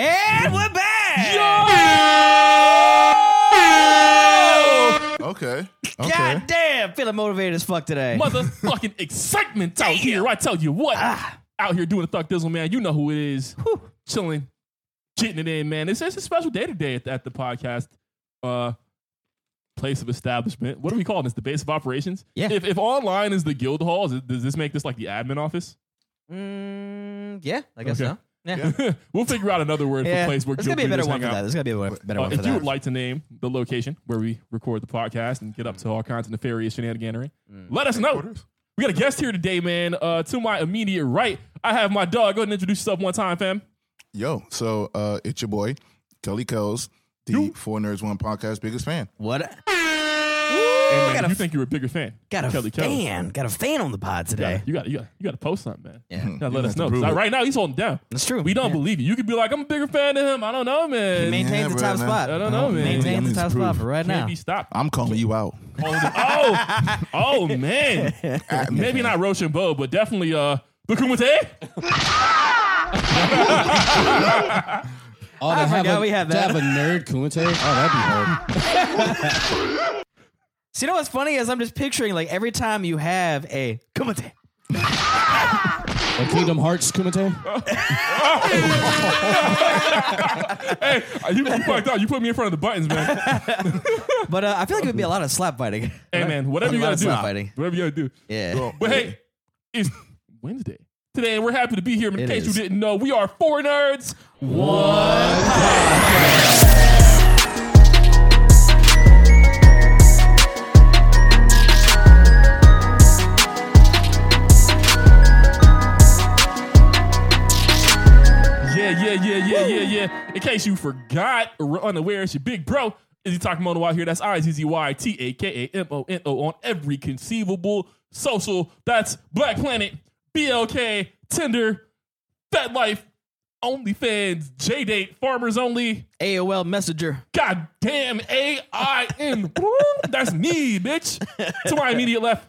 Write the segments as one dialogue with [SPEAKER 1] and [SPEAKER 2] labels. [SPEAKER 1] And we're back!
[SPEAKER 2] Okay. Okay.
[SPEAKER 1] God damn, feeling motivated as fuck today.
[SPEAKER 3] Motherfucking excitement out here. I tell you what.
[SPEAKER 1] Ah,
[SPEAKER 3] Out here doing the Thuck Dizzle, man. You know who it is. Chilling, getting it in, man. It's, it's a special day today at, at the podcast. Uh, place of establishment. What do we call this? The base of operations?
[SPEAKER 1] Yeah.
[SPEAKER 3] If, if online is the guild hall, is it- does this make this like the admin office?
[SPEAKER 1] Mm, yeah, I guess
[SPEAKER 3] Okay.
[SPEAKER 1] so. Yeah.
[SPEAKER 3] we'll figure out another word
[SPEAKER 1] Yeah.
[SPEAKER 3] for place where
[SPEAKER 1] There's gonna
[SPEAKER 3] guild
[SPEAKER 1] be a better
[SPEAKER 3] leaders
[SPEAKER 1] one
[SPEAKER 3] hang
[SPEAKER 1] for that.
[SPEAKER 3] out.
[SPEAKER 1] There's gonna be a better
[SPEAKER 3] Uh,
[SPEAKER 1] one for
[SPEAKER 3] if you
[SPEAKER 1] that.
[SPEAKER 3] would like to name the location where we record the podcast and get up to all kinds of nefarious shenaniganery,
[SPEAKER 1] Mm.
[SPEAKER 3] let us know.
[SPEAKER 2] Headquarters?
[SPEAKER 3] We got a guest here today, man. Uh, to my immediate right, I have my dog. Go ahead and introduce yourself one time, fam.
[SPEAKER 2] Yo, so uh, it's your boy, Kelly Coles, the Four Nerds One Podcast biggest fan.
[SPEAKER 1] what? Ooh,
[SPEAKER 3] Hey,
[SPEAKER 1] got
[SPEAKER 3] man,
[SPEAKER 1] a,
[SPEAKER 3] you think you're a bigger fan?
[SPEAKER 1] got a
[SPEAKER 3] Kelly Kelly.
[SPEAKER 1] fan. Got a fan on the pod
[SPEAKER 3] You
[SPEAKER 1] today.
[SPEAKER 3] gotta, you gotta, you gotta, you gotta post something, man.
[SPEAKER 1] Yeah.
[SPEAKER 3] You gotta let
[SPEAKER 2] You
[SPEAKER 3] us
[SPEAKER 2] have to
[SPEAKER 3] know.
[SPEAKER 2] prove it.
[SPEAKER 3] Right now, he's holding down.
[SPEAKER 1] That's true.
[SPEAKER 3] We don't
[SPEAKER 1] Yeah.
[SPEAKER 3] believe you. You could be like, I'm a bigger fan than him. I don't know, man.
[SPEAKER 1] Maintains
[SPEAKER 2] Yeah,
[SPEAKER 1] the
[SPEAKER 2] bro,
[SPEAKER 1] top
[SPEAKER 2] man.
[SPEAKER 1] spot.
[SPEAKER 3] I don't know, man.
[SPEAKER 2] Yeah,
[SPEAKER 1] Maintains the
[SPEAKER 2] it's
[SPEAKER 1] top
[SPEAKER 2] proof.
[SPEAKER 1] spot for right
[SPEAKER 3] Can't
[SPEAKER 1] now.
[SPEAKER 3] be stopped.
[SPEAKER 2] I'm calling you out.
[SPEAKER 3] Calling him- oh, oh man. Maybe not Rochambeau, but definitely uh, Bukumate.
[SPEAKER 4] Oh,
[SPEAKER 1] I
[SPEAKER 4] to have
[SPEAKER 1] forgot
[SPEAKER 4] a,
[SPEAKER 1] we had that.
[SPEAKER 4] To have a nerd Oh, Kunte? Oh, that'd be hard.
[SPEAKER 1] So you know what's funny is I'm just picturing like every time you have a kumite.
[SPEAKER 4] Or Kingdom Hearts Kumite?
[SPEAKER 3] Hey, you, you fucked up. You put me in front of the buttons, man.
[SPEAKER 1] But uh, I feel like it would be a lot of slap fighting.
[SPEAKER 3] Hey, man, whatever you
[SPEAKER 1] lot
[SPEAKER 3] gotta
[SPEAKER 1] of
[SPEAKER 3] do,
[SPEAKER 1] slap fighting.
[SPEAKER 3] whatever you gotta do.
[SPEAKER 1] Yeah.
[SPEAKER 3] But hey, it's Wednesday today, and we're happy to be here. In
[SPEAKER 1] It
[SPEAKER 3] case
[SPEAKER 1] is.
[SPEAKER 3] you didn't know, we are four nerds. Yeah, yeah, yeah, yeah, yeah, yeah. In case you forgot or were unaware, it's your big bro. Izzy Takamono out here. That's I Z Z Y T A K A M O N O on every conceivable social. That's Black Planet, BLK, Tinder, Fat Life, OnlyFans, J Date, Farmers Only,
[SPEAKER 1] AOL Messenger.
[SPEAKER 3] goddamn A I N. That's me, bitch. To my immediate left,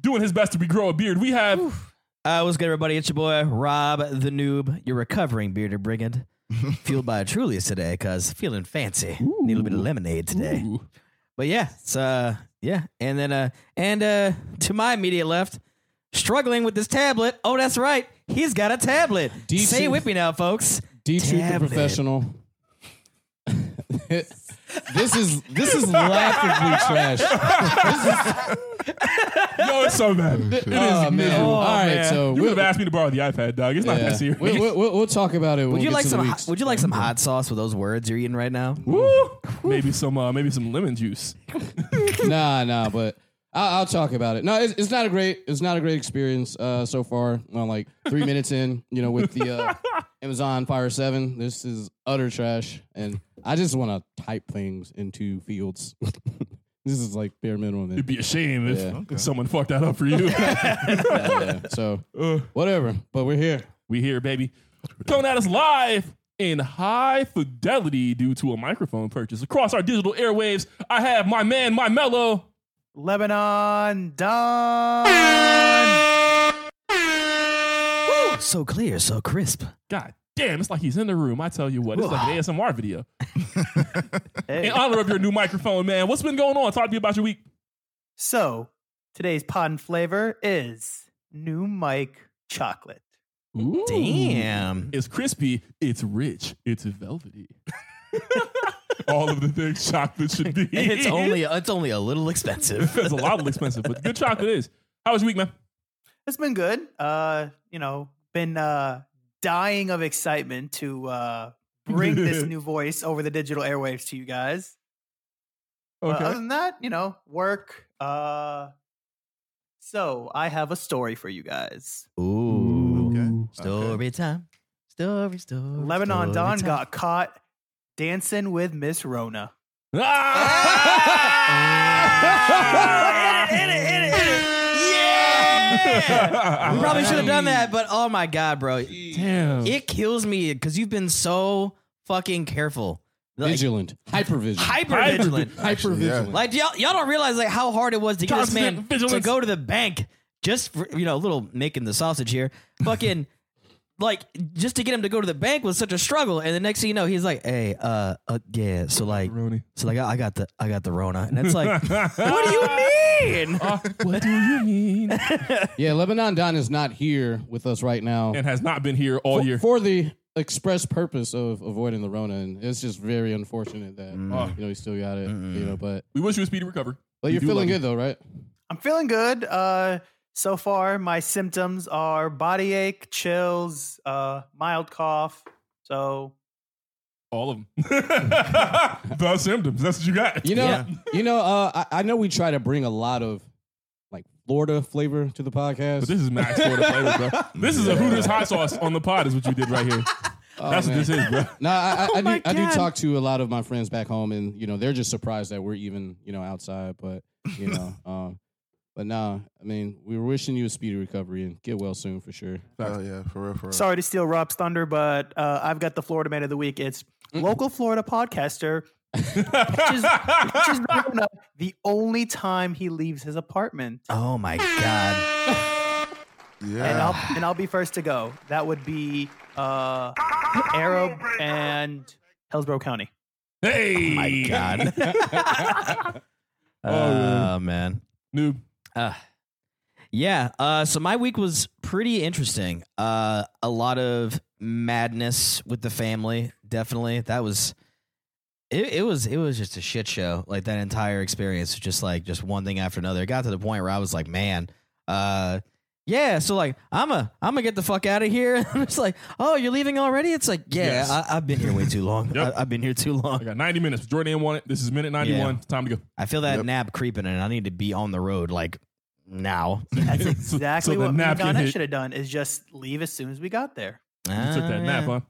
[SPEAKER 3] doing his best to regrow a beard. We have
[SPEAKER 1] Uh, what's good, everybody? It's your boy Rob the Noob, your recovering bearded brigand, fueled by Trulius today because feeling fancy. Need a little bit of lemonade today.
[SPEAKER 3] Ooh.
[SPEAKER 1] But yeah, it's uh, yeah, and then uh, and uh, to my immediate left, struggling with this tablet. Oh, that's right, he's got a tablet.
[SPEAKER 4] Deep
[SPEAKER 1] Say
[SPEAKER 4] sea-
[SPEAKER 1] it with me now, folks.
[SPEAKER 4] D Truth the
[SPEAKER 1] Tablet.
[SPEAKER 4] professional. this is this is laughably trash.
[SPEAKER 3] yo, it's so bad. It is
[SPEAKER 4] Oh, man.
[SPEAKER 3] miserable.
[SPEAKER 4] All right,
[SPEAKER 3] Man,
[SPEAKER 4] so
[SPEAKER 3] you
[SPEAKER 4] we'll-
[SPEAKER 3] would have asked me to borrow the iPad, dog. It's not
[SPEAKER 4] yeah.
[SPEAKER 3] that serious.
[SPEAKER 4] we, we, we'll, we'll talk about it. when
[SPEAKER 1] Would
[SPEAKER 4] we
[SPEAKER 1] you
[SPEAKER 4] get
[SPEAKER 1] like
[SPEAKER 4] to the
[SPEAKER 1] some?
[SPEAKER 4] weeks.
[SPEAKER 1] hot- Would you like some hot sauce with those words you're eating right now?
[SPEAKER 3] Woo! Maybe some, uh, maybe some lemon juice.
[SPEAKER 4] nah, nah, but I'll, I'll talk about it. No, it's, it's not a great, it's not a great experience uh, so far. Well, like three minutes in, you know, with the uh, Amazon Fire Seven, this is utter trash, and I just want to type things into fields. this is like bare minimum. man.
[SPEAKER 3] It'd be a shame if
[SPEAKER 4] Yeah.
[SPEAKER 3] if someone fucked that up for you.
[SPEAKER 4] Yeah, so whatever, but we're here.
[SPEAKER 3] we here, baby. Coming at us live in high fidelity due to a microphone purchase across our digital airwaves. I have my man, my mellow.
[SPEAKER 5] Lebanon done.
[SPEAKER 1] So clear, so crisp.
[SPEAKER 3] God damn, it's like he's in the room. I tell you what, it's like an ASMR video.
[SPEAKER 5] Hey.
[SPEAKER 3] In honor of your new microphone, man, what's been going on? Talk to me about your week.
[SPEAKER 5] So today's pod and flavor is new mic chocolate.
[SPEAKER 1] Damn.
[SPEAKER 3] It's crispy, it's rich, it's velvety. All of the things chocolate should be.
[SPEAKER 1] And it's only it's only a little expensive.
[SPEAKER 3] That's a lot of expensive, but good chocolate is. How was your week, man?
[SPEAKER 5] It's been good. Uh, you know, been uh dying of excitement to uh bring this new voice over the digital airwaves to you guys.
[SPEAKER 1] Uh,
[SPEAKER 5] But other than that, you know, work. Uh so I have a story for you guys.
[SPEAKER 1] Ooh.
[SPEAKER 2] Okay.
[SPEAKER 1] Story time. Story, story.
[SPEAKER 5] Lebanon
[SPEAKER 1] Oh, story
[SPEAKER 5] Don
[SPEAKER 1] time.
[SPEAKER 5] got caught dancing with Miss Rona.
[SPEAKER 3] Ah! Yeah!
[SPEAKER 1] We probably should have done that, but oh my god, bro.
[SPEAKER 3] Damn.
[SPEAKER 1] It kills me because you've been so fucking careful. Like,
[SPEAKER 4] Vigilant, hyper vigilant,
[SPEAKER 1] hyper vigilant.
[SPEAKER 4] hyper vigilant.
[SPEAKER 1] Like y'all, y'all don't realize like how hard it was to get this
[SPEAKER 3] Constant
[SPEAKER 1] man
[SPEAKER 3] vigilance.
[SPEAKER 1] to go to the bank just for, you know, a little making the sausage here. Fucking like just to get him to go to the bank was such a struggle. And the next thing you know, he's like, "Hey, uh, uh yeah." So like,
[SPEAKER 3] Rooney.
[SPEAKER 1] so like, I I got the I got the Rona, and it's like, what do you mean?
[SPEAKER 3] Uh, what do you mean?
[SPEAKER 4] Yeah, Lebanon Don is not here with us right now
[SPEAKER 3] and has not been here all
[SPEAKER 4] for,
[SPEAKER 3] year.
[SPEAKER 4] for the express purpose of avoiding the Rona, and it's just very unfortunate that
[SPEAKER 1] Mm.
[SPEAKER 4] you know he still got it. You know, but
[SPEAKER 3] We wish you a speedy recovery.
[SPEAKER 4] but
[SPEAKER 3] We
[SPEAKER 4] you're
[SPEAKER 3] do
[SPEAKER 4] feeling
[SPEAKER 3] love Oh. you.
[SPEAKER 4] good though, right?
[SPEAKER 5] I'm feeling good. Uh, so far, my symptoms are body ache, chills, uh, mild cough. So
[SPEAKER 3] All of them. the symptoms. That's what you got.
[SPEAKER 4] You know,
[SPEAKER 1] Yeah.
[SPEAKER 4] you know. Uh, I, I know we try to bring a lot of like Florida flavor to the podcast.
[SPEAKER 3] But this is max Florida flavor, bro. This is a Hooters hot sauce on the pod, is what you did right here.
[SPEAKER 4] Oh,
[SPEAKER 3] That's what
[SPEAKER 4] man.
[SPEAKER 3] this is, bro.
[SPEAKER 4] No, I, I, I, do, I do
[SPEAKER 1] Oh God.
[SPEAKER 4] talk to a lot of my friends back home, and you know they're just surprised that we're even you know outside. But you know, um, but no, I mean we were wishing you a speedy recovery and get well soon for sure.
[SPEAKER 2] Oh yeah, for real, for real.
[SPEAKER 5] sorry to steal Rob's thunder, but uh, I've got the Florida man of the week. It's local Florida podcaster. pitches, pitches the Rona the only time he leaves his apartment.
[SPEAKER 1] Oh my god!
[SPEAKER 5] and
[SPEAKER 2] Yeah.
[SPEAKER 5] I'll and I'll be first to go. That would be uh, Arrow and Hillsborough County.
[SPEAKER 3] Hey.
[SPEAKER 1] My god!
[SPEAKER 3] Oh, yeah.
[SPEAKER 1] oh man.
[SPEAKER 3] Noob.
[SPEAKER 1] Uh, yeah. Uh, so my week was pretty interesting. Uh, a lot of madness with the family. Definitely, that was. It, it was it was just a shit show. Like that entire experience, was just like just one thing after another. It got to the point where I was like, man, uh, yeah. So like, I'm a I'm gonna get the fuck out of here. I'm just like, oh, you're leaving already? It's like, yeah,
[SPEAKER 3] Yes.
[SPEAKER 1] I, I've been here way too long.
[SPEAKER 3] Yep.
[SPEAKER 1] I, I've been here too long.
[SPEAKER 3] I got 90 minutes. Jordan won it. This is minute 91. It's Time to go.
[SPEAKER 1] I feel that
[SPEAKER 2] Yep.
[SPEAKER 1] nab creeping, and I need to be on the road like now.
[SPEAKER 5] That's
[SPEAKER 3] So-
[SPEAKER 5] exactly
[SPEAKER 3] so the
[SPEAKER 5] what me and
[SPEAKER 3] napkin
[SPEAKER 5] Donette
[SPEAKER 3] hit.
[SPEAKER 5] should have done. Is just leave as soon as we got there.
[SPEAKER 3] You took that nap, huh?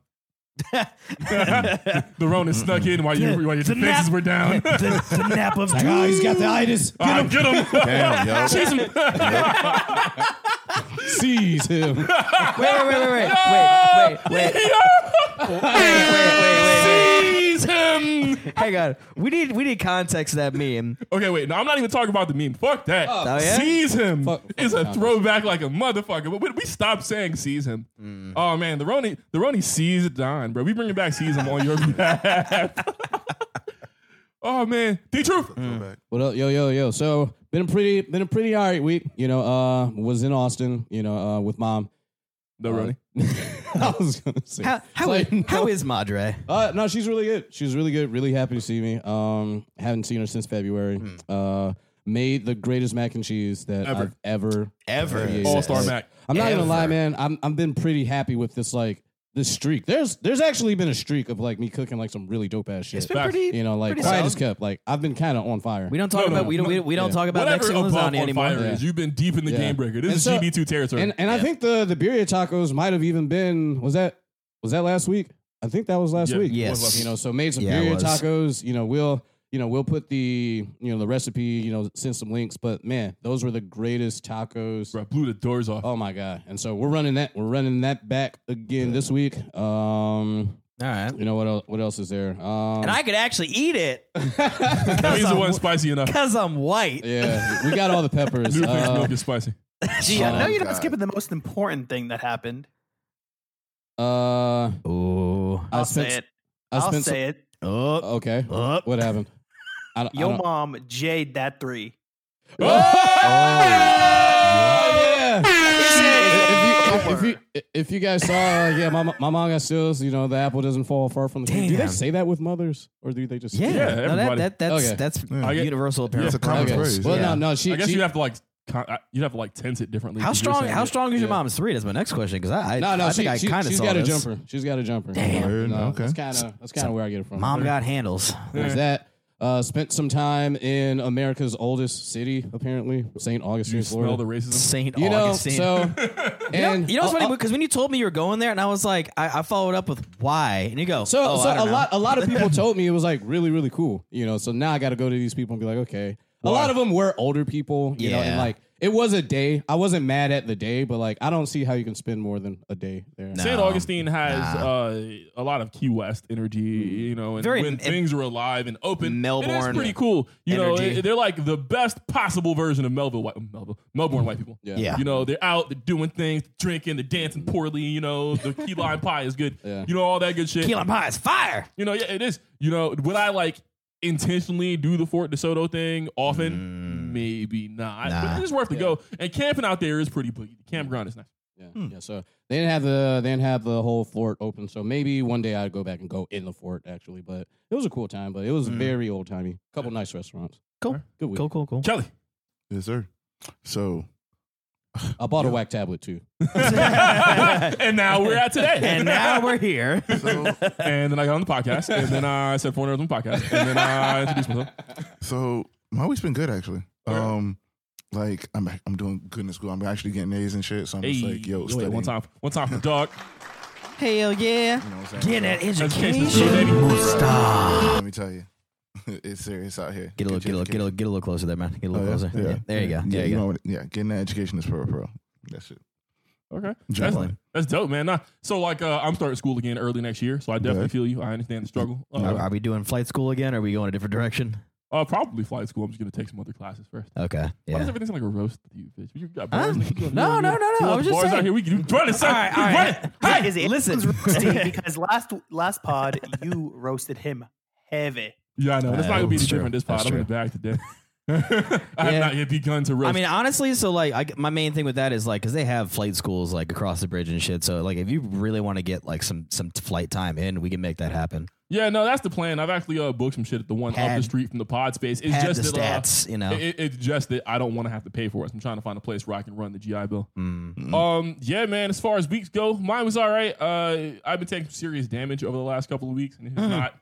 [SPEAKER 1] the,
[SPEAKER 3] the Ronan snuck in while, you, while your
[SPEAKER 1] The
[SPEAKER 3] faces
[SPEAKER 1] nap-
[SPEAKER 3] were down.
[SPEAKER 1] the nap of doom.
[SPEAKER 4] Oh, he's got the itis.
[SPEAKER 3] All right, Get him.
[SPEAKER 2] Damn, yo.
[SPEAKER 3] Seize him.
[SPEAKER 4] Seize him.
[SPEAKER 1] Wait, wait, wait, wait, wait, wait, wait, wait, wait, wait,
[SPEAKER 3] Seize him.
[SPEAKER 1] wait. Hang on, we need we need context to that meme.
[SPEAKER 3] Okay, wait. No, I'm not even talking about the meme. Fuck that.
[SPEAKER 1] Oh, yeah?
[SPEAKER 3] Seize him
[SPEAKER 4] Fuck- fuck
[SPEAKER 3] is
[SPEAKER 4] the
[SPEAKER 3] a
[SPEAKER 4] context.
[SPEAKER 3] throwback like a motherfucker. But we, we stopped saying seize him.
[SPEAKER 4] Mm.
[SPEAKER 3] Oh man, the Roni, the Roni seized Don, bro. We bringing back seize him on your behalf. oh man, the truth.
[SPEAKER 4] Mm.
[SPEAKER 2] Throwback.
[SPEAKER 4] What up, yo, yo, yo? So been a pretty, been a pretty alright week. You know, uh, was in Austin. You know, uh, with mom. Uh,
[SPEAKER 3] No Roni.
[SPEAKER 4] I was gonna say.
[SPEAKER 1] How how,
[SPEAKER 4] It's like,
[SPEAKER 1] how
[SPEAKER 4] no.
[SPEAKER 1] is Madre?
[SPEAKER 4] Uh, no, she's really good. She's really good. Really happy to see me. Um, haven't seen her since February.
[SPEAKER 1] Hmm.
[SPEAKER 4] Uh, made the greatest mac and cheese that
[SPEAKER 3] Ever.
[SPEAKER 4] I've ever
[SPEAKER 1] Ever.
[SPEAKER 4] created.
[SPEAKER 3] All Star
[SPEAKER 4] Like,
[SPEAKER 3] Mac.
[SPEAKER 4] I'm not gonna lie,
[SPEAKER 1] Ever.
[SPEAKER 4] man. I'm I've been pretty happy with this like this streak. There's there's actually been a streak of like me cooking like some really dope ass shit.
[SPEAKER 1] It's been
[SPEAKER 3] Facts.
[SPEAKER 1] pretty.
[SPEAKER 4] you know, like
[SPEAKER 1] pretty
[SPEAKER 4] I
[SPEAKER 1] solid.
[SPEAKER 4] just kept like I've been kind of on fire.
[SPEAKER 1] We don't talk
[SPEAKER 3] No, no,
[SPEAKER 1] about we don't we, we don't
[SPEAKER 4] yeah.
[SPEAKER 1] talk about
[SPEAKER 3] Whatever
[SPEAKER 1] Mexican
[SPEAKER 3] above on
[SPEAKER 1] lasagna anymore.
[SPEAKER 3] fire is,
[SPEAKER 4] Yeah.
[SPEAKER 3] you've been deep in the
[SPEAKER 4] Yeah.
[SPEAKER 3] game breaker. This
[SPEAKER 4] And
[SPEAKER 3] is
[SPEAKER 4] so-
[SPEAKER 3] GB2 territory.
[SPEAKER 4] and uh, and I
[SPEAKER 1] Yeah.
[SPEAKER 4] think the the birria tacos might have even been was that was that last week? I think that was last
[SPEAKER 3] Yeah.
[SPEAKER 4] week.
[SPEAKER 1] Yes.
[SPEAKER 4] You know, so made some
[SPEAKER 1] Yeah, it
[SPEAKER 4] birria
[SPEAKER 1] was.
[SPEAKER 4] tacos. You know, we'll you know we'll put the you know the recipe. You know, send some links. But man, those were the greatest tacos.
[SPEAKER 3] bro, blew the doors off.
[SPEAKER 4] Oh my god! And so we're running that we're running that back again this week. Um,
[SPEAKER 1] All right,
[SPEAKER 4] you know what else, what else is there? Um,
[SPEAKER 1] and I could actually eat it
[SPEAKER 3] No, he's the
[SPEAKER 1] I'm-
[SPEAKER 3] one spicy enough.
[SPEAKER 1] because I'm white.
[SPEAKER 4] yeah, we got all the peppers.
[SPEAKER 3] New things
[SPEAKER 4] Uh,
[SPEAKER 3] milk is spicy.
[SPEAKER 5] Gee, I
[SPEAKER 4] Oh,
[SPEAKER 5] know you're
[SPEAKER 2] God.
[SPEAKER 5] not skipping the most important thing that happened.
[SPEAKER 4] uh,
[SPEAKER 1] Ooh,
[SPEAKER 4] I
[SPEAKER 5] I'll
[SPEAKER 4] spent-
[SPEAKER 5] say it.
[SPEAKER 4] I
[SPEAKER 5] I'll
[SPEAKER 4] spent some-
[SPEAKER 5] say it.
[SPEAKER 1] up,
[SPEAKER 4] okay.
[SPEAKER 1] up.
[SPEAKER 4] What happened? I, don't- I
[SPEAKER 5] Yo,
[SPEAKER 4] don't-
[SPEAKER 5] mom, Jade, that three.
[SPEAKER 4] Oh, yeah. If you, if, you, if you guys saw, uh, yeah, my, my mom got stills. You know, the apple doesn't fall far from the tree. Do they
[SPEAKER 1] Damn.
[SPEAKER 4] say that with mothers, or do they just?
[SPEAKER 1] Yeah,
[SPEAKER 3] Yeah,
[SPEAKER 1] no, that,
[SPEAKER 3] everybody.
[SPEAKER 1] that, that's
[SPEAKER 4] Okay.
[SPEAKER 1] that's mm,
[SPEAKER 2] Yeah.
[SPEAKER 1] universal. Apparently,
[SPEAKER 2] It's a common
[SPEAKER 4] Okay.
[SPEAKER 2] phrase.
[SPEAKER 4] Well,
[SPEAKER 1] Yeah.
[SPEAKER 4] no, no. She,
[SPEAKER 3] I guess
[SPEAKER 4] she,
[SPEAKER 3] you have to like, con- I- you'd have to like tense it differently.
[SPEAKER 1] How
[SPEAKER 3] 'cause you're
[SPEAKER 1] strong?
[SPEAKER 3] saying
[SPEAKER 1] How
[SPEAKER 3] it-
[SPEAKER 1] strong is your
[SPEAKER 4] Yeah.
[SPEAKER 1] mom's three? That's my next question because I, I,
[SPEAKER 4] No, no,
[SPEAKER 1] I
[SPEAKER 4] she,
[SPEAKER 1] think
[SPEAKER 4] she,
[SPEAKER 1] I kind of
[SPEAKER 4] she's
[SPEAKER 1] saw
[SPEAKER 4] got
[SPEAKER 1] this.
[SPEAKER 4] a jumper. She's got a jumper.
[SPEAKER 1] Damn.
[SPEAKER 2] Weird,
[SPEAKER 4] No,
[SPEAKER 2] okay.
[SPEAKER 4] That's kind of that's kind of where I get it from.
[SPEAKER 1] Mom got handles.
[SPEAKER 4] There's that. Uh, spent some time in America's oldest city, apparently St. Augustine,
[SPEAKER 3] You smell the
[SPEAKER 4] Florida.
[SPEAKER 3] racism.
[SPEAKER 1] Saint
[SPEAKER 4] you know,
[SPEAKER 1] Augustine.
[SPEAKER 4] so and
[SPEAKER 1] you know what's
[SPEAKER 4] uh,
[SPEAKER 1] funny?
[SPEAKER 4] uh,
[SPEAKER 1] Because when you told me you were going there, and I was like, I, I followed up with why, and you go,
[SPEAKER 4] So,
[SPEAKER 1] oh,
[SPEAKER 4] so
[SPEAKER 1] I
[SPEAKER 4] a
[SPEAKER 1] don't know.
[SPEAKER 4] lot, a lot of people told me it was like really, really cool. You know, so now I got to go to these people and be like, okay. A lot of them were older people, you know, and
[SPEAKER 1] Yeah.
[SPEAKER 4] like it was a day. I wasn't mad at the day, but like I don't see how you can spend more than a day there.
[SPEAKER 1] No.
[SPEAKER 3] St. Augustine has
[SPEAKER 1] Nah. Mm-hmm.
[SPEAKER 3] uh, a lot of Key West energy, you know, and
[SPEAKER 1] Very-
[SPEAKER 3] when
[SPEAKER 1] and-
[SPEAKER 3] things are alive and open, it is
[SPEAKER 1] Melbourne
[SPEAKER 3] pretty cool. You know,
[SPEAKER 1] energy.
[SPEAKER 3] it- they're like the best possible version of Melville white, Melville, Melbourne white people.
[SPEAKER 4] Yeah.
[SPEAKER 1] Yeah.
[SPEAKER 3] You know, they're out, they're doing things, drinking, they're dancing poorly. You know, the key lime pie is good.
[SPEAKER 4] Yeah.
[SPEAKER 3] You know, all that good shit.
[SPEAKER 1] Key lime pie is fire.
[SPEAKER 3] You know, yeah, it is. You know, would I like intentionally do the Fort DeSoto thing often?
[SPEAKER 1] Mm.
[SPEAKER 3] Maybe not.
[SPEAKER 1] Nah.
[SPEAKER 3] But it's worth
[SPEAKER 4] Yeah.
[SPEAKER 3] to go. And camping out there is pretty boogie. The campground is nice.
[SPEAKER 4] Yeah.
[SPEAKER 1] Hmm.
[SPEAKER 4] yeah. So they didn't have the they didn't have the whole fort open. So maybe one day I'd go back and go in the fort actually. But it was a cool time. But it was
[SPEAKER 1] Hmm.
[SPEAKER 4] very old timey. Couple nice restaurants.
[SPEAKER 1] Cool.
[SPEAKER 4] Good week.
[SPEAKER 1] Cool, cool, cool.
[SPEAKER 3] Kelly.
[SPEAKER 2] Yes, sir. So
[SPEAKER 4] I bought a whack tablet too.
[SPEAKER 3] and now we're at today.
[SPEAKER 1] And now we're here.
[SPEAKER 2] so
[SPEAKER 3] And then I got on the podcast, and then I said four nerds on the podcast, and then I introduced myself.
[SPEAKER 2] so my week's been good actually.
[SPEAKER 3] Okay.
[SPEAKER 2] Um, like I'm I'm doing good in school. I'm actually getting A's and shit. So I'm just like, yo,
[SPEAKER 3] wait,
[SPEAKER 2] study.
[SPEAKER 3] one time, one time for dog.
[SPEAKER 1] Hell yeah.
[SPEAKER 2] You know what I'm saying?
[SPEAKER 1] Get that
[SPEAKER 3] Education's
[SPEAKER 1] education.
[SPEAKER 3] good, baby.
[SPEAKER 1] Musta.
[SPEAKER 2] Let me tell you, it's serious out here.
[SPEAKER 1] Get a little, get a little, get a little, get a little closer there, man. Get a little closer. Yeah. There you go.
[SPEAKER 2] Oh, Yeah,
[SPEAKER 1] There you
[SPEAKER 2] know
[SPEAKER 1] go.
[SPEAKER 2] what- yeah, getting that education is pro pro. That's it.
[SPEAKER 3] Okay, that's,
[SPEAKER 2] Definitely.
[SPEAKER 3] that's dope, man. Nah, so like, uh, I'm starting school again early next year, so I definitely
[SPEAKER 2] Okay.
[SPEAKER 3] feel you. I understand the struggle.
[SPEAKER 1] Are,
[SPEAKER 3] Uh,
[SPEAKER 1] are we doing flight school again? Or are we going a different direction?
[SPEAKER 3] uh, probably flight school. I'm just gonna take some other classes first.
[SPEAKER 1] Okay.
[SPEAKER 3] Why
[SPEAKER 1] Yeah.
[SPEAKER 3] does everything sound like a roast to you, bitch? You got
[SPEAKER 1] Huh?
[SPEAKER 3] bars, nigga. You got-
[SPEAKER 1] No, no,
[SPEAKER 3] you got-
[SPEAKER 1] no, no.
[SPEAKER 3] you
[SPEAKER 1] I
[SPEAKER 3] got
[SPEAKER 1] was just
[SPEAKER 3] bars out
[SPEAKER 1] saying.
[SPEAKER 3] here. We can do run it, son.
[SPEAKER 1] All right, all
[SPEAKER 3] You
[SPEAKER 1] right.
[SPEAKER 3] Run it.
[SPEAKER 5] Is
[SPEAKER 3] Hey,
[SPEAKER 5] it
[SPEAKER 1] listen.
[SPEAKER 5] was roasting because last last pod you roasted him heavy.
[SPEAKER 3] yeah, I know. That's
[SPEAKER 1] Uh,
[SPEAKER 3] not gonna be any
[SPEAKER 1] that's true.
[SPEAKER 3] different this pod.
[SPEAKER 1] That's
[SPEAKER 3] I'm in the back today. I have
[SPEAKER 1] Yeah.
[SPEAKER 3] not yet begun to roast.
[SPEAKER 1] I mean, honestly, so like, I, my main thing with that is like, because they have flight schools like across the bridge and shit. So like, if you really want to get like some some flight time in, we can make that happen.
[SPEAKER 3] Yeah, no, that's the plan. I've actually uh, booked some shit at the one up
[SPEAKER 1] Pad-
[SPEAKER 3] the street from the pod space. It's
[SPEAKER 1] Pad
[SPEAKER 3] just
[SPEAKER 1] the
[SPEAKER 3] that, uh,
[SPEAKER 1] stats, you know.
[SPEAKER 3] it- it- it's just that I don't want to have to pay for it. So I'm trying to find a place where I can run the GI Bill.
[SPEAKER 1] Mm.
[SPEAKER 3] Um, yeah, man. As far as weeks go, mine was all right. Uh, I've been taking some serious damage over the last couple of weeks, and it's
[SPEAKER 1] Mm-hmm.
[SPEAKER 3] not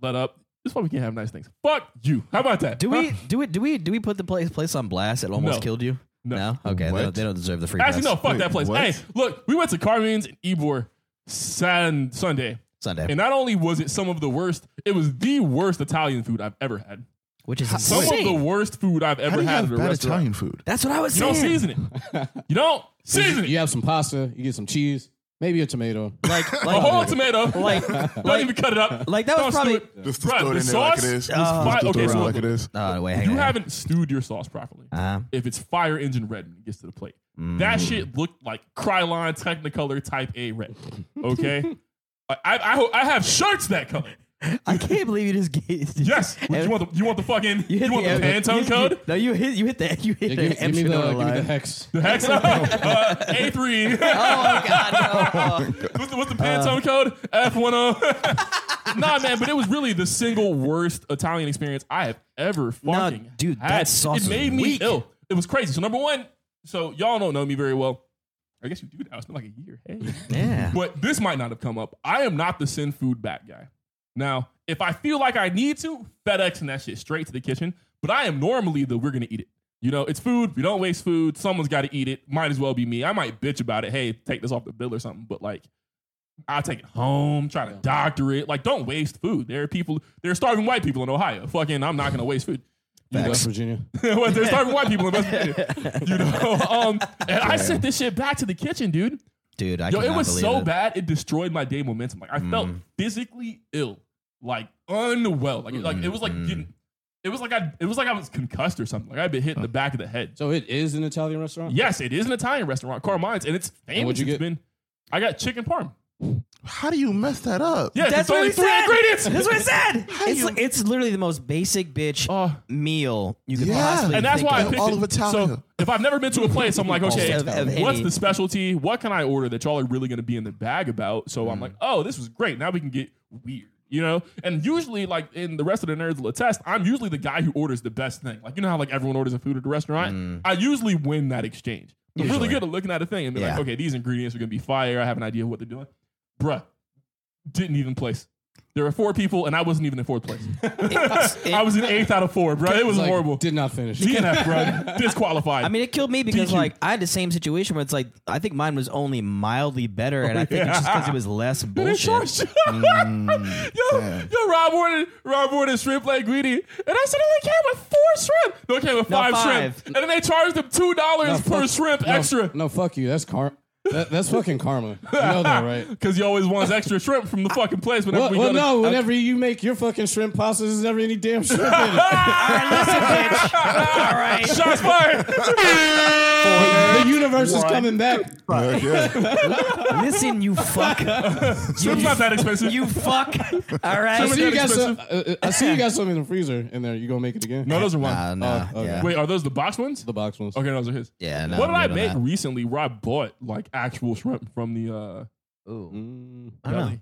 [SPEAKER 3] let up. That's why we can't have nice things. Fuck you. How about that?
[SPEAKER 1] Do
[SPEAKER 3] huh?
[SPEAKER 1] we do we do we do we put the place place on blast? It almost
[SPEAKER 3] No.
[SPEAKER 1] killed you.
[SPEAKER 3] No.
[SPEAKER 1] Okay. They
[SPEAKER 2] What?
[SPEAKER 1] don't, they don't deserve the free.
[SPEAKER 3] Actually, no.
[SPEAKER 1] pass.
[SPEAKER 3] Fuck
[SPEAKER 2] Wait,
[SPEAKER 3] that place.
[SPEAKER 2] what?
[SPEAKER 3] Hey, look, we went to Carmen's and Ebor San Sunday,
[SPEAKER 1] Sunday,
[SPEAKER 3] and not only was it some of the worst, it was the worst Italian food I've ever had.
[SPEAKER 1] which is
[SPEAKER 3] Some
[SPEAKER 1] insane.
[SPEAKER 3] of the worst food I've
[SPEAKER 2] How do
[SPEAKER 3] ever
[SPEAKER 2] you
[SPEAKER 3] had
[SPEAKER 2] have
[SPEAKER 3] at a
[SPEAKER 2] bad
[SPEAKER 3] restaurant.
[SPEAKER 2] Italian food?
[SPEAKER 1] That's what I was
[SPEAKER 3] You
[SPEAKER 1] saying.
[SPEAKER 3] don't season it. You don't season it.
[SPEAKER 4] You have some pasta. You get some cheese. Maybe a tomato.
[SPEAKER 1] Like,
[SPEAKER 3] A
[SPEAKER 1] like,
[SPEAKER 3] whole tomato.
[SPEAKER 1] like,
[SPEAKER 3] don't
[SPEAKER 1] like-
[SPEAKER 3] even cut it up.
[SPEAKER 1] like, that was
[SPEAKER 3] Don't
[SPEAKER 1] probably.
[SPEAKER 3] stew it.
[SPEAKER 2] Just to
[SPEAKER 3] Bruh,
[SPEAKER 2] throw it
[SPEAKER 3] the
[SPEAKER 2] in there like
[SPEAKER 3] sauce
[SPEAKER 2] it
[SPEAKER 3] was
[SPEAKER 2] is.
[SPEAKER 1] Oh.
[SPEAKER 3] fire.
[SPEAKER 2] Just to throw
[SPEAKER 3] Okay,
[SPEAKER 2] it in
[SPEAKER 3] so
[SPEAKER 2] like it is.
[SPEAKER 1] Oh wait, hang
[SPEAKER 3] you
[SPEAKER 1] on.
[SPEAKER 3] haven't stewed your sauce properly.
[SPEAKER 1] Uh,
[SPEAKER 3] If it's fire engine red when it gets to the plate, that
[SPEAKER 1] Mm.
[SPEAKER 3] shit looked like Krylon Technicolor Type A red. Okay, I, I, I ho- I have shirts that color.
[SPEAKER 1] I can't believe you just gave.
[SPEAKER 3] Yes, you want the you want the fucking you,
[SPEAKER 1] hit
[SPEAKER 3] want the,
[SPEAKER 1] you-
[SPEAKER 3] Pantone
[SPEAKER 1] you-
[SPEAKER 3] code.
[SPEAKER 1] No, you hit you hit the you hit
[SPEAKER 4] Yeah,
[SPEAKER 1] the
[SPEAKER 4] give, give me the,
[SPEAKER 1] Amsterdam
[SPEAKER 4] give me the
[SPEAKER 1] line.
[SPEAKER 4] hex.
[SPEAKER 3] The hex uh, A three.
[SPEAKER 1] Oh god, no.
[SPEAKER 3] What's the, what's the Pantone code? F10. nah, man, but it was really the single worst Italian experience I have ever fucking
[SPEAKER 1] dude,
[SPEAKER 3] had.
[SPEAKER 1] that sauce
[SPEAKER 3] It
[SPEAKER 1] was
[SPEAKER 3] made me
[SPEAKER 1] weak.
[SPEAKER 3] ill. It was crazy. So number one, so y'all don't know me very well. I guess you do now. It's been like a year. Hey.
[SPEAKER 1] yeah.
[SPEAKER 3] but this might not have come up. I am not the send food back guy. Now, if I feel like I need to, FedEx and that shit straight to the kitchen. But I am normally the we're gonna eat it. You know, it's food. We don't waste food. Someone's got to eat it. Might as well be me. I might bitch about it. Hey, take this off the bill or something. But like, I'll take it home. Try to doctor it. Like, don't waste food. There are people. There are starving white people in Ohio. Fucking, I'm not gonna waste food. You know?
[SPEAKER 4] West Virginia.
[SPEAKER 3] well, they're starving white people in West Virginia. You know, um, and I sent this shit back to the kitchen, dude.
[SPEAKER 1] Dude, I
[SPEAKER 3] Yo, it
[SPEAKER 1] cannot
[SPEAKER 3] was
[SPEAKER 1] believe
[SPEAKER 3] so
[SPEAKER 1] it. Mm.
[SPEAKER 3] bad it destroyed my day momentum. Like I felt physically ill, like unwell. Like, like it was like
[SPEAKER 1] Mm.
[SPEAKER 3] getting, it was like I it was like I was concussed or something. Like I'd been hit in the back of the head.
[SPEAKER 4] So it is an Italian restaurant.
[SPEAKER 3] Yes, it is an Italian restaurant, Carmine's, and it's famous.
[SPEAKER 4] what'd you
[SPEAKER 3] It's
[SPEAKER 4] get?
[SPEAKER 3] been- I got chicken parm.
[SPEAKER 2] How do you mess that up?
[SPEAKER 3] Yes,
[SPEAKER 1] That's
[SPEAKER 3] it's
[SPEAKER 1] what
[SPEAKER 3] only
[SPEAKER 1] he
[SPEAKER 3] three
[SPEAKER 1] said.
[SPEAKER 3] ingredients.
[SPEAKER 1] That's what I said. It's,
[SPEAKER 2] you-
[SPEAKER 1] like, it's literally the most basic bitch
[SPEAKER 3] Uh,
[SPEAKER 1] meal you could
[SPEAKER 2] Yeah.
[SPEAKER 1] possibly.
[SPEAKER 3] and that's
[SPEAKER 1] think
[SPEAKER 3] why I
[SPEAKER 1] of.
[SPEAKER 3] picked
[SPEAKER 2] All
[SPEAKER 3] it.
[SPEAKER 2] of Italia.
[SPEAKER 3] So if I've never been to a place, I'm like, okay,
[SPEAKER 1] of- of
[SPEAKER 3] what's
[SPEAKER 1] any-
[SPEAKER 3] the specialty? What can I order that y'all are really going to be in the bag about? So
[SPEAKER 1] Mm.
[SPEAKER 3] I'm like, oh, this was great. Now we can get weird. You know, and usually, like in the rest of the Nerds Test, I'm usually the guy who orders the best thing. Like, you know how like everyone orders a food at the restaurant.
[SPEAKER 1] Mm.
[SPEAKER 3] I usually win that exchange. I'm really good at looking at a thing and be like,
[SPEAKER 1] Yeah.
[SPEAKER 3] okay, these ingredients are gonna be fire. I have an idea of what they're doing. Bruh, didn't even place. There were four people, and I wasn't even in fourth place. I was in eighth out of four, bro. It was
[SPEAKER 4] Like,
[SPEAKER 3] horrible.
[SPEAKER 4] Did not finish.
[SPEAKER 3] DNF, bro. Disqualified.
[SPEAKER 1] I mean, it killed me because
[SPEAKER 3] DQ.
[SPEAKER 1] like I had the same situation where it's like I think mine was only mildly better, and I think it's just because it was less
[SPEAKER 3] They
[SPEAKER 1] bullshit.
[SPEAKER 3] charged you. yo,
[SPEAKER 2] damn.
[SPEAKER 3] yo, Rob ordered, Rob ordered shrimp like greedy, and I said "Oh, it only came with four shrimp. No, it came with
[SPEAKER 1] No,
[SPEAKER 3] five,
[SPEAKER 1] five.
[SPEAKER 3] shrimp, and then they charged him two
[SPEAKER 4] No,
[SPEAKER 3] dollars per
[SPEAKER 4] fuck-
[SPEAKER 3] shrimp
[SPEAKER 4] no,
[SPEAKER 3] extra
[SPEAKER 4] No, fuck you. That's car. That, that's fucking karma. You know that, right?
[SPEAKER 3] because you always wants extra shrimp from the fucking place whenever
[SPEAKER 4] Well,
[SPEAKER 3] we go.
[SPEAKER 4] well no. Whenever you make your fucking shrimp pastas, there's never any damn shrimp in it.
[SPEAKER 3] to- shots fired.
[SPEAKER 4] the universe is
[SPEAKER 5] What?
[SPEAKER 4] coming back.
[SPEAKER 2] Yeah, yeah.
[SPEAKER 1] Listen, you fuck,
[SPEAKER 3] Shrimp's not that expensive.
[SPEAKER 1] you fuck. All
[SPEAKER 4] I
[SPEAKER 1] right.
[SPEAKER 4] see you
[SPEAKER 3] that
[SPEAKER 4] got some. Uh, uh, I see you got some in the freezer in there. You gonna make it again?
[SPEAKER 3] no, those are
[SPEAKER 1] Nah,
[SPEAKER 3] mine.
[SPEAKER 1] Uh, nah,
[SPEAKER 4] Oh, okay.
[SPEAKER 1] yeah,
[SPEAKER 3] Wait, are those the box ones?
[SPEAKER 4] the box ones.
[SPEAKER 3] Okay, those are his.
[SPEAKER 1] yeah. No,
[SPEAKER 3] what did
[SPEAKER 1] I'm
[SPEAKER 3] I
[SPEAKER 1] good on
[SPEAKER 3] make
[SPEAKER 1] that.
[SPEAKER 3] recently where I bought like actual shrimp from the uh
[SPEAKER 1] Ooh.
[SPEAKER 4] Mm.
[SPEAKER 1] I don't know.
[SPEAKER 3] deli?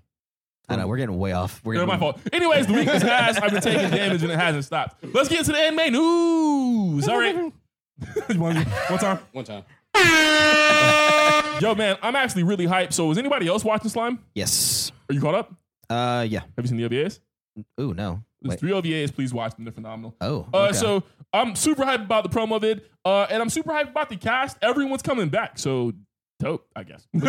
[SPEAKER 1] I know. We're getting way off. We're
[SPEAKER 3] They're
[SPEAKER 1] gonna
[SPEAKER 3] my
[SPEAKER 1] move-
[SPEAKER 3] fault. Anyways, the week has passed. I've been taking damage and it hasn't stopped. Let's get to the anime news. All right. You wanna do- One time.
[SPEAKER 4] One time.
[SPEAKER 3] Yo, man, I'm actually really hyped. So, is anybody else watching Slime?
[SPEAKER 1] Yes.
[SPEAKER 3] Are you caught up?
[SPEAKER 1] Uh, yeah.
[SPEAKER 3] Have you seen the OVAs?
[SPEAKER 1] Ooh, no.
[SPEAKER 3] There's
[SPEAKER 1] Wait.
[SPEAKER 3] three OVAs. Please watch them. They're phenomenal.
[SPEAKER 1] Oh.
[SPEAKER 3] Uh,
[SPEAKER 1] okay.
[SPEAKER 3] So, I'm super hyped about the promo vid, uh, and I'm super hyped about the cast. Everyone's coming back. So, dope, I guess.
[SPEAKER 1] which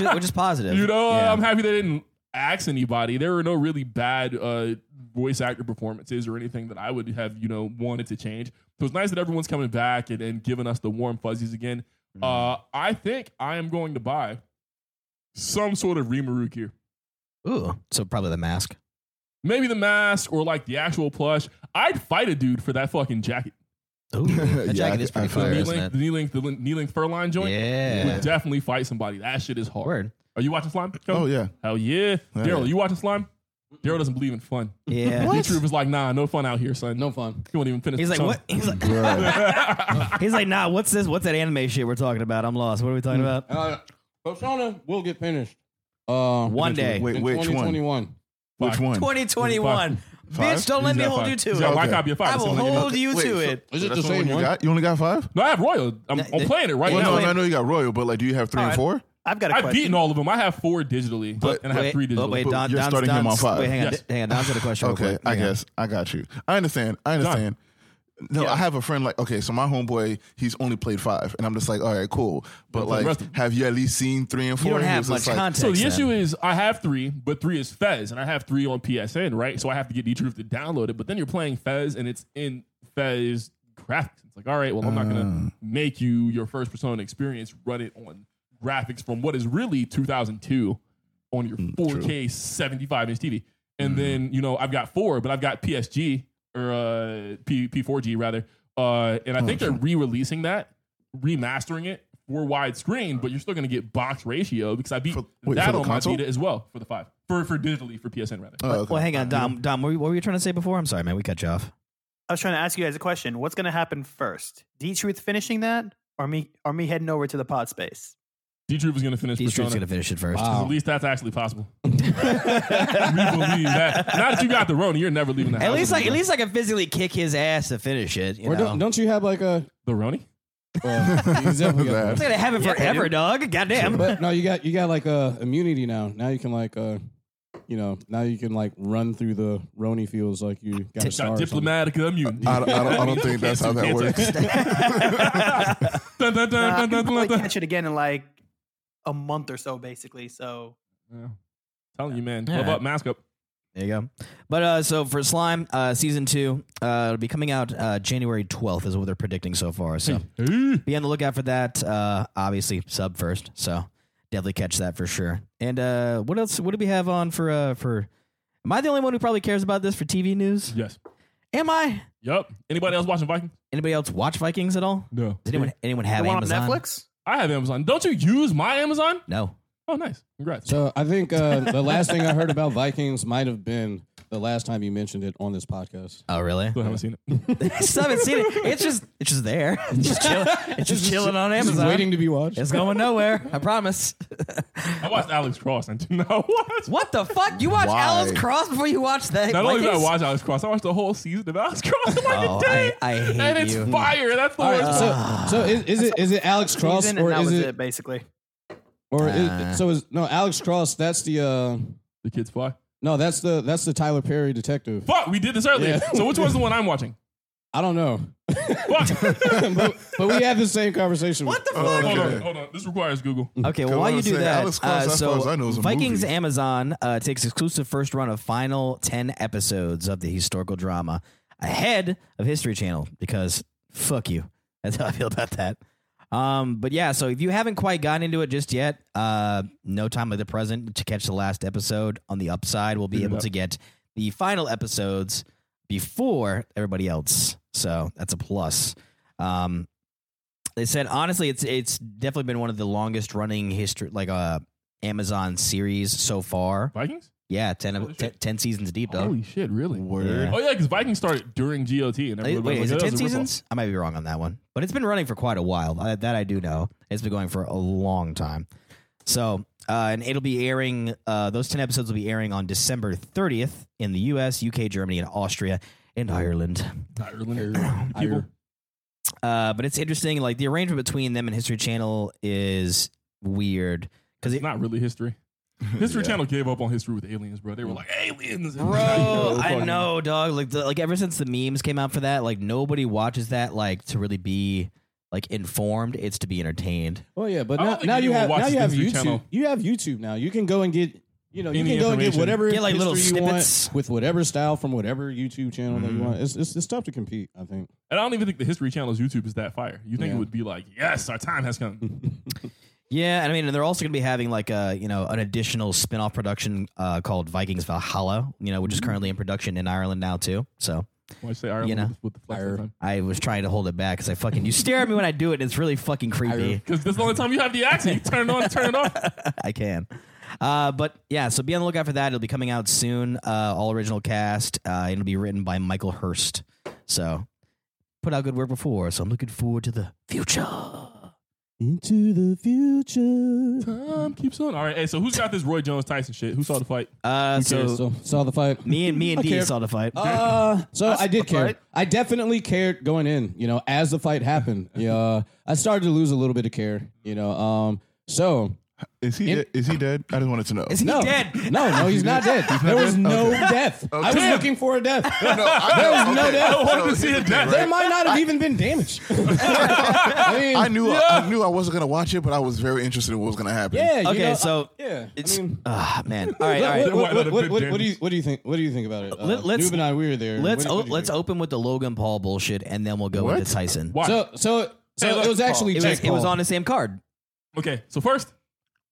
[SPEAKER 1] is, which is positive.
[SPEAKER 3] You know,
[SPEAKER 1] Yeah.
[SPEAKER 3] I'm happy they didn't axe anybody. There were no really bad uh, voice actor performances or anything that I would have, you know, wanted to change. So it's nice that everyone's coming back and, and giving us the warm fuzzies again.
[SPEAKER 1] Mm-hmm.
[SPEAKER 3] Uh, I think I am going to buy some sort of Rimuru gear.
[SPEAKER 1] Ooh. So probably the mask.
[SPEAKER 3] Maybe the mask or like the actual plush. I'd fight a dude for that fucking jacket.
[SPEAKER 1] Ooh. That
[SPEAKER 2] Yeah,
[SPEAKER 1] jacket
[SPEAKER 2] I-
[SPEAKER 1] is
[SPEAKER 2] I
[SPEAKER 1] pretty
[SPEAKER 2] feel
[SPEAKER 1] fire,
[SPEAKER 3] The knee
[SPEAKER 1] isn't
[SPEAKER 3] length,
[SPEAKER 1] it?
[SPEAKER 3] the knee length, the lin- knee length fur line joint.
[SPEAKER 1] Yeah.
[SPEAKER 3] Would definitely fight somebody. That shit is hard.
[SPEAKER 1] Word.
[SPEAKER 3] Are you watching Slime?
[SPEAKER 2] Oh yeah.
[SPEAKER 3] Hell yeah.
[SPEAKER 2] Hell
[SPEAKER 3] Daryl,
[SPEAKER 2] yeah.
[SPEAKER 3] you watching Slime? Daryl doesn't believe in fun.
[SPEAKER 1] Yeah.
[SPEAKER 3] The troop is like, nah, no fun out here, son.
[SPEAKER 4] No fun.
[SPEAKER 3] You won't even finish.
[SPEAKER 1] He's
[SPEAKER 3] the
[SPEAKER 1] like,
[SPEAKER 3] song.
[SPEAKER 1] what? He's like,
[SPEAKER 2] Bro.
[SPEAKER 1] he's like, nah. What's this? What's that anime shit we're talking about? I'm lost. What are we talking about?
[SPEAKER 4] Uh, Persona will get finished. Uh,
[SPEAKER 1] One day.
[SPEAKER 2] Wait,
[SPEAKER 4] in
[SPEAKER 2] which one?
[SPEAKER 4] 2021.
[SPEAKER 2] Which
[SPEAKER 3] Five.
[SPEAKER 2] one?
[SPEAKER 1] 2021.
[SPEAKER 2] Five?
[SPEAKER 1] Bitch, don't let
[SPEAKER 3] He's
[SPEAKER 1] me
[SPEAKER 3] got
[SPEAKER 1] hold
[SPEAKER 3] five.
[SPEAKER 1] you to
[SPEAKER 3] He's
[SPEAKER 1] it.
[SPEAKER 3] got
[SPEAKER 2] five.
[SPEAKER 3] my
[SPEAKER 2] Okay.
[SPEAKER 3] copy of five.
[SPEAKER 1] I
[SPEAKER 3] It's
[SPEAKER 1] will
[SPEAKER 3] only in the-
[SPEAKER 1] hold you
[SPEAKER 2] Wait,
[SPEAKER 1] to
[SPEAKER 2] so-
[SPEAKER 1] it.
[SPEAKER 4] Is
[SPEAKER 2] That's
[SPEAKER 4] it the
[SPEAKER 2] only
[SPEAKER 4] same
[SPEAKER 2] you
[SPEAKER 4] one?
[SPEAKER 2] got? You only got five?
[SPEAKER 3] No, I have Royal. I'm,
[SPEAKER 1] No,
[SPEAKER 3] I'm
[SPEAKER 1] they-
[SPEAKER 3] playing it right
[SPEAKER 2] Well,
[SPEAKER 3] now.
[SPEAKER 2] no, no, I know you got Royal, but like, do you have three and
[SPEAKER 5] All
[SPEAKER 2] four?
[SPEAKER 5] I've got a
[SPEAKER 3] I've
[SPEAKER 5] question.
[SPEAKER 3] beaten all of them. I have four digitally,
[SPEAKER 2] But-
[SPEAKER 3] and I have
[SPEAKER 1] Wait,
[SPEAKER 3] three digitally.
[SPEAKER 1] Oh, wait,
[SPEAKER 2] But
[SPEAKER 1] Don,
[SPEAKER 2] you're
[SPEAKER 1] Don's,
[SPEAKER 2] starting him
[SPEAKER 1] Don's-
[SPEAKER 2] on five.
[SPEAKER 1] Wait, hang on,
[SPEAKER 3] Yes.
[SPEAKER 1] hang on. Don's got a question. real
[SPEAKER 2] Okay,
[SPEAKER 1] quick.
[SPEAKER 2] I
[SPEAKER 1] Hang on.
[SPEAKER 2] guess I got you. I understand. I understand. No, I have a friend like okay, so my homeboy, he's only played five, and I'm just like, all right, cool, but
[SPEAKER 3] Don't play the
[SPEAKER 2] like,
[SPEAKER 3] rest of them.
[SPEAKER 2] have you at least seen three and four?
[SPEAKER 1] You don't
[SPEAKER 2] And he
[SPEAKER 1] have
[SPEAKER 2] was
[SPEAKER 1] much
[SPEAKER 2] just like,
[SPEAKER 1] context.
[SPEAKER 3] so the issue
[SPEAKER 1] then.
[SPEAKER 3] is, I have three, but three is Fez, and I have three on PSN, right? So I have to get the truth to download it. But then you're playing Fez, and it's in Fez graphics. It's like, all right, well, I'm not
[SPEAKER 1] Ah.
[SPEAKER 3] gonna make you your first Persona experience run it on graphics from what is really 2002 on your
[SPEAKER 1] Mm,
[SPEAKER 3] 4K 75 inch TV. And then you know I've got four, but I've got PSG or uh, P P4G rather, uh, and I think
[SPEAKER 1] Oh,
[SPEAKER 3] they're re-releasing that, remastering it for widescreen, but you're still gonna get box ratio because I beat
[SPEAKER 2] For- wait, for
[SPEAKER 3] that
[SPEAKER 2] the
[SPEAKER 3] on
[SPEAKER 2] console?
[SPEAKER 3] my Vita as well for the five for for digitally for PSN rather.
[SPEAKER 2] Oh, okay.
[SPEAKER 1] Well, hang on, Dom. Dom, what were you- what were you trying to say before? I'm sorry, man. We cut you off.
[SPEAKER 5] I was trying to ask you guys a question. What's going to happen first? D Truth finishing that, or me, or me heading over to the pod space?
[SPEAKER 3] D Troop is gonna finish
[SPEAKER 1] D
[SPEAKER 3] Persona.
[SPEAKER 1] Street's gonna finish it first.
[SPEAKER 4] Wow.
[SPEAKER 3] At least that's actually possible. we believe that. Now that you got the Rona, you're never leaving the house.
[SPEAKER 1] At least, I, at least I can physically kick his ass to finish it. You
[SPEAKER 4] Or
[SPEAKER 1] know?
[SPEAKER 4] don't, don't you have like a?
[SPEAKER 3] the Roni.
[SPEAKER 4] Well, he's definitely got
[SPEAKER 1] I'm
[SPEAKER 4] one.
[SPEAKER 1] gonna have it forever, dog. Goddamn.
[SPEAKER 4] but no, you got you got like uh, immunity now. Now you can like uh, you know, now you can like run through the Roni fields like you got a star.
[SPEAKER 3] Got
[SPEAKER 4] or something.
[SPEAKER 3] diplomatic immunity.
[SPEAKER 2] I, don't- I don't, I don't think that's how that works.
[SPEAKER 3] Dun, dun,
[SPEAKER 5] Nah, I
[SPEAKER 3] dun, dun,
[SPEAKER 5] can
[SPEAKER 3] dun,
[SPEAKER 5] probably
[SPEAKER 3] dun, dun.
[SPEAKER 5] catch it again in like a month or so, basically. So
[SPEAKER 3] Yeah. Telling you, man.
[SPEAKER 1] Yeah.
[SPEAKER 3] Love up, mask up.
[SPEAKER 1] There you go. But uh, so for Slime, uh, season two, uh, it'll be coming out uh, January 12th is what they're predicting so far. So be on the lookout for that. Uh, obviously sub first, so definitely catch that for sure. And uh, what else? What do we have on for uh, for? Am I the only one who probably cares about this for TV news?
[SPEAKER 3] Yes.
[SPEAKER 1] Am I?
[SPEAKER 3] Yup. Anybody else watching Vikings?
[SPEAKER 1] Anybody else watch Vikings at all?
[SPEAKER 3] No.
[SPEAKER 1] Does anyone anyone have
[SPEAKER 5] the one
[SPEAKER 1] Amazon?
[SPEAKER 5] on Netflix.
[SPEAKER 3] I have Amazon. Don't you use my Amazon?
[SPEAKER 1] No.
[SPEAKER 3] Oh, nice. Congrats.
[SPEAKER 4] So I think uh, the last thing I heard about Vikings might have been the last time you mentioned it on this podcast.
[SPEAKER 1] Oh really?
[SPEAKER 3] Still haven't seen it.
[SPEAKER 1] Still haven't seen it. It's just it's just there. It's just chilling. It's just chilling on
[SPEAKER 4] Just
[SPEAKER 1] Amazon.
[SPEAKER 4] waiting to be watched.
[SPEAKER 1] It's going nowhere. I promise.
[SPEAKER 3] I watched Alex Cross and did not watch.
[SPEAKER 1] What the fuck? You watch
[SPEAKER 2] Why?
[SPEAKER 1] Alice Cross before you watch that?
[SPEAKER 3] Not only did I
[SPEAKER 1] Vikings?
[SPEAKER 3] watch Alex Cross, I watched the whole season of Alex Cross in like
[SPEAKER 1] Oh,
[SPEAKER 3] a day.
[SPEAKER 1] I- I hate
[SPEAKER 3] and it's
[SPEAKER 1] you.
[SPEAKER 3] fire. That's the
[SPEAKER 4] All right,
[SPEAKER 3] worst.
[SPEAKER 4] so, so is, is it is it Alex Cross
[SPEAKER 5] Season,
[SPEAKER 4] or
[SPEAKER 5] and that
[SPEAKER 4] is
[SPEAKER 5] was
[SPEAKER 4] it,
[SPEAKER 5] it, basically.
[SPEAKER 4] or is,
[SPEAKER 1] Uh.
[SPEAKER 4] so is no Alex Cross? That's the uh,
[SPEAKER 3] the kids fly.
[SPEAKER 4] No, that's the that's the Tyler Perry detective.
[SPEAKER 3] Fuck, we did this earlier.
[SPEAKER 4] Yeah.
[SPEAKER 3] So which one's the one I'm watching?
[SPEAKER 4] I don't know,
[SPEAKER 3] Fuck.
[SPEAKER 4] but, but we had the same conversation.
[SPEAKER 5] What the fuck?
[SPEAKER 2] Oh,
[SPEAKER 3] Hold on,
[SPEAKER 2] okay.
[SPEAKER 3] hold on. This requires Google.
[SPEAKER 1] Okay,
[SPEAKER 2] Cause
[SPEAKER 1] well, while
[SPEAKER 2] I
[SPEAKER 1] you
[SPEAKER 2] was
[SPEAKER 1] do
[SPEAKER 2] saying,
[SPEAKER 1] that,
[SPEAKER 2] Alex Cross,
[SPEAKER 1] uh,
[SPEAKER 2] as far as I know,
[SPEAKER 1] so
[SPEAKER 2] is a
[SPEAKER 1] Vikings
[SPEAKER 2] movie.
[SPEAKER 1] Amazon uh, takes exclusive first run of final 10 episodes of the historical drama ahead of History Channel because fuck you. That's how I feel about that. Um, but yeah, so if you haven't quite gotten into it just yet, uh, no time like the present to catch the last episode on the upside. We'll be
[SPEAKER 3] Good
[SPEAKER 1] able
[SPEAKER 3] enough.
[SPEAKER 1] to get the final episodes before everybody else. So that's a plus. Um, they said honestly it's it's definitely been one of the longest running history like uh amazon series so far
[SPEAKER 3] Vikings?
[SPEAKER 1] yeah 10,
[SPEAKER 3] Holy
[SPEAKER 1] 10,
[SPEAKER 3] shit.
[SPEAKER 1] 10 seasons deep though
[SPEAKER 3] shit, really?
[SPEAKER 1] Word.
[SPEAKER 3] Oh yeah, because Vikings started during GOT and
[SPEAKER 1] Wait,
[SPEAKER 3] everyone
[SPEAKER 1] wait
[SPEAKER 3] was
[SPEAKER 1] is
[SPEAKER 3] like,
[SPEAKER 1] it 10
[SPEAKER 3] "Oh, that's a ripoff."
[SPEAKER 1] seasons i might be wrong on that one but it's been running for quite a while uh, that i do know it's been going for a long time so uh, and it'll be airing uh, those 10 episodes will be airing on december 30th in the us uk germany and austria and ireland
[SPEAKER 3] Ireland. People.
[SPEAKER 1] uh, but it's interesting like the arrangement between them and history channel is weird because it,
[SPEAKER 3] It's not really history. History
[SPEAKER 2] Yeah.
[SPEAKER 3] Channel gave up on history with aliens, bro. They were like aliens, and-
[SPEAKER 1] Mm. Bro, Oh, I
[SPEAKER 3] Fucking-
[SPEAKER 1] know, dog. Like, the, like ever since the memes came out for that, like nobody watches that like to really be like informed. It's to be entertained.
[SPEAKER 4] Well, Oh, yeah, but
[SPEAKER 3] I don't
[SPEAKER 4] now,
[SPEAKER 3] think
[SPEAKER 4] now you
[SPEAKER 3] anyone
[SPEAKER 4] have now
[SPEAKER 3] watches
[SPEAKER 4] you have
[SPEAKER 3] History
[SPEAKER 4] YouTube.
[SPEAKER 3] Channel.
[SPEAKER 4] You have YouTube now. You can go and get you know you
[SPEAKER 3] Any
[SPEAKER 4] can go and get
[SPEAKER 3] information.
[SPEAKER 4] whatever
[SPEAKER 1] Get, like, little
[SPEAKER 4] history you want
[SPEAKER 1] snippets.
[SPEAKER 4] with whatever style from whatever YouTube channel that you
[SPEAKER 1] Mhm.
[SPEAKER 4] want. It's, it's it's tough to compete. I think.
[SPEAKER 3] And I don't even think the History Channel's YouTube is that fire. You think
[SPEAKER 4] Yeah.
[SPEAKER 3] it would be like, yes, our time has come.
[SPEAKER 1] Yeah, and I mean, and they're also going to be having like a you know an additional spin off production uh, called Vikings Valhalla, you know, which is currently in production in Ireland now too. So
[SPEAKER 3] Why say Ireland
[SPEAKER 1] You know.
[SPEAKER 3] with the flag
[SPEAKER 4] Ire.
[SPEAKER 3] time?
[SPEAKER 1] I was trying to hold it back because I fucking you stare at me when I do it. And it's really fucking creepy.
[SPEAKER 3] Because that's the only time you have the accent. You turn it on, turn it off.
[SPEAKER 1] I can. Uh, but yeah, so be on the lookout for that. It'll be coming out soon. Uh, all original cast. Uh, it'll be written by Michael Hurst. So put out good work before. So I'm looking forward to the future. Uh,
[SPEAKER 4] Into the
[SPEAKER 1] Oh.
[SPEAKER 4] future.
[SPEAKER 3] Time keeps on. Um, All right, hey, so who's got this Roy Jones Tyson shit? Who saw the fight?
[SPEAKER 1] Uh, so
[SPEAKER 4] So saw the fight.
[SPEAKER 1] me and me and
[SPEAKER 4] I
[SPEAKER 1] D
[SPEAKER 4] care.
[SPEAKER 1] saw the fight.
[SPEAKER 4] Uh, so I did care.
[SPEAKER 5] right.
[SPEAKER 4] I definitely cared going in. You know, as the fight happened, yeah, I started to lose a little bit of care. You know, um, so
[SPEAKER 2] Is he
[SPEAKER 4] In-
[SPEAKER 2] dead? is he dead? I just wanted to know.
[SPEAKER 1] Is he
[SPEAKER 4] no,
[SPEAKER 1] dead?
[SPEAKER 4] no, no, he's not dead. There was
[SPEAKER 2] dead?
[SPEAKER 4] no
[SPEAKER 2] Okay.
[SPEAKER 4] death. I was
[SPEAKER 2] Damn.
[SPEAKER 4] looking for a death.
[SPEAKER 2] no, I,
[SPEAKER 4] There was no death.
[SPEAKER 2] so
[SPEAKER 3] wanted to
[SPEAKER 2] here's
[SPEAKER 3] see
[SPEAKER 2] the
[SPEAKER 3] a
[SPEAKER 2] thing,
[SPEAKER 3] death.
[SPEAKER 4] There
[SPEAKER 2] right?
[SPEAKER 4] might not have even been damage. I mean,
[SPEAKER 2] I knew I knew I wasn't gonna watch it, but I was very interested in what was gonna happen.
[SPEAKER 4] yeah. you
[SPEAKER 1] Okay,
[SPEAKER 4] know,
[SPEAKER 1] so
[SPEAKER 4] I- yeah,
[SPEAKER 1] It's
[SPEAKER 4] I mean,
[SPEAKER 1] ah man. All right, all right.
[SPEAKER 3] There might not
[SPEAKER 4] What, what- what-
[SPEAKER 3] have
[SPEAKER 4] what-
[SPEAKER 3] been
[SPEAKER 4] what- what do you
[SPEAKER 3] damage.
[SPEAKER 4] what do you think? What do you think about it? Uh,
[SPEAKER 1] Let- let's-
[SPEAKER 4] Noob and I, we were there.
[SPEAKER 1] Let's
[SPEAKER 4] What do you-
[SPEAKER 1] o-
[SPEAKER 4] what do you
[SPEAKER 1] let's
[SPEAKER 4] think?
[SPEAKER 1] open with the Logan Paul bullshit, and then we'll go
[SPEAKER 2] What?
[SPEAKER 1] into Tyson.
[SPEAKER 3] Why?
[SPEAKER 4] So so so
[SPEAKER 3] Hey, look,
[SPEAKER 4] it was actually
[SPEAKER 1] It was,
[SPEAKER 4] Jake
[SPEAKER 1] it was
[SPEAKER 4] Paul.
[SPEAKER 1] on the same card.
[SPEAKER 3] okay, so first,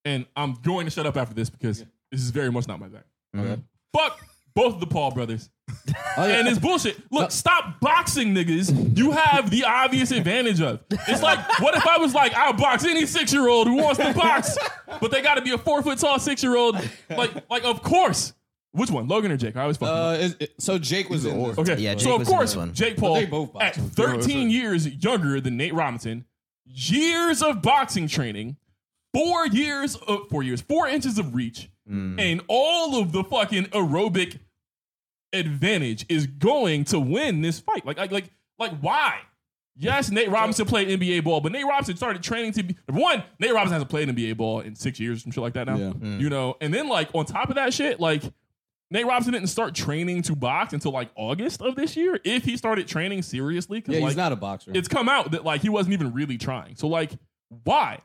[SPEAKER 3] and I'm going to shut up after this because this is very much not my bag.
[SPEAKER 1] Okay.
[SPEAKER 3] Fuck both of the Paul brothers.
[SPEAKER 4] Oh, yeah.
[SPEAKER 3] And it's bullshit. Look, stop boxing niggas. You have the obvious advantage of. It's like, what if I was like, I'll box any six year old who wants to box, but they gotta be a four foot tall six year old. Like, like of course. Which one? Logan or Jake? I always fuck them up.
[SPEAKER 4] Uh, is- it- so Jake was in. this.
[SPEAKER 3] Okay,
[SPEAKER 1] Yeah, Jake
[SPEAKER 3] so
[SPEAKER 1] was
[SPEAKER 3] of
[SPEAKER 1] in this
[SPEAKER 3] course,
[SPEAKER 1] one.
[SPEAKER 3] Jake
[SPEAKER 4] But
[SPEAKER 3] Paul,
[SPEAKER 4] they both
[SPEAKER 3] at
[SPEAKER 4] boxed.
[SPEAKER 3] 13 years younger than Nate Robinson, years of boxing training, four years of four years, four inches of reach,
[SPEAKER 4] Mm.
[SPEAKER 3] and all of the fucking aerobic advantage is going to win this fight. Like, like, like, like, why? Yes, Nate Robinson played NBA ball, but Nate Robinson started training to be number one. Nate Robinson hasn't played NBA ball in six years and shit like that now.
[SPEAKER 4] Yeah. Mm.
[SPEAKER 3] You know, and then like on top of that shit, like Nate Robinson didn't start training to box until like August of this year. If he started training seriously, because
[SPEAKER 4] Yeah,
[SPEAKER 3] like
[SPEAKER 4] he's not a boxer.
[SPEAKER 3] it's come out that like he wasn't even really trying. So like, why?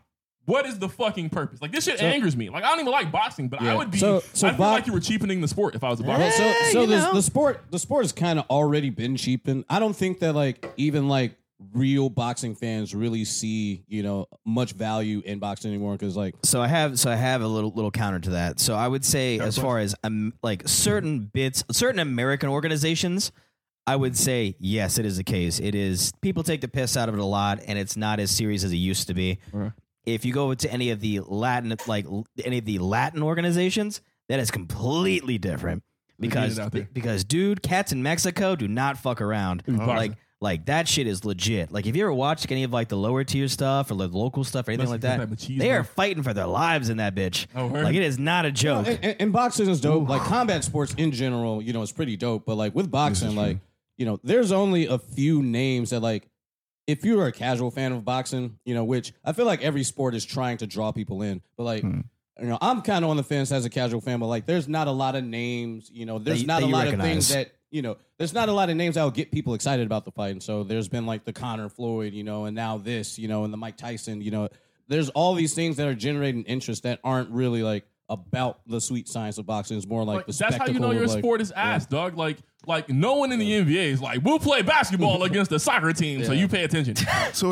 [SPEAKER 3] What is the fucking purpose? Like this shit
[SPEAKER 4] So-
[SPEAKER 3] angers me. Like I don't even like boxing, but I
[SPEAKER 4] Yeah.
[SPEAKER 3] would be.
[SPEAKER 4] So- so
[SPEAKER 3] I feel
[SPEAKER 4] box-
[SPEAKER 3] like you were cheapening the sport if I was a
[SPEAKER 4] Well,
[SPEAKER 3] boxer.
[SPEAKER 4] Uh, so so
[SPEAKER 1] you
[SPEAKER 4] the,
[SPEAKER 1] know.
[SPEAKER 4] the sport the sport has kind of already been cheapened. I don't think that like even like real boxing fans really see you know much value in boxing anymore because like
[SPEAKER 1] So I have so I have a little little counter to that. So I would say as far as um, like certain bits, certain American organizations, I would say yes, it is the case. It is people take the piss out of it a lot, and it's not as serious as it used to be.
[SPEAKER 3] Right.
[SPEAKER 1] If you go to any of the Latin like l- any of the Latin organizations, that is completely different
[SPEAKER 3] They get it
[SPEAKER 1] because
[SPEAKER 3] out there.
[SPEAKER 1] because dude, cats in Mexico do not fuck around.
[SPEAKER 3] Boxing.
[SPEAKER 1] Like like that shit is legit. Like if you ever watched any of like the lower tier stuff or the local stuff or anything
[SPEAKER 3] That's
[SPEAKER 1] like
[SPEAKER 3] like
[SPEAKER 1] that,
[SPEAKER 3] that machismo.
[SPEAKER 1] they are fighting for their lives in that bitch.
[SPEAKER 3] Oh, word.
[SPEAKER 1] like it is not a joke.
[SPEAKER 4] and, and- and boxing is dope. Like combat sports in general, you know, it's pretty dope. But like with boxing, like you know, there's only a few names that like if you are
[SPEAKER 1] Hmm.
[SPEAKER 4] a casual fan of boxing, you know, which I feel like every sport is trying to draw people in, but like. you know, I'm kind of on the fence as a casual fan, but like, there's not a lot of names. You know, there's
[SPEAKER 1] That-
[SPEAKER 4] not
[SPEAKER 1] that
[SPEAKER 4] a
[SPEAKER 1] you
[SPEAKER 4] lot of
[SPEAKER 1] recognize.
[SPEAKER 4] things that you know. There's not a lot of names that would get people excited about the fight. And so there's been like the Conor Floyd, you know, and now this, you know, and the Mike Tyson, you know. There's all these things that are generating interest that aren't really like about the sweet science of boxing. It's more like,
[SPEAKER 3] Like,
[SPEAKER 4] the
[SPEAKER 3] that's how you
[SPEAKER 4] spectacle
[SPEAKER 3] know
[SPEAKER 4] of,
[SPEAKER 3] your
[SPEAKER 4] like-
[SPEAKER 3] sport is ass, dog. Like, like no one in the NBA is like, we'll play basketball against the soccer team, so
[SPEAKER 4] Yeah.
[SPEAKER 3] you pay attention.
[SPEAKER 2] So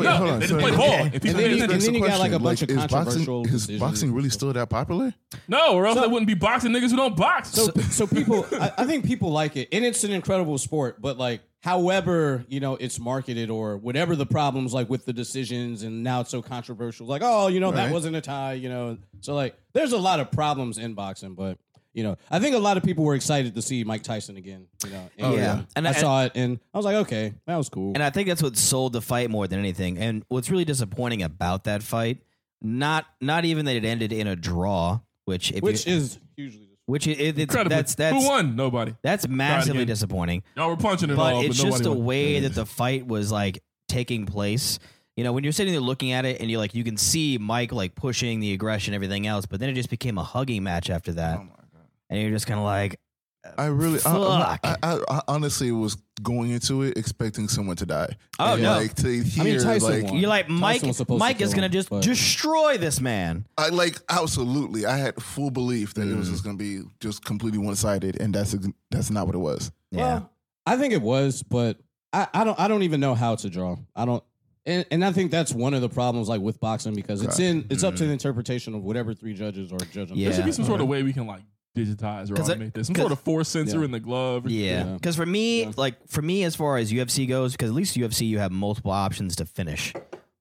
[SPEAKER 3] No,
[SPEAKER 2] wait, hold
[SPEAKER 3] they
[SPEAKER 2] on.
[SPEAKER 3] just
[SPEAKER 2] so,
[SPEAKER 3] play ball. If people
[SPEAKER 2] and
[SPEAKER 3] pay
[SPEAKER 2] then, you-
[SPEAKER 3] attention.
[SPEAKER 2] and then you got
[SPEAKER 4] like, a bunch of
[SPEAKER 2] is
[SPEAKER 4] controversial
[SPEAKER 2] boxing, is
[SPEAKER 4] decisions
[SPEAKER 2] boxing
[SPEAKER 4] and
[SPEAKER 2] really
[SPEAKER 4] stuff.
[SPEAKER 2] still that popular?
[SPEAKER 3] no, or else there wouldn't be boxing niggas who don't box.
[SPEAKER 4] So, so people, I, I think people like it, and it's an incredible sport. But like, however, you know, it's marketed or whatever the problems like with the decisions, and now it's so controversial. Like, oh, you know, that
[SPEAKER 2] Right.
[SPEAKER 4] wasn't a tie. You know, so like, there's a lot of problems in boxing, but. You know, I think a lot of people were excited to see Mike Tyson again. You know, and,
[SPEAKER 1] Oh, yeah.
[SPEAKER 4] and
[SPEAKER 1] And
[SPEAKER 4] I,
[SPEAKER 1] I-
[SPEAKER 4] saw it, and I was like, okay, that was cool.
[SPEAKER 1] And I think that's what sold the fight more than anything. And what's really disappointing about that fight, not not even that it ended in a draw, which if
[SPEAKER 4] which
[SPEAKER 1] you,
[SPEAKER 4] is hugely
[SPEAKER 1] which it, it's
[SPEAKER 3] Incredible.
[SPEAKER 1] that's that's
[SPEAKER 3] who won? Nobody.
[SPEAKER 1] that's massively
[SPEAKER 3] again.
[SPEAKER 1] disappointing.
[SPEAKER 3] Y'all were punching it
[SPEAKER 1] but
[SPEAKER 3] all,
[SPEAKER 1] it's
[SPEAKER 3] but
[SPEAKER 1] just the
[SPEAKER 3] nobody won.
[SPEAKER 1] way that the fight was like taking place. You know, when you're sitting there looking at it and you're like, you can see Mike like pushing the aggression, everything else, but then it just became a hugging match after
[SPEAKER 4] Oh
[SPEAKER 1] that, and you're just kind of like,
[SPEAKER 2] I really, I,
[SPEAKER 1] Fuck.
[SPEAKER 2] I, I, I honestly was going into it expecting someone to die.
[SPEAKER 1] Oh,
[SPEAKER 2] And,
[SPEAKER 1] no.
[SPEAKER 2] Like to hear,
[SPEAKER 4] Tyson
[SPEAKER 2] like,
[SPEAKER 4] won.
[SPEAKER 1] you're like
[SPEAKER 4] Tyson
[SPEAKER 1] Mike,
[SPEAKER 4] was supposed to
[SPEAKER 1] Mike is
[SPEAKER 4] kill
[SPEAKER 1] gonna
[SPEAKER 4] him,
[SPEAKER 1] just
[SPEAKER 4] but-
[SPEAKER 1] destroy this man.
[SPEAKER 2] I like absolutely. I had full belief that it
[SPEAKER 4] Mm.
[SPEAKER 2] was just going to be just completely one sided, and that's ex- that's not what it was.
[SPEAKER 1] Yeah,
[SPEAKER 4] Well, I think it was, but I, I don't I don't even know how to draw. I don't and, and I think that's one of the problems like with boxing because it's in it's up to the interpretation of whatever three judges are judging.
[SPEAKER 3] There
[SPEAKER 1] Mm-hmm.
[SPEAKER 3] should
[SPEAKER 1] Yeah.
[SPEAKER 3] be some sort of way we can like digitize or
[SPEAKER 1] 'Cause I-
[SPEAKER 3] automate this. Some
[SPEAKER 1] 'cause-
[SPEAKER 3] sort of force sensor in the glove. or-
[SPEAKER 1] yeah.
[SPEAKER 4] Yeah.
[SPEAKER 1] Because for me, like for me, as far as UFC goes, because at least UFC you have multiple options to finish,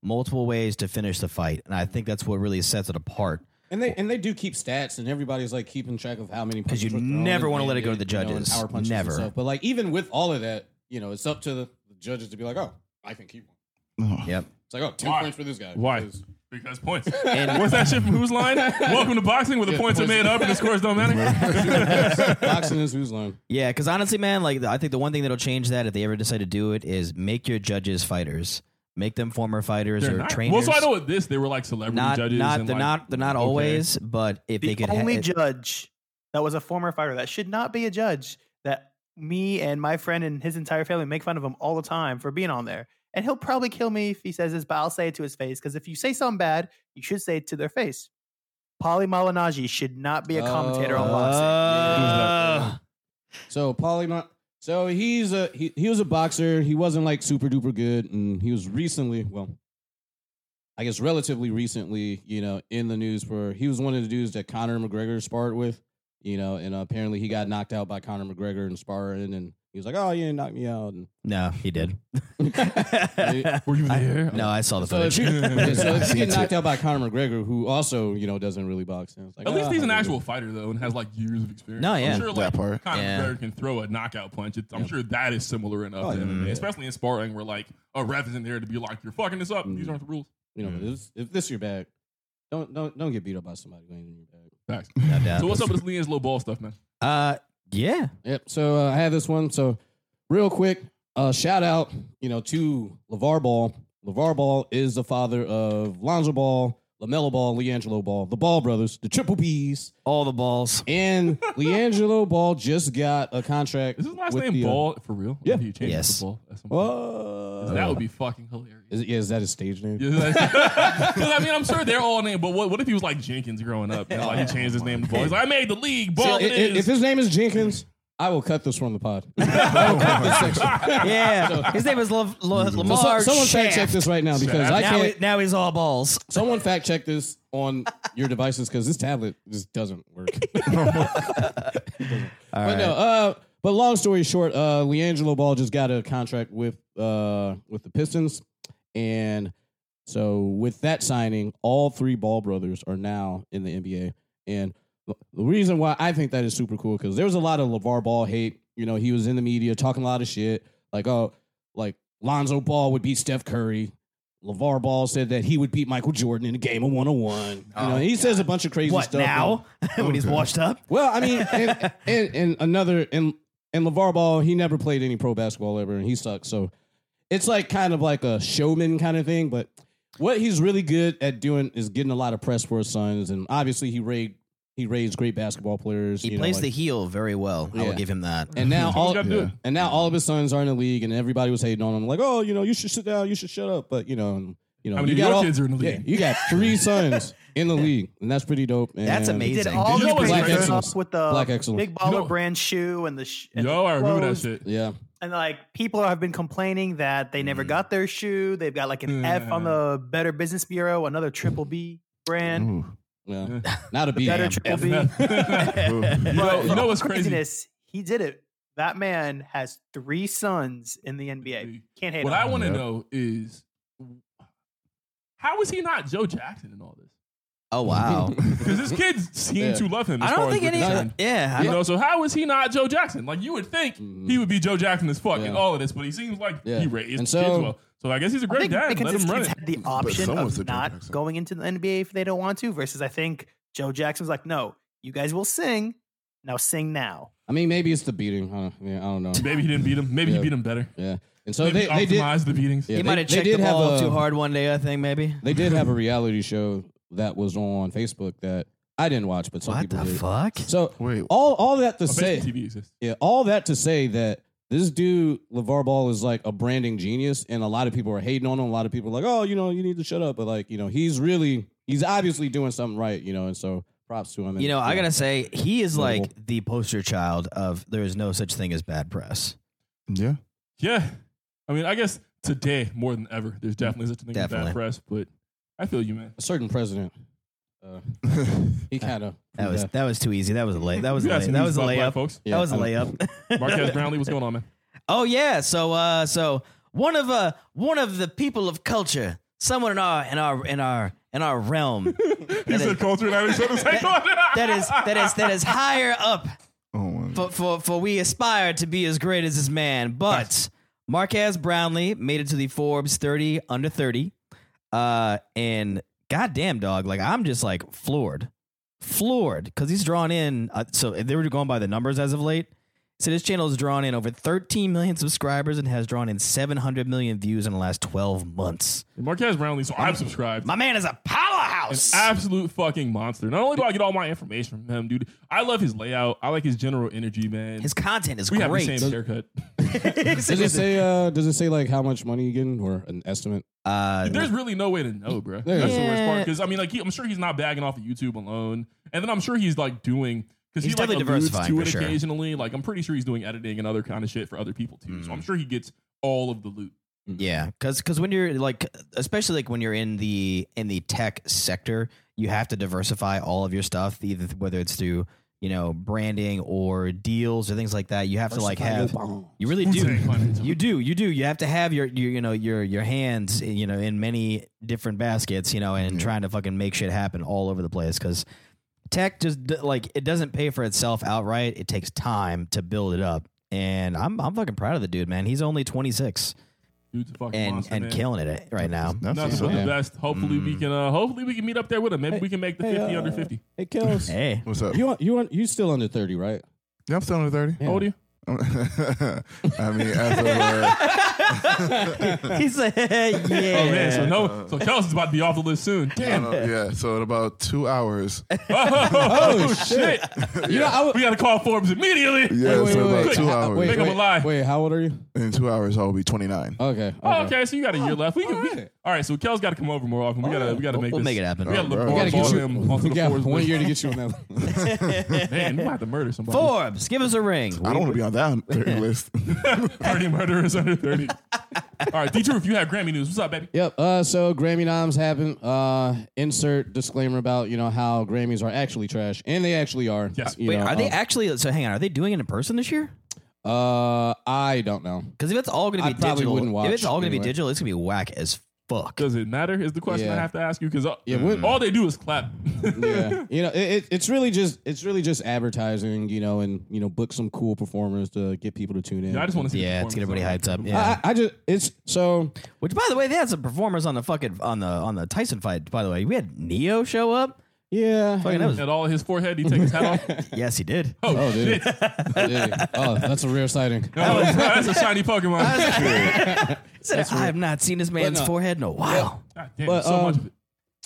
[SPEAKER 1] multiple ways to finish the fight, and I think that's what really sets it apart.
[SPEAKER 4] And they and they do keep stats and everybody's like keeping track of how many
[SPEAKER 1] Because you
[SPEAKER 4] punches were thrown
[SPEAKER 1] never
[SPEAKER 4] and
[SPEAKER 1] wanna let it go to
[SPEAKER 4] landed,
[SPEAKER 1] the
[SPEAKER 4] you know, and
[SPEAKER 1] judges.
[SPEAKER 4] power punches and
[SPEAKER 1] Never.
[SPEAKER 4] stuff. But like even with all of that, you know, it's up to the judges to be like, oh, I can keep one.
[SPEAKER 1] Yep.
[SPEAKER 4] It's like oh, 10
[SPEAKER 3] Why?
[SPEAKER 4] points for this guy.
[SPEAKER 3] Why?
[SPEAKER 4] Because-
[SPEAKER 3] Because points. What's that shit from Who's Line? Welcome to boxing, where the
[SPEAKER 4] Yeah,
[SPEAKER 3] points are
[SPEAKER 4] points.
[SPEAKER 3] made up and the scores don't matter.
[SPEAKER 4] Boxing is who's line.
[SPEAKER 1] Yeah, because honestly, man, like I think the one thing that'll change that if they ever decide to do it is make your judges fighters, make them former fighters
[SPEAKER 3] They're
[SPEAKER 1] or
[SPEAKER 3] not-
[SPEAKER 1] trainers.
[SPEAKER 3] Well, so I know with this, they were like celebrity
[SPEAKER 1] not,
[SPEAKER 3] judges.
[SPEAKER 1] not
[SPEAKER 3] and,
[SPEAKER 1] they're
[SPEAKER 3] like-
[SPEAKER 1] not they're not
[SPEAKER 3] Okay.
[SPEAKER 1] always, but if they
[SPEAKER 5] the
[SPEAKER 1] could
[SPEAKER 5] only
[SPEAKER 1] ha- eh,
[SPEAKER 5] judge that was a former fighter that should not be a judge that me and my friend and his entire family make fun of him all the time for being on there. And he'll probably kill me if he says this, but I'll say it to his face because if you say something bad, you should say it to their face. Polly Malignaggi should not be a commentator on
[SPEAKER 4] Oh.
[SPEAKER 5] boxing.
[SPEAKER 1] Uh,
[SPEAKER 4] So Paulie, Mon- so he's a he, he was a boxer. He wasn't like super duper good, and he was recently, well, I guess relatively recently, you know, in the news for he was one of the dudes that Conor McGregor sparred with, you know, and apparently he got knocked out by Conor McGregor in sparring, and he was like, "Oh, you didn't knock me out." And
[SPEAKER 1] no, he did.
[SPEAKER 3] Were you
[SPEAKER 1] I-
[SPEAKER 3] there?
[SPEAKER 1] no, I saw the
[SPEAKER 4] so, if
[SPEAKER 1] footage.
[SPEAKER 4] you, okay, so if you
[SPEAKER 2] See,
[SPEAKER 4] get
[SPEAKER 2] it's-
[SPEAKER 4] knocked out by Conor McGregor, who also you know doesn't really box, and it's like,
[SPEAKER 3] At least
[SPEAKER 4] "Ah,
[SPEAKER 3] he's an
[SPEAKER 4] I did
[SPEAKER 3] actual fighter though, and has like years of experience.
[SPEAKER 1] No, yeah.
[SPEAKER 3] I'm sure
[SPEAKER 2] That
[SPEAKER 3] like
[SPEAKER 2] part.
[SPEAKER 3] Conor
[SPEAKER 1] Yeah.
[SPEAKER 3] McGregor can throw a knockout punch. It, I'm sure that is similar enough,
[SPEAKER 4] Oh,
[SPEAKER 3] to
[SPEAKER 4] yeah.
[SPEAKER 3] MMA,
[SPEAKER 4] Mm.
[SPEAKER 3] especially in sparring, where like a ref is in there to be like, "You're fucking this up. These
[SPEAKER 4] Mm.
[SPEAKER 3] aren't the rules."
[SPEAKER 4] you know, if this- if this is your bag, don't don't don't get beat up by somebody who ain't in your bag.
[SPEAKER 3] Facts.
[SPEAKER 1] No doubt.
[SPEAKER 3] So what's up with this Leon's low ball stuff, man?
[SPEAKER 1] Uh, yeah,
[SPEAKER 4] Yep. So uh, I had this one. So real quick, uh, shout out, you know, to LeVar Ball. LeVar Ball is the father of Lonzo Ball, LaMelo Ball, LeAngelo Ball, the Ball brothers, the Triple Bs.
[SPEAKER 1] all the balls.
[SPEAKER 4] And LeAngelo Ball just got a contract.
[SPEAKER 3] Is his last
[SPEAKER 4] with
[SPEAKER 3] name
[SPEAKER 4] the, uh,
[SPEAKER 3] Ball for real?
[SPEAKER 4] yeah.
[SPEAKER 3] If you change it
[SPEAKER 1] Yes.
[SPEAKER 3] to Ball. at some point.
[SPEAKER 4] Oh.
[SPEAKER 3] That would be fucking hilarious.
[SPEAKER 4] Is, it, yeah, is that his stage name?
[SPEAKER 3] Yeah, that's- 'Cause, I mean, I'm sure they're all named, but what, what if he was like Jenkins growing up? And, like, he changed his name to Ball. He's like, I made the league.
[SPEAKER 4] So
[SPEAKER 3] Ball
[SPEAKER 4] i- i-
[SPEAKER 3] it
[SPEAKER 4] if
[SPEAKER 3] is.
[SPEAKER 4] his name is Jenkins, I will cut this from the pod. I will cut this section.
[SPEAKER 1] Yeah, his name is La- La-
[SPEAKER 4] So,
[SPEAKER 1] Lamar.
[SPEAKER 4] so, someone fact
[SPEAKER 1] Shaft.
[SPEAKER 4] check this right now because I
[SPEAKER 1] Now,
[SPEAKER 4] can't.
[SPEAKER 1] he- now he's all balls.
[SPEAKER 4] Someone fact check this on your devices because this tablet just doesn't work.
[SPEAKER 1] All
[SPEAKER 4] but
[SPEAKER 1] right.
[SPEAKER 4] no, uh, but long story short, uh, Leangelo Ball just got a contract with uh with the Pistons, and so with that signing, all three Ball brothers are now in the NBA. And the reason why I think that is super cool because there was a lot of LeVar Ball hate. You know, he was in the media talking a lot of shit, like oh, like Lonzo Ball would beat Steph Curry. LeVar Ball said that he would beat Michael Jordan in a game of one on one. You know, he says a bunch of crazy
[SPEAKER 1] Oh What
[SPEAKER 4] stuff.
[SPEAKER 1] now? when he's washed up?
[SPEAKER 4] Well, I mean, and, and, and another and and LeVar Ball, he never played any pro basketball ever, and he sucks. So it's like kind of like a showman kind of thing, but what he's really good at doing is getting a lot of press for his sons, and obviously he raised he raised great basketball players.
[SPEAKER 1] He
[SPEAKER 4] you know,
[SPEAKER 1] plays
[SPEAKER 4] like-
[SPEAKER 1] the heel very well. I will
[SPEAKER 4] Yeah.
[SPEAKER 1] give him that.
[SPEAKER 4] and now all
[SPEAKER 3] gotta do it.
[SPEAKER 4] and now all of his sons are in the league, and everybody was hating on him, like, oh, you know, you should sit down, you should shut up, but you know, and, you know,
[SPEAKER 3] How many
[SPEAKER 4] you
[SPEAKER 3] of your
[SPEAKER 4] all-
[SPEAKER 3] kids are in the
[SPEAKER 4] yeah,
[SPEAKER 3] league?
[SPEAKER 4] you got three sons in the league, and that's pretty dope. And
[SPEAKER 1] That's amazing.
[SPEAKER 5] He did
[SPEAKER 1] Amazing.
[SPEAKER 5] all
[SPEAKER 3] Did you
[SPEAKER 5] the
[SPEAKER 3] know what's
[SPEAKER 5] great
[SPEAKER 3] like-
[SPEAKER 5] stuff with the
[SPEAKER 4] Black excellence.
[SPEAKER 5] big baller
[SPEAKER 3] You know-
[SPEAKER 5] brand shoe and the sh- and
[SPEAKER 3] Yo, I remember that
[SPEAKER 5] clothes.
[SPEAKER 3] shit.
[SPEAKER 4] Yeah,
[SPEAKER 5] And like people have been complaining that they
[SPEAKER 3] Mm.
[SPEAKER 5] never got their shoe. They've got like an F on the Better Business Bureau, another triple B brand.
[SPEAKER 2] Ooh.
[SPEAKER 4] yeah, not a B.
[SPEAKER 5] Better
[SPEAKER 4] Damn.
[SPEAKER 5] triple B.
[SPEAKER 3] you, know, you know what's crazy?
[SPEAKER 5] Craziness. He did it. That man has three sons in the NBA. Can't hate
[SPEAKER 3] What
[SPEAKER 5] on
[SPEAKER 3] I
[SPEAKER 5] him.
[SPEAKER 3] want to
[SPEAKER 2] Yeah.
[SPEAKER 3] know is how is he not Joe Jackson in all this?
[SPEAKER 1] Oh wow.
[SPEAKER 3] Because his kids seem
[SPEAKER 4] Yeah.
[SPEAKER 3] to love him. As
[SPEAKER 1] I don't
[SPEAKER 3] far
[SPEAKER 1] think
[SPEAKER 3] as we're
[SPEAKER 1] any.
[SPEAKER 3] concerned.
[SPEAKER 1] Yeah, I
[SPEAKER 3] You
[SPEAKER 1] don't-
[SPEAKER 3] know, so how is he not Joe Jackson? Like you would think
[SPEAKER 4] Mhm.
[SPEAKER 3] he would be Joe Jackson as fuck in
[SPEAKER 4] Yeah.
[SPEAKER 3] all of this, but he seems like
[SPEAKER 4] Yeah.
[SPEAKER 3] he raised
[SPEAKER 4] And
[SPEAKER 3] his
[SPEAKER 4] so-
[SPEAKER 3] kids well. So I guess he's a
[SPEAKER 5] I
[SPEAKER 3] great
[SPEAKER 5] think
[SPEAKER 3] dad.
[SPEAKER 5] because
[SPEAKER 3] Let
[SPEAKER 5] his
[SPEAKER 3] him run
[SPEAKER 5] kids
[SPEAKER 3] it.
[SPEAKER 5] had the option
[SPEAKER 2] someone's the
[SPEAKER 5] of
[SPEAKER 2] Joe
[SPEAKER 5] not
[SPEAKER 2] Jackson.
[SPEAKER 5] going into the NBA if they don't want to. Versus, I think Joe Jackson was like, "No, you guys will sing. Now sing now."
[SPEAKER 4] I mean, maybe it's the beating. I don't, yeah, I don't know.
[SPEAKER 3] Maybe he didn't beat him. Maybe
[SPEAKER 4] Yeah.
[SPEAKER 3] he beat him better.
[SPEAKER 4] Yeah, and so
[SPEAKER 3] Maybe
[SPEAKER 4] they, they did.
[SPEAKER 3] optimized the beatings.
[SPEAKER 4] Yeah.
[SPEAKER 1] he
[SPEAKER 4] they-
[SPEAKER 1] might have
[SPEAKER 4] they
[SPEAKER 1] checked
[SPEAKER 4] did
[SPEAKER 1] the
[SPEAKER 4] have
[SPEAKER 1] ball
[SPEAKER 4] a-
[SPEAKER 1] too hard one day. I think maybe.
[SPEAKER 4] They did have a reality show that was on Facebook that I didn't watch, but some
[SPEAKER 1] What
[SPEAKER 4] people
[SPEAKER 1] the
[SPEAKER 4] did.
[SPEAKER 1] fuck?
[SPEAKER 4] So
[SPEAKER 2] Wait,
[SPEAKER 4] all all that to
[SPEAKER 3] Oh,
[SPEAKER 4] say,
[SPEAKER 3] basically TV exists.
[SPEAKER 4] yeah, all that to say that this dude LeVar Ball is like a branding genius, and a lot of people are hating on him. A lot of people are like, oh, you know, you need to shut up, but like, you know, he's really he's obviously doing something right, you know, and so props to him. And,
[SPEAKER 1] You know, I gotta say, he is like
[SPEAKER 4] Incredible.
[SPEAKER 1] the poster child of there is no such thing as bad press.
[SPEAKER 2] yeah.
[SPEAKER 3] Yeah. I mean, I guess today more than ever, there's definitely such a thing as
[SPEAKER 1] Definitely.
[SPEAKER 3] bad press, but I feel you, man.
[SPEAKER 4] a certain president. Uh, he kind of
[SPEAKER 1] That was that was too easy. That was a lay. That was a
[SPEAKER 3] We got
[SPEAKER 1] lay.
[SPEAKER 3] some
[SPEAKER 1] That
[SPEAKER 3] news
[SPEAKER 1] was a
[SPEAKER 3] about black
[SPEAKER 1] layup.
[SPEAKER 3] folks.
[SPEAKER 1] That was a layup.
[SPEAKER 3] Marquez Brownlee, what's going on, man?
[SPEAKER 1] Oh yeah, so uh, so one of uh, one of the people of culture, someone in our in our in our in our realm
[SPEAKER 3] He said culture, and I didn't shut his head on.
[SPEAKER 1] that is that is that is higher up
[SPEAKER 2] Oh my God.
[SPEAKER 1] for for, for we aspire to be as great as this man. But Marquez Brownlee made it to the Forbes 30 under 30, uh, and goddamn dog, like I'm just like floored, floored because he's drawn in. Uh, so they were going by the numbers as of late. So this channel has drawn in over 13 million subscribers and has drawn in 700 million views in the last 12 months.
[SPEAKER 3] Marquez Brownlee, so I'm subscribed.
[SPEAKER 1] My man is a powerhouse.
[SPEAKER 3] absolute fucking monster. Not only do I get all my information from him, dude, I love his layout. I like his general energy, man.
[SPEAKER 1] His content is
[SPEAKER 3] we have
[SPEAKER 1] great.
[SPEAKER 3] the same haircut.
[SPEAKER 4] Does it say? Uh, does it say like how much money you getting or an estimate?
[SPEAKER 1] Uh,
[SPEAKER 3] There's really no way to know, bro.
[SPEAKER 4] There
[SPEAKER 3] That's
[SPEAKER 4] is.
[SPEAKER 3] the worst
[SPEAKER 1] Yeah.
[SPEAKER 3] part. Because I mean, like, he, I'm sure he's not bagging off of YouTube alone, and then I'm sure he's like doing because he
[SPEAKER 1] He's
[SPEAKER 3] like
[SPEAKER 1] definitely
[SPEAKER 3] alludes
[SPEAKER 1] diversifying
[SPEAKER 3] to
[SPEAKER 1] for
[SPEAKER 3] it
[SPEAKER 1] sure.
[SPEAKER 3] occasionally. Like, I'm pretty sure he's doing editing and other kind of shit for other people too.
[SPEAKER 1] Mm.
[SPEAKER 3] So I'm sure he gets all of the loot.
[SPEAKER 1] Yeah, because when you're like, especially like when you're in the in the tech sector, you have to diversify all of your stuff, either whether it's through you know branding or deals or things like that. You have to like have you really do. You do, you do. You have to have your, your, you know, your your hands, you know, in many different baskets, you know, and trying to fucking make shit happen all over the place because tech just d- like it doesn't pay for itself outright. It takes time to build it up, and I'm I'm fucking proud of the dude, man. He's only 26
[SPEAKER 3] Dude's a fucking
[SPEAKER 1] and
[SPEAKER 3] monster,
[SPEAKER 1] and Mm.
[SPEAKER 3] man.
[SPEAKER 1] killing it right now.
[SPEAKER 2] That's
[SPEAKER 3] Nothing
[SPEAKER 2] what's
[SPEAKER 3] but
[SPEAKER 2] up.
[SPEAKER 3] the best. Hopefully we can. Uh, hopefully we can meet up there with him. Maybe we can make the
[SPEAKER 4] hey,
[SPEAKER 3] fifty
[SPEAKER 4] uh,
[SPEAKER 3] under fifty.
[SPEAKER 4] Hey, Kels,
[SPEAKER 1] Hey,
[SPEAKER 2] What's up?
[SPEAKER 4] you want you want you still under thirty, right?
[SPEAKER 2] Yeah, I'm still under 30.
[SPEAKER 3] How old are you?
[SPEAKER 2] I mean, as of, uh,
[SPEAKER 1] he's like, yeah.
[SPEAKER 3] Oh man, so no, so Kelsey's about to be off the list soon. Damn.
[SPEAKER 2] uh, yeah, so in about two hours.
[SPEAKER 3] Oh, shit.
[SPEAKER 4] You know, I w-
[SPEAKER 3] We gotta call Forbes immediately.
[SPEAKER 2] Yeah,
[SPEAKER 4] wait,
[SPEAKER 2] so
[SPEAKER 4] wait,
[SPEAKER 2] about
[SPEAKER 4] wait.
[SPEAKER 2] two
[SPEAKER 4] Uh,
[SPEAKER 2] hours.
[SPEAKER 4] Wait,
[SPEAKER 3] Make
[SPEAKER 4] wait,
[SPEAKER 3] him a lie.
[SPEAKER 4] Wait, how old are you?
[SPEAKER 2] In two hours, I'll be 29.
[SPEAKER 4] Okay.
[SPEAKER 3] Oh, okay, so you got a year left. We can, we
[SPEAKER 4] all
[SPEAKER 3] can,
[SPEAKER 4] right.
[SPEAKER 3] all right, so Kel's got to come over more often. We gotta, we gotta make
[SPEAKER 1] We'll
[SPEAKER 3] this-
[SPEAKER 1] make it happen.
[SPEAKER 3] We gotta
[SPEAKER 2] All
[SPEAKER 3] look
[SPEAKER 2] right,
[SPEAKER 4] We
[SPEAKER 3] more
[SPEAKER 4] gotta get you.
[SPEAKER 3] him onto
[SPEAKER 4] we
[SPEAKER 3] the
[SPEAKER 4] got
[SPEAKER 3] Forbes
[SPEAKER 4] one
[SPEAKER 3] list.
[SPEAKER 4] year to get you on that.
[SPEAKER 3] Man, we might have to murder somebody.
[SPEAKER 1] Forbes, give us a ring.
[SPEAKER 2] I don't want to be on that 30 list.
[SPEAKER 3] Thirty murderers under thirty. all right, D. Truth, you have Grammy news. What's up, baby?
[SPEAKER 4] yep. Uh, so Grammy noms happen. Uh, insert disclaimer about you know how Grammys are actually trash, and they actually are.
[SPEAKER 3] Yes.
[SPEAKER 4] You
[SPEAKER 1] Wait,
[SPEAKER 4] know,
[SPEAKER 1] are they
[SPEAKER 4] uh,
[SPEAKER 1] actually? So hang on, are they doing it in person this year?
[SPEAKER 4] uh, I don't know.
[SPEAKER 1] Because if it's all going to be
[SPEAKER 4] I probably
[SPEAKER 1] digital,
[SPEAKER 4] wouldn't watch
[SPEAKER 1] if it's all going to
[SPEAKER 4] anyway.
[SPEAKER 1] be digital, it's going to be whack as fuck.
[SPEAKER 3] Does it matter? Is the question I
[SPEAKER 4] Yeah.
[SPEAKER 3] have to ask you because all,
[SPEAKER 4] Yeah, what-
[SPEAKER 3] all they do is clap.
[SPEAKER 4] yeah, you know, it, it, it's really just it's really just advertising, you know, and you know, book some cool performers to get people to tune in.
[SPEAKER 3] I just want to see. the
[SPEAKER 1] Yeah, it's getting everybody
[SPEAKER 3] performance.
[SPEAKER 1] hyped up. Yeah.
[SPEAKER 4] I, I I just it's so
[SPEAKER 1] Which, by the way, they had some performers on the fucking on the on the Tyson fight. By the way, we had Neo show up.
[SPEAKER 4] yeah.
[SPEAKER 1] Fucking, that was
[SPEAKER 3] At all his forehead, he takes his hat off.
[SPEAKER 1] yes, he did.
[SPEAKER 3] Oh,
[SPEAKER 4] Oh, dude.
[SPEAKER 3] shit!
[SPEAKER 4] Yeah. Oh, that's a rare sighting.
[SPEAKER 3] Oh, that's a shiny Pokemon.
[SPEAKER 1] He said, I have not seen this man's
[SPEAKER 4] no.
[SPEAKER 1] forehead in a while.
[SPEAKER 3] God damn,
[SPEAKER 4] But,
[SPEAKER 3] so
[SPEAKER 4] um,
[SPEAKER 3] much of it.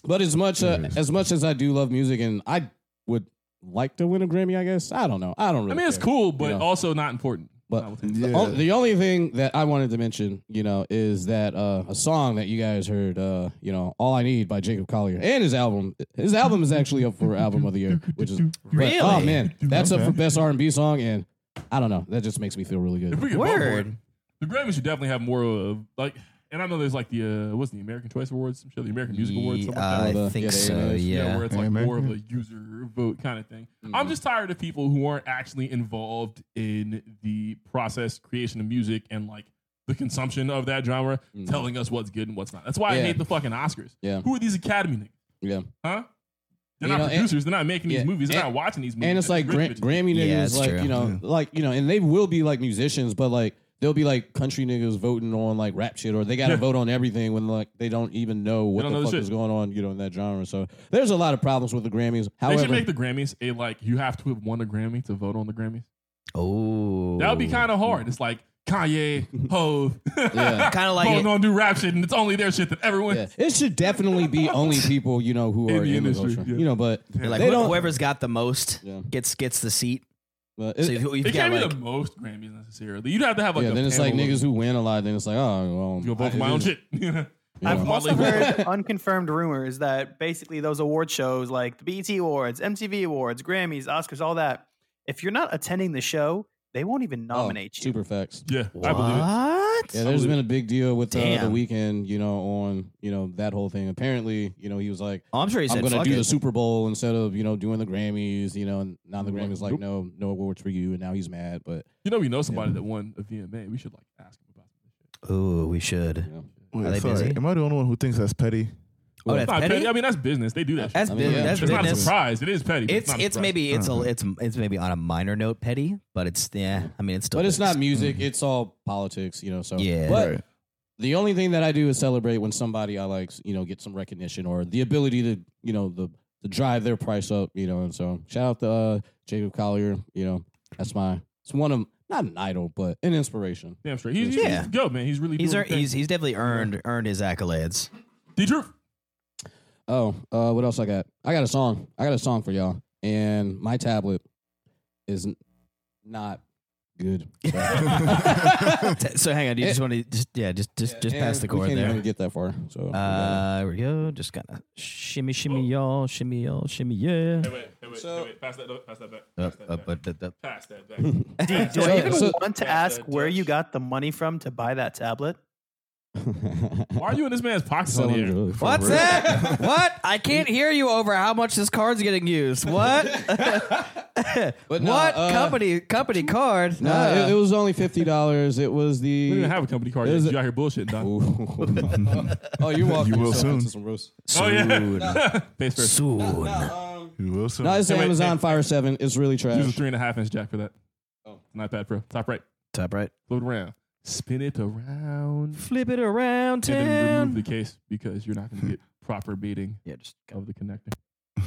[SPEAKER 4] But as much uh,
[SPEAKER 6] Yes.
[SPEAKER 4] as much as I do love music, and I would like to win a Grammy, I guess I don't know. I don't really.
[SPEAKER 3] I mean, it's
[SPEAKER 4] care.
[SPEAKER 3] cool, but
[SPEAKER 4] Yeah.
[SPEAKER 3] also not important.
[SPEAKER 4] But-
[SPEAKER 3] I will take-
[SPEAKER 2] Yeah.
[SPEAKER 4] Oh, the only thing that I wanted to mention, you know, is that uh, a song that you guys heard, uh, you know, "All I Need" by Jacob Collier, and his album. His album is actually up for album of the year, which is but-
[SPEAKER 1] Really?
[SPEAKER 4] oh man, that's up
[SPEAKER 6] Okay.
[SPEAKER 4] for best R and B song, and I don't know, that just makes me feel really
[SPEAKER 3] if
[SPEAKER 4] good.
[SPEAKER 3] we could vote for it,
[SPEAKER 1] Word.
[SPEAKER 3] the Grammys should definitely have more of like. And I know there's like the uh, what's the American Choice Awards, I'm sure the American Music Awards, something like that.
[SPEAKER 1] I
[SPEAKER 4] that.
[SPEAKER 1] think
[SPEAKER 4] Yeah, the
[SPEAKER 1] so.
[SPEAKER 4] AMAs.
[SPEAKER 1] Yeah.
[SPEAKER 3] where it's like
[SPEAKER 6] Amen.
[SPEAKER 3] more of a user vote kind of thing.
[SPEAKER 4] Mm-hmm.
[SPEAKER 3] I'm just tired of people who aren't actually involved in the process, creation of music, and like the consumption of that genre,
[SPEAKER 4] Mhm.
[SPEAKER 3] telling us what's good and what's not. That's why I
[SPEAKER 4] Yeah.
[SPEAKER 3] hate the fucking Oscars.
[SPEAKER 4] Yeah.
[SPEAKER 3] Who are these Academy niggas?
[SPEAKER 4] Yeah,
[SPEAKER 3] Huh? They're
[SPEAKER 4] You
[SPEAKER 3] not
[SPEAKER 4] know, and-
[SPEAKER 3] producers. they're not making these
[SPEAKER 4] yeah,
[SPEAKER 3] movies. They're not
[SPEAKER 4] and-
[SPEAKER 3] watching these movies.
[SPEAKER 4] and it's
[SPEAKER 3] They're
[SPEAKER 4] like
[SPEAKER 3] rich
[SPEAKER 4] Gra-
[SPEAKER 3] bitches.
[SPEAKER 4] Grammy niggas,
[SPEAKER 1] Yeah, it's
[SPEAKER 4] like
[SPEAKER 1] true.
[SPEAKER 4] you know, like you know, and they will be like musicians, but like they'll be like country niggas voting on like rap shit, or they got to
[SPEAKER 3] Yeah.
[SPEAKER 4] vote on everything when like they don't even know what
[SPEAKER 3] don't
[SPEAKER 4] the
[SPEAKER 3] know the
[SPEAKER 4] fuck
[SPEAKER 3] shit.
[SPEAKER 4] is going on, you know, in that genre. So there's a lot of problems with the Grammys.
[SPEAKER 3] they
[SPEAKER 4] However,
[SPEAKER 3] should make the Grammys a like you have to have won a Grammy to vote on the Grammys.
[SPEAKER 1] Oh.
[SPEAKER 3] That would be kind of hard. It's like Kanye, Hove,
[SPEAKER 4] Yeah.
[SPEAKER 1] Kinda like
[SPEAKER 3] Hove
[SPEAKER 1] it-
[SPEAKER 3] don't do rap shit, and it's only their shit that everyone.
[SPEAKER 4] Yeah, it should definitely be only people you know who
[SPEAKER 3] In
[SPEAKER 4] are
[SPEAKER 3] the
[SPEAKER 4] in the
[SPEAKER 3] industry,
[SPEAKER 4] culture.
[SPEAKER 3] yeah.
[SPEAKER 4] You know, but
[SPEAKER 1] They're like
[SPEAKER 4] they
[SPEAKER 1] wh-
[SPEAKER 4] don't.
[SPEAKER 1] whoever's got the most
[SPEAKER 4] Yeah.
[SPEAKER 1] gets gets the seat.
[SPEAKER 4] but it-
[SPEAKER 1] So you've, you've got
[SPEAKER 3] It can't
[SPEAKER 1] like
[SPEAKER 3] be the most Grammys necessarily. You'd have to have like
[SPEAKER 4] yeah,
[SPEAKER 3] a
[SPEAKER 4] then it's like
[SPEAKER 3] panel of-
[SPEAKER 4] niggas who win a lot. Then it's like, oh, well,
[SPEAKER 3] Go vote for
[SPEAKER 4] I-
[SPEAKER 3] my own
[SPEAKER 4] it's-
[SPEAKER 3] shit. yeah.
[SPEAKER 5] I've
[SPEAKER 3] Motley
[SPEAKER 5] also
[SPEAKER 3] Crue.
[SPEAKER 5] heard unconfirmed rumors that basically those award shows like the BET Awards, MTV Awards, Grammys, Oscars, all that, if you're not attending the show, they won't even
[SPEAKER 4] oh,
[SPEAKER 5] nominate you.
[SPEAKER 4] Super facts.
[SPEAKER 3] Yeah, I believe it.
[SPEAKER 1] what?
[SPEAKER 4] Yeah, there's been a big deal with uh, the
[SPEAKER 1] Damn.
[SPEAKER 4] weekend, you know, on you know that whole thing. Apparently, you know, he was like,
[SPEAKER 1] Oh, I'm sure he said
[SPEAKER 4] "I'm going to
[SPEAKER 1] fuck
[SPEAKER 4] do
[SPEAKER 1] it.
[SPEAKER 4] the Super Bowl instead of you know doing the Grammys," you know, and now the
[SPEAKER 3] Like,
[SPEAKER 4] Grammys like,
[SPEAKER 3] nope.
[SPEAKER 4] "No, no awards for you," and now he's mad. But
[SPEAKER 3] You know, we know somebody that won a VMA. We should like ask him about this
[SPEAKER 1] Ooh, we should.
[SPEAKER 4] you know,
[SPEAKER 2] Wait,
[SPEAKER 1] Are they
[SPEAKER 2] sorry.
[SPEAKER 1] busy?
[SPEAKER 2] Am I the only one who thinks that's petty?
[SPEAKER 1] Oh, that's
[SPEAKER 3] shit. Not
[SPEAKER 1] petty.
[SPEAKER 3] I mean, that's business. They do that.
[SPEAKER 1] That's
[SPEAKER 4] I
[SPEAKER 1] bu-
[SPEAKER 4] mean, yeah.
[SPEAKER 1] that's
[SPEAKER 3] shit. It's not a
[SPEAKER 1] business.
[SPEAKER 3] surprise. It is petty. but
[SPEAKER 1] It's
[SPEAKER 3] not a
[SPEAKER 1] it's
[SPEAKER 3] surprise.
[SPEAKER 1] maybe it's a it's it's maybe on a minor note petty, but it's yeah. I mean, it's still.
[SPEAKER 4] but it's not
[SPEAKER 1] business.
[SPEAKER 4] music; it's all politics, you know. So
[SPEAKER 1] Mm-hmm. Yeah.
[SPEAKER 4] but
[SPEAKER 2] Right.
[SPEAKER 4] the only thing that I do is celebrate when somebody I like, you know, get some recognition or the ability to, you know, the to drive their price up, you know. And so, shout out to uh, Jacob Collier, you know, that's my it's one of not an idol, but an inspiration.
[SPEAKER 3] damn straight. He's, he's,
[SPEAKER 1] Yeah.
[SPEAKER 3] he's good, man. He's really
[SPEAKER 1] He's
[SPEAKER 3] doing
[SPEAKER 1] earned, he's he's definitely earned earned his accolades.
[SPEAKER 3] the truth.
[SPEAKER 4] Oh, uh, what else I got? I got a song. I got a song for y'all, and my tablet is n- not good.
[SPEAKER 1] T- so hang on, do you
[SPEAKER 4] It-
[SPEAKER 1] just want to just yeah just just just pass the
[SPEAKER 4] And Eh. we
[SPEAKER 1] chord
[SPEAKER 4] can't even
[SPEAKER 1] there.
[SPEAKER 4] get that far. So
[SPEAKER 1] Uh, here we go. Just kind of shimmy, shimmy, y'all, shimmy, y'all, shimmy, yeah.
[SPEAKER 3] Hey, wait, hey, wait,
[SPEAKER 4] So-
[SPEAKER 3] hey, wait. Pass that, pass that back. Pass
[SPEAKER 1] Up,
[SPEAKER 3] that
[SPEAKER 1] up, up,
[SPEAKER 3] back.
[SPEAKER 1] up, up.
[SPEAKER 3] Pass that back.
[SPEAKER 5] Dude, do
[SPEAKER 4] So-
[SPEAKER 5] I even
[SPEAKER 4] so-
[SPEAKER 5] want to
[SPEAKER 3] Yeah,
[SPEAKER 5] ask
[SPEAKER 3] uh,
[SPEAKER 5] where
[SPEAKER 3] Dutch.
[SPEAKER 5] you got the money from to buy that tablet?
[SPEAKER 3] Why are you in this man's pockets on the
[SPEAKER 4] selling
[SPEAKER 3] air?
[SPEAKER 4] drugs.
[SPEAKER 1] What's that? what? I can't hear you over how much this card's getting used. What?
[SPEAKER 4] But no,
[SPEAKER 1] what
[SPEAKER 4] uh,
[SPEAKER 1] company company card?
[SPEAKER 4] No,
[SPEAKER 1] Uh,
[SPEAKER 4] it, it was only fifty dollars. It was the
[SPEAKER 3] We don't have a company card.
[SPEAKER 4] There's
[SPEAKER 3] yet.
[SPEAKER 4] a-
[SPEAKER 3] You out here bullshitting, Don.
[SPEAKER 4] Ooh. oh, you're welcome.
[SPEAKER 2] You will soon.
[SPEAKER 4] To some roast.
[SPEAKER 3] Oh yeah. Face first.
[SPEAKER 1] soon.
[SPEAKER 2] You will soon.
[SPEAKER 4] No, it's
[SPEAKER 3] Um, Hey, wait,
[SPEAKER 4] Amazon
[SPEAKER 3] hey.
[SPEAKER 4] Fire Seven. It's really
[SPEAKER 3] Use a
[SPEAKER 4] trash.
[SPEAKER 3] three and a half inch jack for that. Oh, an iPad Pro. Top right.
[SPEAKER 1] Top right.
[SPEAKER 3] Flip it around. Spin it around.
[SPEAKER 1] Flip it around
[SPEAKER 3] and then remove
[SPEAKER 1] town.
[SPEAKER 3] the case because you're not going to get proper beating
[SPEAKER 1] Yeah, just
[SPEAKER 3] of the connector.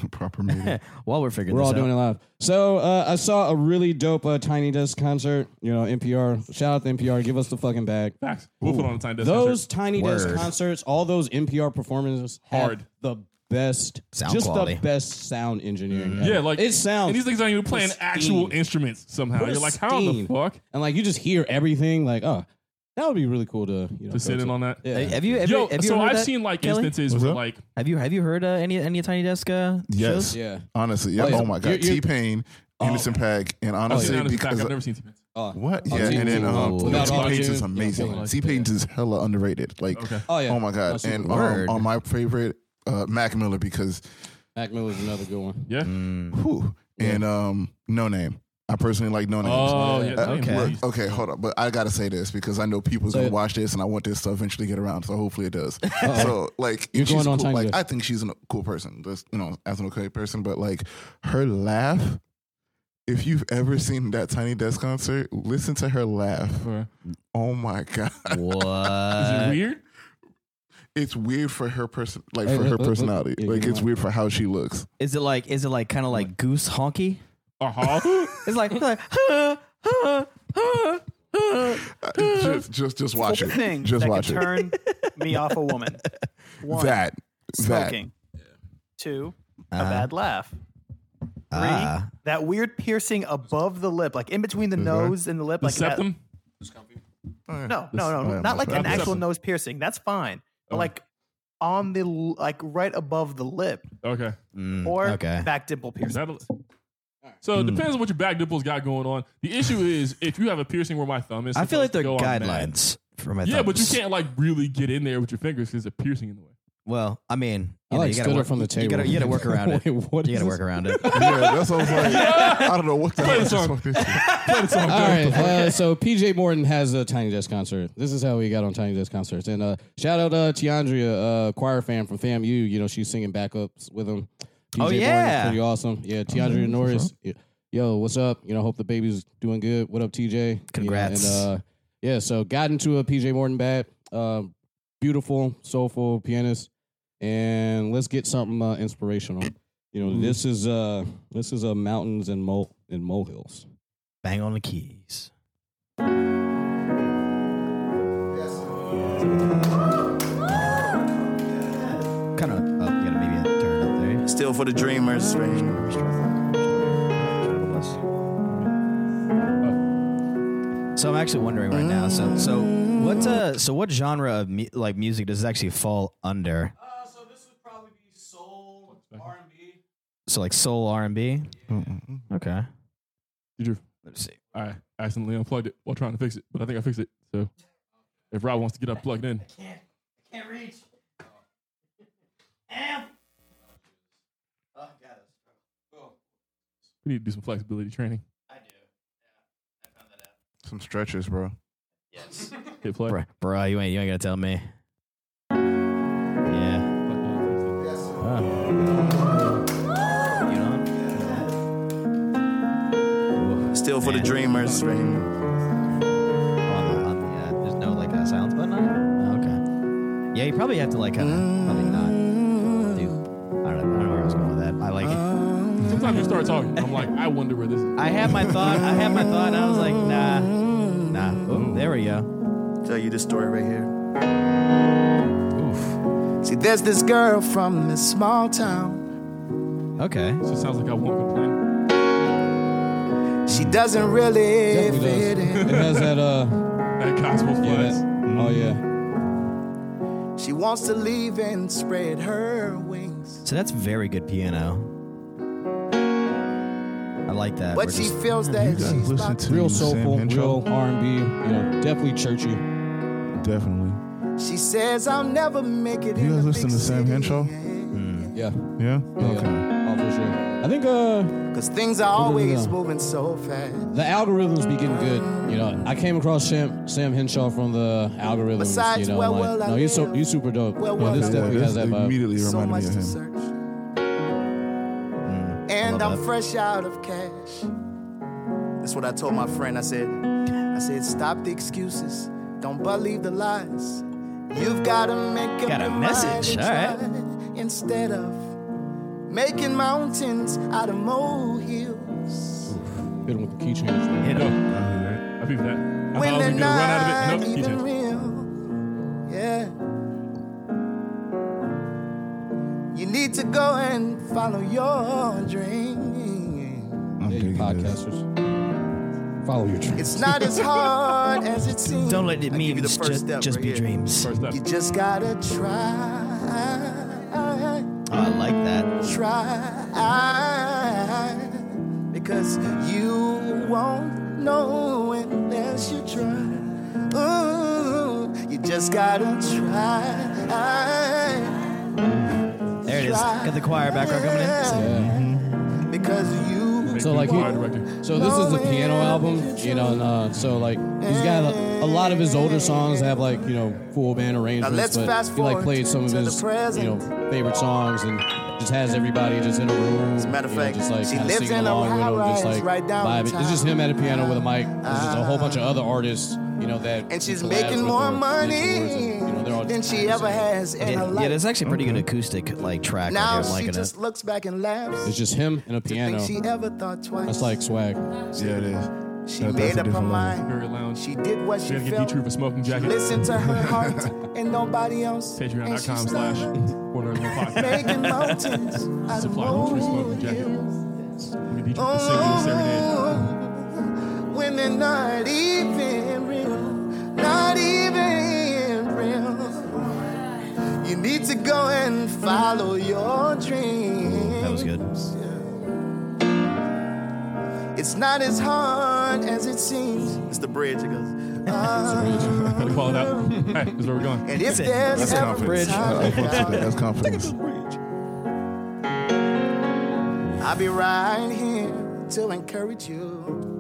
[SPEAKER 2] Proper meeting.
[SPEAKER 1] while we're figuring
[SPEAKER 4] We're
[SPEAKER 1] this
[SPEAKER 4] all
[SPEAKER 1] out.
[SPEAKER 4] doing it live. So uh, I saw a really dope uh, Tiny Desk concert. You know, NPR. Shout out to NPR. Give us the fucking bag.
[SPEAKER 3] Facts. We'll put on the time desk.
[SPEAKER 4] Those Tiny Desk
[SPEAKER 1] Word.
[SPEAKER 4] concerts, all those NPR performances, have
[SPEAKER 3] Hard.
[SPEAKER 4] the best
[SPEAKER 1] Sound
[SPEAKER 4] just
[SPEAKER 1] quality.
[SPEAKER 4] the best sound engineering.
[SPEAKER 3] concert.
[SPEAKER 4] ever.
[SPEAKER 3] yeah, like
[SPEAKER 4] it sounds.
[SPEAKER 3] And these things aren't even playing
[SPEAKER 4] pristine.
[SPEAKER 3] actual instruments somehow. You're like, how in the
[SPEAKER 4] Pristine.
[SPEAKER 3] fuck
[SPEAKER 4] and like you just hear everything. Like, oh, that would be really cool to you know go
[SPEAKER 3] to sit in on that?
[SPEAKER 4] Yeah.
[SPEAKER 1] Hey, Have you ever?
[SPEAKER 3] Yo,
[SPEAKER 1] have you
[SPEAKER 3] so
[SPEAKER 1] heard
[SPEAKER 3] I've
[SPEAKER 1] that,
[SPEAKER 3] seen like
[SPEAKER 1] Kelly?
[SPEAKER 3] instances
[SPEAKER 2] What's
[SPEAKER 3] where
[SPEAKER 2] up?
[SPEAKER 3] like
[SPEAKER 1] Have you have you heard uh, any any Tiny Desk? Uh,
[SPEAKER 2] Yes.
[SPEAKER 1] shows?
[SPEAKER 4] Yeah.
[SPEAKER 2] Honestly, yeah.
[SPEAKER 4] Oh,
[SPEAKER 2] Oh,
[SPEAKER 4] yeah.
[SPEAKER 2] my god,
[SPEAKER 4] You're- you're-
[SPEAKER 2] T Pain, Innocent Pack, and
[SPEAKER 3] I've
[SPEAKER 2] honestly,
[SPEAKER 3] seen Honest Attack,
[SPEAKER 2] Oh, because
[SPEAKER 3] I've never seen T-Pain.
[SPEAKER 4] Oh,
[SPEAKER 2] what?
[SPEAKER 4] Oh,
[SPEAKER 2] Yeah,
[SPEAKER 4] T-
[SPEAKER 2] and then um,
[SPEAKER 1] T-
[SPEAKER 2] T
[SPEAKER 1] Without
[SPEAKER 2] Pain's
[SPEAKER 4] Autotune.
[SPEAKER 2] is
[SPEAKER 4] Yeah,
[SPEAKER 2] amazing.
[SPEAKER 4] like-
[SPEAKER 2] T Pain's is hella underrated. Like,
[SPEAKER 3] Okay.
[SPEAKER 4] Oh yeah.
[SPEAKER 2] oh my god,
[SPEAKER 4] That's
[SPEAKER 2] and
[SPEAKER 4] cool.
[SPEAKER 1] Word.
[SPEAKER 2] um, on my favorite, uh, Mac Miller because
[SPEAKER 4] Mac Miller's another good one.
[SPEAKER 3] Yeah.
[SPEAKER 1] Mm.
[SPEAKER 2] whew, and um, No Name. I personally like No Name.
[SPEAKER 3] Oh
[SPEAKER 4] Yeah.
[SPEAKER 3] yeah.
[SPEAKER 2] Uh,
[SPEAKER 1] Okay.
[SPEAKER 2] look, okay, hold up. But I gotta say this because I know people's
[SPEAKER 4] Say
[SPEAKER 2] gonna
[SPEAKER 4] it.
[SPEAKER 2] watch this, and I want this to eventually get around. So hopefully it does. so like,
[SPEAKER 4] You're
[SPEAKER 2] if she's
[SPEAKER 4] going on
[SPEAKER 2] cool,
[SPEAKER 4] time,
[SPEAKER 2] like
[SPEAKER 4] Jeff.
[SPEAKER 2] I think she's a cool person. Just you know, as an okay person, but like her laugh. If you've ever seen that Tiny Desk concert, listen to her laugh.
[SPEAKER 3] Alright.
[SPEAKER 2] Oh my god,
[SPEAKER 3] Is it
[SPEAKER 1] What?
[SPEAKER 3] weird?
[SPEAKER 2] it's weird for her person, like
[SPEAKER 4] Hey,
[SPEAKER 2] for
[SPEAKER 4] look,
[SPEAKER 2] her
[SPEAKER 4] look, look.
[SPEAKER 2] personality.
[SPEAKER 4] Yeah,
[SPEAKER 2] Like
[SPEAKER 4] give me
[SPEAKER 2] it's
[SPEAKER 4] mine.
[SPEAKER 2] weird for how she looks.
[SPEAKER 1] Is it like is it like kind of like goose honky?
[SPEAKER 3] Uh huh.
[SPEAKER 1] It's like, it's like huh, huh, huh, huh.
[SPEAKER 2] just, just, just watch
[SPEAKER 5] Four
[SPEAKER 2] it.
[SPEAKER 5] things
[SPEAKER 2] Just
[SPEAKER 5] that
[SPEAKER 2] watch
[SPEAKER 5] could
[SPEAKER 2] it.
[SPEAKER 5] turn me off a woman. One,
[SPEAKER 2] that
[SPEAKER 5] smoking. Two, a
[SPEAKER 1] Uh-huh.
[SPEAKER 5] bad laugh. Three,
[SPEAKER 1] Ah.
[SPEAKER 5] that weird piercing above the lip, like in between the
[SPEAKER 2] Is there-
[SPEAKER 5] nose and the lip,
[SPEAKER 3] The
[SPEAKER 5] like that-
[SPEAKER 3] septum?
[SPEAKER 2] that. Oh,
[SPEAKER 5] No,
[SPEAKER 2] yeah.
[SPEAKER 5] no,
[SPEAKER 2] This-
[SPEAKER 5] no,
[SPEAKER 2] oh, yeah,
[SPEAKER 5] not like
[SPEAKER 2] that's
[SPEAKER 5] an
[SPEAKER 2] right.
[SPEAKER 5] actual nose piercing. That's fine. But
[SPEAKER 3] Oh.
[SPEAKER 5] like on the l- like right above the lip
[SPEAKER 3] Okay.
[SPEAKER 1] Mm,
[SPEAKER 5] or
[SPEAKER 1] okay.
[SPEAKER 5] back dimple
[SPEAKER 3] Is
[SPEAKER 5] piercing.
[SPEAKER 3] that a- so it
[SPEAKER 1] Hmm.
[SPEAKER 3] depends on what your back nipples got going on. The issue is if you have a piercing where my thumb is.
[SPEAKER 1] I feel like they're
[SPEAKER 3] sometimes go on mad.
[SPEAKER 1] guidelines for my
[SPEAKER 3] Yeah, but you
[SPEAKER 1] thumbs.
[SPEAKER 3] can't like really get in there with your fingers because there's a piercing in the way.
[SPEAKER 1] Well, I mean,
[SPEAKER 4] I
[SPEAKER 1] you, know,
[SPEAKER 4] like
[SPEAKER 1] you gotta
[SPEAKER 4] stood
[SPEAKER 1] work
[SPEAKER 4] up from the table.
[SPEAKER 1] You gotta, you gotta work around it.
[SPEAKER 4] Wait, what
[SPEAKER 1] You
[SPEAKER 4] is
[SPEAKER 1] gotta
[SPEAKER 4] this?
[SPEAKER 1] work around it.
[SPEAKER 2] yeah, that's what I was like. I don't know what the
[SPEAKER 3] Play
[SPEAKER 2] hell
[SPEAKER 3] the
[SPEAKER 2] this
[SPEAKER 3] song.
[SPEAKER 2] fucking is.
[SPEAKER 4] All right, uh, so PJ Morton has a Tiny Desk concert. This is how we got on Tiny Desk concerts. And uh, shout out uh, Tiandria, uh, choir fan from FAMU. You know she's singing backups with him. PJ
[SPEAKER 1] Oh, yeah.
[SPEAKER 4] Morton's pretty awesome. Yeah, Tiandria Norris. Yeah. Yo, what's up? You know, hope the baby's doing good. What up, TJ? You know,
[SPEAKER 1] Congrats.
[SPEAKER 4] and uh, yeah, so got into a PJ Morton bat. Um, beautiful, soulful pianist. And let's get something uh, inspirational. You know, this is uh, this is uh, mountains and mole and molehills.
[SPEAKER 1] Bang on the keys. Kind of up. You gotta maybe turn it up there.
[SPEAKER 6] Still for the dreamers.
[SPEAKER 1] So I'm actually wondering right now. So so what uh so what genre of mu- like music does this actually fall under? So like soul R and B. Okay.
[SPEAKER 3] Did you?
[SPEAKER 1] Let's see.
[SPEAKER 3] I accidentally unplugged it while trying to fix it, but I think I fixed it. So if Rob wants to get unplugged in, we need to do some flexibility training.
[SPEAKER 2] Some stretches, bro.
[SPEAKER 3] Hit play.
[SPEAKER 1] Bruh, bruh, you ain't you ain't gotta tell me. Yeah. Huh. You know?
[SPEAKER 6] Still for the
[SPEAKER 1] Man.
[SPEAKER 6] dreamers.
[SPEAKER 1] on the, on the, uh, there's no like a silence button on it. Oh, okay. Yeah, you probably have to like kind of probably not. Do, I don't know. I don't know where I was going with that. I like.
[SPEAKER 3] Sometimes you start talking. I'm like, I wonder where this is.
[SPEAKER 1] I had my thought. I had my thought. And I was like, nah, nah. Ooh, there we go.
[SPEAKER 6] Tell you this story right here. See, there's this girl from this small town.
[SPEAKER 1] Okay.
[SPEAKER 3] So it sounds like I won't complain.
[SPEAKER 6] She doesn't really
[SPEAKER 4] Definitely
[SPEAKER 6] fit
[SPEAKER 4] does.
[SPEAKER 6] in.
[SPEAKER 4] It has that uh
[SPEAKER 3] That gospel
[SPEAKER 4] yeah,
[SPEAKER 3] flies.
[SPEAKER 4] that- oh yeah.
[SPEAKER 6] She wants to leave and spread her wings.
[SPEAKER 1] So that's very good piano. I like that.
[SPEAKER 6] But
[SPEAKER 1] We're
[SPEAKER 6] she
[SPEAKER 1] just-
[SPEAKER 6] feels that she's
[SPEAKER 2] Listen
[SPEAKER 6] not.
[SPEAKER 2] to
[SPEAKER 4] Real
[SPEAKER 2] Sam
[SPEAKER 4] soulful,
[SPEAKER 2] Henshaw.
[SPEAKER 4] real R and B, you know, definitely churchy.
[SPEAKER 2] Definitely.
[SPEAKER 6] She says, I'll never make it
[SPEAKER 2] You
[SPEAKER 6] in
[SPEAKER 2] guys
[SPEAKER 6] a
[SPEAKER 2] listen
[SPEAKER 6] big
[SPEAKER 2] to Sam
[SPEAKER 6] city."
[SPEAKER 2] Henshaw?
[SPEAKER 4] Yeah.
[SPEAKER 2] Yeah.
[SPEAKER 4] Yeah,
[SPEAKER 2] Okay.
[SPEAKER 4] yeah. Oh, for sure. I think uh
[SPEAKER 6] Cause things are
[SPEAKER 4] no, no,
[SPEAKER 6] always
[SPEAKER 4] no.
[SPEAKER 6] moving so fast.
[SPEAKER 4] the algorithms be getting good. You know, I came across Sam, Sam Henshaw from the algorithms.
[SPEAKER 6] Besides,
[SPEAKER 4] you know,
[SPEAKER 6] where
[SPEAKER 4] like-
[SPEAKER 6] will I
[SPEAKER 4] no, he's so
[SPEAKER 6] live?
[SPEAKER 4] he's super dope.
[SPEAKER 6] Where
[SPEAKER 4] yeah,
[SPEAKER 6] will
[SPEAKER 4] this
[SPEAKER 6] I
[SPEAKER 4] definitely
[SPEAKER 6] live?
[SPEAKER 4] has that
[SPEAKER 2] this
[SPEAKER 4] vibe.
[SPEAKER 2] immediately
[SPEAKER 6] So much
[SPEAKER 2] reminded me of
[SPEAKER 6] to
[SPEAKER 2] him.
[SPEAKER 6] search.
[SPEAKER 1] Mm, I
[SPEAKER 6] And
[SPEAKER 1] love
[SPEAKER 6] I'm
[SPEAKER 1] that.
[SPEAKER 6] fresh out of cash. That's what I told my friend. I said, I said, stop the excuses. Don't believe the lies. You've got to make up
[SPEAKER 1] Got a
[SPEAKER 6] your
[SPEAKER 1] message,
[SPEAKER 6] mind and try Instead of making mountains out of molehills.
[SPEAKER 4] Hit him with the key change. man.
[SPEAKER 1] Hit
[SPEAKER 3] No,
[SPEAKER 1] 'em.
[SPEAKER 3] I beat that. I thought I
[SPEAKER 6] When
[SPEAKER 3] was
[SPEAKER 6] they're
[SPEAKER 3] gonna run out
[SPEAKER 6] not
[SPEAKER 3] of it. Nope, he
[SPEAKER 6] even
[SPEAKER 3] just-
[SPEAKER 6] real. Yeah. You need to go and follow your dream.
[SPEAKER 2] I'm
[SPEAKER 4] Yeah, you
[SPEAKER 2] digging this.
[SPEAKER 4] podcasters. Follow your dreams.
[SPEAKER 6] It's not as hard as it seems.
[SPEAKER 1] Don't let it
[SPEAKER 6] I'll give you the
[SPEAKER 1] memes
[SPEAKER 6] first
[SPEAKER 1] just,
[SPEAKER 6] step
[SPEAKER 1] just
[SPEAKER 6] right
[SPEAKER 1] be
[SPEAKER 6] here.
[SPEAKER 1] dreams.
[SPEAKER 3] First up.
[SPEAKER 6] You just gotta try,
[SPEAKER 1] Oh, I like that.
[SPEAKER 6] try, because you won't know unless you try. Ooh, you just gotta try,
[SPEAKER 1] There it is. Got the choir background coming in.
[SPEAKER 4] Yeah.
[SPEAKER 6] because you
[SPEAKER 4] So like
[SPEAKER 3] Choir
[SPEAKER 4] he,
[SPEAKER 3] director.
[SPEAKER 4] So this is the piano album, you know. And, uh, so like he's got a, a lot of his older songs have like you know full band arrangements,
[SPEAKER 6] let's
[SPEAKER 4] but
[SPEAKER 6] fast
[SPEAKER 4] he like
[SPEAKER 6] forward
[SPEAKER 4] played some of
[SPEAKER 6] to the
[SPEAKER 4] his you know
[SPEAKER 6] present.
[SPEAKER 4] favorite songs and just has everybody just in a room. As
[SPEAKER 6] matter of fact,
[SPEAKER 4] just like
[SPEAKER 6] she
[SPEAKER 4] kind of
[SPEAKER 6] lives
[SPEAKER 4] singing
[SPEAKER 6] in a
[SPEAKER 4] along with him, just
[SPEAKER 6] high-rise
[SPEAKER 4] like
[SPEAKER 6] right down
[SPEAKER 4] vibing.
[SPEAKER 6] the
[SPEAKER 4] It's just him at a piano with a mic. There's just a whole
[SPEAKER 6] Ah.
[SPEAKER 4] bunch of other artists, you know that.
[SPEAKER 6] and she's
[SPEAKER 4] collabs
[SPEAKER 6] making
[SPEAKER 4] with
[SPEAKER 6] more
[SPEAKER 4] him, mentors,
[SPEAKER 6] money
[SPEAKER 4] and, you know, they're all
[SPEAKER 6] than
[SPEAKER 4] just
[SPEAKER 6] she
[SPEAKER 4] kinda
[SPEAKER 6] ever
[SPEAKER 4] singing.
[SPEAKER 6] has in her
[SPEAKER 1] Yeah, yeah,
[SPEAKER 6] life.
[SPEAKER 1] that's actually pretty good acoustic like track. right
[SPEAKER 6] Now
[SPEAKER 1] here. I'm
[SPEAKER 6] she
[SPEAKER 1] liking it.
[SPEAKER 6] just looks back and laughs.
[SPEAKER 4] It's just him and a
[SPEAKER 6] to think
[SPEAKER 4] piano.
[SPEAKER 6] she ever thought twice.
[SPEAKER 4] That's like swag.
[SPEAKER 2] Yeah, it is.
[SPEAKER 6] She
[SPEAKER 2] That- that's
[SPEAKER 6] made
[SPEAKER 2] a
[SPEAKER 6] up her
[SPEAKER 2] different level.
[SPEAKER 6] mind.
[SPEAKER 3] Very lounge.
[SPEAKER 6] She did what
[SPEAKER 3] She
[SPEAKER 6] she
[SPEAKER 3] had to get
[SPEAKER 6] felt.
[SPEAKER 3] D-True for smoking jacket.
[SPEAKER 6] Listen to her heart and nobody else. And she
[SPEAKER 3] Patreon.com slash
[SPEAKER 6] started
[SPEAKER 3] Borderlands Podcast.
[SPEAKER 6] Making mountains out of
[SPEAKER 3] Supply D-True smoking
[SPEAKER 6] rolling
[SPEAKER 3] jacket.
[SPEAKER 6] hills.
[SPEAKER 3] Look at D-True for singing the serenade.
[SPEAKER 6] Oh. When they're not even real, not even real. You need to go and follow your dreams.
[SPEAKER 1] That was good.
[SPEAKER 6] It's not as hard as it seems. It's the bridge. It goes. "Ah."
[SPEAKER 3] Gotta call it out. Hey, this is where we're going.
[SPEAKER 6] and if there's
[SPEAKER 2] That's
[SPEAKER 6] ever a
[SPEAKER 2] confidence.
[SPEAKER 6] time-
[SPEAKER 2] I- I fucks with that. That's confidence.
[SPEAKER 6] I'll be right here to encourage you.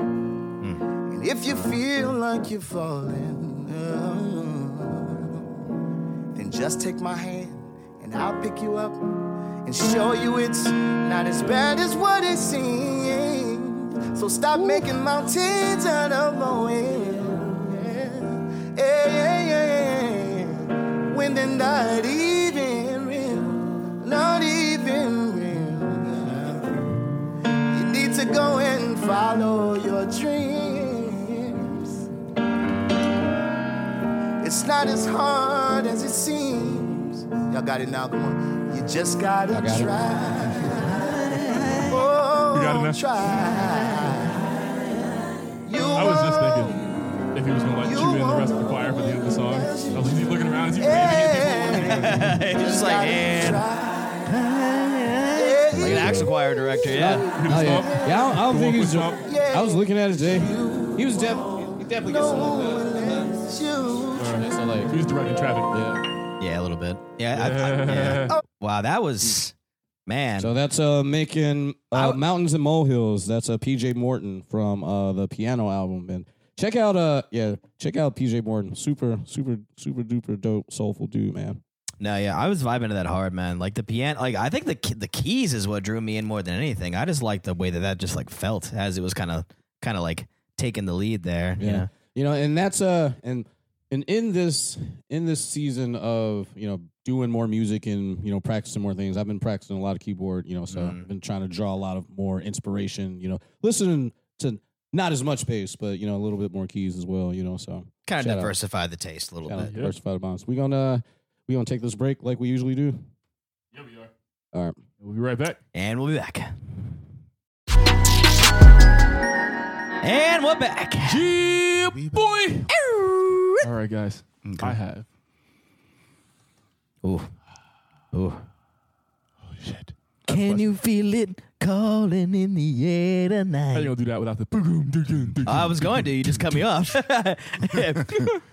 [SPEAKER 6] And if you feel like you're falling, um, uh, then just take my hand and I'll pick you up and show you it's not as bad as what it seems. So stop making mountains out of mountains. Yeah, yeah, yeah, yeah. When they're not even real, not even real. Yeah. You need to go and follow your dreams. It's not as hard as it seems. Y'all got it now, come on. You just gotta
[SPEAKER 4] I got it.
[SPEAKER 6] try.
[SPEAKER 3] We got it
[SPEAKER 6] Oh,
[SPEAKER 3] now.
[SPEAKER 6] try. You
[SPEAKER 3] I was just thinking if he was gonna like chew in the rest of the choir for the end of the song. I was just looking around as he was
[SPEAKER 1] He's just like, and like an actual choir director. Yeah.
[SPEAKER 4] Not- not yet.
[SPEAKER 3] Pump.
[SPEAKER 4] Yeah, I don't, I don't
[SPEAKER 3] The
[SPEAKER 4] think
[SPEAKER 3] one
[SPEAKER 4] he's.
[SPEAKER 3] with
[SPEAKER 4] a-
[SPEAKER 3] pump.
[SPEAKER 4] I was looking at it today. He was def- he definitely gets some of that. So
[SPEAKER 3] He
[SPEAKER 4] like,
[SPEAKER 3] was directing traffic.
[SPEAKER 4] yeah.
[SPEAKER 1] Yeah, a little bit. Yeah. I, I, yeah.
[SPEAKER 6] Oh.
[SPEAKER 1] Wow, that was man.
[SPEAKER 4] So that's uh making uh,
[SPEAKER 1] w-
[SPEAKER 4] mountains and molehills. That's uh, PJ Morton from uh the piano album and. Check out uh yeah check out PJ Morton super super super duper dope soulful dude man
[SPEAKER 1] No, yeah, I was vibing to that hard, man. Like the piano, like I think the ke- the keys is what drew me in more than anything. I just liked the way that that just like felt as it was kind of kind of like taking the lead there. Yeah. You know?
[SPEAKER 4] You know, and that's uh and and in this in this season of, you know, doing more music and, you know, practicing more things. I've been practicing a lot of keyboard, you know, so I've been trying to draw a lot of more inspiration, you know, listening to not as much bass, but you know, a little bit more keys as well, you know. So
[SPEAKER 1] Kind
[SPEAKER 4] Shout
[SPEAKER 1] of
[SPEAKER 4] out.
[SPEAKER 1] diversify the taste a little
[SPEAKER 4] shout out to
[SPEAKER 1] bit.
[SPEAKER 4] diversified bonds. We gonna we gonna take this break like we usually do.
[SPEAKER 3] Yeah, we are.
[SPEAKER 4] All right.
[SPEAKER 3] We'll be right back.
[SPEAKER 1] And we'll be back. And we're back.
[SPEAKER 3] Yeah, boy. All right, guys. I have.
[SPEAKER 1] Ooh. Ooh.
[SPEAKER 2] Shit.
[SPEAKER 1] Can you feel it calling in the air
[SPEAKER 3] How you
[SPEAKER 1] tonight?
[SPEAKER 3] gonna do that without the boom, boom, boom,
[SPEAKER 1] I was going to. You just cut me off.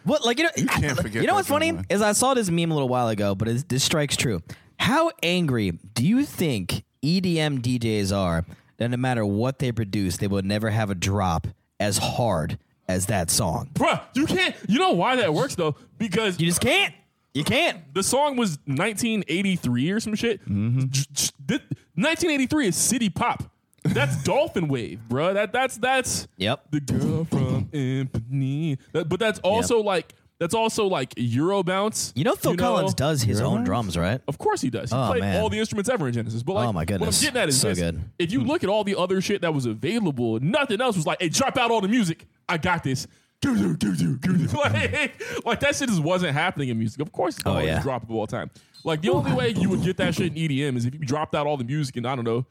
[SPEAKER 1] what, like, you know, you,
[SPEAKER 2] can't forget
[SPEAKER 1] you know
[SPEAKER 2] that
[SPEAKER 1] what's funny?
[SPEAKER 2] deadline.
[SPEAKER 1] Is I saw this meme a little while ago, but it's, this strikes true. How angry do you think E EDM DJs are that no matter what they produce, they will never have a drop as hard as that song?
[SPEAKER 3] Bruh, you can't. You know why that works though? Because
[SPEAKER 1] You just can't. You can't.
[SPEAKER 3] the song was 1983 or some shit.
[SPEAKER 1] Mm-hmm.
[SPEAKER 3] J- j- th- 1983 is city pop. That's Dolphin Wave, bruh. That that's that's
[SPEAKER 1] Yep.
[SPEAKER 3] the girl from Ipanema. That- But that's also like that's also like Euro bounce.
[SPEAKER 1] You know, Phil Collins does his own drums, right?
[SPEAKER 3] Of course he does. He
[SPEAKER 1] Oh,
[SPEAKER 3] played
[SPEAKER 1] man.
[SPEAKER 3] all the instruments ever in Genesis. But like,
[SPEAKER 1] Oh, my
[SPEAKER 3] what
[SPEAKER 1] goodness.
[SPEAKER 3] I'm getting at is
[SPEAKER 1] So
[SPEAKER 3] this.
[SPEAKER 1] good.
[SPEAKER 3] if you look at all the other shit that was available, nothing else was like, hey, drop out all the music. I got this. Do, do, do, do, do, do. like, like that shit just wasn't happening in music. Of course, it's the
[SPEAKER 1] Oh,
[SPEAKER 3] hardest
[SPEAKER 1] yeah.
[SPEAKER 3] drop of all time. Like the only way you would get that shit in EDM is if you dropped out all the music and I don't know,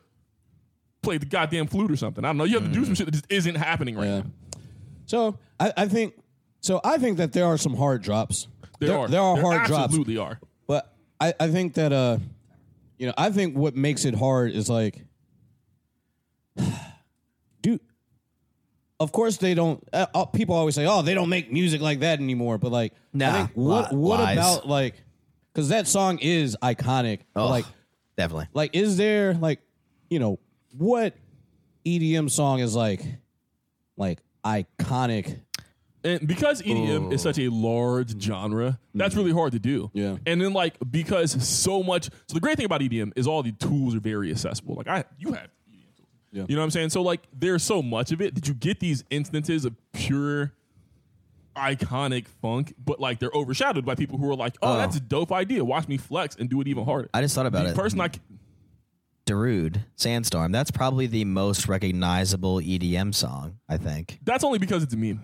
[SPEAKER 3] played the goddamn flute or something. I don't know. You have
[SPEAKER 1] Mm.
[SPEAKER 3] to do some shit that just isn't happening right
[SPEAKER 4] Yeah.
[SPEAKER 3] now.
[SPEAKER 4] So I, I think so I think that there are some hard drops.
[SPEAKER 3] There, are
[SPEAKER 4] there are
[SPEAKER 3] There
[SPEAKER 4] hard drops.
[SPEAKER 3] absolutely are.
[SPEAKER 4] But I, I think that uh you know, I think what makes it hard is like dude of course they don't uh, uh, people always say oh they don't make music like that anymore but like I
[SPEAKER 1] Nah,
[SPEAKER 4] think what
[SPEAKER 1] li-
[SPEAKER 4] what
[SPEAKER 1] lies.
[SPEAKER 4] about like cuz that song is iconic but,
[SPEAKER 1] Oh,
[SPEAKER 4] like
[SPEAKER 1] definitely.
[SPEAKER 4] like is there like you know what EDM song is like like iconic
[SPEAKER 3] And because EDM is such a large genre, that's really hard to do.
[SPEAKER 4] Yeah.
[SPEAKER 3] And then like because so much so the great thing about EDM is all the tools are very accessible. Like I you have EDM tools.
[SPEAKER 4] Yeah.
[SPEAKER 3] You know what I'm saying? So like there's so much of it that you get these instances of pure iconic funk, but like they're overshadowed by people who are like, Oh, that's a dope idea. Watch me flex and do it even harder.
[SPEAKER 1] I just thought about
[SPEAKER 3] the
[SPEAKER 1] it.
[SPEAKER 3] person like
[SPEAKER 1] Darude, Sandstorm. That's probably the most recognizable EDM song, I think.
[SPEAKER 3] That's only because it's a meme.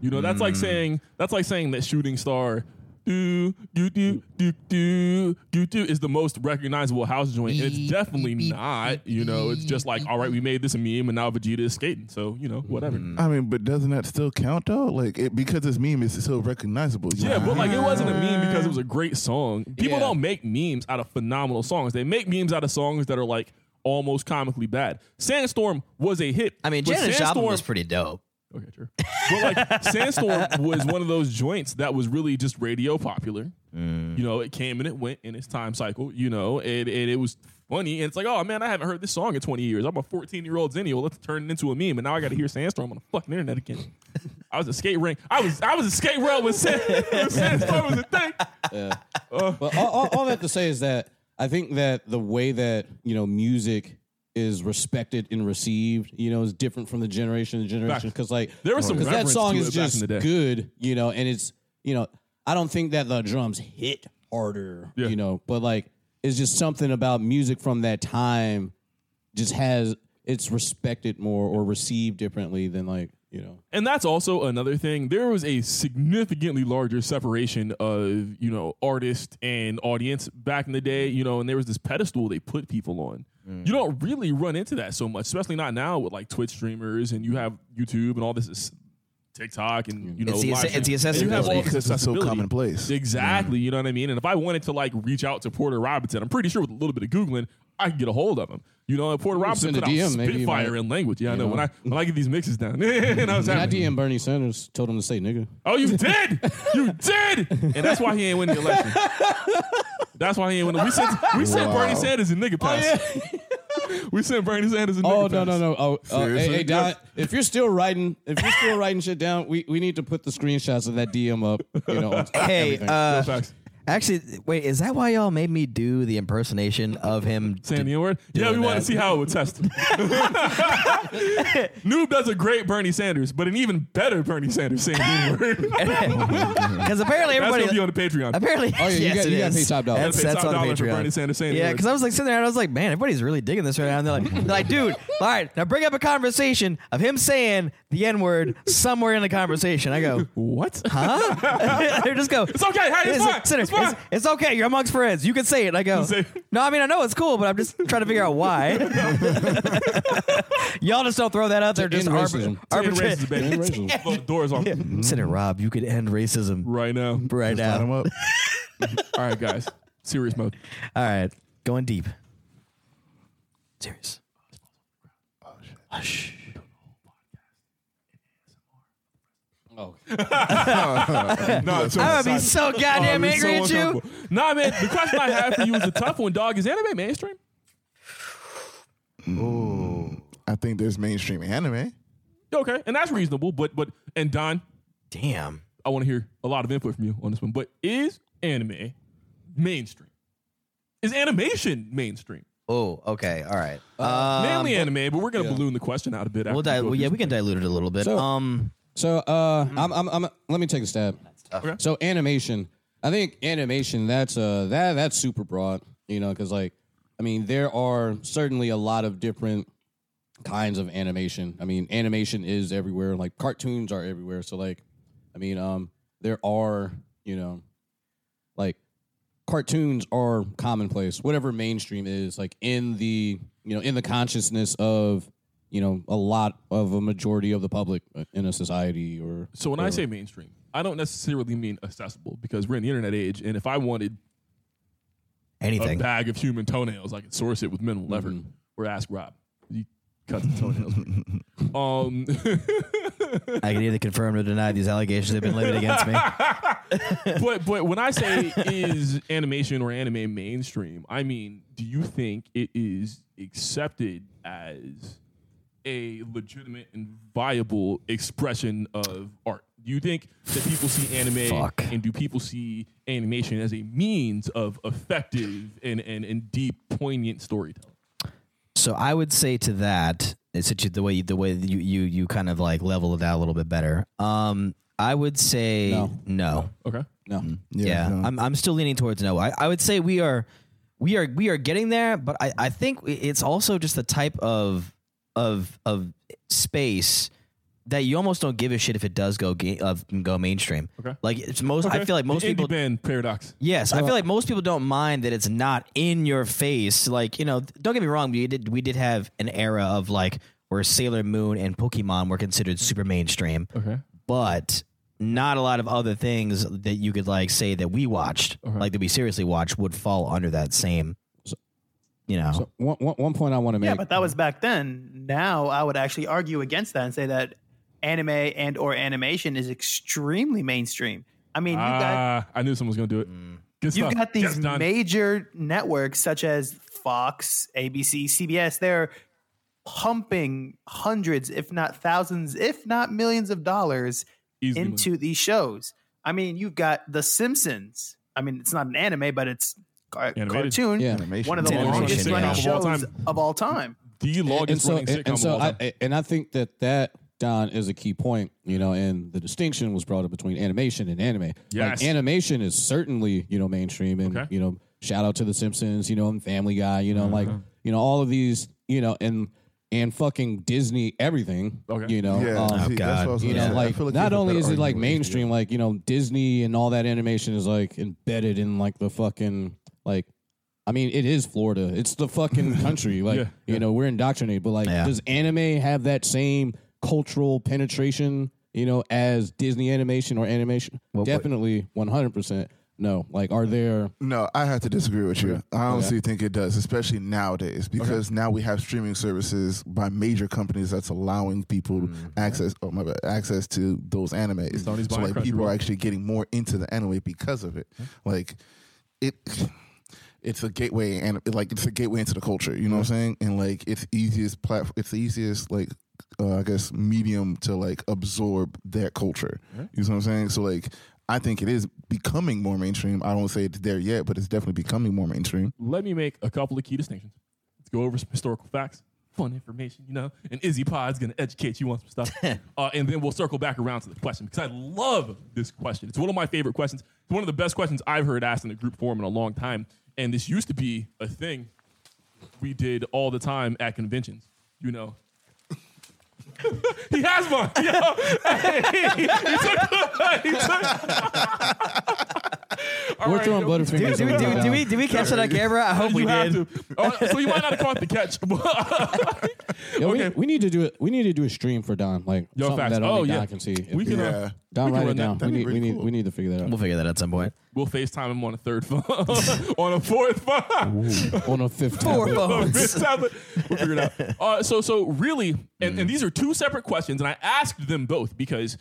[SPEAKER 3] You know, that's
[SPEAKER 1] Mm.
[SPEAKER 3] like saying that's like saying that shooting star do do do do do do do is the most recognizable house joint. And it's definitely not. You know, it's just like, all right, we made this a meme and now Vegeta is skating. So, you know, whatever.
[SPEAKER 1] Mm.
[SPEAKER 2] I mean, but doesn't that still count though? Like it because it's meme, it's still recognizable. you
[SPEAKER 3] Yeah,
[SPEAKER 2] know?
[SPEAKER 3] but like it wasn't a meme because it was a great song. People
[SPEAKER 4] Yeah.
[SPEAKER 3] don't make memes out of phenomenal songs. They make memes out of songs that are like almost comically bad. Sandstorm was a hit.
[SPEAKER 1] I mean,
[SPEAKER 3] but
[SPEAKER 1] Janis Joplin
[SPEAKER 3] Sandstorm-
[SPEAKER 1] was pretty dope.
[SPEAKER 3] Okay, sure. But like Sandstorm was one of those joints that was really just radio popular. You know, it came and it went in its time cycle, you know, and, and it was funny. And it's like, oh man, I haven't heard this song in 20 years. I'm a 14 year old zennial. Let's turn it into a meme. And now I got to hear Sandstorm on the fucking internet again. I was a skate rink. I was I was a skate rail with Sand, Sandstorm was a thing.
[SPEAKER 4] But all, all, all that to say is that I think that the way that you know music is respected and received, you know, is different from the generation to generation.
[SPEAKER 3] Facts.
[SPEAKER 4] Because like
[SPEAKER 3] There was some
[SPEAKER 4] 'cause that
[SPEAKER 3] reverence
[SPEAKER 4] song
[SPEAKER 3] to
[SPEAKER 4] is
[SPEAKER 3] it back in
[SPEAKER 4] just
[SPEAKER 3] the day.
[SPEAKER 4] good, you know, and it's you know I don't think that the drums hit harder,
[SPEAKER 3] Yeah.
[SPEAKER 4] you know, but like it's just something about music from that time just has it's respected more or received differently than like you know
[SPEAKER 3] and that's also another thing. There was a significantly larger separation of you know artist and audience back in the day. You know, and there was this pedestal they put people on.
[SPEAKER 4] Mm.
[SPEAKER 3] You don't really run into that so much, especially not now with like Twitch streamers and you have YouTube and all this is TikTok and you know
[SPEAKER 1] It's the-
[SPEAKER 3] live
[SPEAKER 1] it's the
[SPEAKER 3] stream. And you have all this
[SPEAKER 2] accessibility. It's so
[SPEAKER 3] accessibility.
[SPEAKER 2] commonplace.
[SPEAKER 4] Mm.
[SPEAKER 3] Exactly. You know what I mean? And if I wanted to like reach out to Porter Robinson, I'm pretty sure with a little bit of Googling, I can get a hold of him. You know, and Porter Robinson
[SPEAKER 4] send a
[SPEAKER 3] put out
[SPEAKER 4] DM, maybe you
[SPEAKER 3] Spitfire
[SPEAKER 4] might-
[SPEAKER 3] in language. Yeah, I know. When
[SPEAKER 4] know.
[SPEAKER 3] I when I get these mixes down, and I was
[SPEAKER 4] And I
[SPEAKER 3] happy.
[SPEAKER 4] DM Bernie Sanders told him to say nigga.
[SPEAKER 3] Oh, you did! You did! And that's why he ain't winning the election. That's why he ain't winning. We sent we sent
[SPEAKER 2] Wow.
[SPEAKER 3] Bernie Sanders a nigga pass. we sent Bernie Sanders a nigga
[SPEAKER 4] Oh
[SPEAKER 3] pass.
[SPEAKER 4] no no no! Oh, uh, hey,
[SPEAKER 2] Seriously?
[SPEAKER 4] hey Don, if you're still writing, if you're still writing shit down, we, we need to put the screenshots of that DM up. You know, on
[SPEAKER 1] Hey,
[SPEAKER 4] everything.
[SPEAKER 3] No
[SPEAKER 1] uh,
[SPEAKER 3] facts.
[SPEAKER 1] actually, wait, is that why y'all made me do the impersonation of him?
[SPEAKER 3] Saying the N word? Yeah, we
[SPEAKER 1] doing
[SPEAKER 3] want to
[SPEAKER 1] that.
[SPEAKER 3] see how it would test. Noob does a great Bernie Sanders, but an even better Bernie Sanders saying the N word.
[SPEAKER 1] Because apparently
[SPEAKER 3] That's
[SPEAKER 1] everybody.
[SPEAKER 3] gonna be on the Patreon.
[SPEAKER 1] Apparently,
[SPEAKER 4] Oh, yeah, you
[SPEAKER 1] yes,
[SPEAKER 4] got-
[SPEAKER 1] it
[SPEAKER 4] you gotta
[SPEAKER 1] is.
[SPEAKER 4] pay top dollar.
[SPEAKER 1] That's,
[SPEAKER 3] You gotta pay
[SPEAKER 1] that's
[SPEAKER 3] top
[SPEAKER 1] on
[SPEAKER 3] dollar
[SPEAKER 1] the
[SPEAKER 3] for Bernie Sanders
[SPEAKER 1] Patreon.
[SPEAKER 3] saying
[SPEAKER 1] Yeah,
[SPEAKER 3] words.
[SPEAKER 1] because I was like sitting there and I was like, man, everybody's really digging this right now. And they're like, they're like, dude, all right, now bring up a conversation of him saying the N word somewhere in the conversation. I go,
[SPEAKER 3] What?
[SPEAKER 1] huh? they just go,
[SPEAKER 3] It's okay. Hey, it's, fine.
[SPEAKER 1] sit there.
[SPEAKER 3] It's fine.
[SPEAKER 1] It's- it's okay. You're amongst friends. You can say it. And I go,
[SPEAKER 3] Say-
[SPEAKER 1] no, I mean, I know it's cool, but I'm just trying to figure out why. Y'all just don't throw that out there.
[SPEAKER 4] To
[SPEAKER 1] Just
[SPEAKER 4] end
[SPEAKER 1] arbit-
[SPEAKER 4] racism.
[SPEAKER 3] End racism,
[SPEAKER 1] arbitrary. Mm-hmm.
[SPEAKER 3] baby.
[SPEAKER 4] Racism.
[SPEAKER 3] Well, the door's on
[SPEAKER 1] Senator Rob, you could end racism
[SPEAKER 3] right now.
[SPEAKER 1] right
[SPEAKER 2] Line 'em
[SPEAKER 1] now.
[SPEAKER 2] up.
[SPEAKER 3] All right, guys. Serious mode.
[SPEAKER 1] All right, going deep. Serious. Hush.
[SPEAKER 4] Oh.
[SPEAKER 3] No, it's
[SPEAKER 1] I would be so goddamn
[SPEAKER 3] Oh, you're so
[SPEAKER 1] angry at you.
[SPEAKER 3] uncomfortable. Nah, man. The question I have for you is a tough one, dog. Is anime mainstream?
[SPEAKER 2] I think there's mainstream anime.
[SPEAKER 3] Okay, and that's reasonable. But but and Don,
[SPEAKER 1] Damn.
[SPEAKER 3] I want to hear a lot of input from you on this one. But is anime mainstream? Is animation mainstream?
[SPEAKER 1] Oh, okay. All right.
[SPEAKER 3] Mainly
[SPEAKER 1] um,
[SPEAKER 3] anime, but we're gonna balloon the question out a bit. After
[SPEAKER 1] we'll
[SPEAKER 3] we
[SPEAKER 1] di-
[SPEAKER 3] go
[SPEAKER 1] well,
[SPEAKER 3] through
[SPEAKER 1] yeah,
[SPEAKER 3] some-
[SPEAKER 1] we can dilute it a little bit.
[SPEAKER 4] So-
[SPEAKER 1] um,
[SPEAKER 4] So uh, I'm, I'm, I'm, let me take a stab.
[SPEAKER 3] Okay.
[SPEAKER 4] So animation, I think animation that's uh that that's super broad, you know, because like I mean there are certainly a lot of different kinds of animation. I mean animation is everywhere, like cartoons are everywhere. So like, I mean um there are you know like cartoons are commonplace whatever mainstream is like in the you know in the consciousness of you know a lot of a majority of the public in a society or
[SPEAKER 3] So when I say mainstream, I don't necessarily mean accessible because we're in the internet age, and if I wanted a
[SPEAKER 1] anything. Mm-hmm.
[SPEAKER 3] bag of human toenails. I can source it with minimal effort. Or ask Rob. He cuts the toenails. um,
[SPEAKER 1] I can either confirm or deny these allegations have been levied against me.
[SPEAKER 3] but but when I say is animation or anime mainstream, I mean, do you think it is accepted as a legitimate and viable expression of art? Do you think that people see anime
[SPEAKER 1] Fuck.
[SPEAKER 3] and do people see animation as a means of effective and, and, and deep, poignant storytelling?
[SPEAKER 1] So I would say to that, it's such a- the way you, the way that you, you you kind of like level it out a little bit better. Um, I would say
[SPEAKER 4] No.
[SPEAKER 1] no.
[SPEAKER 3] Okay.
[SPEAKER 4] no
[SPEAKER 1] Yeah,
[SPEAKER 2] no.
[SPEAKER 1] I'm I'm still leaning towards no. I, I would say we are we are we are getting there, but I, I think it's also just the type of of of space that you almost don't give a shit if it does go ga- uh, go mainstream.
[SPEAKER 3] Okay.
[SPEAKER 1] Like it's most I
[SPEAKER 3] Okay.
[SPEAKER 1] feel like most
[SPEAKER 3] the
[SPEAKER 1] people
[SPEAKER 3] indie Uh, band paradox.
[SPEAKER 1] Yes, I feel like most people don't mind that it's not in your face. Like you know, don't get me wrong. We did we did have an era of like where Sailor Moon and Pokemon were considered super mainstream,
[SPEAKER 3] Okay.
[SPEAKER 1] but not a lot of other things that you could like say that we watched,
[SPEAKER 3] Uh-huh.
[SPEAKER 1] like that we seriously watched, would fall under that same. You
[SPEAKER 3] Oh.
[SPEAKER 1] know,
[SPEAKER 4] So one, one, one point I want to make.
[SPEAKER 5] Yeah, but that was back then. Now I would actually argue against that and say that anime and or animation is extremely mainstream. I mean, you've got
[SPEAKER 3] Ah, I knew someone was gonna do it. Good
[SPEAKER 5] you've
[SPEAKER 3] stuff.
[SPEAKER 5] got
[SPEAKER 3] Yes,
[SPEAKER 5] these
[SPEAKER 3] done.
[SPEAKER 5] major networks such as Fox, ABC, CBS. They're pumping hundreds, if not thousands, if not millions of dollars
[SPEAKER 3] Easily.
[SPEAKER 5] into these shows. I mean, you've got The Simpsons. I mean, it's not an anime, but it's car-
[SPEAKER 3] Animated.
[SPEAKER 5] cartoon.
[SPEAKER 4] yeah.
[SPEAKER 2] Animation.
[SPEAKER 5] One of the
[SPEAKER 1] It's animation,
[SPEAKER 5] longest
[SPEAKER 1] yeah.
[SPEAKER 5] running
[SPEAKER 1] Of
[SPEAKER 3] all
[SPEAKER 5] shows
[SPEAKER 3] time.
[SPEAKER 5] of all time.
[SPEAKER 3] the
[SPEAKER 4] and,
[SPEAKER 5] Oh,
[SPEAKER 4] and
[SPEAKER 3] longest
[SPEAKER 4] so,
[SPEAKER 3] running
[SPEAKER 4] and,
[SPEAKER 3] sitcom
[SPEAKER 4] and so
[SPEAKER 3] of all time.
[SPEAKER 4] I, and I think that that Don is a key point, you know, and the distinction was brought up between animation and anime.
[SPEAKER 3] Yes.
[SPEAKER 4] Like animation is certainly, you know, mainstream and,
[SPEAKER 3] Okay.
[SPEAKER 4] you know, shout out to the Simpsons, you know, and Family Guy, you know, like,
[SPEAKER 3] Mm-hmm.
[SPEAKER 4] you know, all of these, you know, and and fucking Disney everything,
[SPEAKER 3] Okay.
[SPEAKER 4] you know.
[SPEAKER 2] Yeah,
[SPEAKER 4] um,
[SPEAKER 2] see, that's
[SPEAKER 1] God.
[SPEAKER 2] what I was
[SPEAKER 4] you
[SPEAKER 2] gonna
[SPEAKER 4] know,
[SPEAKER 2] say. I
[SPEAKER 4] like
[SPEAKER 2] feel
[SPEAKER 4] not
[SPEAKER 2] there's a
[SPEAKER 4] only
[SPEAKER 2] better
[SPEAKER 4] is it like
[SPEAKER 2] argument way to
[SPEAKER 4] mainstream, like you know Disney and all that animation is like embedded in like the fucking like. I mean, it is Florida. It's the fucking country. Like
[SPEAKER 3] Yeah,
[SPEAKER 4] you know, we're indoctrinated. But like,
[SPEAKER 1] Yeah.
[SPEAKER 4] does anime have that same cultural penetration? You know, as Disney animation or animation? Definitely, one hundred percent. No, like, are there?
[SPEAKER 2] No, I have to disagree with you. I honestly think it does, especially nowadays, because now we have streaming services by major companies that's allowing people access. Oh my bad, access to those animes.
[SPEAKER 3] Mm-hmm. Sony's
[SPEAKER 2] so
[SPEAKER 3] buying
[SPEAKER 2] like people
[SPEAKER 3] Crunchyroll.
[SPEAKER 2] are actually getting more into the anime because of it. Like it. It's a gateway, and like it's a gateway into the culture. You know what I'm saying? And like it's easiest platform. It's the easiest like uh, I guess medium to like absorb that culture. You know what I'm saying? So like I think it is becoming more mainstream. I don't say it's there yet, but it's definitely becoming more mainstream.
[SPEAKER 3] Let me make a couple of key distinctions. Let's go over some historical facts, fun information, you know, and Izzy Pod's gonna educate you on some stuff. uh, and then we'll circle back around to the question because I love this question. It's one of my favorite questions. It's one of the best questions I've heard asked in a group forum in a long time. And this used to be a thing we did all the time at conventions, you know. he has one. Yo. Hey, he took one. He took- All
[SPEAKER 4] We're
[SPEAKER 3] right,
[SPEAKER 4] throwing
[SPEAKER 3] yo.
[SPEAKER 4] butterfingers.
[SPEAKER 1] do, we-
[SPEAKER 4] over
[SPEAKER 1] do we-
[SPEAKER 4] Don.
[SPEAKER 1] do we do we capture that camera? I hope
[SPEAKER 3] you
[SPEAKER 1] we
[SPEAKER 3] have
[SPEAKER 1] did.
[SPEAKER 3] to. Oh, so you might not have caught the catch.
[SPEAKER 4] Yeah, we,
[SPEAKER 3] okay.
[SPEAKER 4] we need to do it. We need to do a stream for Don. Like
[SPEAKER 3] Yo,
[SPEAKER 4] something
[SPEAKER 3] facts.
[SPEAKER 4] that only
[SPEAKER 3] Oh, yeah.
[SPEAKER 4] Don can see. If
[SPEAKER 3] We
[SPEAKER 4] you-
[SPEAKER 3] can, uh,
[SPEAKER 2] Yeah.
[SPEAKER 4] Don,
[SPEAKER 3] we can
[SPEAKER 4] write it
[SPEAKER 3] run that.
[SPEAKER 4] down. We
[SPEAKER 2] That'd be
[SPEAKER 4] need, we
[SPEAKER 2] really
[SPEAKER 4] need,
[SPEAKER 2] cool.
[SPEAKER 4] we need to figure that
[SPEAKER 1] We'll
[SPEAKER 4] out
[SPEAKER 1] figure that out some point.
[SPEAKER 3] We'll FaceTime him on a third phone, on a fourth phone.
[SPEAKER 4] on a fifth.
[SPEAKER 1] Four
[SPEAKER 4] tablet.
[SPEAKER 3] we'll
[SPEAKER 1] phones.
[SPEAKER 3] figure it out. Uh, so, so really, and, and these are two separate questions, and I asked them both because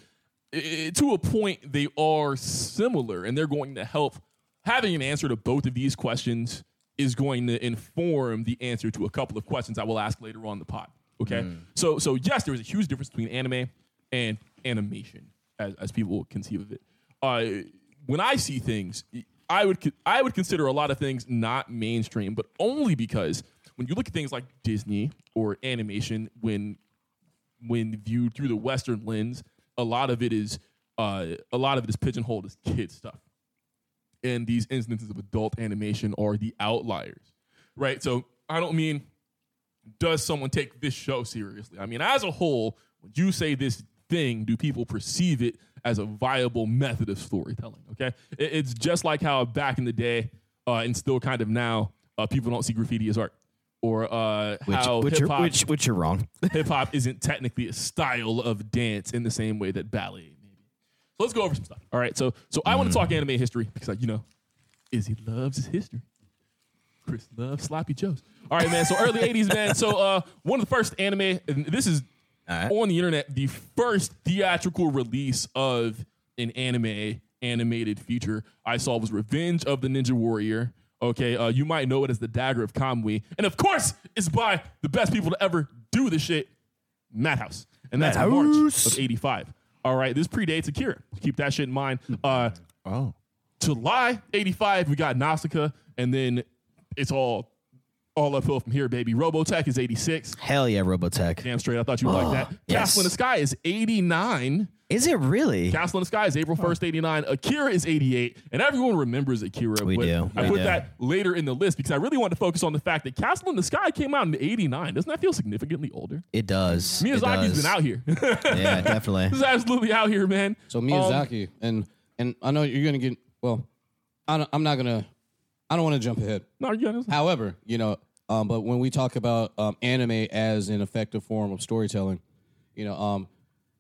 [SPEAKER 3] i- i- to a point they are similar, and they're going to help. Having an answer to both of these questions is going to inform the answer to a couple of questions I will ask later on in the pod. Okay, so so yes, there is a huge difference between anime and animation, as as people conceive of it. Uh, when I see things, I would con- I would consider a lot of things not mainstream, but only because when you look at things like Disney or animation, when when viewed through the Western lens, a lot of it is uh, a lot of it is pigeonholed as kid stuff, and these instances of adult animation are the outliers, right? So I don't mean does someone take this show seriously? I mean, as a whole, when you say this thing, do people perceive it as a viable method of storytelling? Okay, It- it's just like how back in the day uh, and still kind of now, uh, people don't see graffiti as art. Or uh,
[SPEAKER 1] Which,
[SPEAKER 3] how
[SPEAKER 1] which,
[SPEAKER 3] hip
[SPEAKER 1] you're,
[SPEAKER 3] hop
[SPEAKER 1] which, which you're wrong.
[SPEAKER 3] hip hop isn't technically a style of dance in the same way that ballet maybe. So let's go over some stuff. All right, so so I want to talk anime history because like, you know, Izzy loves his history. Chris loves sloppy joes. All right, man. So early '80s, man. So uh, one of the first anime. And this is
[SPEAKER 1] right.
[SPEAKER 3] on the internet. The first theatrical release of an anime animated feature I saw was Revenge of the Ninja Warrior. Okay, uh, you might know it as the Dagger of Kamui, and of course, it's by the best people to ever do this shit, Madhouse, and that's March of '85. All right, this predates Akira. Keep that shit in mind. Uh,
[SPEAKER 2] Oh,
[SPEAKER 3] July 85, we got Nausicaa, and then it's all all uphill from here, baby. Robotech is 86.
[SPEAKER 1] Hell yeah, Robotech.
[SPEAKER 3] Damn straight. I thought you would like that.
[SPEAKER 1] yes.
[SPEAKER 3] Castle in the Sky is 89.
[SPEAKER 1] Is it really?
[SPEAKER 3] Castle in the Sky is April 1st, 89. Akira is 88. And everyone remembers Akira.
[SPEAKER 1] We
[SPEAKER 3] but
[SPEAKER 1] do.
[SPEAKER 3] I
[SPEAKER 1] We
[SPEAKER 3] put
[SPEAKER 1] do.
[SPEAKER 3] that later in the list because I really want to focus on the fact that Castle in the Sky came out in 89. Doesn't that feel significantly older?
[SPEAKER 1] It does. It
[SPEAKER 3] Miyazaki's
[SPEAKER 1] does.
[SPEAKER 3] been out here. He's
[SPEAKER 1] Yeah, definitely.
[SPEAKER 3] absolutely out here, man.
[SPEAKER 4] So
[SPEAKER 3] Um,
[SPEAKER 4] Miyazaki and and I know you're gonna get well. I don't, I'm not gonna. I don't want to jump ahead.
[SPEAKER 3] no, you gotta-
[SPEAKER 4] However, you know, um, but when we talk about um, anime as an effective form of storytelling, you know, um,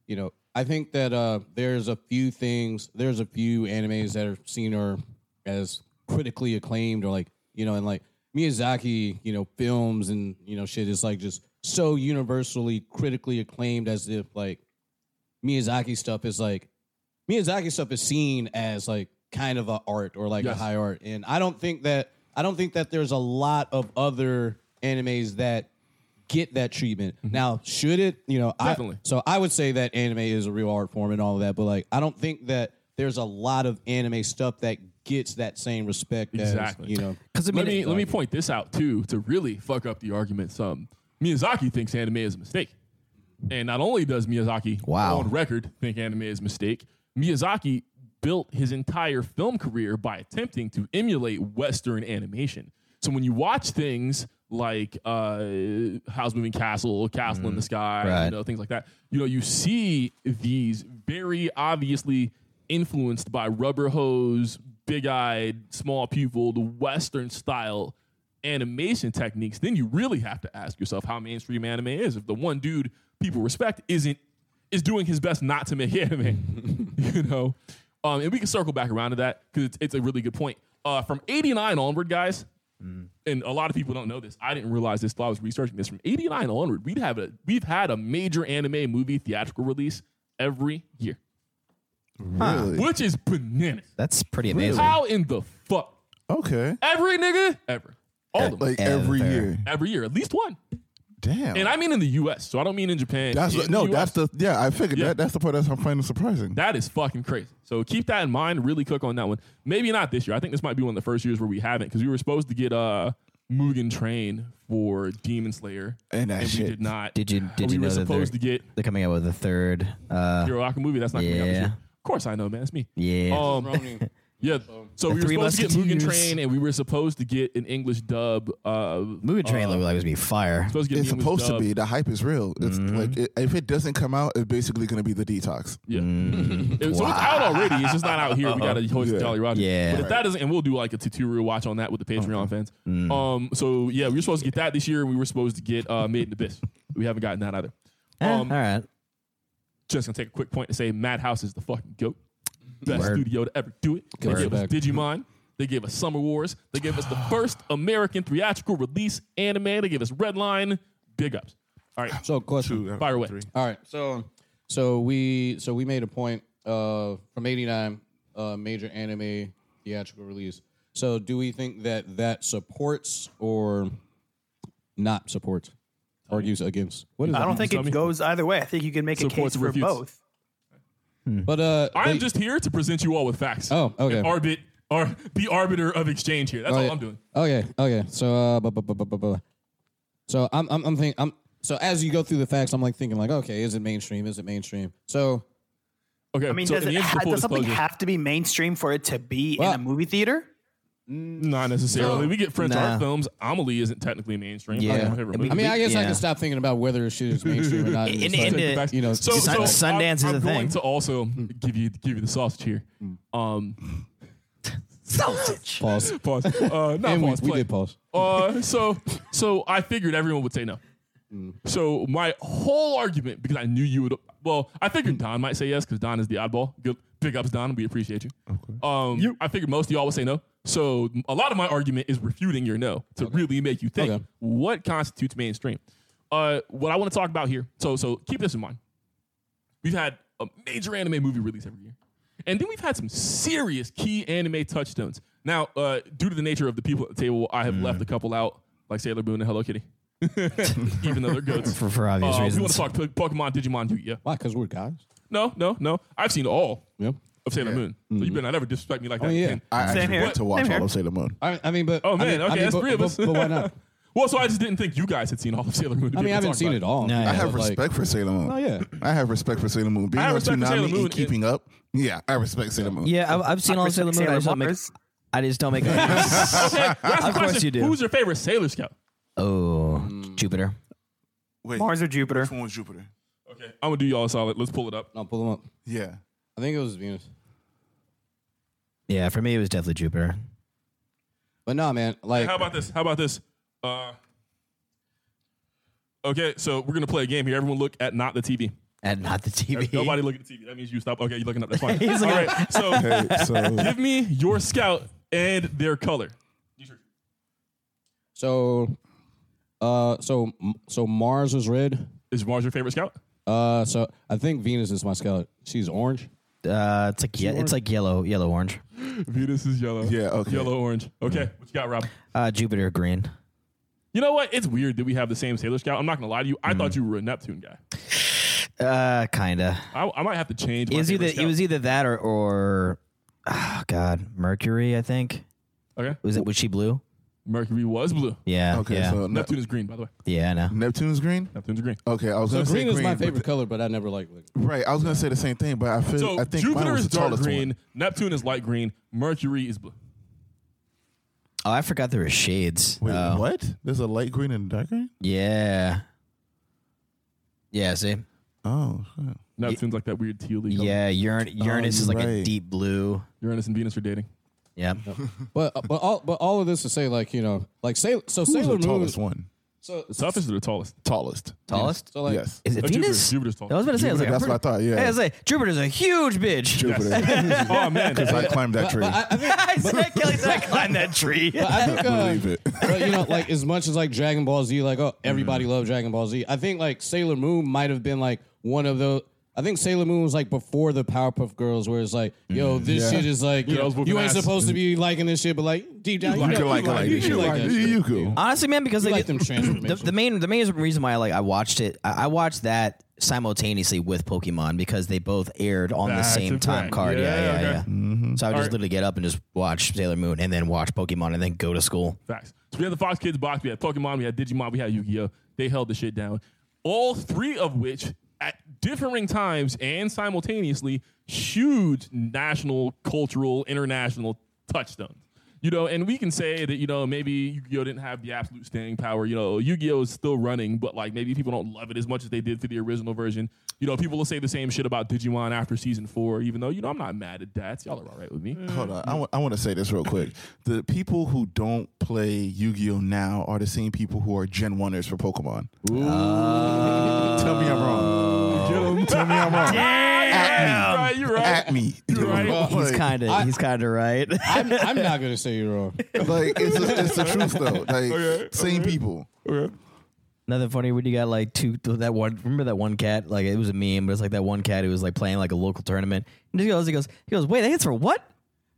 [SPEAKER 4] you know, I think that uh, there's a few things, there's a few animes that are seen or as critically acclaimed or like, you know, and like Miyazaki, you know, films and you know, shit is like just so universally critically acclaimed as if like Miyazaki stuff is like Miyazaki stuff is seen as like kind of a art or like
[SPEAKER 3] Yes.
[SPEAKER 4] a high art, and I don't think that I don't think that there's a lot of other animes that get that treatment. Now, should it? You know, I-
[SPEAKER 3] Mm-hmm. Definitely.
[SPEAKER 4] so I would say that anime is a real art form and all of that, but like I don't think that there's a lot of anime stuff that gets that same respect.
[SPEAKER 3] Exactly.
[SPEAKER 4] As, you know,
[SPEAKER 1] Because I mean,
[SPEAKER 3] let me
[SPEAKER 1] it-
[SPEAKER 3] let me point this out too to really fuck up the argument. Some Miyazaki thinks anime is a mistake, and not only does Miyazaki
[SPEAKER 1] Wow.
[SPEAKER 3] on record think anime is a mistake, Miyazaki built his entire film career by attempting to emulate Western animation. So when you watch things like uh, House Moving Castle, Castle in the Sky,
[SPEAKER 1] Mm. right.
[SPEAKER 3] you know things like that, you know you see these very obviously influenced by rubber hose, big eyed, small pupiled Western style animation techniques, then you really have to ask yourself how mainstream anime is. If the one dude people respect isn't is doing his best not to make anime, you know, um, and we can circle back around to that because it's, it's a really good point. Uh, from '89 onward, guys, and a lot of people don't know this. I didn't realize this till I was researching this. From '89 onward, we'd have a we've had a major anime movie theatrical release every year,
[SPEAKER 2] Really?
[SPEAKER 3] which is bananas.
[SPEAKER 1] that's pretty amazing.
[SPEAKER 3] How in the fuck
[SPEAKER 2] Okay.
[SPEAKER 3] every nigga ever all of them
[SPEAKER 2] Like every
[SPEAKER 1] Ever.
[SPEAKER 2] year.
[SPEAKER 3] every year at least one.
[SPEAKER 2] Damn.
[SPEAKER 3] And I mean in the U.S., so I don't mean in Japan.
[SPEAKER 2] that's
[SPEAKER 3] In
[SPEAKER 2] what, no,
[SPEAKER 3] US.
[SPEAKER 2] that's the yeah. I figured
[SPEAKER 3] Yeah.
[SPEAKER 2] that that's the part that's I'm finding surprising.
[SPEAKER 3] that is fucking crazy. So keep that in mind. Really cook on that one. Maybe not this year. I think this might be one of the first years where we haven't because we were supposed to get uh Mugen Train for Demon Slayer,
[SPEAKER 2] And that
[SPEAKER 3] we
[SPEAKER 2] shit.
[SPEAKER 3] did not.
[SPEAKER 1] Did you did
[SPEAKER 3] we
[SPEAKER 1] you know
[SPEAKER 3] were
[SPEAKER 1] that they're,
[SPEAKER 3] supposed to get
[SPEAKER 1] they're coming out with a third? Uh,
[SPEAKER 3] Hero Aka movie? That's not coming out this
[SPEAKER 1] Yeah.
[SPEAKER 3] year. Of course I know, man. It's me.
[SPEAKER 1] yeah.
[SPEAKER 3] Um, yeah. So
[SPEAKER 1] The
[SPEAKER 3] we were
[SPEAKER 1] Three
[SPEAKER 3] supposed to get Mugen
[SPEAKER 1] Musketeers.
[SPEAKER 3] Train, and we were supposed to get an English dub uh, of
[SPEAKER 1] Moving train looked like it was gonna be fire.
[SPEAKER 3] supposed to get
[SPEAKER 2] It's
[SPEAKER 3] an English
[SPEAKER 2] supposed to
[SPEAKER 3] dub.
[SPEAKER 2] be. The hype is real. It's like it, if it doesn't come out, it's basically going to be the detox.
[SPEAKER 3] Yeah.
[SPEAKER 1] Mm.
[SPEAKER 3] It- so it's out already. It's just not out here. We got to host
[SPEAKER 2] Yeah.
[SPEAKER 3] Jolly Roger.
[SPEAKER 1] Yeah. Uh-huh.
[SPEAKER 3] But if that doesn't, and we'll do like a tutorial watch on that with the Patreon fans.
[SPEAKER 1] Mm.
[SPEAKER 3] Um. So yeah, we were supposed to get that this year. and We were supposed to get uh, Made in Abyss. We haven't gotten that either.
[SPEAKER 1] Eh,
[SPEAKER 3] Um,
[SPEAKER 1] all right.
[SPEAKER 3] Just gonna take a quick point to say Madhouse is the fucking goat. Best
[SPEAKER 1] Word.
[SPEAKER 3] studio to ever do it. They
[SPEAKER 4] Word.
[SPEAKER 3] gave us
[SPEAKER 4] Back.
[SPEAKER 3] Digimon. They gave us Summer Wars. They gave us the first American theatrical release anime. They gave us Redline. Big ups. All right.
[SPEAKER 4] so question.
[SPEAKER 3] Fire away.
[SPEAKER 4] All right. So so we so we made a point uh from 89 uh major anime theatrical release. So do we think that that supports or not supports argues against? What is
[SPEAKER 5] I
[SPEAKER 4] that?
[SPEAKER 5] don't think
[SPEAKER 3] Tell
[SPEAKER 5] it
[SPEAKER 3] me.
[SPEAKER 5] goes either way. I think you can make
[SPEAKER 3] Supports
[SPEAKER 5] a case for
[SPEAKER 3] refutes.
[SPEAKER 5] both.
[SPEAKER 4] But uh
[SPEAKER 3] I am
[SPEAKER 4] they-
[SPEAKER 3] just here to present you all with facts.
[SPEAKER 4] Oh, okay.
[SPEAKER 3] And arbit or the arbiter of exchange here. That's all I'm doing.
[SPEAKER 4] Okay, okay. So, uh, bu- bu- bu- bu- bu- bu- so I'm, I'm, I'm thinking, I'm. So as you go through the facts, I'm like thinking, like, okay, is it mainstream? Is it mainstream? So,
[SPEAKER 3] Okay.
[SPEAKER 5] I mean,
[SPEAKER 3] so
[SPEAKER 5] does,
[SPEAKER 3] in
[SPEAKER 5] it
[SPEAKER 3] the interest
[SPEAKER 5] ha-
[SPEAKER 3] of full
[SPEAKER 5] does something
[SPEAKER 3] disclosure,
[SPEAKER 5] have to be mainstream for it to be
[SPEAKER 4] Well-
[SPEAKER 5] in a movie theater?
[SPEAKER 3] not necessarily. we get French
[SPEAKER 1] Nah.
[SPEAKER 3] art films. Amelie isn't technically mainstream.
[SPEAKER 1] Yeah.
[SPEAKER 3] I, don't have a
[SPEAKER 1] I
[SPEAKER 3] movie.
[SPEAKER 4] I mean, I guess I
[SPEAKER 1] Yeah.
[SPEAKER 4] can stop thinking about whether shit is mainstream or not. and
[SPEAKER 1] In-
[SPEAKER 4] just,
[SPEAKER 1] in
[SPEAKER 4] like,
[SPEAKER 1] the-
[SPEAKER 4] you know,
[SPEAKER 3] so,
[SPEAKER 1] Sun-
[SPEAKER 3] so I'm-
[SPEAKER 1] Sundance is
[SPEAKER 3] I'm
[SPEAKER 1] a
[SPEAKER 3] going
[SPEAKER 1] thing.
[SPEAKER 3] to also give you give you the sausage here. Um,
[SPEAKER 1] Sausage.
[SPEAKER 4] Mm. pause.
[SPEAKER 3] pause. Uh, not
[SPEAKER 4] And we,
[SPEAKER 3] pause.
[SPEAKER 4] we
[SPEAKER 3] play.
[SPEAKER 4] did pause.
[SPEAKER 3] Uh, so so I figured everyone would say no. So my whole argument, because I knew you would. Well, I figured Don might say yes because Don is the oddball. Good, big ups, Don. We appreciate you. Um, I figured most of y'all would say no. So a lot of my argument is refuting your no to really make you think
[SPEAKER 4] Okay.
[SPEAKER 3] what constitutes mainstream. Uh, what I want to talk about here. So so keep this in mind. We've had a major anime movie release every year. And then we've had some serious key anime touchstones. Now, uh, due to the nature of the people at the table, I have
[SPEAKER 4] Mm.
[SPEAKER 3] left a couple out, like Sailor Moon and Hello Kitty, even though they're goats.
[SPEAKER 1] For- for obvious
[SPEAKER 3] uh, We want
[SPEAKER 1] reasons.
[SPEAKER 3] to talk po- Pokemon, Digimon, Yu Gi Oh!
[SPEAKER 4] Why? Because we're guys.
[SPEAKER 3] No, no, no. I've seen all
[SPEAKER 4] Yep.
[SPEAKER 3] of Sailor Moon. So you better not ever disrespect me like that
[SPEAKER 4] Mm-hmm. Oh, yeah.
[SPEAKER 3] again.
[SPEAKER 2] I
[SPEAKER 5] Same
[SPEAKER 2] actually
[SPEAKER 5] here.
[SPEAKER 2] want to watch
[SPEAKER 5] Same
[SPEAKER 2] all
[SPEAKER 5] here.
[SPEAKER 2] of Sailor Moon.
[SPEAKER 4] I, I mean, but
[SPEAKER 3] Oh,
[SPEAKER 4] I
[SPEAKER 3] man,
[SPEAKER 4] mean- I
[SPEAKER 3] okay,
[SPEAKER 4] mean,
[SPEAKER 3] that's
[SPEAKER 4] but,
[SPEAKER 3] three of
[SPEAKER 4] but-
[SPEAKER 3] us.
[SPEAKER 4] But, why not?
[SPEAKER 3] Well, so I just didn't think you guys had seen all of Sailor Moon. to
[SPEAKER 4] I
[SPEAKER 3] be
[SPEAKER 4] mean, I
[SPEAKER 3] able to
[SPEAKER 4] haven't
[SPEAKER 3] talk
[SPEAKER 4] seen
[SPEAKER 3] about
[SPEAKER 4] it all.
[SPEAKER 1] No,
[SPEAKER 4] you
[SPEAKER 1] I
[SPEAKER 4] know,
[SPEAKER 1] have
[SPEAKER 2] have
[SPEAKER 4] like-
[SPEAKER 2] respect for Sailor Moon.
[SPEAKER 4] Oh, yeah.
[SPEAKER 2] I have respect for Sailor Moon. Being
[SPEAKER 3] have
[SPEAKER 2] on
[SPEAKER 3] respect for Sailor
[SPEAKER 2] Toonami
[SPEAKER 3] Moon.
[SPEAKER 2] and keeping up. Yeah, I respect Sailor Moon.
[SPEAKER 1] Yeah, I've, I've seen all of Sailor Moon. I just don't make.
[SPEAKER 5] Mars.
[SPEAKER 1] I just don't make.
[SPEAKER 3] Okay, that's the
[SPEAKER 1] Of course
[SPEAKER 3] question.
[SPEAKER 1] you do.
[SPEAKER 3] Who's your favorite Sailor Scout?
[SPEAKER 1] oh, Jupiter.
[SPEAKER 2] Wait,
[SPEAKER 5] Mars or Jupiter.
[SPEAKER 2] which one was Jupiter?
[SPEAKER 3] Okay, I'm gonna do y'all a solid. Let's pull it up.
[SPEAKER 4] No, pull them up.
[SPEAKER 2] Yeah.
[SPEAKER 4] I think it was Venus.
[SPEAKER 1] Yeah, for me it was definitely Jupiter.
[SPEAKER 4] But no, man. Like,
[SPEAKER 3] How about this? How about this? Uh, okay, so we're gonna play a game here. Everyone, look at not the TV.
[SPEAKER 1] And not the TV.
[SPEAKER 3] Nobody look at the TV. That means you stop. Okay, you're looking up. That's fine.
[SPEAKER 1] He's
[SPEAKER 3] All
[SPEAKER 1] like-
[SPEAKER 3] right. So
[SPEAKER 2] Hey, so
[SPEAKER 3] give me your scout and their color.
[SPEAKER 4] so, uh, so, so Mars was red.
[SPEAKER 3] Is Mars your favorite scout?
[SPEAKER 4] Uh, so I think Venus is my scout. She's orange.
[SPEAKER 1] Uh, it's like yeah, it's like yellow, yellow orange.
[SPEAKER 3] Venus is yellow.
[SPEAKER 2] Yeah, okay. Mm.
[SPEAKER 3] Yellow orange. Okay. What you got, Rob?
[SPEAKER 1] Uh, Jupiter green.
[SPEAKER 3] You know what? It's weird that we have the same Sailor Scout. I'm not gonna lie to you. I
[SPEAKER 2] Mm.
[SPEAKER 3] thought you were a Neptune guy.
[SPEAKER 1] Uh, kinda.
[SPEAKER 3] I, I might have to change. My
[SPEAKER 1] It was
[SPEAKER 3] favorite
[SPEAKER 1] either
[SPEAKER 3] scout.
[SPEAKER 1] it was either that or or oh god, Mercury. I think
[SPEAKER 3] okay.
[SPEAKER 1] was it was she blue?
[SPEAKER 3] Mercury was blue.
[SPEAKER 1] Yeah.
[SPEAKER 2] okay,
[SPEAKER 1] Yeah.
[SPEAKER 2] so Neptune.
[SPEAKER 3] Neptune is green, by the way.
[SPEAKER 1] yeah. I know.
[SPEAKER 2] Neptune's green.
[SPEAKER 3] Neptune's green.
[SPEAKER 2] Okay, I was
[SPEAKER 4] So
[SPEAKER 2] gonna
[SPEAKER 4] green
[SPEAKER 2] say
[SPEAKER 4] is my
[SPEAKER 2] but
[SPEAKER 4] favorite color, but I never like.
[SPEAKER 2] the- right, I was gonna say the same thing, but I feel
[SPEAKER 3] So
[SPEAKER 2] I think mine
[SPEAKER 3] Jupiter
[SPEAKER 2] was
[SPEAKER 3] is
[SPEAKER 2] the
[SPEAKER 3] dark
[SPEAKER 2] tallest
[SPEAKER 3] green.
[SPEAKER 2] one.
[SPEAKER 3] Neptune is light green. Mercury is blue.
[SPEAKER 1] Oh, I forgot there were shades.
[SPEAKER 2] Wait,
[SPEAKER 1] Oh.
[SPEAKER 2] what? There's a light green and a dark green.
[SPEAKER 1] Yeah. Yeah. See.
[SPEAKER 2] Oh, shit.
[SPEAKER 3] Neptune's like that weird tealy. color.
[SPEAKER 1] Yeah. Uran- Uranus is
[SPEAKER 2] Oh, you're
[SPEAKER 1] like a
[SPEAKER 2] right.
[SPEAKER 1] deep blue.
[SPEAKER 3] Uranus and Venus are dating.
[SPEAKER 1] Yeah.
[SPEAKER 4] But but all but all of this to say, like you know, like Sailor. So
[SPEAKER 2] who's
[SPEAKER 4] Sailor
[SPEAKER 2] the
[SPEAKER 4] Moon.
[SPEAKER 2] tallest one?
[SPEAKER 4] So,
[SPEAKER 3] The toughest or the tallest?
[SPEAKER 2] Tallest.
[SPEAKER 1] Tallest.
[SPEAKER 4] so like
[SPEAKER 2] yes.
[SPEAKER 1] Is it
[SPEAKER 3] Uh, Jupiter.
[SPEAKER 1] Venus?
[SPEAKER 3] Jupiter's tall.
[SPEAKER 1] I was about to say. I was like,
[SPEAKER 2] Jupiter, that's
[SPEAKER 1] I'm
[SPEAKER 2] what I
[SPEAKER 1] pretty-
[SPEAKER 2] thought, yeah.
[SPEAKER 1] I was like, Jupiter's a huge bitch.
[SPEAKER 2] Jupiter.
[SPEAKER 3] oh man,
[SPEAKER 2] Because I climbed that tree. I,
[SPEAKER 1] I said, Kelly said, climb that tree.
[SPEAKER 4] I think uh,
[SPEAKER 2] Believe it.
[SPEAKER 4] but you know, like as much as like Dragon Ball Z, like oh everybody loved Dragon Ball Z. I think like Sailor Moon might have been like one of those. I think Sailor Moon was like before the Powerpuff Girls, where it's like, yo, this
[SPEAKER 2] Yeah.
[SPEAKER 4] shit is like, you,
[SPEAKER 3] Yeah, I was
[SPEAKER 4] know,
[SPEAKER 3] whooping
[SPEAKER 4] you ain't
[SPEAKER 3] ass. Mm-hmm.
[SPEAKER 4] supposed to be liking this shit, but like deep down, you,
[SPEAKER 3] like
[SPEAKER 4] know,
[SPEAKER 3] it,
[SPEAKER 4] you
[SPEAKER 3] like it,
[SPEAKER 4] like
[SPEAKER 3] like
[SPEAKER 4] it,
[SPEAKER 3] it.
[SPEAKER 4] you like that shit.
[SPEAKER 2] You cool.
[SPEAKER 1] Honestly, man, because
[SPEAKER 4] You
[SPEAKER 1] like,
[SPEAKER 4] like them
[SPEAKER 1] the,
[SPEAKER 4] transformations.
[SPEAKER 1] the main the main reason why like I watched it, I, I watched that simultaneously with Pokemon because they both aired on the
[SPEAKER 3] Back
[SPEAKER 1] same
[SPEAKER 3] to
[SPEAKER 1] time
[SPEAKER 3] back.
[SPEAKER 1] card. Yeah, yeah,
[SPEAKER 3] Yeah,
[SPEAKER 1] yeah.
[SPEAKER 3] okay.
[SPEAKER 1] So I would just
[SPEAKER 3] right.
[SPEAKER 1] literally get up and just watch Sailor Moon and then watch Pokemon and then go to school.
[SPEAKER 3] Facts. So we had the Fox Kids box, we had Pokemon, we had Digimon, we had Yu-Gi-Oh. They held the shit down. All three of which, at differing times and simultaneously, huge national, cultural, international touchstones. You know, and we can say that you know maybe Yu-Gi-Oh didn't have the absolute staying power. You know, Yu-Gi-Oh is still running, but like maybe people don't love it as much as they did for the original version. You know, people will say the same shit about Digimon after season four, even though you know I'm not mad at that. Y'all are all right with me.
[SPEAKER 2] Hold on. I want to say this real quick. The people who don't play Yu Gi Oh now are the same people who are Gen 1ers for Pokemon. Tell me I'm wrong. Tell me I'm wrong.
[SPEAKER 3] You're
[SPEAKER 2] At
[SPEAKER 3] right,
[SPEAKER 2] me.
[SPEAKER 3] you're right.
[SPEAKER 2] At me.
[SPEAKER 3] You're right.
[SPEAKER 1] He's
[SPEAKER 2] Like-
[SPEAKER 1] kind of he's kind of right.
[SPEAKER 4] I'm, I'm not gonna say you're wrong.
[SPEAKER 2] Like, it's, the- it's the truth, though. Like,
[SPEAKER 3] Okay,
[SPEAKER 2] same
[SPEAKER 3] okay.
[SPEAKER 2] people.
[SPEAKER 3] Okay.
[SPEAKER 1] Nothing funny when you got like two that one. Remember that one cat? Like it was a meme, but it's like that one cat who was like playing like a local tournament. And he goes, he goes, he goes. Wait, that hits for what?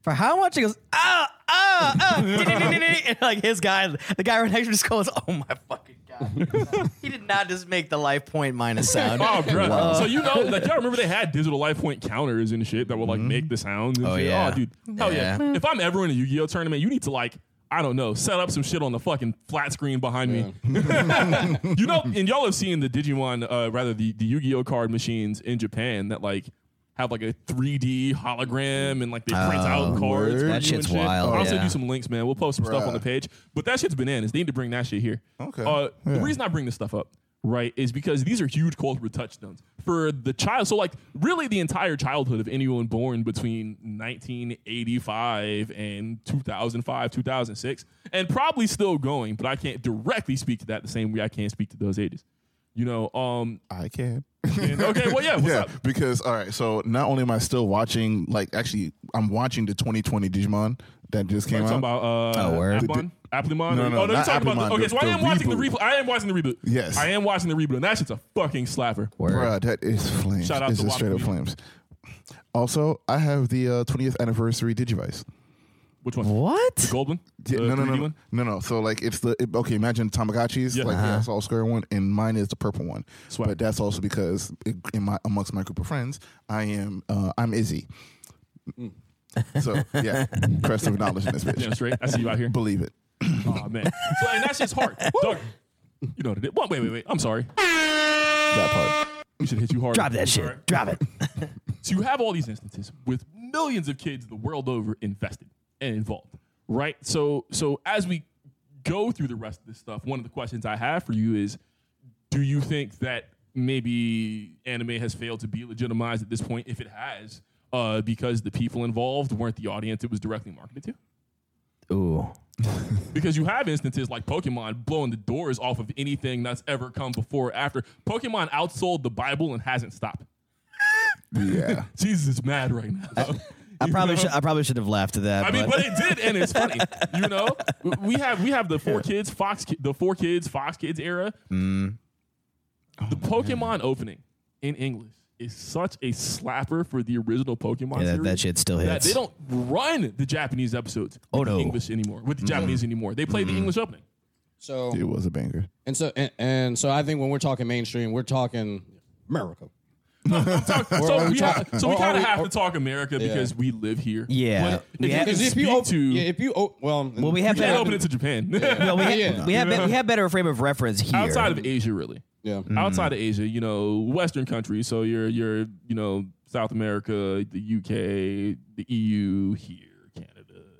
[SPEAKER 1] For how much? He goes, ah, ah, ah. and like his guy, the guy right next to him just goes, oh my fucking god. he did not just make the life point minus sound.
[SPEAKER 3] Oh, bro. So you know, like y'all remember they had digital life point counters and shit that would like make the sounds. And
[SPEAKER 1] Oh,
[SPEAKER 3] shit.
[SPEAKER 1] yeah.
[SPEAKER 3] oh dude, hell yeah. If I'm ever in a Yu-Gi-Oh tournament, you need to like. I don't know. Set up some shit on the fucking flat screen behind me. you know, and y'all have seen the Digimon, uh, rather the, the Yu-Gi-Oh card machines in Japan that like have like a 3D hologram and like they print out cards. for
[SPEAKER 1] Oh, That
[SPEAKER 3] you
[SPEAKER 1] shit's
[SPEAKER 3] and shit.
[SPEAKER 1] wild,
[SPEAKER 3] I'll send
[SPEAKER 1] yeah.
[SPEAKER 3] you some links, man. We'll post some stuff
[SPEAKER 2] Bruh.
[SPEAKER 3] on the page. But that shit's bananas. They need to bring that shit here.
[SPEAKER 2] Okay.
[SPEAKER 3] Uh, The
[SPEAKER 2] Yeah.
[SPEAKER 3] reason I bring this stuff up, right, is because these are huge cultural touchstones for the child. So, like, really, the entire childhood of anyone born between 1985 and 2005, 2006, and probably still going. But I can't directly speak to that the same way I can't speak to those ages. You know, um,
[SPEAKER 2] I can.
[SPEAKER 3] and- okay, well, yeah, what's
[SPEAKER 2] yeah,
[SPEAKER 3] up?
[SPEAKER 2] because all right. So not only am I still watching, like actually, I'm watching the 2020 Digimon that just
[SPEAKER 3] Are
[SPEAKER 2] came
[SPEAKER 3] you talking
[SPEAKER 2] out.
[SPEAKER 3] about uh,
[SPEAKER 1] Oh, word.
[SPEAKER 3] Applemon? Applemon?
[SPEAKER 2] No, no,
[SPEAKER 3] oh, no, you're
[SPEAKER 2] not
[SPEAKER 3] talking about
[SPEAKER 2] Applemon,
[SPEAKER 3] the, okay.
[SPEAKER 2] the-
[SPEAKER 3] So I
[SPEAKER 2] the
[SPEAKER 3] am watching the
[SPEAKER 2] reboot.
[SPEAKER 3] reboot. I am watching the reboot.
[SPEAKER 2] Yes.
[SPEAKER 3] I am watching the reboot, and that shit's a fucking slapper.
[SPEAKER 1] Word.
[SPEAKER 2] Bruh, that is flames.
[SPEAKER 3] Shout out
[SPEAKER 2] this
[SPEAKER 3] to
[SPEAKER 2] is straight up
[SPEAKER 3] Wakamiya.
[SPEAKER 2] flames. Also, I have the uh, 20th anniversary Digivice.
[SPEAKER 3] Which one? The
[SPEAKER 1] What?
[SPEAKER 3] gold one?
[SPEAKER 2] Yeah,
[SPEAKER 3] The
[SPEAKER 2] no, no,
[SPEAKER 3] 3D
[SPEAKER 2] no, no,
[SPEAKER 3] one?
[SPEAKER 2] no, no. So like it's the it- okay. Imagine Tamagotchis,
[SPEAKER 3] Yeah. Uh-huh.
[SPEAKER 2] like yeah, it's all square one, and mine is the purple one.
[SPEAKER 3] Swag.
[SPEAKER 2] But that's also because it, in my amongst my group of friends, I am uh, I'm Izzy.
[SPEAKER 3] Mm.
[SPEAKER 2] So yeah, crest of knowledge in this bitch.
[SPEAKER 3] Yeah, straight. I see you out here.
[SPEAKER 2] Believe it.
[SPEAKER 3] Oh man. So and that's just hard. Don't- you know what it is. Wait, wait, wait. I'm sorry.
[SPEAKER 2] That part.
[SPEAKER 3] We should hit you hard.
[SPEAKER 1] Drop that shit.
[SPEAKER 3] Alright.
[SPEAKER 1] Drop it.
[SPEAKER 3] So you have all these instances with millions of kids the world over invested and involved, right? So so as we go through the rest of this stuff, one of the questions I have for you is do you think that maybe anime has failed to be legitimized at this point if it has uh, because the people involved weren't the audience it was directly marketed to?
[SPEAKER 1] Ooh.
[SPEAKER 3] because you have instances like Pokemon blowing the doors off of anything that's ever come before or after. Pokemon outsold the Bible and hasn't stopped.
[SPEAKER 2] Yeah.
[SPEAKER 3] Jesus is mad right now.
[SPEAKER 1] I
[SPEAKER 3] You
[SPEAKER 1] probably
[SPEAKER 3] know?
[SPEAKER 1] should. I probably should have laughed at that.
[SPEAKER 3] I mean, but it did, and it's funny. You know, we have we have the four kids, Fox, Ki- the four kids, Fox Kids era.
[SPEAKER 1] Mm.
[SPEAKER 3] the
[SPEAKER 1] Oh,
[SPEAKER 3] Pokemon opening in English is such a slapper for the original Pokemon.
[SPEAKER 1] Yeah, that-
[SPEAKER 3] series
[SPEAKER 1] that shit still
[SPEAKER 3] that
[SPEAKER 1] hits.
[SPEAKER 3] They don't run the Japanese episodes.
[SPEAKER 1] Oh,
[SPEAKER 3] with the
[SPEAKER 1] no.
[SPEAKER 3] English anymore with the Japanese anymore. They play the English opening.
[SPEAKER 4] So
[SPEAKER 2] It was a banger.
[SPEAKER 4] and so and, and so I think when we're talking mainstream, we're talking America.
[SPEAKER 3] so we, ha- so we
[SPEAKER 4] or-
[SPEAKER 3] kind of
[SPEAKER 4] or we-
[SPEAKER 3] have
[SPEAKER 4] or-
[SPEAKER 3] to talk America because we live here.
[SPEAKER 1] Yeah.
[SPEAKER 3] But
[SPEAKER 1] We have-
[SPEAKER 3] if you can
[SPEAKER 4] Because if
[SPEAKER 3] speak
[SPEAKER 4] you open,
[SPEAKER 3] to,
[SPEAKER 4] yeah, if you op- well,
[SPEAKER 1] well, we have
[SPEAKER 3] you can't
[SPEAKER 1] better,
[SPEAKER 3] open it to Japan.
[SPEAKER 1] well, we, ha-
[SPEAKER 4] Yeah.
[SPEAKER 1] we have be- we have better frame of reference here.
[SPEAKER 3] Outside of Asia, really.
[SPEAKER 4] yeah.
[SPEAKER 3] Outside of Asia, you know, Western countries. So you're you're you know South America, the UK, the EU, here, Canada,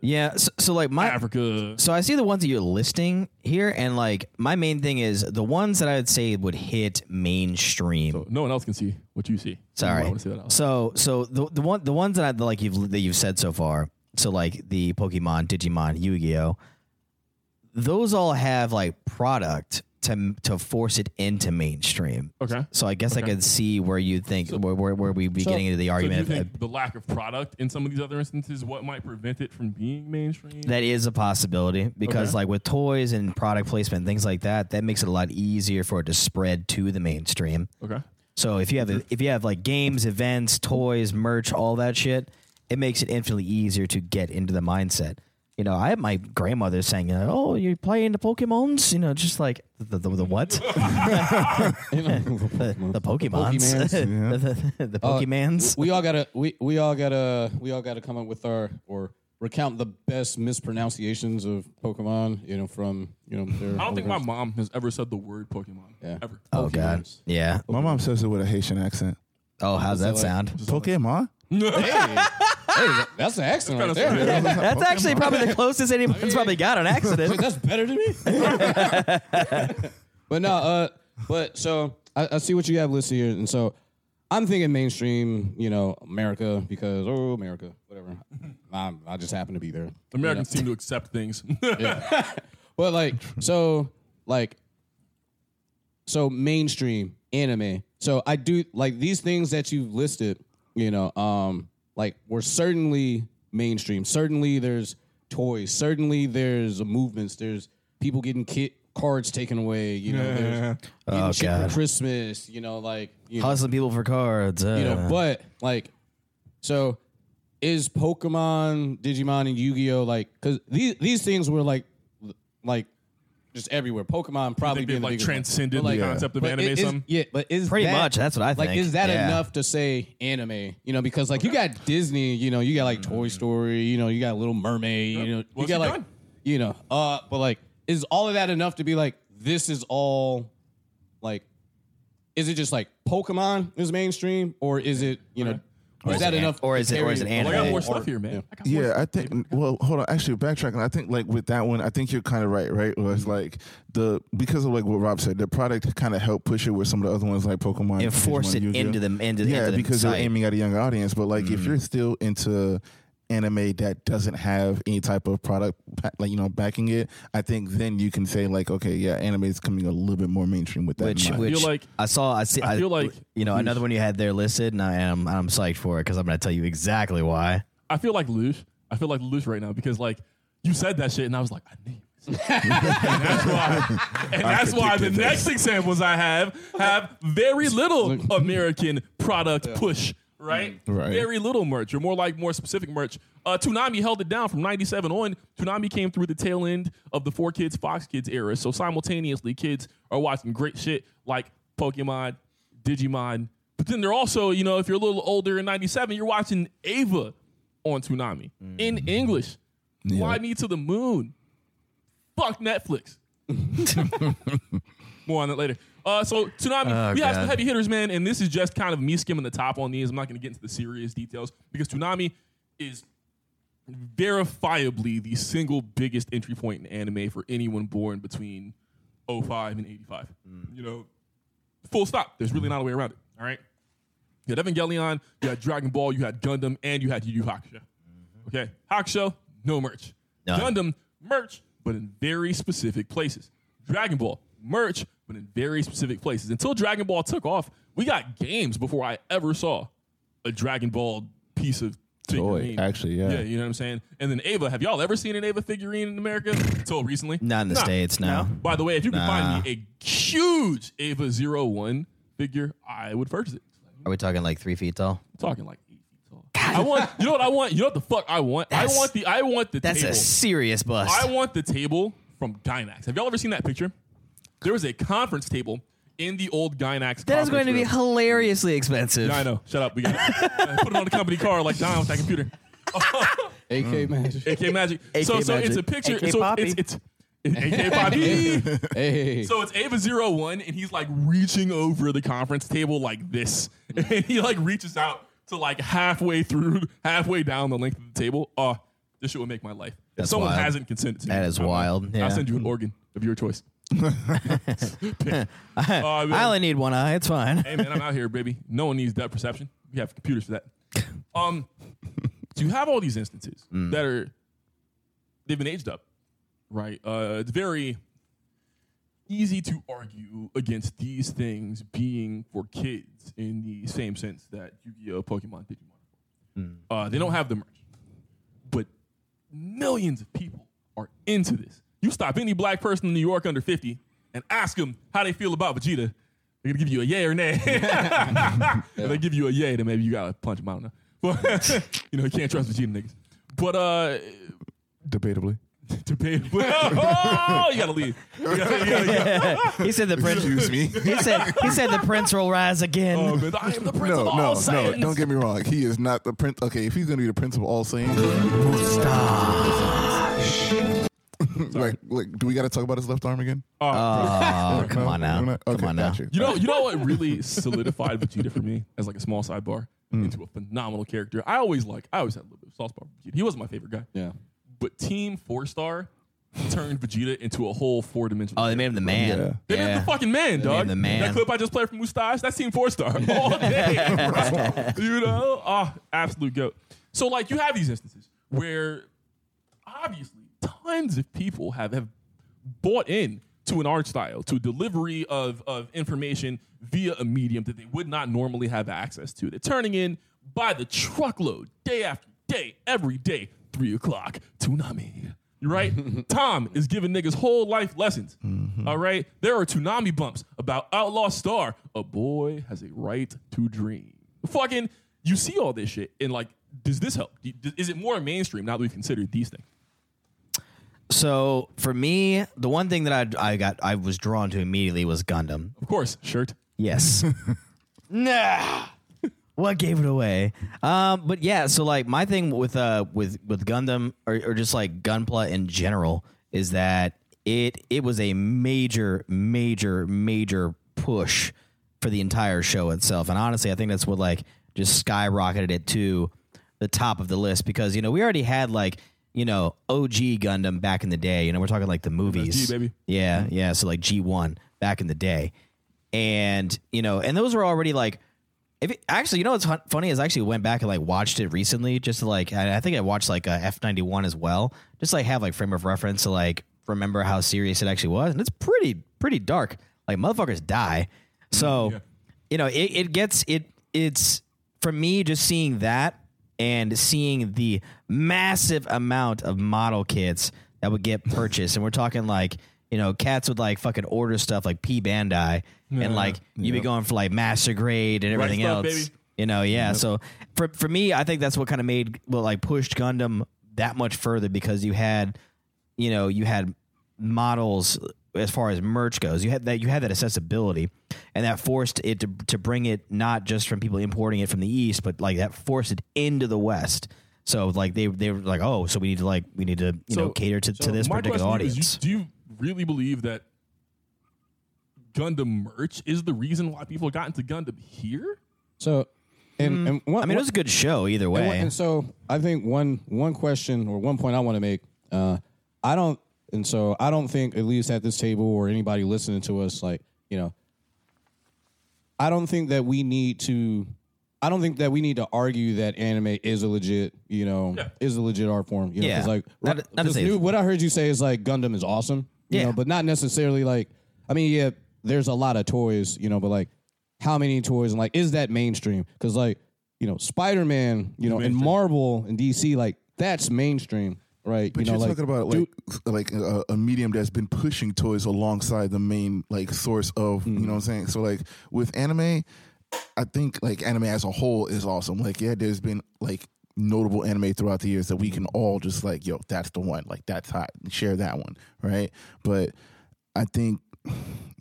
[SPEAKER 1] yeah. So, so like my
[SPEAKER 3] Africa.
[SPEAKER 1] So I see the ones that you're listing here, and like my main thing is the ones that I would say would hit mainstream.
[SPEAKER 3] No one else can see what you see.
[SPEAKER 1] Sorry.
[SPEAKER 3] I want to see that else.
[SPEAKER 1] So so the the one the ones that I like you've that you've said so far. So like the Pokemon, Digimon, Yu Gi Oh. Those all have like product to to force it into mainstream.
[SPEAKER 3] Okay.
[SPEAKER 1] So I guess I could see where you think where, where where we be getting into the
[SPEAKER 3] So do you
[SPEAKER 1] argument of,
[SPEAKER 3] think the lack of product in some of these other instances, what might prevent it from being mainstream?
[SPEAKER 1] That is a possibility because,
[SPEAKER 3] Okay.
[SPEAKER 1] like, with toys and product placement, and things like that, that makes it a lot easier for it to spread to the mainstream.
[SPEAKER 3] okay.
[SPEAKER 1] So if you have if you have like games, events, toys, merch, all that shit, it makes it infinitely easier to get into the mindset. You know, I had my grandmother saying, you know, "Oh, you're playing the Pokemons," you know, just like the the, the what? the, the Pokemons,
[SPEAKER 2] Pokemans,
[SPEAKER 1] the, the, the Pokemans.
[SPEAKER 4] Oh, we all gotta we, we all gotta we all gotta come up with our or recount the best mispronunciations of Pokemon, you know, from you know their
[SPEAKER 3] I don't think my mom has ever said the word Pokemon.
[SPEAKER 4] Yeah.
[SPEAKER 3] Ever.
[SPEAKER 1] oh God, yeah.
[SPEAKER 2] My mom says it with a Haitian accent.
[SPEAKER 1] Oh, how's that sound?
[SPEAKER 2] Pokemon?
[SPEAKER 4] that's an accent right
[SPEAKER 3] That's
[SPEAKER 4] there.
[SPEAKER 3] kinda
[SPEAKER 4] man.
[SPEAKER 1] That's actually probably the closest anyone's probably got on accident.
[SPEAKER 4] That's better than me. but no, uh but so I, I see what you have listed here and so I'm thinking mainstream, you know, America because oh America, whatever. i I just happen to be there.
[SPEAKER 3] Americans seem to accept things.
[SPEAKER 4] But like, so like, so mainstream anime. So I do like these things that you've listed. You know, um, like we're certainly mainstream. Certainly, there's toys. Certainly, there's movements. There's people getting kit cards taken away. You know, there's getting
[SPEAKER 1] Oh,
[SPEAKER 4] shit
[SPEAKER 1] God.
[SPEAKER 4] for Christmas. You know, like you know,
[SPEAKER 1] Hustling people for cards. Uh,
[SPEAKER 4] you know, but like, so is Pokemon, Digimon, and Yu Gi Oh like because these these things were like like just everywhere. Pokemon probably
[SPEAKER 3] They've
[SPEAKER 4] being the
[SPEAKER 3] like
[SPEAKER 4] biggest one.
[SPEAKER 3] transcended
[SPEAKER 4] But, like,
[SPEAKER 3] the concept of
[SPEAKER 4] but
[SPEAKER 3] anime.
[SPEAKER 4] is-
[SPEAKER 3] some
[SPEAKER 4] yeah, but is
[SPEAKER 1] Pretty
[SPEAKER 4] that-
[SPEAKER 1] much, that's what I
[SPEAKER 4] Like,
[SPEAKER 1] think.
[SPEAKER 4] is that
[SPEAKER 1] Yeah.
[SPEAKER 4] enough to say anime? You know, because like you got Disney, you know, you got like
[SPEAKER 1] Mm-hmm.
[SPEAKER 4] Toy Story, you know, you got Little Mermaid, you know, you
[SPEAKER 3] Well,
[SPEAKER 4] got
[SPEAKER 3] she
[SPEAKER 4] like,
[SPEAKER 3] done.
[SPEAKER 4] you know, uh, but like, is all of that enough to be like, this is all, like, is it just like Pokemon is mainstream, or is it you know, is
[SPEAKER 1] is
[SPEAKER 4] that
[SPEAKER 1] it an-
[SPEAKER 4] enough,
[SPEAKER 1] or
[SPEAKER 4] to
[SPEAKER 1] is it- or
[SPEAKER 4] carry
[SPEAKER 1] is it
[SPEAKER 4] it?
[SPEAKER 1] anime?
[SPEAKER 3] I got more
[SPEAKER 1] Or-
[SPEAKER 3] stuff here, man. I got more
[SPEAKER 2] Yeah,
[SPEAKER 3] stuff.
[SPEAKER 2] I think. Well, hold on. Actually, backtracking. I think like with that one, I think you're kind of right. Right, where it's like the because of like what Rob said, the product kind of helped push it where some of the other ones like Pokemon
[SPEAKER 1] And force
[SPEAKER 2] Digimon,
[SPEAKER 1] it
[SPEAKER 2] Yu-Gi-Oh.
[SPEAKER 1] into the- into-
[SPEAKER 2] yeah
[SPEAKER 1] into the
[SPEAKER 2] because
[SPEAKER 1] site. Mm-hmm.
[SPEAKER 2] they're aiming at a younger audience. But like if you're still into anime that doesn't have any type of product pa- like you know backing it, I think then you can say like okay, yeah, anime is coming a little bit more mainstream with that. in
[SPEAKER 1] Which,
[SPEAKER 2] mind.
[SPEAKER 1] which
[SPEAKER 3] feel like-
[SPEAKER 1] I saw, I see.
[SPEAKER 3] I feel like-
[SPEAKER 1] you know another one you had there listed, and I am I'm psyched for it because I'm going to tell you exactly why.
[SPEAKER 3] I feel like Lush. I feel like Lush right now because like you said that shit and I was like, I knew. you would say that. and that's why, and that's why the
[SPEAKER 2] predicted
[SPEAKER 3] next examples I have have very little American product push, right?
[SPEAKER 2] Mm. Right.
[SPEAKER 3] Very little merch, or more like more specific merch. Uh, Toonami held it down from '97 on. Toonami came through the tail end of the Four Kids Fox Kids era, so simultaneously, kids are watching great shit like Pokemon, Digimon, but then they're also, you know, if you're a little older in '97, you're watching Ava on Toonami in English. Fly me to the moon. Fuck Netflix. More on that later. Uh, so tsunami,
[SPEAKER 1] Oh,
[SPEAKER 3] we have some
[SPEAKER 1] God.
[SPEAKER 3] heavy hitters, man, and this is just kind of me skimming the top on these. I'm not going to get into the serious details because tsunami is verifiably the single biggest entry point in anime for anyone born between 05 and 85. You know, full stop. There's really not a way around it. Mm. All right. You had Evangelion, you had Dragon Ball, you had Gundam, and you had Yu Yu Hakusho. Okay, Hakusho, no merch.
[SPEAKER 1] None.
[SPEAKER 3] Gundam merch, but in very specific places. Dragon Ball merch, but in very specific places. Until Dragon Ball took off, we got games before I ever saw a Dragon Ball piece of figurine.
[SPEAKER 2] actually, yeah.
[SPEAKER 3] Yeah, you know what I'm saying. And then Ava, have y'all ever seen an Ava figurine in America? Until recently,
[SPEAKER 1] Not in the
[SPEAKER 3] Nah.
[SPEAKER 1] States, no.
[SPEAKER 3] By the way, if you can
[SPEAKER 1] Nah.
[SPEAKER 3] find me a huge Ava 01 figure, I would purchase it.
[SPEAKER 1] Are we talking like three feet tall?
[SPEAKER 3] I'm talking like eight feet tall. I want. You know what I want? You know what the fuck I want?
[SPEAKER 1] That's-
[SPEAKER 3] I want the. I want the
[SPEAKER 1] That's
[SPEAKER 3] table.
[SPEAKER 1] a serious bust.
[SPEAKER 3] I want the table from Gynax. Have y'all ever seen that picture? There was a conference table in the old Gynax.
[SPEAKER 1] that is
[SPEAKER 3] conference
[SPEAKER 1] going to be
[SPEAKER 3] room.
[SPEAKER 1] hilariously expensive.
[SPEAKER 3] Yeah, I know. Shut up. We got it. Put it on the company car like Don with that computer.
[SPEAKER 1] Mm.
[SPEAKER 4] AK magic.
[SPEAKER 3] AK Magic. so so
[SPEAKER 1] Magic.
[SPEAKER 3] it's a picture.
[SPEAKER 5] AK
[SPEAKER 3] so
[SPEAKER 5] Poppy.
[SPEAKER 3] it's it's it's AK Poppy.
[SPEAKER 4] Hey,
[SPEAKER 3] So it's Ava 01 and he's like reaching over the conference table like this. And he like reaches out to like halfway through, halfway down the length of the table. Oh, this shit would make my life.
[SPEAKER 1] That's
[SPEAKER 3] Someone
[SPEAKER 1] wild.
[SPEAKER 3] hasn't consented to
[SPEAKER 1] That
[SPEAKER 3] me.
[SPEAKER 1] is
[SPEAKER 3] I'm like,
[SPEAKER 1] wild, yeah.
[SPEAKER 3] I'll send you an organ of your choice. Uh,
[SPEAKER 1] I only need one eye. It's fine.
[SPEAKER 3] hey man, I'm out here, baby. No one needs depth perception. We have computers for that. Um, so you have all these instances that are they've been aged up, right? Uh, it's very easy to argue against these things being for kids in the same sense that Yu-Gi-Oh, Pokemon, Digimon. Uh, they don't have the merch, but millions of people are into this. You stop any black person in New York under 50 and ask them how they feel about Vegeta, they're gonna give you a yay or nay. If they give you a yay, then maybe you gotta punch him. I don't know. But you know, you can't trust Vegeta niggas. But uh
[SPEAKER 2] Debatably.
[SPEAKER 3] debatably. Oh, you gotta leave. You gotta- you gotta-
[SPEAKER 1] he said the prince.
[SPEAKER 2] Excuse me.
[SPEAKER 1] He said he said the prince will rise again.
[SPEAKER 3] oh, man, I am the prince
[SPEAKER 2] No,
[SPEAKER 3] of all
[SPEAKER 2] no, no.
[SPEAKER 3] Saiyans.
[SPEAKER 2] Don't get me wrong. He is not the prince. Okay, if he's going to be the prince of all saints, like, like, do we got to talk about his left arm again?
[SPEAKER 1] oh, come on now.
[SPEAKER 2] We're not-
[SPEAKER 1] come
[SPEAKER 2] okay,
[SPEAKER 1] on now.
[SPEAKER 2] got you.
[SPEAKER 3] You know, you know what really solidified Vegeta for me as like a small sidebar
[SPEAKER 2] Mm.
[SPEAKER 3] into a phenomenal character. I always like I always had a little bit of soft spot for Vegeta. He wasn't my favorite guy.
[SPEAKER 4] Yeah.
[SPEAKER 3] But Team Four Star turned Vegeta into a whole four dimensional.
[SPEAKER 1] Oh, they made him the man.
[SPEAKER 2] Yeah.
[SPEAKER 3] They made him the fucking man,
[SPEAKER 1] made
[SPEAKER 3] dog.
[SPEAKER 1] him the man.
[SPEAKER 3] That clip I just played from Mustache, that's team four star all day. you know? Ah, absolute goat. So, like, you have these instances where obviously tons of people have, have bought in to an art style, to delivery of, of information via a medium that they would not normally have access to. They're turning in by the truckload, day after day, every day, three o'clock, tsunami. You're right? Tom is giving niggas whole life lessons. All right? There are tsunami bumps about Outlaw Star. A boy has a right to dream. Fucking, you see all this shit, and like, does this help? Do- Is it more mainstream now that we've considered these things?
[SPEAKER 1] So for me, the one thing that I I got I was drawn to immediately was Gundam.
[SPEAKER 3] Of course, shirt.
[SPEAKER 1] Yes. nah. What gave it away? Um, but yeah, so like my thing with uh with with Gundam or, or just like Gunpla in general is that it it was a major major major push for the entire show itself, and honestly, I think that's what like just skyrocketed it to the top of the list because you know we already had like you know OG Gundam back in the day. You know we're talking like the movies,
[SPEAKER 3] baby.
[SPEAKER 1] Yeah, yeah. So like G one back in the day, and you know, and those were already like. If it, actually, you know what's hun- funny is I actually went back and like watched it recently, just to like I, I think I watched like F ninety one as well, just like have like frame of reference to like remember how serious it actually was, and it's pretty pretty dark. Like motherfuckers die, so you know it, it gets it it's for me just seeing that and seeing the massive amount of model kits that would get purchased, and we're talking like you know cats would like fucking order stuff like P Bandai and like you'd be going for like Master Grade and everything
[SPEAKER 3] stuff,
[SPEAKER 1] else.
[SPEAKER 3] baby.
[SPEAKER 1] You know, yeah. So for for me, I think that's what kind of made well like pushed Gundam that much further because you had, you know, you had models as far as merch goes. You had that you had that accessibility, and that forced it to to bring it not just from people importing it from the east, but like that forced it into the west. So like they they were like, oh, so we need to like we need to you know
[SPEAKER 3] So-
[SPEAKER 1] cater to, to
[SPEAKER 3] So
[SPEAKER 1] this
[SPEAKER 3] my
[SPEAKER 1] particular
[SPEAKER 3] question is,
[SPEAKER 1] audience.
[SPEAKER 3] you- do you really believe that Gundam merch is the reason why people got into Gundam here?
[SPEAKER 4] So, and, and
[SPEAKER 1] Mm-hmm.
[SPEAKER 4] one,
[SPEAKER 1] I mean, it was a good show either
[SPEAKER 4] And,
[SPEAKER 1] way.
[SPEAKER 4] one- and so I think one one question or one point I want to make. Uh, I don't, and so I don't think at least at this table or anybody listening to us, like you know, I don't think that we need to. I don't think that we need to argue that anime is a legit, you know,
[SPEAKER 3] Yeah.
[SPEAKER 4] is a legit art form. You know, 'cause,
[SPEAKER 1] Yeah.
[SPEAKER 4] like
[SPEAKER 1] Not-
[SPEAKER 4] right-
[SPEAKER 1] not to
[SPEAKER 4] 'cause
[SPEAKER 1] say
[SPEAKER 4] new-
[SPEAKER 1] it's-
[SPEAKER 4] what I heard you say is like Gundam is awesome. You
[SPEAKER 1] Yeah.
[SPEAKER 4] know, but not necessarily like. I mean, yeah, there's a lot of toys, you know, but like, how many toys and like, is that mainstream? Because like, you know, Spider Man, you know, and Marvel and DC, like that's mainstream, right?
[SPEAKER 2] But you
[SPEAKER 4] you know,
[SPEAKER 2] are
[SPEAKER 4] like,
[SPEAKER 2] talking about
[SPEAKER 4] dude-
[SPEAKER 2] like s- like a, a medium that's been pushing toys alongside the main like source of
[SPEAKER 4] Mm-hmm.
[SPEAKER 2] you know what I'm saying. So like with anime, I think like anime as a whole is awesome. Like yeah, there's been like notable anime throughout the years that we can all just like yo, that's the one. Like that's hot. Share that one, right? But I think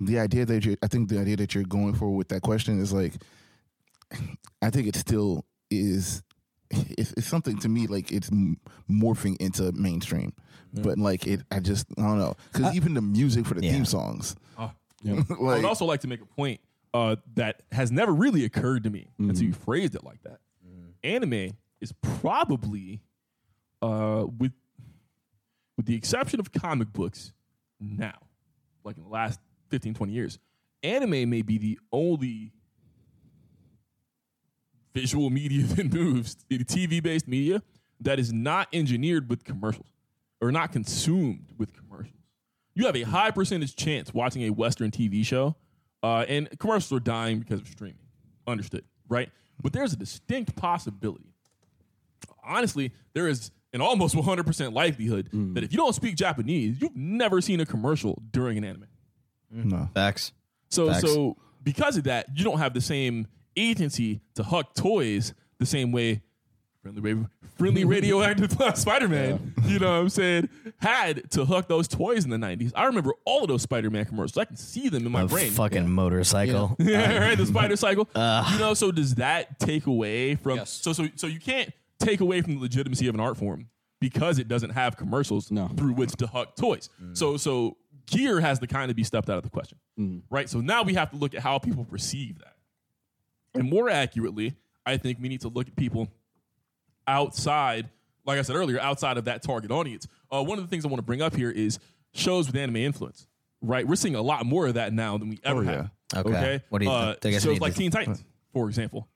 [SPEAKER 2] the idea that you I think the idea that you're going for with that question is like I think it still is. It's, it's something to me like it's m- morphing into mainstream, but like it, I just I don't know because even the music for the
[SPEAKER 1] Yeah. Oh.
[SPEAKER 2] theme songs,
[SPEAKER 3] Uh, I
[SPEAKER 2] like
[SPEAKER 3] would also like to make a point uh, that has never really occurred to me
[SPEAKER 1] Mm-hmm.
[SPEAKER 3] until you phrased it like that. Anime is probably, uh, with with the exception of comic books, now, like in the last 15, 20 years, anime may be the only visual media that moves, the TV based media that is not engineered with commercials or not consumed with commercials. You have a high percentage chance watching a Western TV show, uh, and commercials are dying because of streaming. Understood, right? But there's a distinct possibility. Honestly, there is an almost 100% likelihood that if you don't speak Japanese, you've never seen a commercial during an anime.
[SPEAKER 2] no.
[SPEAKER 1] Facts.
[SPEAKER 3] So
[SPEAKER 1] Facts.
[SPEAKER 3] so because of that, you don't have the same agency to huck toys the same way friendly, ra- friendly radioactive Spider Man. You know what I'm saying? Had to huck those toys in the '90s. I remember all of those Spider Man commercials. I can see them in my
[SPEAKER 1] A
[SPEAKER 3] brain.
[SPEAKER 1] fucking motorcycle.
[SPEAKER 3] Yeah, right. The spider cycle. you know, so does that take away from?
[SPEAKER 4] Yes.
[SPEAKER 3] So so so you can't take away from the legitimacy of an art form because it doesn't have commercials
[SPEAKER 4] No.
[SPEAKER 3] through which to huck toys. So so gear has to kind of be stepped out of the question, right? So now we have to look at how people perceive that, and more accurately, I think we need to look at people outside, like I said earlier, outside of that target audience. Uh, one of the things I want to bring up here is shows with anime influence, right? We're seeing a lot more of that now than we ever
[SPEAKER 2] yeah.
[SPEAKER 3] have.
[SPEAKER 1] Okay. What do you- I
[SPEAKER 3] uh,
[SPEAKER 1] guess we
[SPEAKER 3] shows
[SPEAKER 1] need
[SPEAKER 3] like
[SPEAKER 1] to-
[SPEAKER 3] Teen Titans, for example.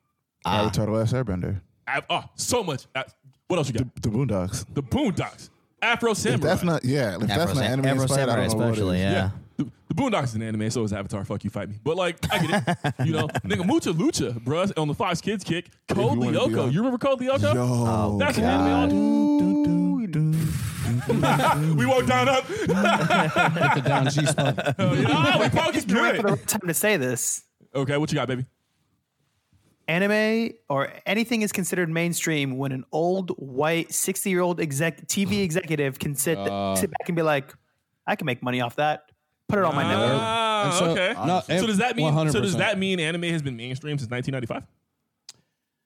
[SPEAKER 2] Avatar: The Last Airbender,
[SPEAKER 3] I, oh, so much. Uh, what else you got?
[SPEAKER 2] The Boondocks.
[SPEAKER 3] The, Boondocks, Afro
[SPEAKER 2] If
[SPEAKER 3] Samurai.
[SPEAKER 2] that's not yeah, if that's not
[SPEAKER 1] Sam-
[SPEAKER 2] anime
[SPEAKER 1] Afro
[SPEAKER 2] inspired, I
[SPEAKER 1] Samurai
[SPEAKER 2] don't know what it
[SPEAKER 1] especially,
[SPEAKER 2] is.
[SPEAKER 1] yeah.
[SPEAKER 3] The, the Boondocks is an anime, so is Avatar. Fuck you, fight me. But like, I get it. you know, nigga, Mucha Lucha, bruh, on the Fox Kids kick. Code
[SPEAKER 2] you wanna be
[SPEAKER 3] Lyoko.
[SPEAKER 2] on-
[SPEAKER 3] You remember Code Lyoko?
[SPEAKER 2] Yo,
[SPEAKER 1] Oh,
[SPEAKER 3] That's an anime. audience. we won't down up.
[SPEAKER 4] the down G spot.
[SPEAKER 3] Ah, we poke is
[SPEAKER 5] You're right for the
[SPEAKER 3] good.
[SPEAKER 5] right time to say this.
[SPEAKER 3] Okay, what you got, baby?
[SPEAKER 5] Anime or anything is considered mainstream when an old white 60 year old exec TV executive can sit
[SPEAKER 3] Uh.
[SPEAKER 5] sit back and be like, I can make money off that. Put it on my network.
[SPEAKER 3] Ah,
[SPEAKER 4] And so-
[SPEAKER 3] okay.
[SPEAKER 4] No,
[SPEAKER 3] so does that mean? So does
[SPEAKER 4] 100%.
[SPEAKER 3] that mean anime has been mainstream since 1995?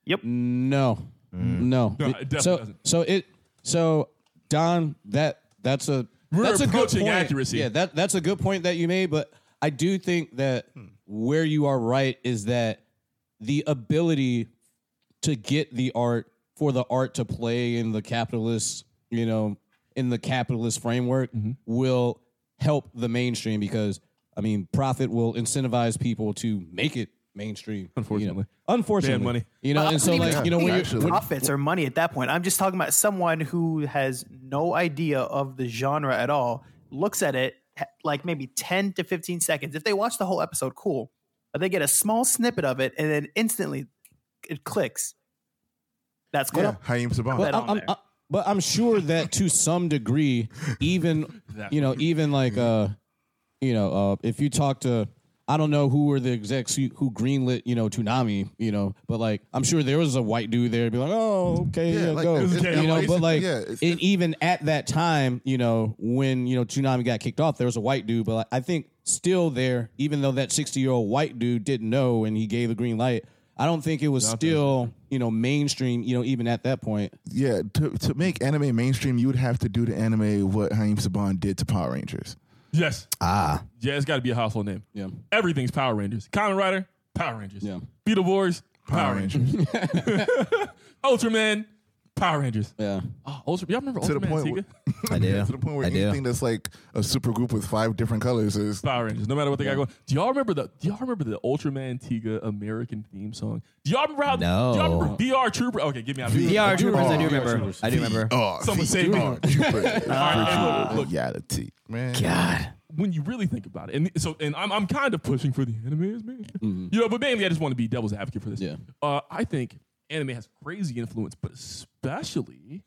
[SPEAKER 5] Yep.
[SPEAKER 4] No, no.
[SPEAKER 3] No, it definitely
[SPEAKER 4] so
[SPEAKER 3] doesn't.
[SPEAKER 4] so it so Don that that's a
[SPEAKER 3] We're
[SPEAKER 4] that's a good
[SPEAKER 3] approaching
[SPEAKER 4] point.
[SPEAKER 3] accuracy.
[SPEAKER 4] Yeah, that that's a good point that you made, but I do think that where you are right is that the ability to get the art for the art to play in the capitalist, you know, in the capitalist framework
[SPEAKER 3] Mm-hmm.
[SPEAKER 4] will help the mainstream because I mean, profit will incentivize people to make it mainstream. you know.
[SPEAKER 3] Unfortunately.
[SPEAKER 4] unfortunately,
[SPEAKER 3] Damn money.
[SPEAKER 4] You know,
[SPEAKER 5] I'm
[SPEAKER 4] and so
[SPEAKER 5] not even
[SPEAKER 4] like you know
[SPEAKER 5] talking
[SPEAKER 4] when
[SPEAKER 5] about
[SPEAKER 4] you when,
[SPEAKER 5] profits or money at that point. I'm just talking about someone who has no idea of the genre at all. Looks at it ha- like maybe 10 to 15 seconds. If they watch the whole episode, cool. But they get a small snippet of it and then instantly it clicks. That's cool.
[SPEAKER 2] yeah. Hayim Saban.
[SPEAKER 5] Well, that
[SPEAKER 4] I'm,
[SPEAKER 5] on
[SPEAKER 4] I'm-
[SPEAKER 5] there.
[SPEAKER 4] I- but I'm sure that to some degree, even you know, even like uh, you know, uh, if you talk to, I don't know who were the execs who, who greenlit, you know, Toonami, you know, but like I'm sure there was a white dude there to be like, oh, okay, yeah,
[SPEAKER 2] Yeah, like,
[SPEAKER 4] go,
[SPEAKER 2] it's-
[SPEAKER 3] it's-
[SPEAKER 4] you know,
[SPEAKER 2] it's-
[SPEAKER 4] but like,
[SPEAKER 2] yeah, it's-
[SPEAKER 4] and even at that time, you know, when you know Toonami got kicked off, there was a white dude, but like, I think still there, even though that 60 year old white dude didn't know and he gave a green light. I don't think it was still you know mainstream. You know, even at that point.
[SPEAKER 2] Yeah, to, to make anime mainstream, you would have to do to anime what Haim Saban did to Power Rangers.
[SPEAKER 3] Yes.
[SPEAKER 1] Ah,
[SPEAKER 3] Yeah, it's got to be a household name.
[SPEAKER 4] Yeah.
[SPEAKER 3] Everything's Power Rangers. Common Rider, Power Rangers.
[SPEAKER 4] Yeah.
[SPEAKER 3] Beetle Wars, Power, Rangers.
[SPEAKER 2] Rangers.
[SPEAKER 3] Ultraman, Power Rangers.
[SPEAKER 4] Yeah.
[SPEAKER 3] Oh, Ultra, y'all remember
[SPEAKER 2] To the
[SPEAKER 3] Ultraman
[SPEAKER 2] point
[SPEAKER 3] Tiga?
[SPEAKER 2] where-
[SPEAKER 1] I do.
[SPEAKER 2] to the point where
[SPEAKER 1] I do.
[SPEAKER 2] anything that's like a supergroup with five different colors is
[SPEAKER 3] Power Rangers. No matter what they got going. Do y'all remember the? Do y'all remember the Ultraman Tiga American theme song? Do y'all remember how?
[SPEAKER 1] No.
[SPEAKER 3] Do y'all remember VR Trooper? Okay, get me out of here.
[SPEAKER 1] VR Troopers, I do
[SPEAKER 2] VR
[SPEAKER 1] remember. I do remember.
[SPEAKER 2] Oh,
[SPEAKER 3] Someone save me.
[SPEAKER 2] me.
[SPEAKER 3] Look.
[SPEAKER 2] Reality, man.
[SPEAKER 1] God.
[SPEAKER 3] when you really think about it, and so and I'm, I'm kind of pushing for the anime as man. You know, but mainly I just want to be devil's advocate for this.
[SPEAKER 4] Yeah.
[SPEAKER 3] Uh, I think anime has crazy influence, but especially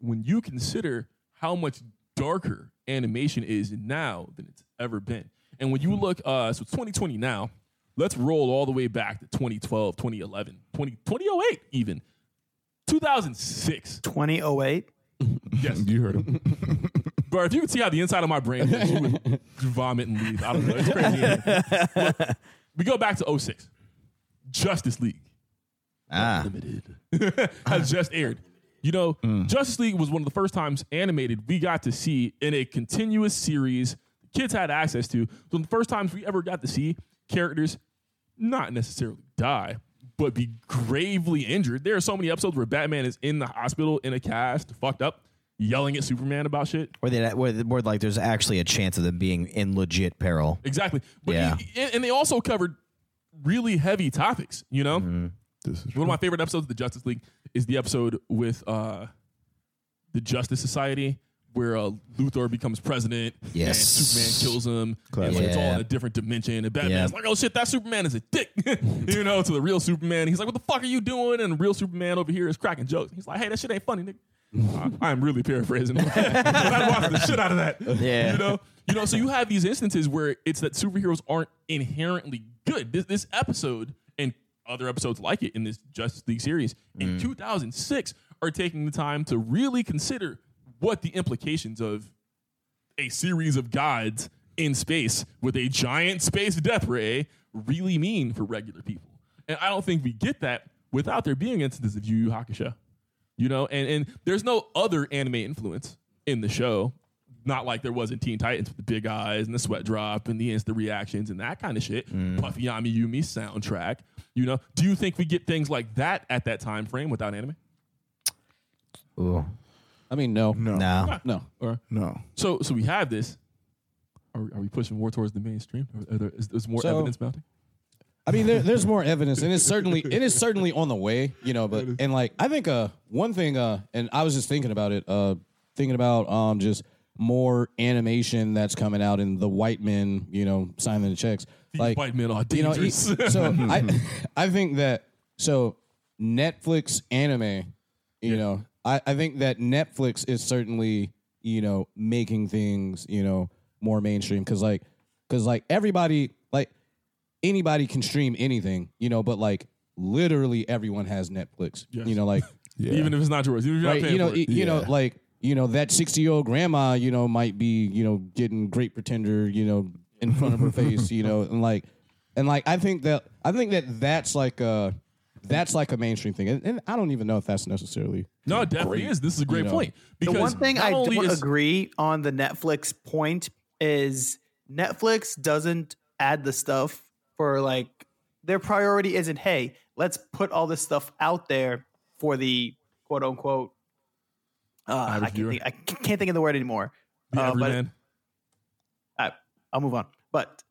[SPEAKER 3] when you consider how much darker animation is now than it's ever been. And when you look, uh, so 2020 now, let's roll all the way back to 2012, 2011, 20, 2008 even. 2006.
[SPEAKER 5] 2008.
[SPEAKER 3] Yes.
[SPEAKER 2] You heard him.
[SPEAKER 3] Bro, if you could see how the inside of my brain looks, you would vomit and leave. I don't know. It's crazy. Look, we go back to 06. Justice League
[SPEAKER 1] Ah.
[SPEAKER 3] Limited has just aired. You know,
[SPEAKER 2] Mm.
[SPEAKER 3] Justice League was one of the first times animated we got to see in a continuous series kids had access to. One of the first times we ever got to see characters not necessarily die, but be gravely injured. There are so many episodes where Batman is in the hospital in a cast, fucked up, yelling at Superman about shit.
[SPEAKER 1] Where they where, where like there's actually a chance of them being in legit peril.
[SPEAKER 3] Exactly. But
[SPEAKER 1] Yeah.
[SPEAKER 3] he- and, and they also covered really heavy topics, you know?
[SPEAKER 1] Mm-hmm.
[SPEAKER 2] This is
[SPEAKER 3] One of my favorite episodes of the Justice League is the episode with uh the Justice Society where uh, Luthor becomes president
[SPEAKER 1] Yes.
[SPEAKER 3] and Superman kills him and like, it's all
[SPEAKER 1] Yeah.
[SPEAKER 3] in a different dimension and Batman's
[SPEAKER 1] Yeah.
[SPEAKER 3] like oh shit that Superman is a dick you know to the real Superman he's like what the fuck are you doing and real Superman over here is cracking jokes he's like hey that shit ain't funny nigga I, am really paraphrasing but I watched the shit out of that
[SPEAKER 1] Yeah.
[SPEAKER 3] you know you know so you have these instances where it's that superheroes aren't inherently good this, this episode and other episodes like it in this justice league series in 2006 are taking the time to really consider what the implications of a series of gods in space with a giant space death ray really mean for regular people and i don't think we get that without there being instances of yu yu hakusho you know and and there's no other anime influence in the show not like there was in Teen Titans with the big eyes and the sweat drop and the instant reactions and that kind of shit.
[SPEAKER 4] Mm.
[SPEAKER 3] Puffy Yami Yumi soundtrack. You know, do you think we get things like that at that time frame without anime?
[SPEAKER 1] Ooh.
[SPEAKER 4] I mean, no,
[SPEAKER 2] no,
[SPEAKER 1] No.
[SPEAKER 4] no.
[SPEAKER 3] Or
[SPEAKER 2] no.
[SPEAKER 3] so so we have this. Are, are we pushing more towards the mainstream? Or are there, is, is more
[SPEAKER 4] So-
[SPEAKER 3] evidence mounting?
[SPEAKER 4] I mean, there, there's more evidence, and it's certainly it is certainly on the way, you know. But and like I think uh one thing uh and I was just thinking about it uh thinking about um just more animation that's coming out and the white men you know signing the checks like
[SPEAKER 3] white men are
[SPEAKER 4] you know, e-
[SPEAKER 3] dangerous.
[SPEAKER 4] so I I think that so Netflix anime you know I, I think that netflix is certainly you know making things you know more mainstream because like because like everybody like anybody can stream anything you know but like literally everyone has netflix
[SPEAKER 3] Yes.
[SPEAKER 4] you know like
[SPEAKER 2] Yeah.
[SPEAKER 3] Even if it's not yours, even if you're not
[SPEAKER 4] right
[SPEAKER 3] paying
[SPEAKER 4] you know
[SPEAKER 3] for
[SPEAKER 4] e-
[SPEAKER 3] it.
[SPEAKER 4] you know
[SPEAKER 2] Yeah.
[SPEAKER 4] like you know that 60 year old grandma you know might be you know getting great pretender you know in front of her face you know and like and like i think that i think that that's like a that's like a mainstream thing and, and i don't even know if that's necessarily
[SPEAKER 3] no, it definitely is. This is a great
[SPEAKER 4] know.
[SPEAKER 3] point.
[SPEAKER 5] The
[SPEAKER 3] Because
[SPEAKER 5] one thing
[SPEAKER 3] not
[SPEAKER 5] I
[SPEAKER 3] only
[SPEAKER 5] don't
[SPEAKER 3] is-
[SPEAKER 5] agree on the Netflix point is Netflix doesn't add the stuff for like their priority isn't hey let's put all this stuff out there for the quote unquote uh, I,
[SPEAKER 3] Average
[SPEAKER 5] can't
[SPEAKER 3] viewer.
[SPEAKER 5] think, I can't think of the word anymore.
[SPEAKER 3] the
[SPEAKER 5] Uh, but
[SPEAKER 3] everyman.
[SPEAKER 5] I, I'll move on. But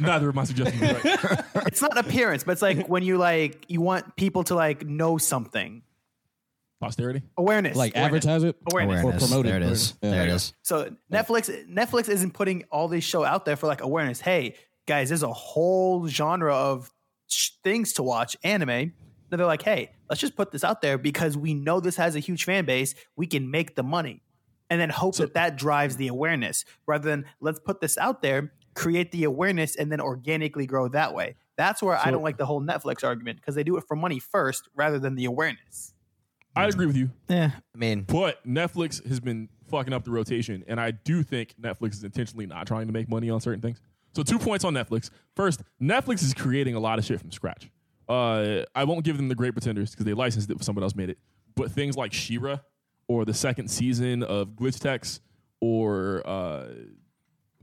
[SPEAKER 3] Neither of my suggestions are right.
[SPEAKER 5] it's not appearance, but it's like when you like you want people to like know something
[SPEAKER 3] Posterity.
[SPEAKER 5] awareness
[SPEAKER 4] like
[SPEAKER 5] awareness,
[SPEAKER 4] advertise it
[SPEAKER 5] awareness.
[SPEAKER 1] Awareness.
[SPEAKER 4] Or promoted.
[SPEAKER 1] There it is.
[SPEAKER 4] Yeah.
[SPEAKER 1] There it is.
[SPEAKER 5] So Netflix Netflix isn't putting all this show out there for like awareness. Hey guys, there's a whole genre of sh- things to watch, anime. Now they're like, hey, let's just put this out there because we know this has a huge fan base. We can make the money, and then hope that that drives the awareness rather than let's put this out there, create the awareness, and then organically grow that way. That's where I don't like the whole Netflix argument because they do it for money first rather than the awareness.
[SPEAKER 3] I agree with you.
[SPEAKER 1] Yeah. I mean,
[SPEAKER 3] But Netflix has been fucking up the rotation, and I do think Netflix is intentionally not trying to make money on certain things. So two points on Netflix. First, Netflix is creating a lot of shit from scratch. Uh, I won't give them the Great Pretenders because they licensed it. Someone else made it. But things like Shira or the second season of Glitch Tex or uh,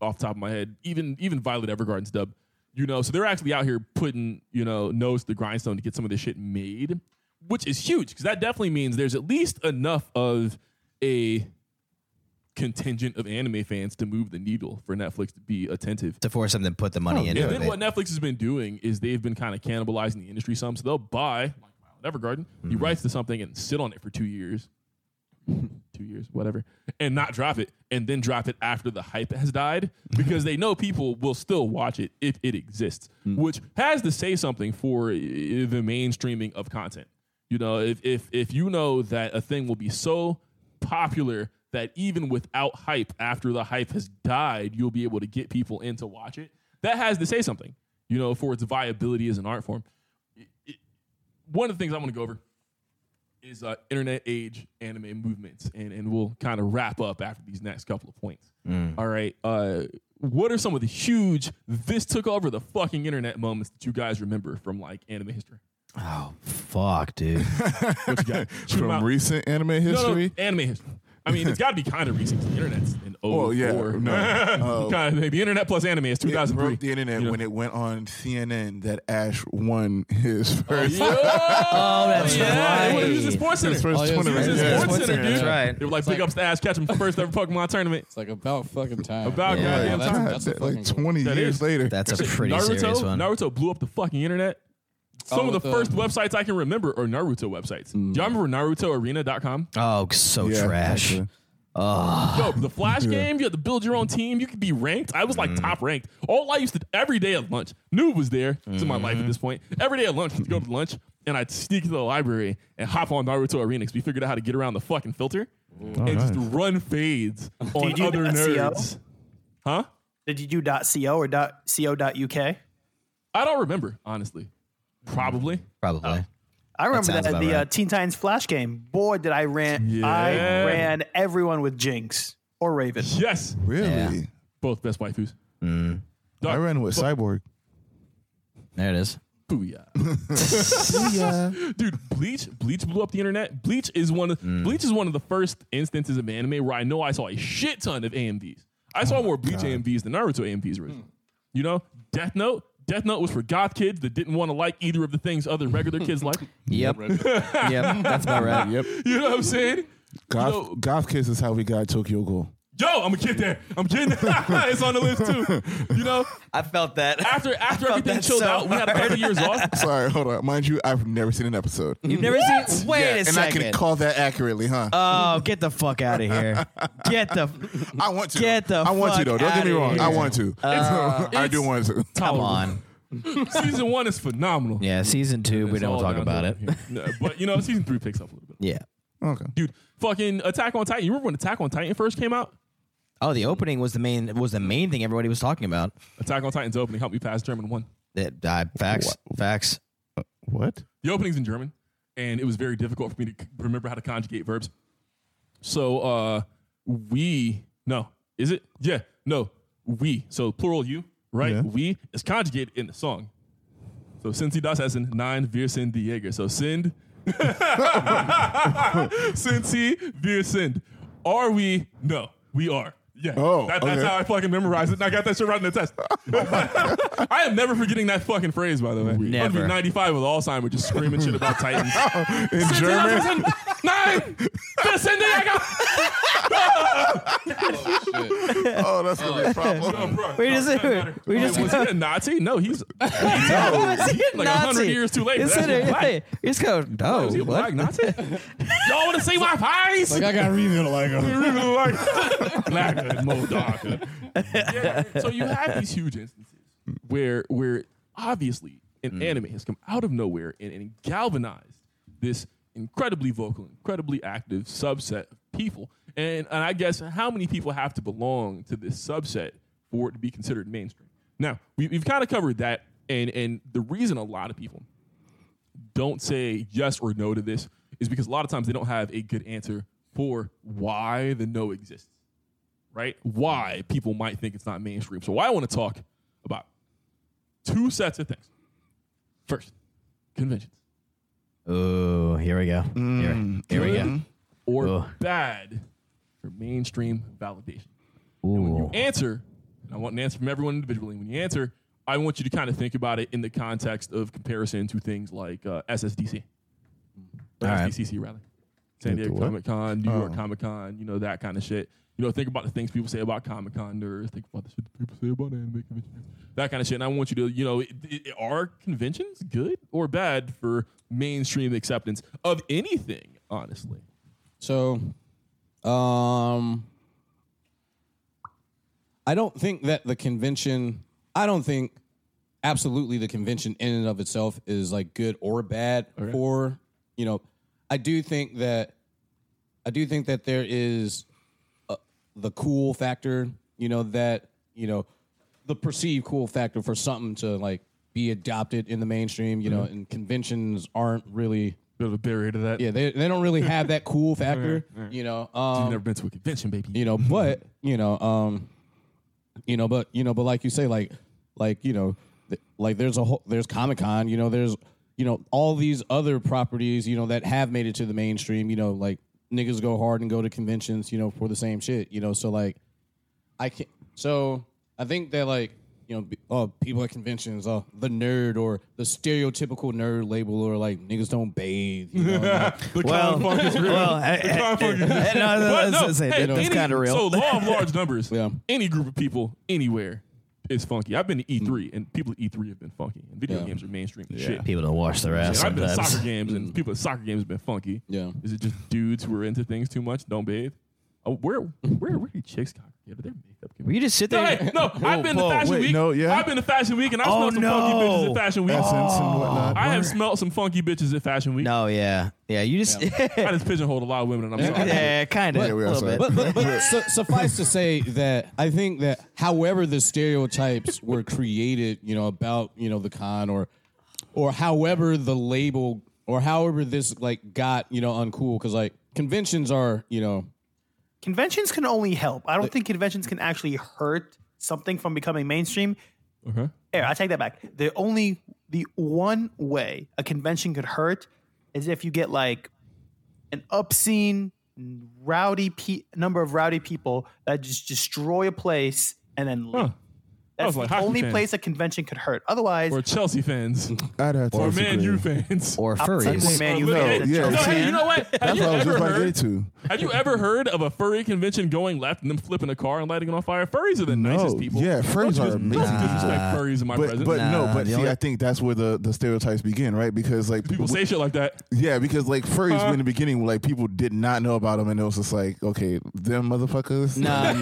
[SPEAKER 3] off the top of my head, even even Violet Evergarden's dub. You know, so they're actually out here putting you know nose to the grindstone to get some of this shit made, which is huge because that definitely means there's at least enough of a contingent of anime fans to move the needle for Netflix to be attentive.
[SPEAKER 1] to force them to put the money into
[SPEAKER 3] And
[SPEAKER 1] it.
[SPEAKER 3] then what Netflix has been doing is they've been kind of cannibalizing the industry some. So they'll buy like Violet Evergarden, he writes to something and sit on it for two years, two years, whatever, and not drop it, and then drop it after the hype has died because they know people will still watch it if it exists, which has to say something for uh, the mainstreaming of content. You know, if if if you know that a thing will be so popular that even without hype, after the hype has died, you'll be able to get people in to watch it. That has to say something, you know, for its viability as an art form. It- it- one of the things I want to go over is uh, internet age anime movements, and, and we'll kind of wrap up after these next couple of points. All right. Uh, what are some of the huge, this took over the fucking internet moments that you guys remember from like anime history?
[SPEAKER 1] Oh fuck, dude.
[SPEAKER 3] Shoot 'em
[SPEAKER 2] From
[SPEAKER 3] out.
[SPEAKER 2] recent anime history.
[SPEAKER 3] No, no, anime history. I mean, it's got to be kind of recent. 'cause The internet's in 04.
[SPEAKER 2] Oh yeah, no. Uh,
[SPEAKER 3] Kind of, the internet plus anime is
[SPEAKER 2] it broke
[SPEAKER 3] 2003.
[SPEAKER 2] the internet
[SPEAKER 3] You know.
[SPEAKER 2] when it went on CNN that Ash won his first.
[SPEAKER 3] Yo! oh,
[SPEAKER 1] that's
[SPEAKER 3] yeah.
[SPEAKER 1] right.
[SPEAKER 3] They would have used the Sports Center.
[SPEAKER 2] His first
[SPEAKER 4] Oh, yeah, it's
[SPEAKER 2] tournament.
[SPEAKER 3] This is
[SPEAKER 4] Yeah.
[SPEAKER 3] Sports Center, dude.
[SPEAKER 1] That's right.
[SPEAKER 3] They were like, big ups to Ash, catch him first ever Pokemon tournament.
[SPEAKER 4] It's like about fucking time.
[SPEAKER 3] About goddamn
[SPEAKER 4] that's,
[SPEAKER 3] time.
[SPEAKER 4] That's a
[SPEAKER 2] like
[SPEAKER 4] fucking goal.
[SPEAKER 2] 20
[SPEAKER 3] That
[SPEAKER 2] years
[SPEAKER 3] is.
[SPEAKER 2] later.
[SPEAKER 1] That's a
[SPEAKER 3] Shit,
[SPEAKER 1] pretty
[SPEAKER 3] Naruto,
[SPEAKER 1] serious one.
[SPEAKER 3] Naruto blew up the fucking internet. Some
[SPEAKER 4] Oh,
[SPEAKER 3] of the
[SPEAKER 4] with the-
[SPEAKER 3] first websites I can remember are Naruto websites. Do y'all remember NarutoArena.com?
[SPEAKER 1] Oh, so
[SPEAKER 2] Yeah,
[SPEAKER 1] trash.
[SPEAKER 2] actually.
[SPEAKER 3] Yo, the Flash game, you had to build your own team. You could be ranked. I was like top ranked. All I used to every day at lunch. Noob was there. It's in my life at this point. Every day at lunch, I'd go to lunch and I'd sneak to the library and hop on Naruto Arena because we figured out how to get around the fucking filter and just run fades on
[SPEAKER 5] Did you do
[SPEAKER 3] other
[SPEAKER 5] SEO?
[SPEAKER 3] nerds. Huh?
[SPEAKER 5] Did you do .co or .co.uk?
[SPEAKER 3] I don't remember, honestly. Probably.
[SPEAKER 1] Probably.
[SPEAKER 5] I remember
[SPEAKER 1] sounds
[SPEAKER 5] that,
[SPEAKER 1] about
[SPEAKER 5] the uh,
[SPEAKER 1] right.
[SPEAKER 5] Teen Titans Flash game. Boy, did I ran! I
[SPEAKER 3] Yeah.
[SPEAKER 5] ran everyone with Jinx or Raven.
[SPEAKER 3] Yes.
[SPEAKER 2] Really?
[SPEAKER 1] Yeah.
[SPEAKER 3] Both best waifus.
[SPEAKER 2] I ran with Cyborg.
[SPEAKER 1] There it is.
[SPEAKER 3] Booyah. Dude, Bleach, Bleach blew up the internet. Bleach is one of
[SPEAKER 1] Mm.
[SPEAKER 3] Bleach is one of the first instances of anime where I know I saw a shit ton of AMVs. I
[SPEAKER 1] Oh
[SPEAKER 3] saw more Bleach AMVs than Naruto AMVs
[SPEAKER 1] Hmm.
[SPEAKER 3] originally. You know, Death Note. Death Note was for goth kids that didn't want to like either of the things other regular kids like.
[SPEAKER 1] Yep. yep. That's about right.
[SPEAKER 2] Yep.
[SPEAKER 3] You know what I'm saying?
[SPEAKER 2] Goth,
[SPEAKER 3] know-
[SPEAKER 2] Goth Kiss is how we got Tokyo Ghoul.
[SPEAKER 3] Yo, I'm gonna get there. I'm getting it's on the list too. You know,
[SPEAKER 1] I felt that.
[SPEAKER 3] after after everything
[SPEAKER 1] that's
[SPEAKER 3] chilled
[SPEAKER 1] so
[SPEAKER 3] out, we had a couple years off.
[SPEAKER 2] Sorry, hold on. Mind you, I've never seen an episode.
[SPEAKER 1] You've never seen. Wait a
[SPEAKER 2] and
[SPEAKER 1] second.
[SPEAKER 2] I can call that accurately, huh?
[SPEAKER 1] oh, get the fuck out of here. Get the.
[SPEAKER 2] I want to.
[SPEAKER 1] get the
[SPEAKER 2] I want to
[SPEAKER 1] fuck
[SPEAKER 2] though. Don't get me
[SPEAKER 1] outta
[SPEAKER 2] wrong. I
[SPEAKER 1] here.
[SPEAKER 2] want to. I do
[SPEAKER 3] it's-
[SPEAKER 2] want to.
[SPEAKER 3] Oh.
[SPEAKER 1] Come on.
[SPEAKER 3] Season one is phenomenal.
[SPEAKER 1] Yeah, season two. we
[SPEAKER 3] It's
[SPEAKER 1] don't
[SPEAKER 3] all
[SPEAKER 1] talk
[SPEAKER 3] downhill
[SPEAKER 1] about it.
[SPEAKER 3] from here. No, but you know, season three picks up a little bit.
[SPEAKER 1] Yeah.
[SPEAKER 2] Okay.
[SPEAKER 3] Dude, fucking Attack on Titan. You remember when Attack on Titan first came out?
[SPEAKER 1] Oh, the opening was the main was the main thing everybody was talking about.
[SPEAKER 3] Attack on Titan's opening helped me pass German one.
[SPEAKER 1] That I facts, facts.
[SPEAKER 2] What?
[SPEAKER 3] The opening's in German, and it was very difficult for me to c- remember how to conjugate verbs. So uh we no, is it? Yeah, no, we. So plural you, right?
[SPEAKER 2] Yeah.
[SPEAKER 3] We is conjugated in the song. So since he does as in nine wir sind die Jäger. So sind since he wir sind. Are we? No, we are. Yeah.
[SPEAKER 2] Oh,
[SPEAKER 3] That- that's
[SPEAKER 2] okay.
[SPEAKER 3] how I fucking memorized it. And I got that shit right in the test. I am never forgetting that fucking phrase, by the way. I'll be
[SPEAKER 1] Never.
[SPEAKER 3] 95 with Alzheimer just screaming shit about Titans.
[SPEAKER 2] In German?
[SPEAKER 3] Nine! Listen, Diego!
[SPEAKER 4] Shit.
[SPEAKER 2] Oh, that's gonna be a
[SPEAKER 3] Oh,
[SPEAKER 2] problem.
[SPEAKER 1] We just we just
[SPEAKER 3] Was he a Nazi? No, he's like a hundred years too late.
[SPEAKER 1] It's
[SPEAKER 3] That's
[SPEAKER 1] in
[SPEAKER 3] black.
[SPEAKER 1] hey, it's go. Oh,
[SPEAKER 3] Is he a
[SPEAKER 1] what?
[SPEAKER 3] black Nazi? Y'all want to see my pies?
[SPEAKER 4] Like I got revealed like a
[SPEAKER 3] black and Mo Darker. Yeah, so you have these huge instances where where obviously an anime has come out of nowhere and, and galvanized this incredibly vocal, incredibly active subset of people. And and I guess how many people have to belong to this subset for it to be considered mainstream? Now we, we've kind of covered that, and and the reason a lot of people don't say yes or no to this is because a lot of times they don't have a good answer for why the no exists, right? Why people might think it's not mainstream. So, why I want to talk two sets of things. First, conventions.
[SPEAKER 1] Oh, here we go.
[SPEAKER 3] Mm,
[SPEAKER 1] Here, here we go.
[SPEAKER 3] Or
[SPEAKER 1] Ugh.
[SPEAKER 3] bad for mainstream validation.
[SPEAKER 1] Ooh.
[SPEAKER 3] Answer, and I want an answer from everyone individually. When you answer, I want you to kind of think about it in the context of comparison to things like uh, SSDC. Or
[SPEAKER 1] All right.
[SPEAKER 3] SDCC, rather. San
[SPEAKER 2] Yeah,
[SPEAKER 3] Diego
[SPEAKER 2] the what?
[SPEAKER 3] Comic Con, New York
[SPEAKER 2] Oh.
[SPEAKER 3] Comic Con, you know, that kind of shit. You know, think about the things people say about Comic Con nerds. Think about the shit that people say about anime conventions. That kind of shit. And I want you to, you know, it, it- are conventions good or bad for mainstream acceptance of anything, honestly?
[SPEAKER 4] So, um, I don't think that the convention. I don't think absolutely the convention in and of itself is like good or bad
[SPEAKER 3] Okay.
[SPEAKER 4] for you know. I do think that I do think that there is uh, the cool factor. You know that you know the perceived cool factor for something to like be adopted in the mainstream. You know, and conventions aren't really.
[SPEAKER 3] Bit of a barrier to that.
[SPEAKER 4] Yeah, they, they don't really have that cool factor, you know.
[SPEAKER 3] You've
[SPEAKER 4] Um,
[SPEAKER 3] never been to a convention, baby.
[SPEAKER 4] you know, but you know, um, you know, but you know, but like you say, like, like you know, th- like there's a whole, there's Comic Con, you know, there's you know all these other properties, you know, that have made it to the mainstream, you know, like niggas go hard and go to conventions, you know, for the same shit, you know, so like, I can not so I think that like you know be- oh people at conventions oh the nerd or the stereotypical nerd label or like niggas don't bathe you know like,
[SPEAKER 3] The
[SPEAKER 1] Well,
[SPEAKER 3] Con Funk is real.
[SPEAKER 1] well,
[SPEAKER 3] The
[SPEAKER 1] eh, eh,
[SPEAKER 3] Con Funk is
[SPEAKER 1] eh,
[SPEAKER 3] real.
[SPEAKER 1] eh, no, no,
[SPEAKER 3] But
[SPEAKER 1] that's- that's it.
[SPEAKER 3] hey,
[SPEAKER 1] That's
[SPEAKER 3] any-
[SPEAKER 1] kinda real.
[SPEAKER 3] So law of large numbers.
[SPEAKER 4] Yeah.
[SPEAKER 3] Any group of people, anywhere, is funky. I've been to E3, and people at E3 have been funky. And video
[SPEAKER 4] Yeah.
[SPEAKER 3] games are mainstream as shit.
[SPEAKER 1] People don't wash their ass
[SPEAKER 3] And I've been to
[SPEAKER 1] sometimes.
[SPEAKER 3] soccer games, and people at soccer games have been funky.
[SPEAKER 4] Yeah.
[SPEAKER 3] Is it just dudes who are into things too much? Don't bathe. Oh, where, where, where do chicks congregate? Are there makeup
[SPEAKER 1] You just sit
[SPEAKER 3] No,
[SPEAKER 1] there.
[SPEAKER 3] hey, no, I've been
[SPEAKER 2] whoa,
[SPEAKER 3] to Fashion
[SPEAKER 2] wait,
[SPEAKER 3] Week.
[SPEAKER 2] no, yeah?
[SPEAKER 3] I've been to Fashion Week, and I
[SPEAKER 5] Oh,
[SPEAKER 3] smelled some funky bitches
[SPEAKER 5] no.
[SPEAKER 3] at Fashion Week.
[SPEAKER 2] Essence and whatnot.
[SPEAKER 3] I have smelled some funky bitches at Fashion Week.
[SPEAKER 1] No, yeah, yeah. You just
[SPEAKER 3] I just pigeonholed a lot of women, and I'm sorry.
[SPEAKER 1] yeah, kind of
[SPEAKER 4] Yeah,
[SPEAKER 1] a
[SPEAKER 2] we are,
[SPEAKER 1] little
[SPEAKER 2] sorry.
[SPEAKER 1] bit.
[SPEAKER 4] but but, but su- suffice to say that I think that however the stereotypes were created, you know, about you know the con or or however the label or however this like got you know uncool because like conventions are you know
[SPEAKER 5] Conventions can only help. I don't think conventions can actually hurt something from becoming mainstream.
[SPEAKER 3] Okay.
[SPEAKER 5] Here, I take that back. The only the one way a convention could hurt is if you get like an obscene, rowdy pe- number of rowdy people that just destroy a place and then leave.
[SPEAKER 3] Huh.
[SPEAKER 5] That's
[SPEAKER 3] was like
[SPEAKER 5] the
[SPEAKER 3] hockey
[SPEAKER 5] only
[SPEAKER 3] fans.
[SPEAKER 5] place a convention could hurt. Otherwise,
[SPEAKER 3] Or Chelsea fans.
[SPEAKER 2] I'd have to
[SPEAKER 3] Or Man
[SPEAKER 2] disagree.
[SPEAKER 3] U fans.
[SPEAKER 1] or furries.
[SPEAKER 5] Man, you
[SPEAKER 3] Or-
[SPEAKER 5] know,
[SPEAKER 3] hey,
[SPEAKER 5] Oh, yeah,
[SPEAKER 3] no,
[SPEAKER 5] see,
[SPEAKER 3] hey, you know what? Have
[SPEAKER 2] That's
[SPEAKER 3] you,
[SPEAKER 2] what I was
[SPEAKER 3] ever
[SPEAKER 2] just about to
[SPEAKER 3] heard,
[SPEAKER 2] get to.
[SPEAKER 3] have you ever heard of a furry convention going left and them flipping a car and lighting it on fire? Furries are the
[SPEAKER 2] No,
[SPEAKER 3] nicest people.
[SPEAKER 2] yeah, furries
[SPEAKER 3] Don't
[SPEAKER 2] are
[SPEAKER 3] you dis-
[SPEAKER 2] amazing.
[SPEAKER 3] Don't you disrespect furries in my
[SPEAKER 2] But
[SPEAKER 3] presence.
[SPEAKER 2] but no,
[SPEAKER 1] Nah,
[SPEAKER 2] but
[SPEAKER 1] the
[SPEAKER 2] see,
[SPEAKER 1] only-
[SPEAKER 2] I think that's where the, the stereotypes begin, right? Because like
[SPEAKER 3] people say shit Uh-huh. like that.
[SPEAKER 2] Yeah, because like furries
[SPEAKER 3] Huh?
[SPEAKER 2] in the beginning, like people did not know about them, and it was just like, okay, them motherfuckers.
[SPEAKER 1] Nah,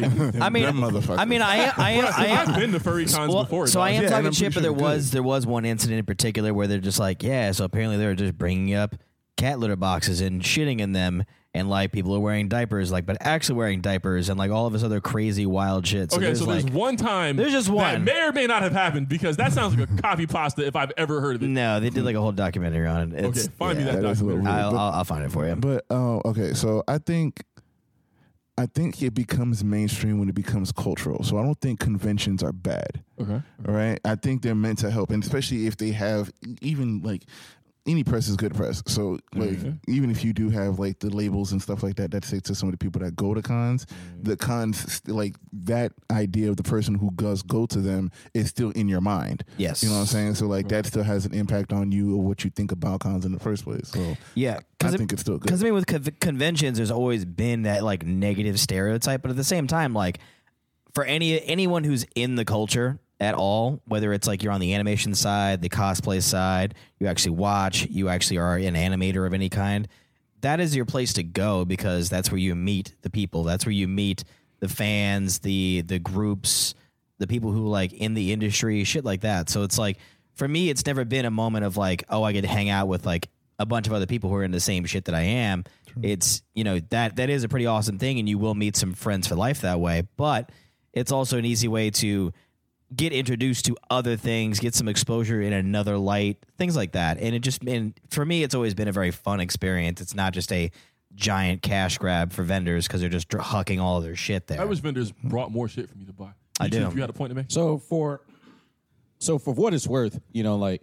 [SPEAKER 1] I mean,
[SPEAKER 2] them motherfuckers.
[SPEAKER 1] I mean, I am, I am, I am,
[SPEAKER 3] I've been to furry cons
[SPEAKER 1] Well,
[SPEAKER 3] before.
[SPEAKER 1] So I am
[SPEAKER 3] dog.
[SPEAKER 2] Yeah, and
[SPEAKER 1] talking
[SPEAKER 2] I'm
[SPEAKER 1] shit, but
[SPEAKER 2] pretty
[SPEAKER 1] there
[SPEAKER 2] sure they're
[SPEAKER 1] was there was one incident in particular where they're just like, yeah. So apparently they were just bringing up cat litter boxes and shitting in them, and like people are wearing diapers, like but actually wearing diapers, and like all of this other crazy wild shit. So
[SPEAKER 3] Okay,
[SPEAKER 1] there's
[SPEAKER 3] so
[SPEAKER 1] like,
[SPEAKER 3] there's one time.
[SPEAKER 1] There's just
[SPEAKER 3] That
[SPEAKER 1] one.
[SPEAKER 3] may or may not have happened because that sounds like a copy pasta if I've ever heard of it.
[SPEAKER 1] no, they did like a whole documentary on it. It's,
[SPEAKER 3] Okay, find me
[SPEAKER 1] yeah.
[SPEAKER 3] that
[SPEAKER 2] That is a little
[SPEAKER 3] documentary.
[SPEAKER 1] I'll, I'll, I'll find it for you.
[SPEAKER 2] but oh, okay. So I think, I think it becomes mainstream when it becomes cultural. So I don't think conventions are bad.
[SPEAKER 3] Okay.
[SPEAKER 2] All right. I think they're meant to help, and especially if they have e, even like any press is good press. So like even if you do have like the labels and stuff like that that stick to some of the people that go to cons, the cons st- like that idea of the person who does go to them is still in your mind.
[SPEAKER 1] Yes.
[SPEAKER 2] You know what I'm saying? So like that still has an impact on you or what you think about cons in the first place. So
[SPEAKER 1] Yeah,
[SPEAKER 2] I
[SPEAKER 1] it-
[SPEAKER 2] think it's still good.
[SPEAKER 1] Because I mean, with conv- conventions, there's always been that like negative stereotype, but at the same time, like for any anyone who's in the culture at all, whether it's like you're on the animation side, the cosplay side, you actually watch, you actually are an animator of any kind, that is your place to go because that's where you meet the people, that's where you meet the fans, the the groups, the people who like in the industry, shit like that. So it's like for me, it's never been a moment of like, oh, I get to hang out with like a bunch of other people who are in the same shit that I am. It's you know that that is a pretty awesome thing, and you will meet some friends for life that way. But it's also an easy way to get introduced to other things, get some exposure in another light, things like that. And it just and for me, it's always been a very fun experience. It's not just a giant cash grab for vendors because they're just dr- hucking all their shit there.
[SPEAKER 3] I wish vendors brought more shit for me to buy.
[SPEAKER 1] I
[SPEAKER 3] You two,
[SPEAKER 1] do.
[SPEAKER 3] if You had a point to make.
[SPEAKER 4] so for so for what it's worth, you know, like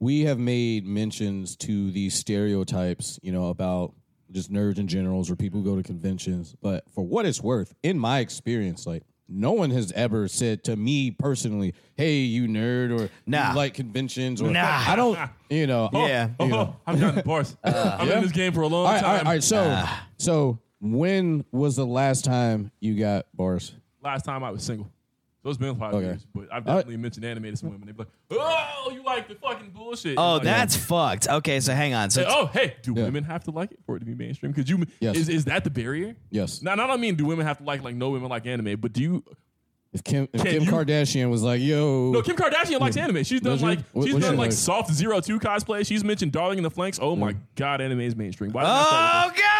[SPEAKER 4] we have made mentions to these stereotypes, you know, about just nerds in generals or people who go to conventions. But for what it's worth, in my experience, like no one has ever said to me personally, "Hey, you nerd," or
[SPEAKER 1] Nah.
[SPEAKER 4] "You like conventions," or
[SPEAKER 1] Nah.
[SPEAKER 4] I don't, you know,
[SPEAKER 1] Yeah.
[SPEAKER 4] you
[SPEAKER 3] Oh,
[SPEAKER 4] know.
[SPEAKER 3] I'm gotten bars. I'm
[SPEAKER 4] yeah.
[SPEAKER 3] in this game for a long
[SPEAKER 4] All right,
[SPEAKER 3] time.
[SPEAKER 4] all right, all right. So, so when was the last time you got bars?
[SPEAKER 3] Last time I was single. So it's been five
[SPEAKER 4] Okay.
[SPEAKER 3] years, but I've
[SPEAKER 4] All right.
[SPEAKER 3] definitely mentioned anime to some women. They'd be like, "Oh, you like the fucking bullshit."
[SPEAKER 1] Oh,
[SPEAKER 3] I'm like,
[SPEAKER 1] that's fucked. Okay, so hang on. So
[SPEAKER 3] Hey, oh, hey, do
[SPEAKER 4] Yeah.
[SPEAKER 3] women have to like it for it to be mainstream? Because you
[SPEAKER 4] Yes.
[SPEAKER 3] is is that the barrier?
[SPEAKER 4] Yes.
[SPEAKER 3] No, no, I don't mean do women have to like like no women like anime, but do you?
[SPEAKER 4] If Kim, if
[SPEAKER 3] Can
[SPEAKER 4] Kim
[SPEAKER 3] you-
[SPEAKER 4] Kardashian was like, "Yo,
[SPEAKER 3] No, Kim Kardashian likes anime. She's done
[SPEAKER 4] Does she?
[SPEAKER 3] like
[SPEAKER 4] What-
[SPEAKER 3] she's
[SPEAKER 4] what's
[SPEAKER 3] done
[SPEAKER 4] she
[SPEAKER 3] like
[SPEAKER 4] like?
[SPEAKER 3] soft zero two cosplay. She's mentioned Darling in the Flanks. Oh my god, anime is mainstream. Why did I start
[SPEAKER 1] Oh God,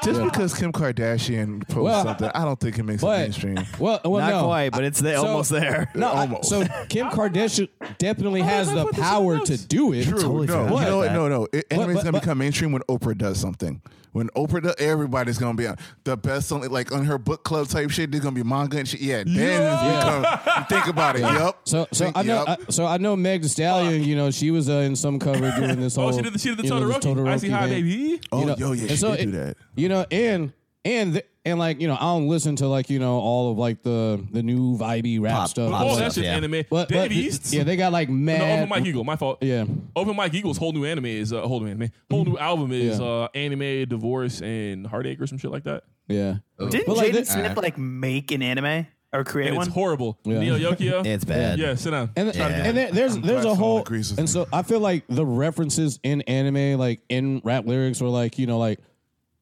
[SPEAKER 2] Just because Kim Kardashian posted
[SPEAKER 4] Well-
[SPEAKER 2] something, I don't think it makes
[SPEAKER 4] But-
[SPEAKER 2] it mainstream.
[SPEAKER 4] well, well,
[SPEAKER 1] no! Not
[SPEAKER 4] no,
[SPEAKER 1] quite, but it's there,
[SPEAKER 4] So-
[SPEAKER 1] almost there.
[SPEAKER 4] no." I-
[SPEAKER 2] Almost.
[SPEAKER 4] so Kim Kardashian definitely
[SPEAKER 3] did
[SPEAKER 4] has
[SPEAKER 3] I
[SPEAKER 4] the
[SPEAKER 3] put this in
[SPEAKER 4] power
[SPEAKER 3] notes?
[SPEAKER 4] to do it.
[SPEAKER 2] True.
[SPEAKER 1] totally
[SPEAKER 2] no,
[SPEAKER 1] forgot
[SPEAKER 2] you
[SPEAKER 1] about
[SPEAKER 2] know what?
[SPEAKER 1] that.
[SPEAKER 2] No, no. It, anime's
[SPEAKER 4] but-
[SPEAKER 2] gonna
[SPEAKER 4] but-
[SPEAKER 2] become mainstream when Oprah does something. When Oprah does, everybody's gonna be on the best on like on her book club type shit. There's gonna be manga and shit. Yeah, then it's become. Think about it. Yup.
[SPEAKER 4] So, so
[SPEAKER 2] Think-
[SPEAKER 4] I know,
[SPEAKER 2] yup.
[SPEAKER 4] I, so I know Meg Thee Stallion. You know, she was uh, in some cover doing this
[SPEAKER 3] Oh,
[SPEAKER 4] whole.
[SPEAKER 3] she did the she did the
[SPEAKER 4] you know, this
[SPEAKER 3] Todoroki. I see hi,
[SPEAKER 4] thing.
[SPEAKER 3] baby.
[SPEAKER 2] oh,
[SPEAKER 4] you know,
[SPEAKER 2] yo, yeah,
[SPEAKER 4] and
[SPEAKER 2] she
[SPEAKER 4] so
[SPEAKER 2] did do
[SPEAKER 4] it-
[SPEAKER 2] that.
[SPEAKER 4] You know, and and th- and like you know, I don't listen to like you know all of like the the new vibey rap
[SPEAKER 1] Pop-
[SPEAKER 4] stuff.
[SPEAKER 1] pop
[SPEAKER 3] Oh,
[SPEAKER 1] Awesome.
[SPEAKER 3] that's just
[SPEAKER 1] Yeah.
[SPEAKER 3] anime.
[SPEAKER 4] but,
[SPEAKER 3] David
[SPEAKER 4] but
[SPEAKER 3] East.
[SPEAKER 4] yeah, they got like
[SPEAKER 3] no,
[SPEAKER 4] mad.
[SPEAKER 3] Open Mike Eagle. My fault.
[SPEAKER 4] yeah,
[SPEAKER 3] Open Mike Eagle's whole new anime is uh, whole new anime. Whole new album is
[SPEAKER 4] Yeah.
[SPEAKER 3] uh, anime, divorce, and heartache or some shit like that.
[SPEAKER 4] yeah.
[SPEAKER 5] Didn't
[SPEAKER 4] But like
[SPEAKER 5] Jaden
[SPEAKER 4] that-
[SPEAKER 5] Smith like make an anime or create
[SPEAKER 3] And
[SPEAKER 5] one?
[SPEAKER 3] it's horrible.
[SPEAKER 4] Yeah.
[SPEAKER 3] Neo Yokio.
[SPEAKER 1] It's bad.
[SPEAKER 3] Yeah, sit down.
[SPEAKER 4] And,
[SPEAKER 1] Yeah.
[SPEAKER 4] and there- there's
[SPEAKER 2] glad
[SPEAKER 4] there's a
[SPEAKER 2] someone
[SPEAKER 4] whole
[SPEAKER 2] agrees with
[SPEAKER 4] and
[SPEAKER 2] me.
[SPEAKER 4] so I feel like the references in anime like in rap lyrics were like you know like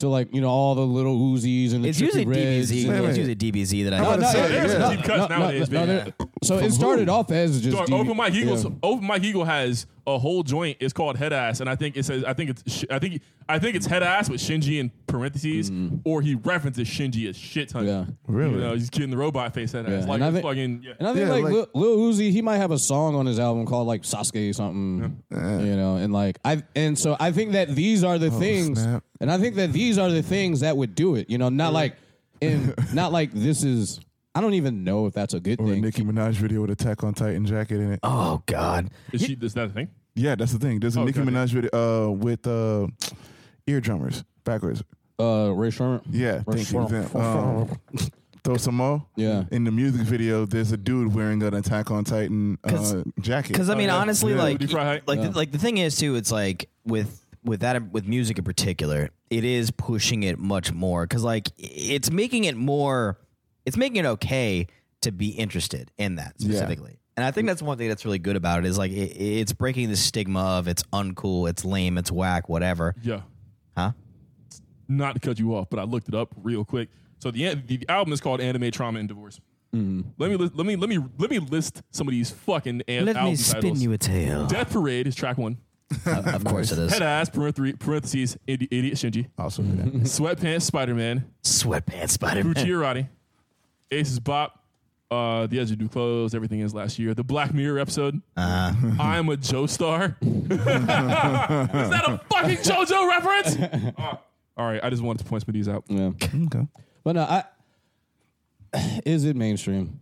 [SPEAKER 4] to like you know all the little Uzis and the
[SPEAKER 1] It's
[SPEAKER 4] Tricky
[SPEAKER 1] usually
[SPEAKER 4] Reds
[SPEAKER 1] DBZ.
[SPEAKER 4] and-
[SPEAKER 2] Wait,
[SPEAKER 1] It's
[SPEAKER 2] wait.
[SPEAKER 1] usually DBZ that I.
[SPEAKER 2] I'm about to
[SPEAKER 4] No,
[SPEAKER 2] say,
[SPEAKER 4] no,
[SPEAKER 2] there's
[SPEAKER 4] no,
[SPEAKER 2] some
[SPEAKER 4] no,
[SPEAKER 3] deep cuts
[SPEAKER 4] no,
[SPEAKER 3] nowadays,
[SPEAKER 4] no,
[SPEAKER 3] man.
[SPEAKER 4] no. So it started off as just
[SPEAKER 3] Dog,
[SPEAKER 4] DB
[SPEAKER 3] Open Mike Eagle's
[SPEAKER 4] yeah.
[SPEAKER 3] Open Mike Eagle has a whole joint. It's called Head Ass, and I think it says I think it's sh- I think I think it's Head Ass with Shinji in parentheses, or he references Shinji a shit ton.
[SPEAKER 4] Mm. Yeah.
[SPEAKER 2] Really?
[SPEAKER 3] You know, he's getting the robot face Head Ass.
[SPEAKER 4] Yeah,
[SPEAKER 3] Like
[SPEAKER 4] and I
[SPEAKER 3] it's
[SPEAKER 4] think-
[SPEAKER 3] fucking. Yeah.
[SPEAKER 4] And I think
[SPEAKER 2] Yeah,
[SPEAKER 4] like,
[SPEAKER 2] like-
[SPEAKER 4] Lil, Lil Uzi, he might have a song on his album called like Sasuke or something, you know. And like I and so I think that these are the things,
[SPEAKER 2] Oh, snap.
[SPEAKER 4] and I think that these are the things that would do it, you know. Not like and not like this is. I don't even know if that's a good
[SPEAKER 2] Or a
[SPEAKER 4] thing.
[SPEAKER 2] Nicki Minaj video with Attack on Titan jacket in it.
[SPEAKER 1] Oh God.
[SPEAKER 3] Is she is that a thing?
[SPEAKER 2] Yeah, that's the thing. There's a
[SPEAKER 3] Oh,
[SPEAKER 2] Nicki
[SPEAKER 3] got it.
[SPEAKER 2] Minaj video uh, with uh, eardrummers backwards.
[SPEAKER 4] Uh, Ray Sherman.
[SPEAKER 2] Yeah, thank you. Them. Um, throw some more.
[SPEAKER 4] Yeah.
[SPEAKER 2] In the music video, there's a dude wearing an Attack on Titan uh, jacket.
[SPEAKER 1] Because I mean,
[SPEAKER 3] yeah.
[SPEAKER 1] honestly,
[SPEAKER 3] Yeah.
[SPEAKER 1] like,
[SPEAKER 3] Deep fry height.
[SPEAKER 1] like, the, like the thing is too. It's like with with that with music in particular, it is pushing it much more. Because like it's making it more, it's making it okay to be interested in that specifically. And I think that's one thing that's really good about it is like it, it's breaking the stigma of it's uncool, it's lame, it's whack, whatever.
[SPEAKER 3] Yeah.
[SPEAKER 1] Huh?
[SPEAKER 3] Not to cut you off, but I looked it up real quick. So the an- the album is called Anime Trauma and Divorce.
[SPEAKER 1] Mm-hmm.
[SPEAKER 3] Let me li- let me let me let me list some of these fucking an-
[SPEAKER 1] Let
[SPEAKER 3] album
[SPEAKER 1] me spin
[SPEAKER 3] titles.
[SPEAKER 1] you a tale.
[SPEAKER 3] Death Parade is track one.
[SPEAKER 1] of of course it
[SPEAKER 3] Head
[SPEAKER 1] is.
[SPEAKER 3] ass parentheses, parentheses idi- idiot Shinji.
[SPEAKER 2] also do that.
[SPEAKER 3] Sweatpants Spider Man.
[SPEAKER 1] Sweatpants Spider Man.
[SPEAKER 3] Gucciarati, Ace's Bop, uh, The Edge of New Clothes, everything is last year. The Black Mirror episode. I'm a Joe Star. is that a fucking JoJo reference? Uh, all right, I just wanted to point some of these out.
[SPEAKER 4] Yeah.
[SPEAKER 2] Okay.
[SPEAKER 4] But no, I is it mainstream?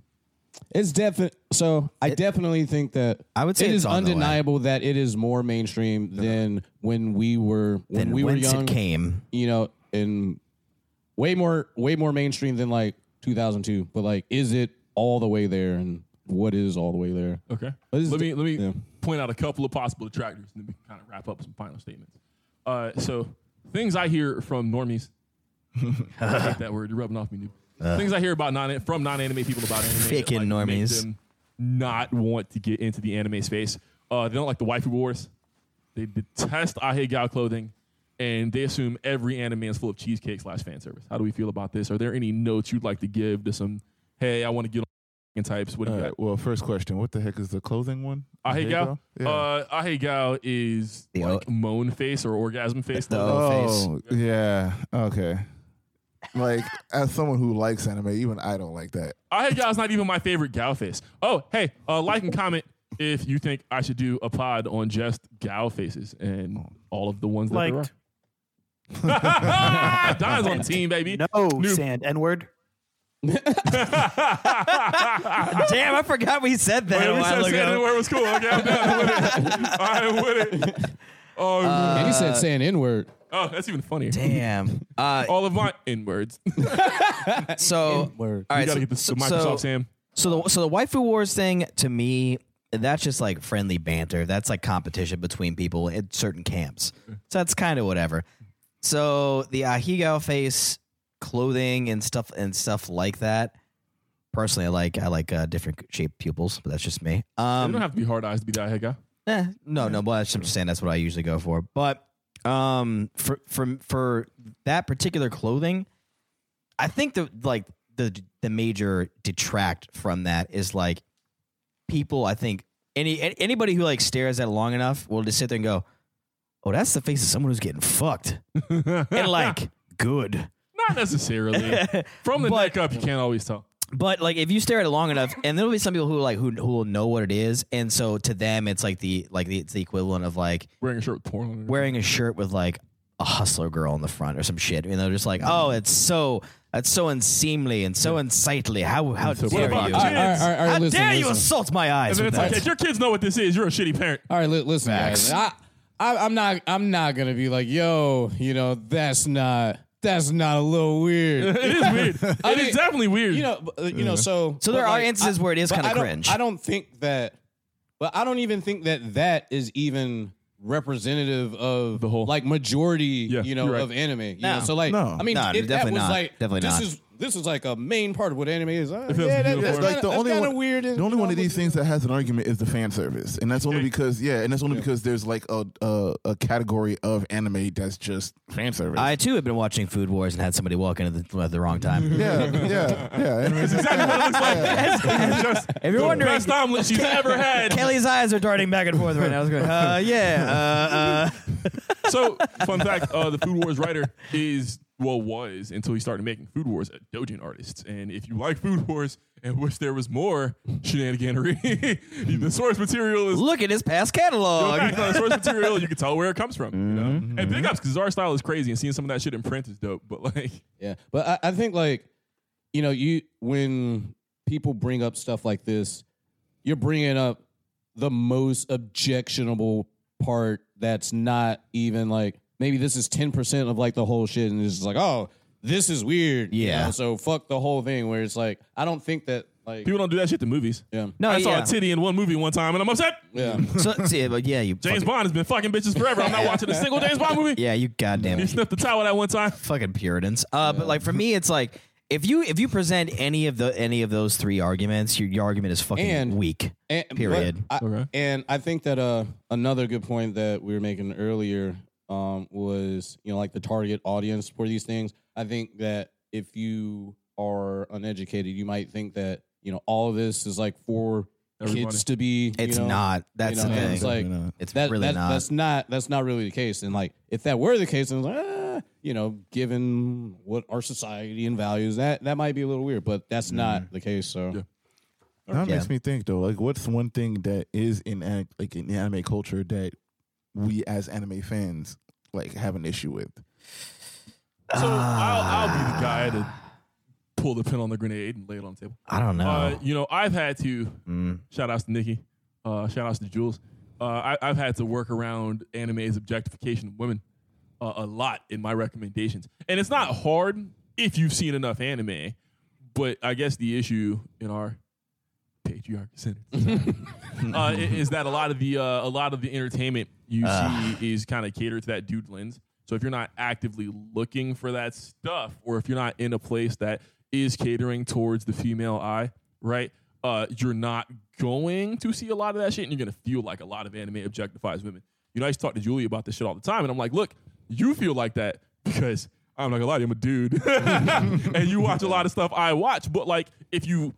[SPEAKER 4] It's definitely so. I definitely think that
[SPEAKER 1] I would say
[SPEAKER 4] it
[SPEAKER 1] it's
[SPEAKER 4] is
[SPEAKER 1] on the way.
[SPEAKER 4] undeniable that it is more mainstream than when we were when
[SPEAKER 1] Then
[SPEAKER 4] we were
[SPEAKER 1] whence
[SPEAKER 4] young.
[SPEAKER 1] it came.
[SPEAKER 4] You know, and way more way more mainstream than like 2002. But like, is it all the way there? And what is all the way there?
[SPEAKER 3] Okay.
[SPEAKER 4] But this is
[SPEAKER 3] Let me
[SPEAKER 4] the-
[SPEAKER 3] let me
[SPEAKER 4] yeah.
[SPEAKER 3] point out a couple of possible detractors and then we can kind of wrap up some final statements. Uh, so things I hear from normies. I hate that word. You're rubbing off me, dude. things I hear about non from non anime people about anime. that,
[SPEAKER 1] Fucking
[SPEAKER 3] like, make
[SPEAKER 1] normies.
[SPEAKER 3] them Not want to get into the anime space. Uh, they don't like the waifu wars. They detest Ahe Gao clothing, and they assume every anime is full of cheesecake slash fan service. How do we feel about this? Are there any notes you'd like to give to some? Hey, I want to get on types. What do
[SPEAKER 2] All
[SPEAKER 4] Uh,
[SPEAKER 3] you got?
[SPEAKER 2] right. Well, first question: What the heck is the clothing one?
[SPEAKER 3] I hate gal.
[SPEAKER 2] Yeah.
[SPEAKER 3] Uh, I hate gal is
[SPEAKER 1] The
[SPEAKER 3] like
[SPEAKER 1] o-
[SPEAKER 3] moan face or orgasm face.
[SPEAKER 1] The
[SPEAKER 3] logo.
[SPEAKER 1] o-
[SPEAKER 2] oh, yeah. Okay. Like, as someone who likes anime, even I don't like that.
[SPEAKER 3] I hate gal is not even my favorite gal face. Oh, hey, uh, like and comment if you think I should do a pod on just gal faces and
[SPEAKER 1] Oh.
[SPEAKER 3] all of the ones that
[SPEAKER 5] Liked.
[SPEAKER 3] there are. Don's on the team, baby.
[SPEAKER 5] no,
[SPEAKER 3] New-
[SPEAKER 5] sand N word.
[SPEAKER 1] Damn, I forgot we said that
[SPEAKER 3] Wait,
[SPEAKER 1] a
[SPEAKER 3] we
[SPEAKER 1] while
[SPEAKER 3] said saying it
[SPEAKER 1] ago.
[SPEAKER 3] where it was cool. Okay, I'm down with it. I'm with it. Oh,
[SPEAKER 4] and he said saying N word.
[SPEAKER 3] oh, that's even funnier.
[SPEAKER 1] Uh, Damn. Uh,
[SPEAKER 3] All of my in words. you
[SPEAKER 1] so,
[SPEAKER 4] Word.
[SPEAKER 1] all right.
[SPEAKER 3] gotta
[SPEAKER 1] so,
[SPEAKER 3] get this to
[SPEAKER 1] so-
[SPEAKER 3] Microsoft,
[SPEAKER 1] so-
[SPEAKER 3] Sam.
[SPEAKER 1] So the so the waifu wars thing to me, that's just like friendly banter. That's like competition between people at certain camps. So that's kind of whatever. So the ahigao face clothing and stuff and stuff like that. Personally, I like I like uh, different shaped pupils, but that's just me.
[SPEAKER 3] you don't
[SPEAKER 1] Um,
[SPEAKER 3] have to be hard eyes to be that head guy.
[SPEAKER 1] eh, no, no, but I'm just saying that's what I usually go for. But um, for for for that particular clothing, I think the like the the major detract from that is like people. I think any a- anybody who like stares at it long enough will just sit there and go, "Oh, that's the face of someone who's getting fucked," and like good.
[SPEAKER 3] Not necessarily. From the
[SPEAKER 1] But-
[SPEAKER 3] neck up, you can't always tell.
[SPEAKER 1] But like, if you stare at it long enough, and there'll be some people who like who who will know what it is, and so to them, it's like the like the, it's the equivalent of like
[SPEAKER 3] Wearing a shirt with porn on it.
[SPEAKER 1] wearing a shirt with like a hustler girl on the front or some shit. You know, just like, oh, it's so that's so unseemly and so unsightly. How how
[SPEAKER 2] so
[SPEAKER 1] dare
[SPEAKER 3] provocative.
[SPEAKER 1] you?
[SPEAKER 4] All
[SPEAKER 1] How
[SPEAKER 4] right, all right, all right, all right, listen,
[SPEAKER 1] dare you
[SPEAKER 4] listen.
[SPEAKER 1] assault my eyes?
[SPEAKER 3] And then
[SPEAKER 1] with
[SPEAKER 3] it's
[SPEAKER 1] that.
[SPEAKER 3] like, if your kids know what this is, you're a shitty parent.
[SPEAKER 4] All right, li- listen,
[SPEAKER 1] Facts.
[SPEAKER 4] guys. I, I, I'm not. I'm not gonna be like, yo, you know, that's not. That's not a little weird.
[SPEAKER 3] It is weird. It
[SPEAKER 4] mean,
[SPEAKER 3] is definitely weird.
[SPEAKER 4] you know, but, uh, you know. So,
[SPEAKER 1] So
[SPEAKER 4] but,
[SPEAKER 1] there are
[SPEAKER 4] like,
[SPEAKER 1] instances
[SPEAKER 4] I-
[SPEAKER 1] where it is
[SPEAKER 4] but
[SPEAKER 1] kinda
[SPEAKER 4] I don't-
[SPEAKER 1] cringe.
[SPEAKER 4] I don't think that, but I don't even think that that is even representative of
[SPEAKER 3] The whole-
[SPEAKER 4] like majority,
[SPEAKER 3] Yeah,
[SPEAKER 4] you know,
[SPEAKER 3] you're right.
[SPEAKER 4] of anime. You
[SPEAKER 1] No.
[SPEAKER 4] know, so like,
[SPEAKER 2] No.
[SPEAKER 4] I mean,
[SPEAKER 1] No,
[SPEAKER 4] if that
[SPEAKER 1] definitely
[SPEAKER 4] was
[SPEAKER 1] not.
[SPEAKER 4] like,
[SPEAKER 1] Definitely
[SPEAKER 4] this
[SPEAKER 1] not.
[SPEAKER 4] is this is like a main part of what anime is. Uh,
[SPEAKER 3] If it was
[SPEAKER 4] yeah, that,
[SPEAKER 3] uniform.
[SPEAKER 4] that's
[SPEAKER 3] Like,
[SPEAKER 4] kind
[SPEAKER 2] the
[SPEAKER 4] of
[SPEAKER 2] only one-
[SPEAKER 4] weird.
[SPEAKER 2] The only one of these things that has an argument is the fan service, and that's only
[SPEAKER 3] Okay.
[SPEAKER 2] because yeah, and that's only because there's like a, a a category of anime that's just fan service.
[SPEAKER 1] I too have been watching Food Wars and had somebody walk in at the, at the wrong time.
[SPEAKER 2] yeah, yeah, yeah. And it's-
[SPEAKER 3] exactly what it looks like. It's just
[SPEAKER 1] If you're
[SPEAKER 3] the
[SPEAKER 1] wondering-
[SPEAKER 3] best omelet she's ever had.
[SPEAKER 1] Kelly's eyes are darting back and forth right now. I was going, uh, yeah, uh, uh.
[SPEAKER 3] So, fun fact: uh, the Food Wars writer is well was until he started making Food Wars a Dojin artist. And if you like Food Wars and wish there was more shenaniganery, the source material is.
[SPEAKER 1] look at his past
[SPEAKER 3] Go back
[SPEAKER 1] catalog.
[SPEAKER 3] to the source material, you can tell where it comes from. You know? And big ups because our style is crazy, and seeing some of that shit in print is dope. But like,
[SPEAKER 4] Yeah, but I, I think like you know you when people bring up stuff like this, you're bringing up the most objectionable part that's not even like maybe this is ten percent of like the whole shit, and it's just like oh this is weird. you
[SPEAKER 1] Yeah.
[SPEAKER 4] know, so fuck the whole thing. Where it's like I don't think that like
[SPEAKER 3] people don't do that shit to movies.
[SPEAKER 4] yeah
[SPEAKER 1] No,
[SPEAKER 3] I saw
[SPEAKER 1] yeah.
[SPEAKER 3] a titty in one movie one time, and I'm upset.
[SPEAKER 4] yeah.
[SPEAKER 1] So, yeah, but yeah, you
[SPEAKER 3] James
[SPEAKER 1] fucking-
[SPEAKER 3] Bond has been fucking bitches forever. I'm not watching a single James Bond movie.
[SPEAKER 1] Yeah, you goddamn
[SPEAKER 3] He
[SPEAKER 1] it.
[SPEAKER 3] sniffed the towel that one time.
[SPEAKER 1] fucking Puritans. Uh, But like for me, it's like if you if you present any of the any of those three arguments, your, your argument is fucking
[SPEAKER 4] And-
[SPEAKER 1] weak.
[SPEAKER 4] And, but
[SPEAKER 1] Period.
[SPEAKER 4] I,
[SPEAKER 3] Okay.
[SPEAKER 4] And I think that uh, another good point that we were making earlier um, was, you know, like the target audience for these things. I think that if you are uneducated, you might think that, you know, all of this is like for
[SPEAKER 3] Everybody.
[SPEAKER 4] kids to be. you
[SPEAKER 1] It's
[SPEAKER 4] know,
[SPEAKER 1] not. That's
[SPEAKER 4] you
[SPEAKER 1] the
[SPEAKER 4] know, and
[SPEAKER 1] thing.
[SPEAKER 4] It's
[SPEAKER 1] It's,
[SPEAKER 4] like
[SPEAKER 2] Definitely not.
[SPEAKER 4] that,
[SPEAKER 1] really
[SPEAKER 4] that-
[SPEAKER 1] not.
[SPEAKER 4] That's not. That's not really the case. And like, if that were the case, then like, ah, you know, given what our society and values, that that might be a little weird. But that's not the case. So
[SPEAKER 3] Mm. Yeah.
[SPEAKER 2] that
[SPEAKER 1] Yeah.
[SPEAKER 2] makes me think though. Like, what's one thing that is in an- like in anime culture that we as anime fans like have an issue with?
[SPEAKER 3] So I'll, I'll be the guy to pull the pin on the grenade and lay it on the table.
[SPEAKER 1] I don't know.
[SPEAKER 3] Uh, you know, I've had to
[SPEAKER 1] Mm.
[SPEAKER 3] shout outs to Nikki, uh, shout outs to Jules. Uh, I, I've had to work around anime's objectification of women uh, a lot in my recommendations, and it's not hard if you've seen enough anime. But I guess the issue in our patriarchy center uh, i- is that a lot of the uh, a lot of the entertainment you see is kind of catered to that dude lens. So if you're not actively looking for that stuff, or if you're not in a place that is catering towards the female eye, right? Uh, you're not going to see a lot of that shit, and you're gonna feel like a lot of anime objectifies women. You know, I used to talk to Julie about this shit all the time, and I'm like, look, you feel like that because I'm not gonna lie to you, I'm a dude, and you watch a lot of stuff I watch. But like, if you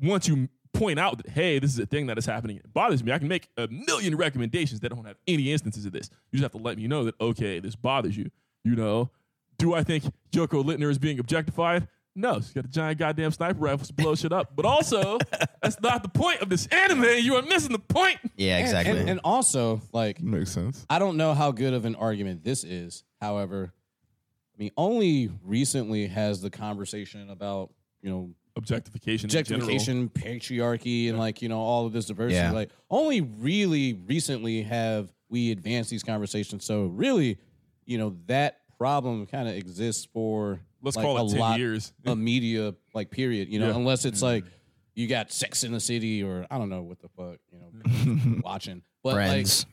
[SPEAKER 3] once you point out that hey, this is a thing that is happening, it bothers me. I can make a million recommendations that don't have any instances of this. You just have to let me know that okay, this bothers you. You know, do I think Joko Littner is being objectified? No, she's got a giant goddamn sniper rifle to blow shit up. But also, that's not the point of this anime. You are missing the point.
[SPEAKER 1] yeah,
[SPEAKER 4] And-
[SPEAKER 1] exactly.
[SPEAKER 4] and, and also like
[SPEAKER 2] Makes sense.
[SPEAKER 4] I don't know how good of an argument this is. However, I mean, only recently has the conversation about you know
[SPEAKER 3] objectification. in general.
[SPEAKER 4] objectification, patriarchy, and like you know all of this diversity.
[SPEAKER 1] Yeah.
[SPEAKER 4] Like only really recently have we advanced these conversations. So really, you know that problem kind of exists for
[SPEAKER 3] Let's
[SPEAKER 4] like,
[SPEAKER 3] call
[SPEAKER 4] a
[SPEAKER 3] it ten
[SPEAKER 4] lot
[SPEAKER 3] years.
[SPEAKER 4] a media like period. You know,
[SPEAKER 3] Yeah. Mm-hmm.
[SPEAKER 4] unless it's like you got Sex in the City or I don't know what the fuck you
[SPEAKER 3] Mm-hmm.
[SPEAKER 4] know watching, but
[SPEAKER 1] Friends.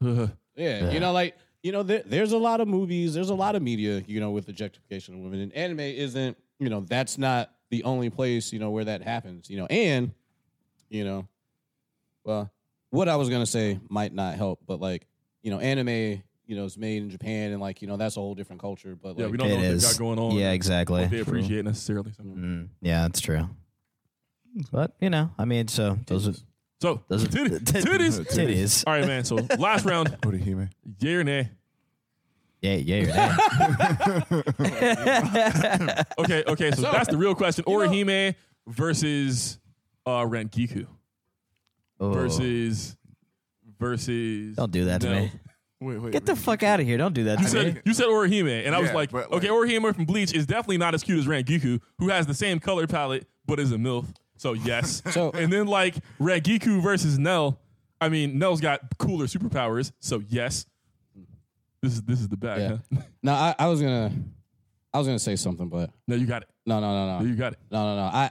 [SPEAKER 4] like yeah, you know like. You know, there, there's a lot of movies, there's a lot of media, you know, with objectification of women. And anime isn't, you know, that's not the only place, you know, where that happens, you know. And you know. Well, what I was gonna say might not help, but like, you know, anime, you know, is made in Japan and like, you know, that's a whole different culture. But like,
[SPEAKER 3] yeah, we don't know
[SPEAKER 1] It
[SPEAKER 3] what
[SPEAKER 1] is.
[SPEAKER 3] they got going
[SPEAKER 4] oh,
[SPEAKER 3] on.
[SPEAKER 1] yeah, exactly.
[SPEAKER 3] what they appreciate necessarily.
[SPEAKER 1] Mm, yeah, that's true. But you know, I mean, so those are
[SPEAKER 3] So
[SPEAKER 1] those are
[SPEAKER 3] titties, titties.
[SPEAKER 1] titties.
[SPEAKER 3] All right, man. So last round,
[SPEAKER 2] What a human.
[SPEAKER 3] yeah or nay?
[SPEAKER 1] Yeah, yeah, you're right.
[SPEAKER 3] Okay, okay. So, that's the real question. Orihime versus uh, Renkiku
[SPEAKER 1] Oh,
[SPEAKER 3] versus versus.
[SPEAKER 1] don't do that to
[SPEAKER 3] No.
[SPEAKER 1] me.
[SPEAKER 2] Wait, wait.
[SPEAKER 1] Get the fuck out of here! Don't do that
[SPEAKER 3] You
[SPEAKER 1] to me.
[SPEAKER 3] said, you said Orihime, and I was
[SPEAKER 2] Yeah,
[SPEAKER 3] like,
[SPEAKER 2] but, like-
[SPEAKER 3] okay, Orihime from Bleach is definitely not as cute as Rangiku, who has the same color palette but is a MILF. So, yes.
[SPEAKER 4] So-
[SPEAKER 3] and then, like, Rangiku versus Nell. I mean, Nell's got cooler superpowers, so yes. This is this is the bag,
[SPEAKER 4] Yeah.
[SPEAKER 3] huh?
[SPEAKER 4] no, I, I was gonna I was gonna say something, but
[SPEAKER 3] No, you got it.
[SPEAKER 4] no no no
[SPEAKER 3] No,
[SPEAKER 4] no.
[SPEAKER 3] you got it.
[SPEAKER 4] No no no. I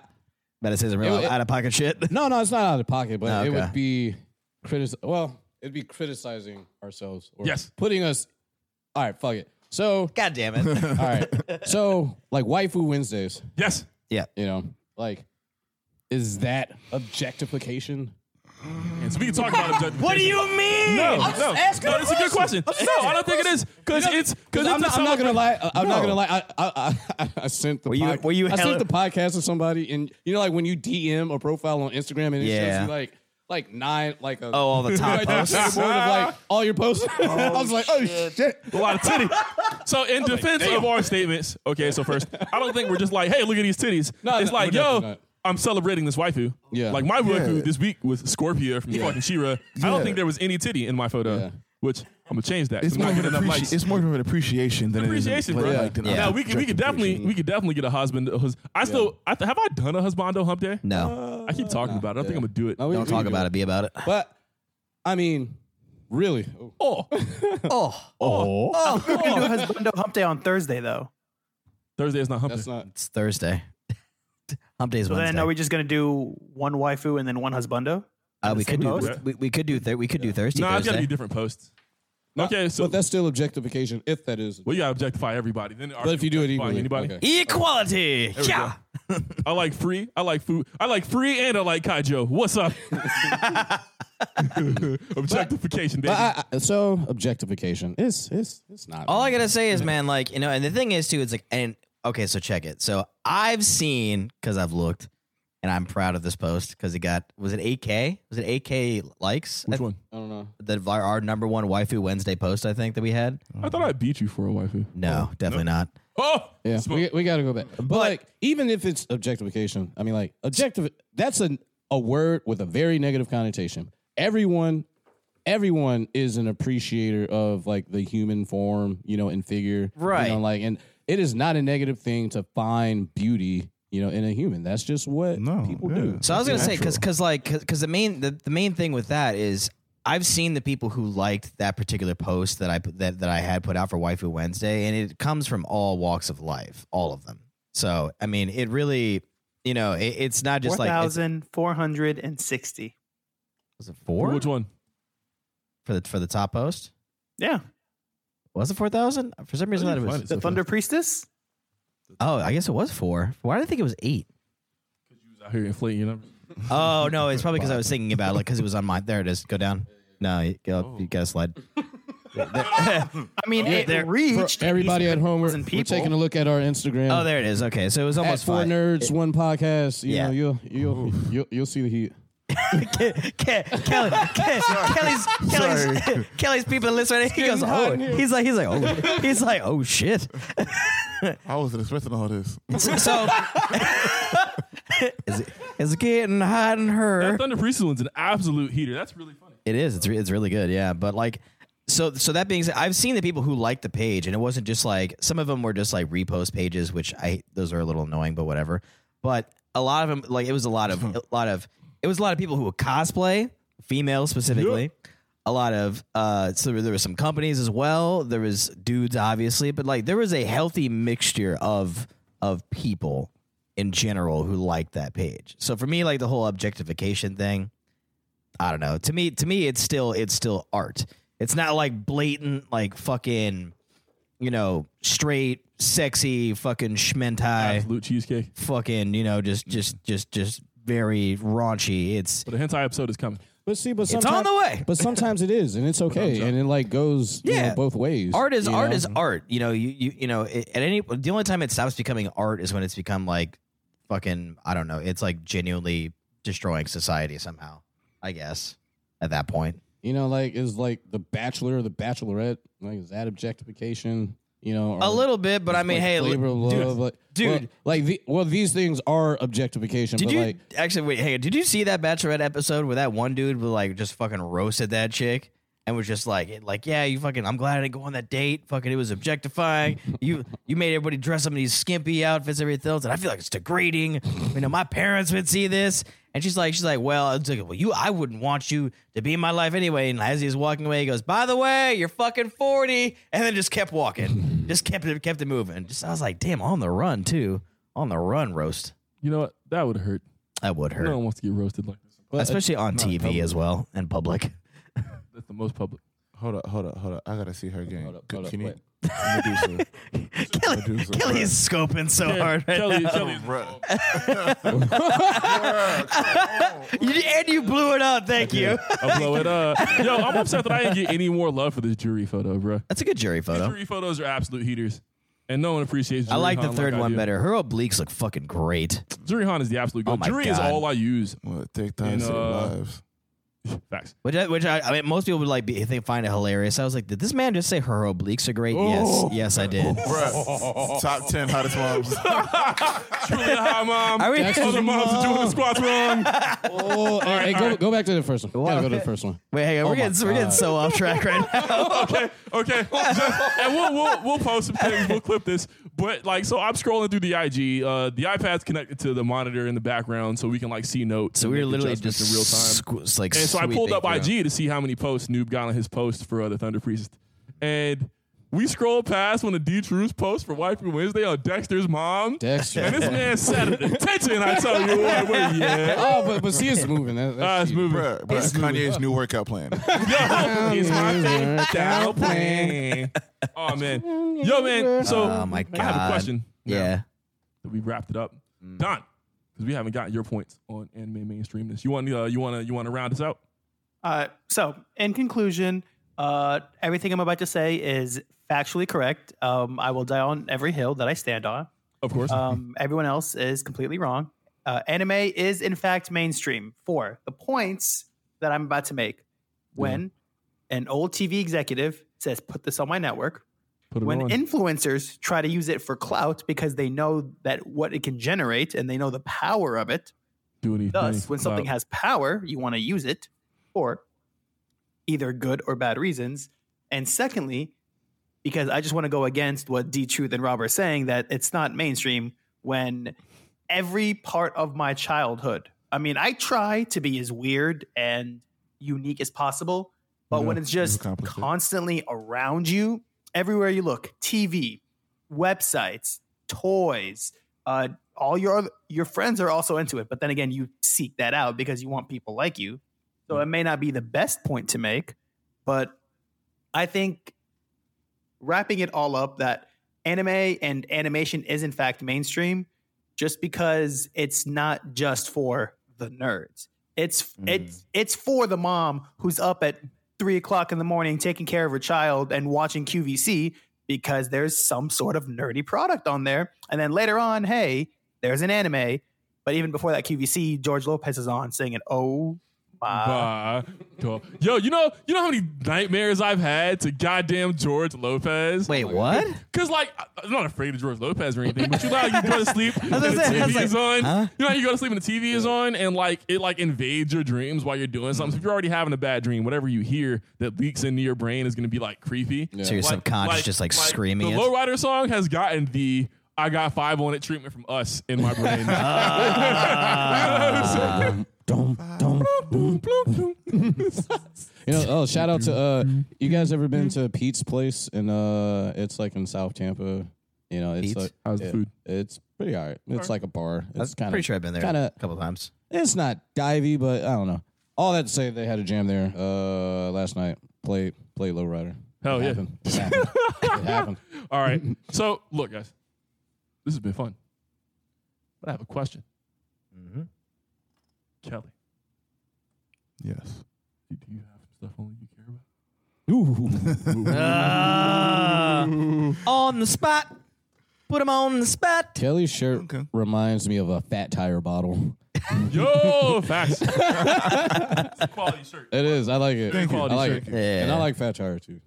[SPEAKER 1] Better say some real
[SPEAKER 4] It- it-
[SPEAKER 1] out of pocket shit.
[SPEAKER 4] no no it's not out of pocket, but
[SPEAKER 1] Oh, okay.
[SPEAKER 4] it would be critic well, it'd be criticizing ourselves or
[SPEAKER 3] Yes.
[SPEAKER 4] putting us all right, fuck it. So
[SPEAKER 1] God damn it!
[SPEAKER 4] all right. so like waifu Wednesdays,
[SPEAKER 3] Yes.
[SPEAKER 4] you know, like is that objectification?
[SPEAKER 3] And so we can talk about objectification.
[SPEAKER 1] what do you mean?
[SPEAKER 3] No,
[SPEAKER 4] I'm just
[SPEAKER 3] no,
[SPEAKER 4] asking
[SPEAKER 3] no.
[SPEAKER 4] a
[SPEAKER 3] It's a good question.
[SPEAKER 4] question.
[SPEAKER 3] No,
[SPEAKER 4] I'm just
[SPEAKER 3] I don't
[SPEAKER 4] asking a
[SPEAKER 3] think it is because
[SPEAKER 4] You know,
[SPEAKER 3] it's because
[SPEAKER 4] I'm,
[SPEAKER 3] it's
[SPEAKER 4] not,
[SPEAKER 3] a
[SPEAKER 4] I'm not gonna
[SPEAKER 3] celebra-
[SPEAKER 4] lie. I- I'm not gonna lie. I I, I, I sent the
[SPEAKER 1] Were you-
[SPEAKER 4] pod-
[SPEAKER 1] were you
[SPEAKER 4] I sent
[SPEAKER 1] hella-
[SPEAKER 4] the podcast to somebody, and you know, like when you DM a profile on Instagram, and it
[SPEAKER 1] Yeah.
[SPEAKER 4] shows you like like nine like a
[SPEAKER 1] Oh, all the top
[SPEAKER 4] like, that
[SPEAKER 1] posts.
[SPEAKER 4] leaderboard of like all your posts. I was like, oh shit.
[SPEAKER 3] a lot of titty. So in defense of our statements, okay. So first, I don't think we're just like, hey, look at these titties.
[SPEAKER 4] No,
[SPEAKER 3] it's
[SPEAKER 4] no,
[SPEAKER 3] like,
[SPEAKER 4] we're definitely
[SPEAKER 3] yo,
[SPEAKER 4] not.
[SPEAKER 3] I'm celebrating this waifu.
[SPEAKER 4] Yeah.
[SPEAKER 3] Like my waifu
[SPEAKER 2] Yeah.
[SPEAKER 3] this week was Scorpia from fucking Shira. I don't
[SPEAKER 2] Yeah.
[SPEAKER 3] think there was any titty in my photo,
[SPEAKER 4] Yeah.
[SPEAKER 3] which I'm gonna change that.
[SPEAKER 2] It's
[SPEAKER 3] It's
[SPEAKER 2] more,
[SPEAKER 3] not
[SPEAKER 2] of
[SPEAKER 3] getting
[SPEAKER 2] an
[SPEAKER 3] enough
[SPEAKER 2] appreci-
[SPEAKER 3] likes.
[SPEAKER 2] it's more of an appreciation than it is an-
[SPEAKER 3] Appreciation,
[SPEAKER 2] like,
[SPEAKER 3] bro.
[SPEAKER 2] like, than
[SPEAKER 1] Yeah.
[SPEAKER 3] Now we could we could definitely we could definitely get a husband. a hus- I still I th- have I done a husbando hump day.
[SPEAKER 4] Uh,
[SPEAKER 1] No,
[SPEAKER 3] I keep talking about it. I don't think I'm gonna do it.
[SPEAKER 4] No, we-
[SPEAKER 1] don't
[SPEAKER 4] we
[SPEAKER 1] talk
[SPEAKER 4] do
[SPEAKER 1] about it. Be about it.
[SPEAKER 4] But I mean, really, oh,
[SPEAKER 3] Oh,
[SPEAKER 1] Oh,
[SPEAKER 5] We're gonna do husbando hump day on Thursday though.
[SPEAKER 3] Thursday is not hump
[SPEAKER 4] that's
[SPEAKER 3] day.
[SPEAKER 4] not.
[SPEAKER 1] it's Thursday. Hump day's
[SPEAKER 5] So
[SPEAKER 1] Wednesday.
[SPEAKER 5] then are we just gonna do one waifu and then one husbando?
[SPEAKER 1] uh, we
[SPEAKER 5] the same
[SPEAKER 1] could do
[SPEAKER 5] post?
[SPEAKER 1] we, we could do thir- we could do Thursday.
[SPEAKER 3] No, it's gotta
[SPEAKER 1] Thursday.
[SPEAKER 3] be different posts. Okay, so
[SPEAKER 4] But that's still objectification, if that is.
[SPEAKER 3] well, you gotta objectify everybody. Then
[SPEAKER 4] But if you do it
[SPEAKER 3] objectifying
[SPEAKER 4] equally,
[SPEAKER 3] anybody.
[SPEAKER 4] okay.
[SPEAKER 1] Equality. Yeah.
[SPEAKER 3] I like free. I like food. I like free and I like Kaijo. What's up? Objectification, baby.
[SPEAKER 4] But I, I, so objectification, it's it's it's not.
[SPEAKER 1] All I gotta say is, man, like you know, and the thing is too, it's like, and okay, so check it. So I've seen because I've looked, and I'm proud of this post because it got was it 8k? Was it 8k likes?
[SPEAKER 3] Which
[SPEAKER 1] I-
[SPEAKER 3] one?
[SPEAKER 4] I don't know.
[SPEAKER 1] The our, our number one waifu Wednesday post I think that we had.
[SPEAKER 3] I thought I beat you for a waifu.
[SPEAKER 1] No, definitely not.
[SPEAKER 3] Oh,
[SPEAKER 4] Yeah,
[SPEAKER 3] Smoke.
[SPEAKER 4] we, we got to go back. But, like, even if it's objectification, I mean, like, objective. That's a a word with a very negative connotation. Everyone, everyone is an appreciator of like the human form, you know, and figure,
[SPEAKER 1] Right.
[SPEAKER 4] You know, like, and it is not a negative thing to find beauty, you know, in a human. That's just what
[SPEAKER 2] No,
[SPEAKER 4] people
[SPEAKER 2] yeah.
[SPEAKER 4] do.
[SPEAKER 1] So I was gonna say because because like because the main the, the main thing with that is I've seen the people who liked that particular post that I put- that that I had put out for Waifu Wednesday, and it comes from all walks of life, all of them. So I mean, it really. You know, it, it's not just
[SPEAKER 5] Four
[SPEAKER 1] like it's-
[SPEAKER 5] thousand four hundred and sixty.
[SPEAKER 1] Was it four?
[SPEAKER 3] which one?
[SPEAKER 1] for the for the top post?
[SPEAKER 5] Yeah.
[SPEAKER 1] Was it four thousand? For some reason, I thought it was.
[SPEAKER 5] The Thunder Priestess?
[SPEAKER 1] Oh, I guess it was four. Why did I think it was eight?
[SPEAKER 3] Out here inflating your numbers.
[SPEAKER 1] Oh no, it's probably because I was thinking about it, like because it was on my. There it is. Go down. No, you, go, you gotta slide.
[SPEAKER 5] I mean it
[SPEAKER 4] For
[SPEAKER 5] reached
[SPEAKER 4] everybody at home, we're,
[SPEAKER 5] 8,000
[SPEAKER 4] we're
[SPEAKER 5] people.
[SPEAKER 4] taking a look at our Instagram.
[SPEAKER 1] Oh, there it is. Okay, so it was
[SPEAKER 4] At
[SPEAKER 1] almost
[SPEAKER 4] four
[SPEAKER 1] five.
[SPEAKER 4] nerds, one podcast. You
[SPEAKER 1] Yeah.
[SPEAKER 4] know, you'll you'll, you'll you'll see the heat.
[SPEAKER 1] Ke- Ke- Kelly, Ke- Kelly's, Kelly's, Kelly's people listening. He goes, oh, he's like, he's like, oh, he's like, oh shit.
[SPEAKER 2] I wasn't expecting all this.
[SPEAKER 1] So, is it, is it getting hot in her?
[SPEAKER 3] That Thunder Priestess one's an absolute heater. That's really funny.
[SPEAKER 1] It is. It's, re- it's really good. Yeah. But like, so so that being said, I've seen the people who liked the page, and it wasn't just like some of them were just like repost pages, which I those are a little annoying, but whatever. but a lot of them like it was a lot of a lot of it was a lot of people who would cosplay females specifically a lot of uh so there were some companies as well there was dudes obviously but like there was a healthy mixture of of people in general who liked that page so for me like the whole objectification thing i don't know to me to me it's still it's still art it's not like blatant like fucking you know straight sexy fucking schmentai
[SPEAKER 3] Absolute cheesecake.
[SPEAKER 1] fucking you know just just just just very raunchy it's
[SPEAKER 3] But the hentai episode is coming.
[SPEAKER 4] But see, but
[SPEAKER 1] it's
[SPEAKER 4] sometimes,
[SPEAKER 1] on the way
[SPEAKER 4] But sometimes it is, and it's okay, and it like goes you know,
[SPEAKER 1] Yeah.
[SPEAKER 4] both ways.
[SPEAKER 1] art is
[SPEAKER 4] you
[SPEAKER 1] art
[SPEAKER 4] know?
[SPEAKER 1] is art you know you you, you know it, at any the only time it stops becoming art is when it's become like fucking i don't know it's like genuinely destroying society somehow i guess at that point
[SPEAKER 4] you know like is like the Bachelor or the Bachelorette like is that objectification? You know,
[SPEAKER 1] a
[SPEAKER 4] or-
[SPEAKER 1] little bit but i mean
[SPEAKER 4] like,
[SPEAKER 1] hey
[SPEAKER 4] flavor of
[SPEAKER 1] dude,
[SPEAKER 4] love, like,
[SPEAKER 1] dude.
[SPEAKER 4] well, like the, well, these things are objectification.
[SPEAKER 1] did
[SPEAKER 4] but
[SPEAKER 1] you
[SPEAKER 4] like,
[SPEAKER 1] actually wait hey did you see that bachelorette episode where that one dude was like just fucking roasted that chick and was just like it- like yeah you fucking i'm glad i didn't go on that date fucking it was objectifying you you made everybody dress up in these skimpy outfits and everything else and i feel like it's degrading you know my parents would see this and she's like she's like well it's like well you i wouldn't want you to be in my life anyway and as he's walking away he goes by the way you're fucking 40 and then just kept walking just kept it kept it moving just i was like damn on the run too on the run roast
[SPEAKER 3] You know what? That would hurt.
[SPEAKER 1] that would hurt
[SPEAKER 3] No one wants to get roasted like this.
[SPEAKER 1] especially on
[SPEAKER 3] not
[SPEAKER 1] TV
[SPEAKER 3] public.
[SPEAKER 1] as well and public.
[SPEAKER 3] That's the most public.
[SPEAKER 2] Hold up, hold up, hold up. I gotta see her game.
[SPEAKER 4] Hold up,
[SPEAKER 2] Can-
[SPEAKER 4] hold up,
[SPEAKER 2] can you-
[SPEAKER 4] wait.
[SPEAKER 2] Medusa.
[SPEAKER 1] Kelly,
[SPEAKER 2] Medusa,
[SPEAKER 1] Kelly's scoping so hard right
[SPEAKER 3] Kelly,
[SPEAKER 1] now.
[SPEAKER 3] Kelly,
[SPEAKER 2] bruh.
[SPEAKER 1] You- and you blew it up. Thank you.
[SPEAKER 3] I'll blow it up. Yo, I'm upset that I didn't get any more love for this jury photo, bro.
[SPEAKER 1] That's a good jury photo.
[SPEAKER 3] Jury photos are absolute heaters. And no one appreciates
[SPEAKER 1] I
[SPEAKER 3] Jury
[SPEAKER 1] like the
[SPEAKER 3] Han
[SPEAKER 1] third
[SPEAKER 3] I
[SPEAKER 1] one
[SPEAKER 3] do.
[SPEAKER 1] better. Her obliques look fucking great.
[SPEAKER 3] Jury Han is the absolute
[SPEAKER 1] Oh
[SPEAKER 3] goat.
[SPEAKER 1] my
[SPEAKER 3] jury is
[SPEAKER 1] God.
[SPEAKER 3] all I use.
[SPEAKER 2] Well, dick
[SPEAKER 3] And,
[SPEAKER 2] dies in
[SPEAKER 3] uh,
[SPEAKER 2] lives.
[SPEAKER 3] Facts.
[SPEAKER 1] Which, I, which I, I mean, most people would like be, they find it hilarious. I was like, did this man just say her obliques are great?
[SPEAKER 3] Oh.
[SPEAKER 1] Yes, yes, I did.
[SPEAKER 2] Bruh. Top ten hottest moms.
[SPEAKER 3] Julia, hi, mom.
[SPEAKER 1] Are we-
[SPEAKER 3] Other moms are doing the squats wrong.
[SPEAKER 4] oh, hey, hey, go, go back to the first one. Gotta go to the first one.
[SPEAKER 1] Wait,
[SPEAKER 3] Oh
[SPEAKER 1] hang on, we're
[SPEAKER 4] my
[SPEAKER 1] getting we're getting so off track right now.
[SPEAKER 3] okay, okay. Just- and we'll, we'll we'll post some things. We'll clip this. But like, so I'm scrolling through the IG. Uh, the iPad's connected to the monitor in the background, so we can like see notes.
[SPEAKER 1] So
[SPEAKER 3] and
[SPEAKER 1] we were
[SPEAKER 3] make
[SPEAKER 1] literally
[SPEAKER 3] adjustments
[SPEAKER 1] just
[SPEAKER 3] in real time.
[SPEAKER 1] squ- like,
[SPEAKER 3] And so I pulled
[SPEAKER 1] sweeping
[SPEAKER 3] up
[SPEAKER 1] through.
[SPEAKER 3] IG to see how many posts Noob got on his post for uh, the Thunder Priest. And we scrolled past one of D True's posts for Wifey Wednesday on Dexter's mom.
[SPEAKER 4] Dexter.
[SPEAKER 3] And this man sat at attention, I tell you what. Wait, yeah.
[SPEAKER 4] oh, but but see, it's moving. That, that's
[SPEAKER 3] Uh, it's
[SPEAKER 4] huge.
[SPEAKER 3] moving.
[SPEAKER 2] bruh, bruh. Kanye's new workout plan.
[SPEAKER 1] Oh,
[SPEAKER 3] Yo, he's my freestyle plan. Oh, man. Yo, man. So
[SPEAKER 1] Oh my god.
[SPEAKER 3] I have a question. now
[SPEAKER 1] Yeah.
[SPEAKER 3] that we wrapped it up. Don, because we haven't gotten your points on anime mainstream this. You want uh, you want to you want to round us out?
[SPEAKER 5] Uh, so, in conclusion, uh, everything I'm about to say is factually correct. Um, I will die on every hill that I stand on.
[SPEAKER 3] Of course.
[SPEAKER 5] Um, everyone else is completely wrong. Uh, anime is, in fact, mainstream for the points that I'm about to make. When an old TV executive says, put this on my network,
[SPEAKER 3] Put it
[SPEAKER 5] when
[SPEAKER 3] on.
[SPEAKER 5] influencers try to use it for clout because they know that what it can generate and they know the power of it,
[SPEAKER 3] Do anything.
[SPEAKER 5] Thus, when something
[SPEAKER 3] Wow.
[SPEAKER 5] has power, you want to use it for either good or bad reasons. And secondly, because I just want to go against what D Truth and Rob are saying that it's not mainstream when every part of my childhood, I mean, I try to be as weird and unique as possible, but
[SPEAKER 2] Yeah,
[SPEAKER 5] when it's
[SPEAKER 2] you've
[SPEAKER 5] just
[SPEAKER 2] accomplished it.
[SPEAKER 5] constantly around you, everywhere you look, TV, websites, toys, uh, all your other- your friends are also into it but then again you seek that out because you want people like you so it may not be the best point to make but i think wrapping it all up that anime and animation is in fact mainstream just because it's not just for the nerds it's it's it's for the mom who's up at three o'clock in the morning taking care of her child and watching qvc because there's some sort of nerdy product on there and then later on hey there's an anime but even before that qvc george lopez is on singing oh my
[SPEAKER 3] Bah. Duh. Ah, Yo, you know, you know how many nightmares I've had to goddamn George Lopez.
[SPEAKER 1] Wait, what?
[SPEAKER 3] Cause like I- I'm not afraid of George Lopez or anything, but you know how you go to sleep and the
[SPEAKER 1] was gonna say, I was
[SPEAKER 3] TV is on.
[SPEAKER 1] like, huh?
[SPEAKER 3] You know how you go to sleep and the TV is on, and like it like invades your dreams while you're doing something. So if you're already having a bad dream, whatever you hear that leaks into your brain is gonna be like creepy.
[SPEAKER 1] So your
[SPEAKER 3] Like-
[SPEAKER 1] subconscious just like, screaming
[SPEAKER 3] The
[SPEAKER 1] it.
[SPEAKER 3] Lowrider song has gotten the I got five on it treatment from us in my brain.
[SPEAKER 1] Ah.
[SPEAKER 4] Dum, dum, dum, You know, oh, shout out to uh, you guys ever been to Pete's place in uh, it's like in South Tampa. You know, it's
[SPEAKER 1] Pete's?
[SPEAKER 4] like
[SPEAKER 3] How's the
[SPEAKER 4] it-
[SPEAKER 3] food?
[SPEAKER 4] It's pretty alright. It's like a bar. It's kind
[SPEAKER 1] pretty
[SPEAKER 4] of
[SPEAKER 1] sure I've been there
[SPEAKER 4] kinda-
[SPEAKER 1] a couple times.
[SPEAKER 4] it's not divey, but I don't know. All that to say, they had a jam there uh last night. Play play lowrider.
[SPEAKER 3] Hell
[SPEAKER 4] it
[SPEAKER 3] yeah.
[SPEAKER 4] happened. It happened. it happened.
[SPEAKER 3] All right. So look, guys, this has been fun, but I have a question. Kelly,
[SPEAKER 2] Yes.
[SPEAKER 3] do you have some stuff only you care about?
[SPEAKER 1] Uh, On the spot. Put him on the spot.
[SPEAKER 4] Kelly's shirt
[SPEAKER 2] Okay.
[SPEAKER 4] reminds me of a fat tire bottle.
[SPEAKER 3] Yo, facts. it's a quality shirt.
[SPEAKER 4] It is. I like it.
[SPEAKER 3] Thank you.
[SPEAKER 4] I like
[SPEAKER 3] Thank
[SPEAKER 4] it.
[SPEAKER 3] you.
[SPEAKER 1] Yeah.
[SPEAKER 4] And I like fat tire too.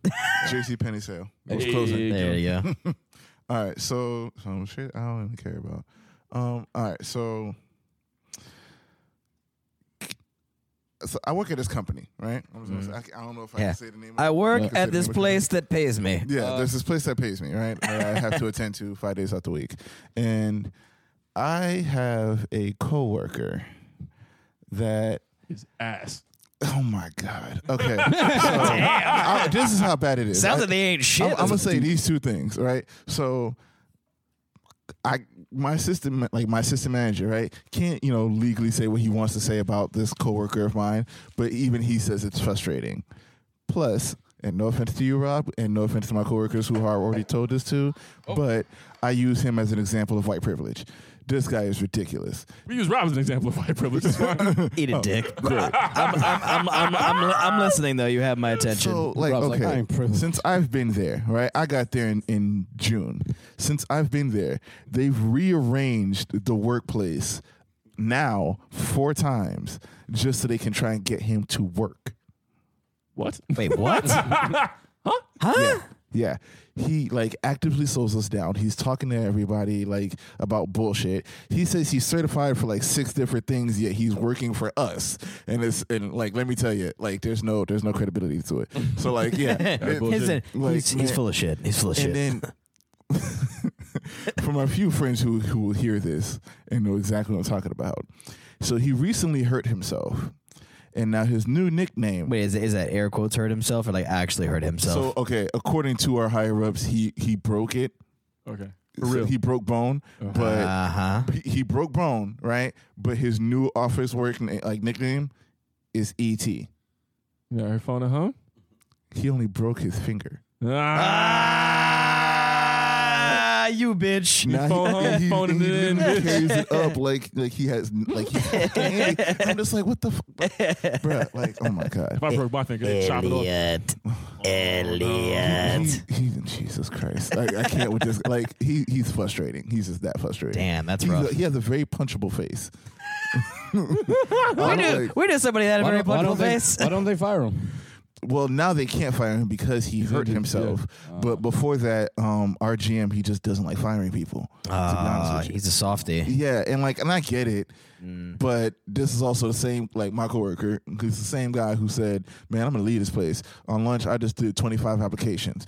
[SPEAKER 2] JC Penny sale.
[SPEAKER 3] Hey,
[SPEAKER 1] There you go.
[SPEAKER 2] All right, so some shit I don't even care about. Um, all right, so so I work at this company, right? I'm just gonna say, I, can- I don't know if I
[SPEAKER 1] Mm-hmm. Yeah.
[SPEAKER 2] can say the name. Of
[SPEAKER 1] I
[SPEAKER 2] it.
[SPEAKER 4] Yeah.
[SPEAKER 1] work uh,
[SPEAKER 2] Say the
[SPEAKER 1] at this
[SPEAKER 2] name of the
[SPEAKER 1] place that pays me.
[SPEAKER 2] Yeah, there's this place that pays me, right? That I have to attend to five days out the week. And I have a coworker that
[SPEAKER 3] His ass.
[SPEAKER 2] oh my God. Okay. So, I- this is how bad it is.
[SPEAKER 1] Sounds
[SPEAKER 2] I-
[SPEAKER 1] like they ain't shit.
[SPEAKER 2] I'm, gonna say these two things, right? So, I my system like my system manager, right, can't you know legally say what he wants to say about this coworker of mine, but even he says it's frustrating. Plus, and no offense to you, Rob, and no offense to my coworkers who are already told this to, but I use him as an example of white privilege. This guy is ridiculous.
[SPEAKER 3] We use Rob as an example of white privilege. It's fine.
[SPEAKER 1] Eat
[SPEAKER 2] oh,
[SPEAKER 1] a dick. I'm, I'm, I'm, I'm, I'm, I'm listening though. You have my attention.
[SPEAKER 2] So like
[SPEAKER 4] Rob's like,
[SPEAKER 2] okay,
[SPEAKER 4] "I ain't privileged."
[SPEAKER 2] since I've been there, right? I got there in, in June. Since I've been there, they've rearranged the workplace now four times just so they can try and get him to work.
[SPEAKER 3] what?
[SPEAKER 1] Wait, what? huh? Huh?
[SPEAKER 2] Yeah. He like actively slows us down. He's talking to everybody like about bullshit. He says he's certified for like six different things, yet he's working for us. And it's and like let me tell you, like there's no there's no credibility to it. So like yeah. it-
[SPEAKER 1] He's,
[SPEAKER 2] like,
[SPEAKER 1] he's, he's
[SPEAKER 2] man,
[SPEAKER 1] full of shit. He's full of shit.
[SPEAKER 2] And then from our few friends who who will hear this and know exactly what I'm talking about. So he recently hurt himself, and now his new nickname.
[SPEAKER 1] Wait, is, is that air quotes hurt himself or like actually hurt
[SPEAKER 2] so
[SPEAKER 1] himself?
[SPEAKER 2] okay, according to our higher ups, he he broke it.
[SPEAKER 3] Okay. For
[SPEAKER 2] So
[SPEAKER 3] real. Uh-huh.
[SPEAKER 2] he broke bone, but
[SPEAKER 1] uh huh.
[SPEAKER 2] he- he broke bone, right? But his new office work na- like nickname is E ET. He
[SPEAKER 3] You got her phone at home?
[SPEAKER 2] only broke his finger.
[SPEAKER 1] Uh, Ah, you bitch.
[SPEAKER 2] Now
[SPEAKER 3] phone-
[SPEAKER 2] he,
[SPEAKER 3] phone
[SPEAKER 2] he,
[SPEAKER 3] it in,
[SPEAKER 2] literally
[SPEAKER 3] bitch.
[SPEAKER 2] carries it up like like he has like he's fucking handy. I'm just like what the fuck, bro? Like oh my god,
[SPEAKER 3] If I broke my finger, they'd chop it off. Oh,
[SPEAKER 1] Elliot.
[SPEAKER 2] he,
[SPEAKER 1] Elliot.
[SPEAKER 2] he, Jesus Christ, I, I can't with this. Like he he's frustrating. He's just that frustrating.
[SPEAKER 1] Damn, that's
[SPEAKER 2] He's
[SPEAKER 1] rough.
[SPEAKER 2] a- he has a very punchable face.
[SPEAKER 1] Where
[SPEAKER 2] I'm
[SPEAKER 1] do,
[SPEAKER 2] like,
[SPEAKER 1] where does somebody that have a very
[SPEAKER 4] why,
[SPEAKER 1] punchable
[SPEAKER 4] don't they,
[SPEAKER 1] face?
[SPEAKER 4] why don't they fire him?
[SPEAKER 2] well, now they can't fire him because he hurt himself.
[SPEAKER 1] Uh.
[SPEAKER 2] But before that, um, our GM he just doesn't like firing people. to be honest
[SPEAKER 1] Ah,
[SPEAKER 2] with you.
[SPEAKER 1] he's a softie.
[SPEAKER 2] Yeah, and like, and I get it, but this is also the same. Like my coworker, who's the same guy who said, "Man, I'm gonna leave this place." On lunch, I just did 25 applications.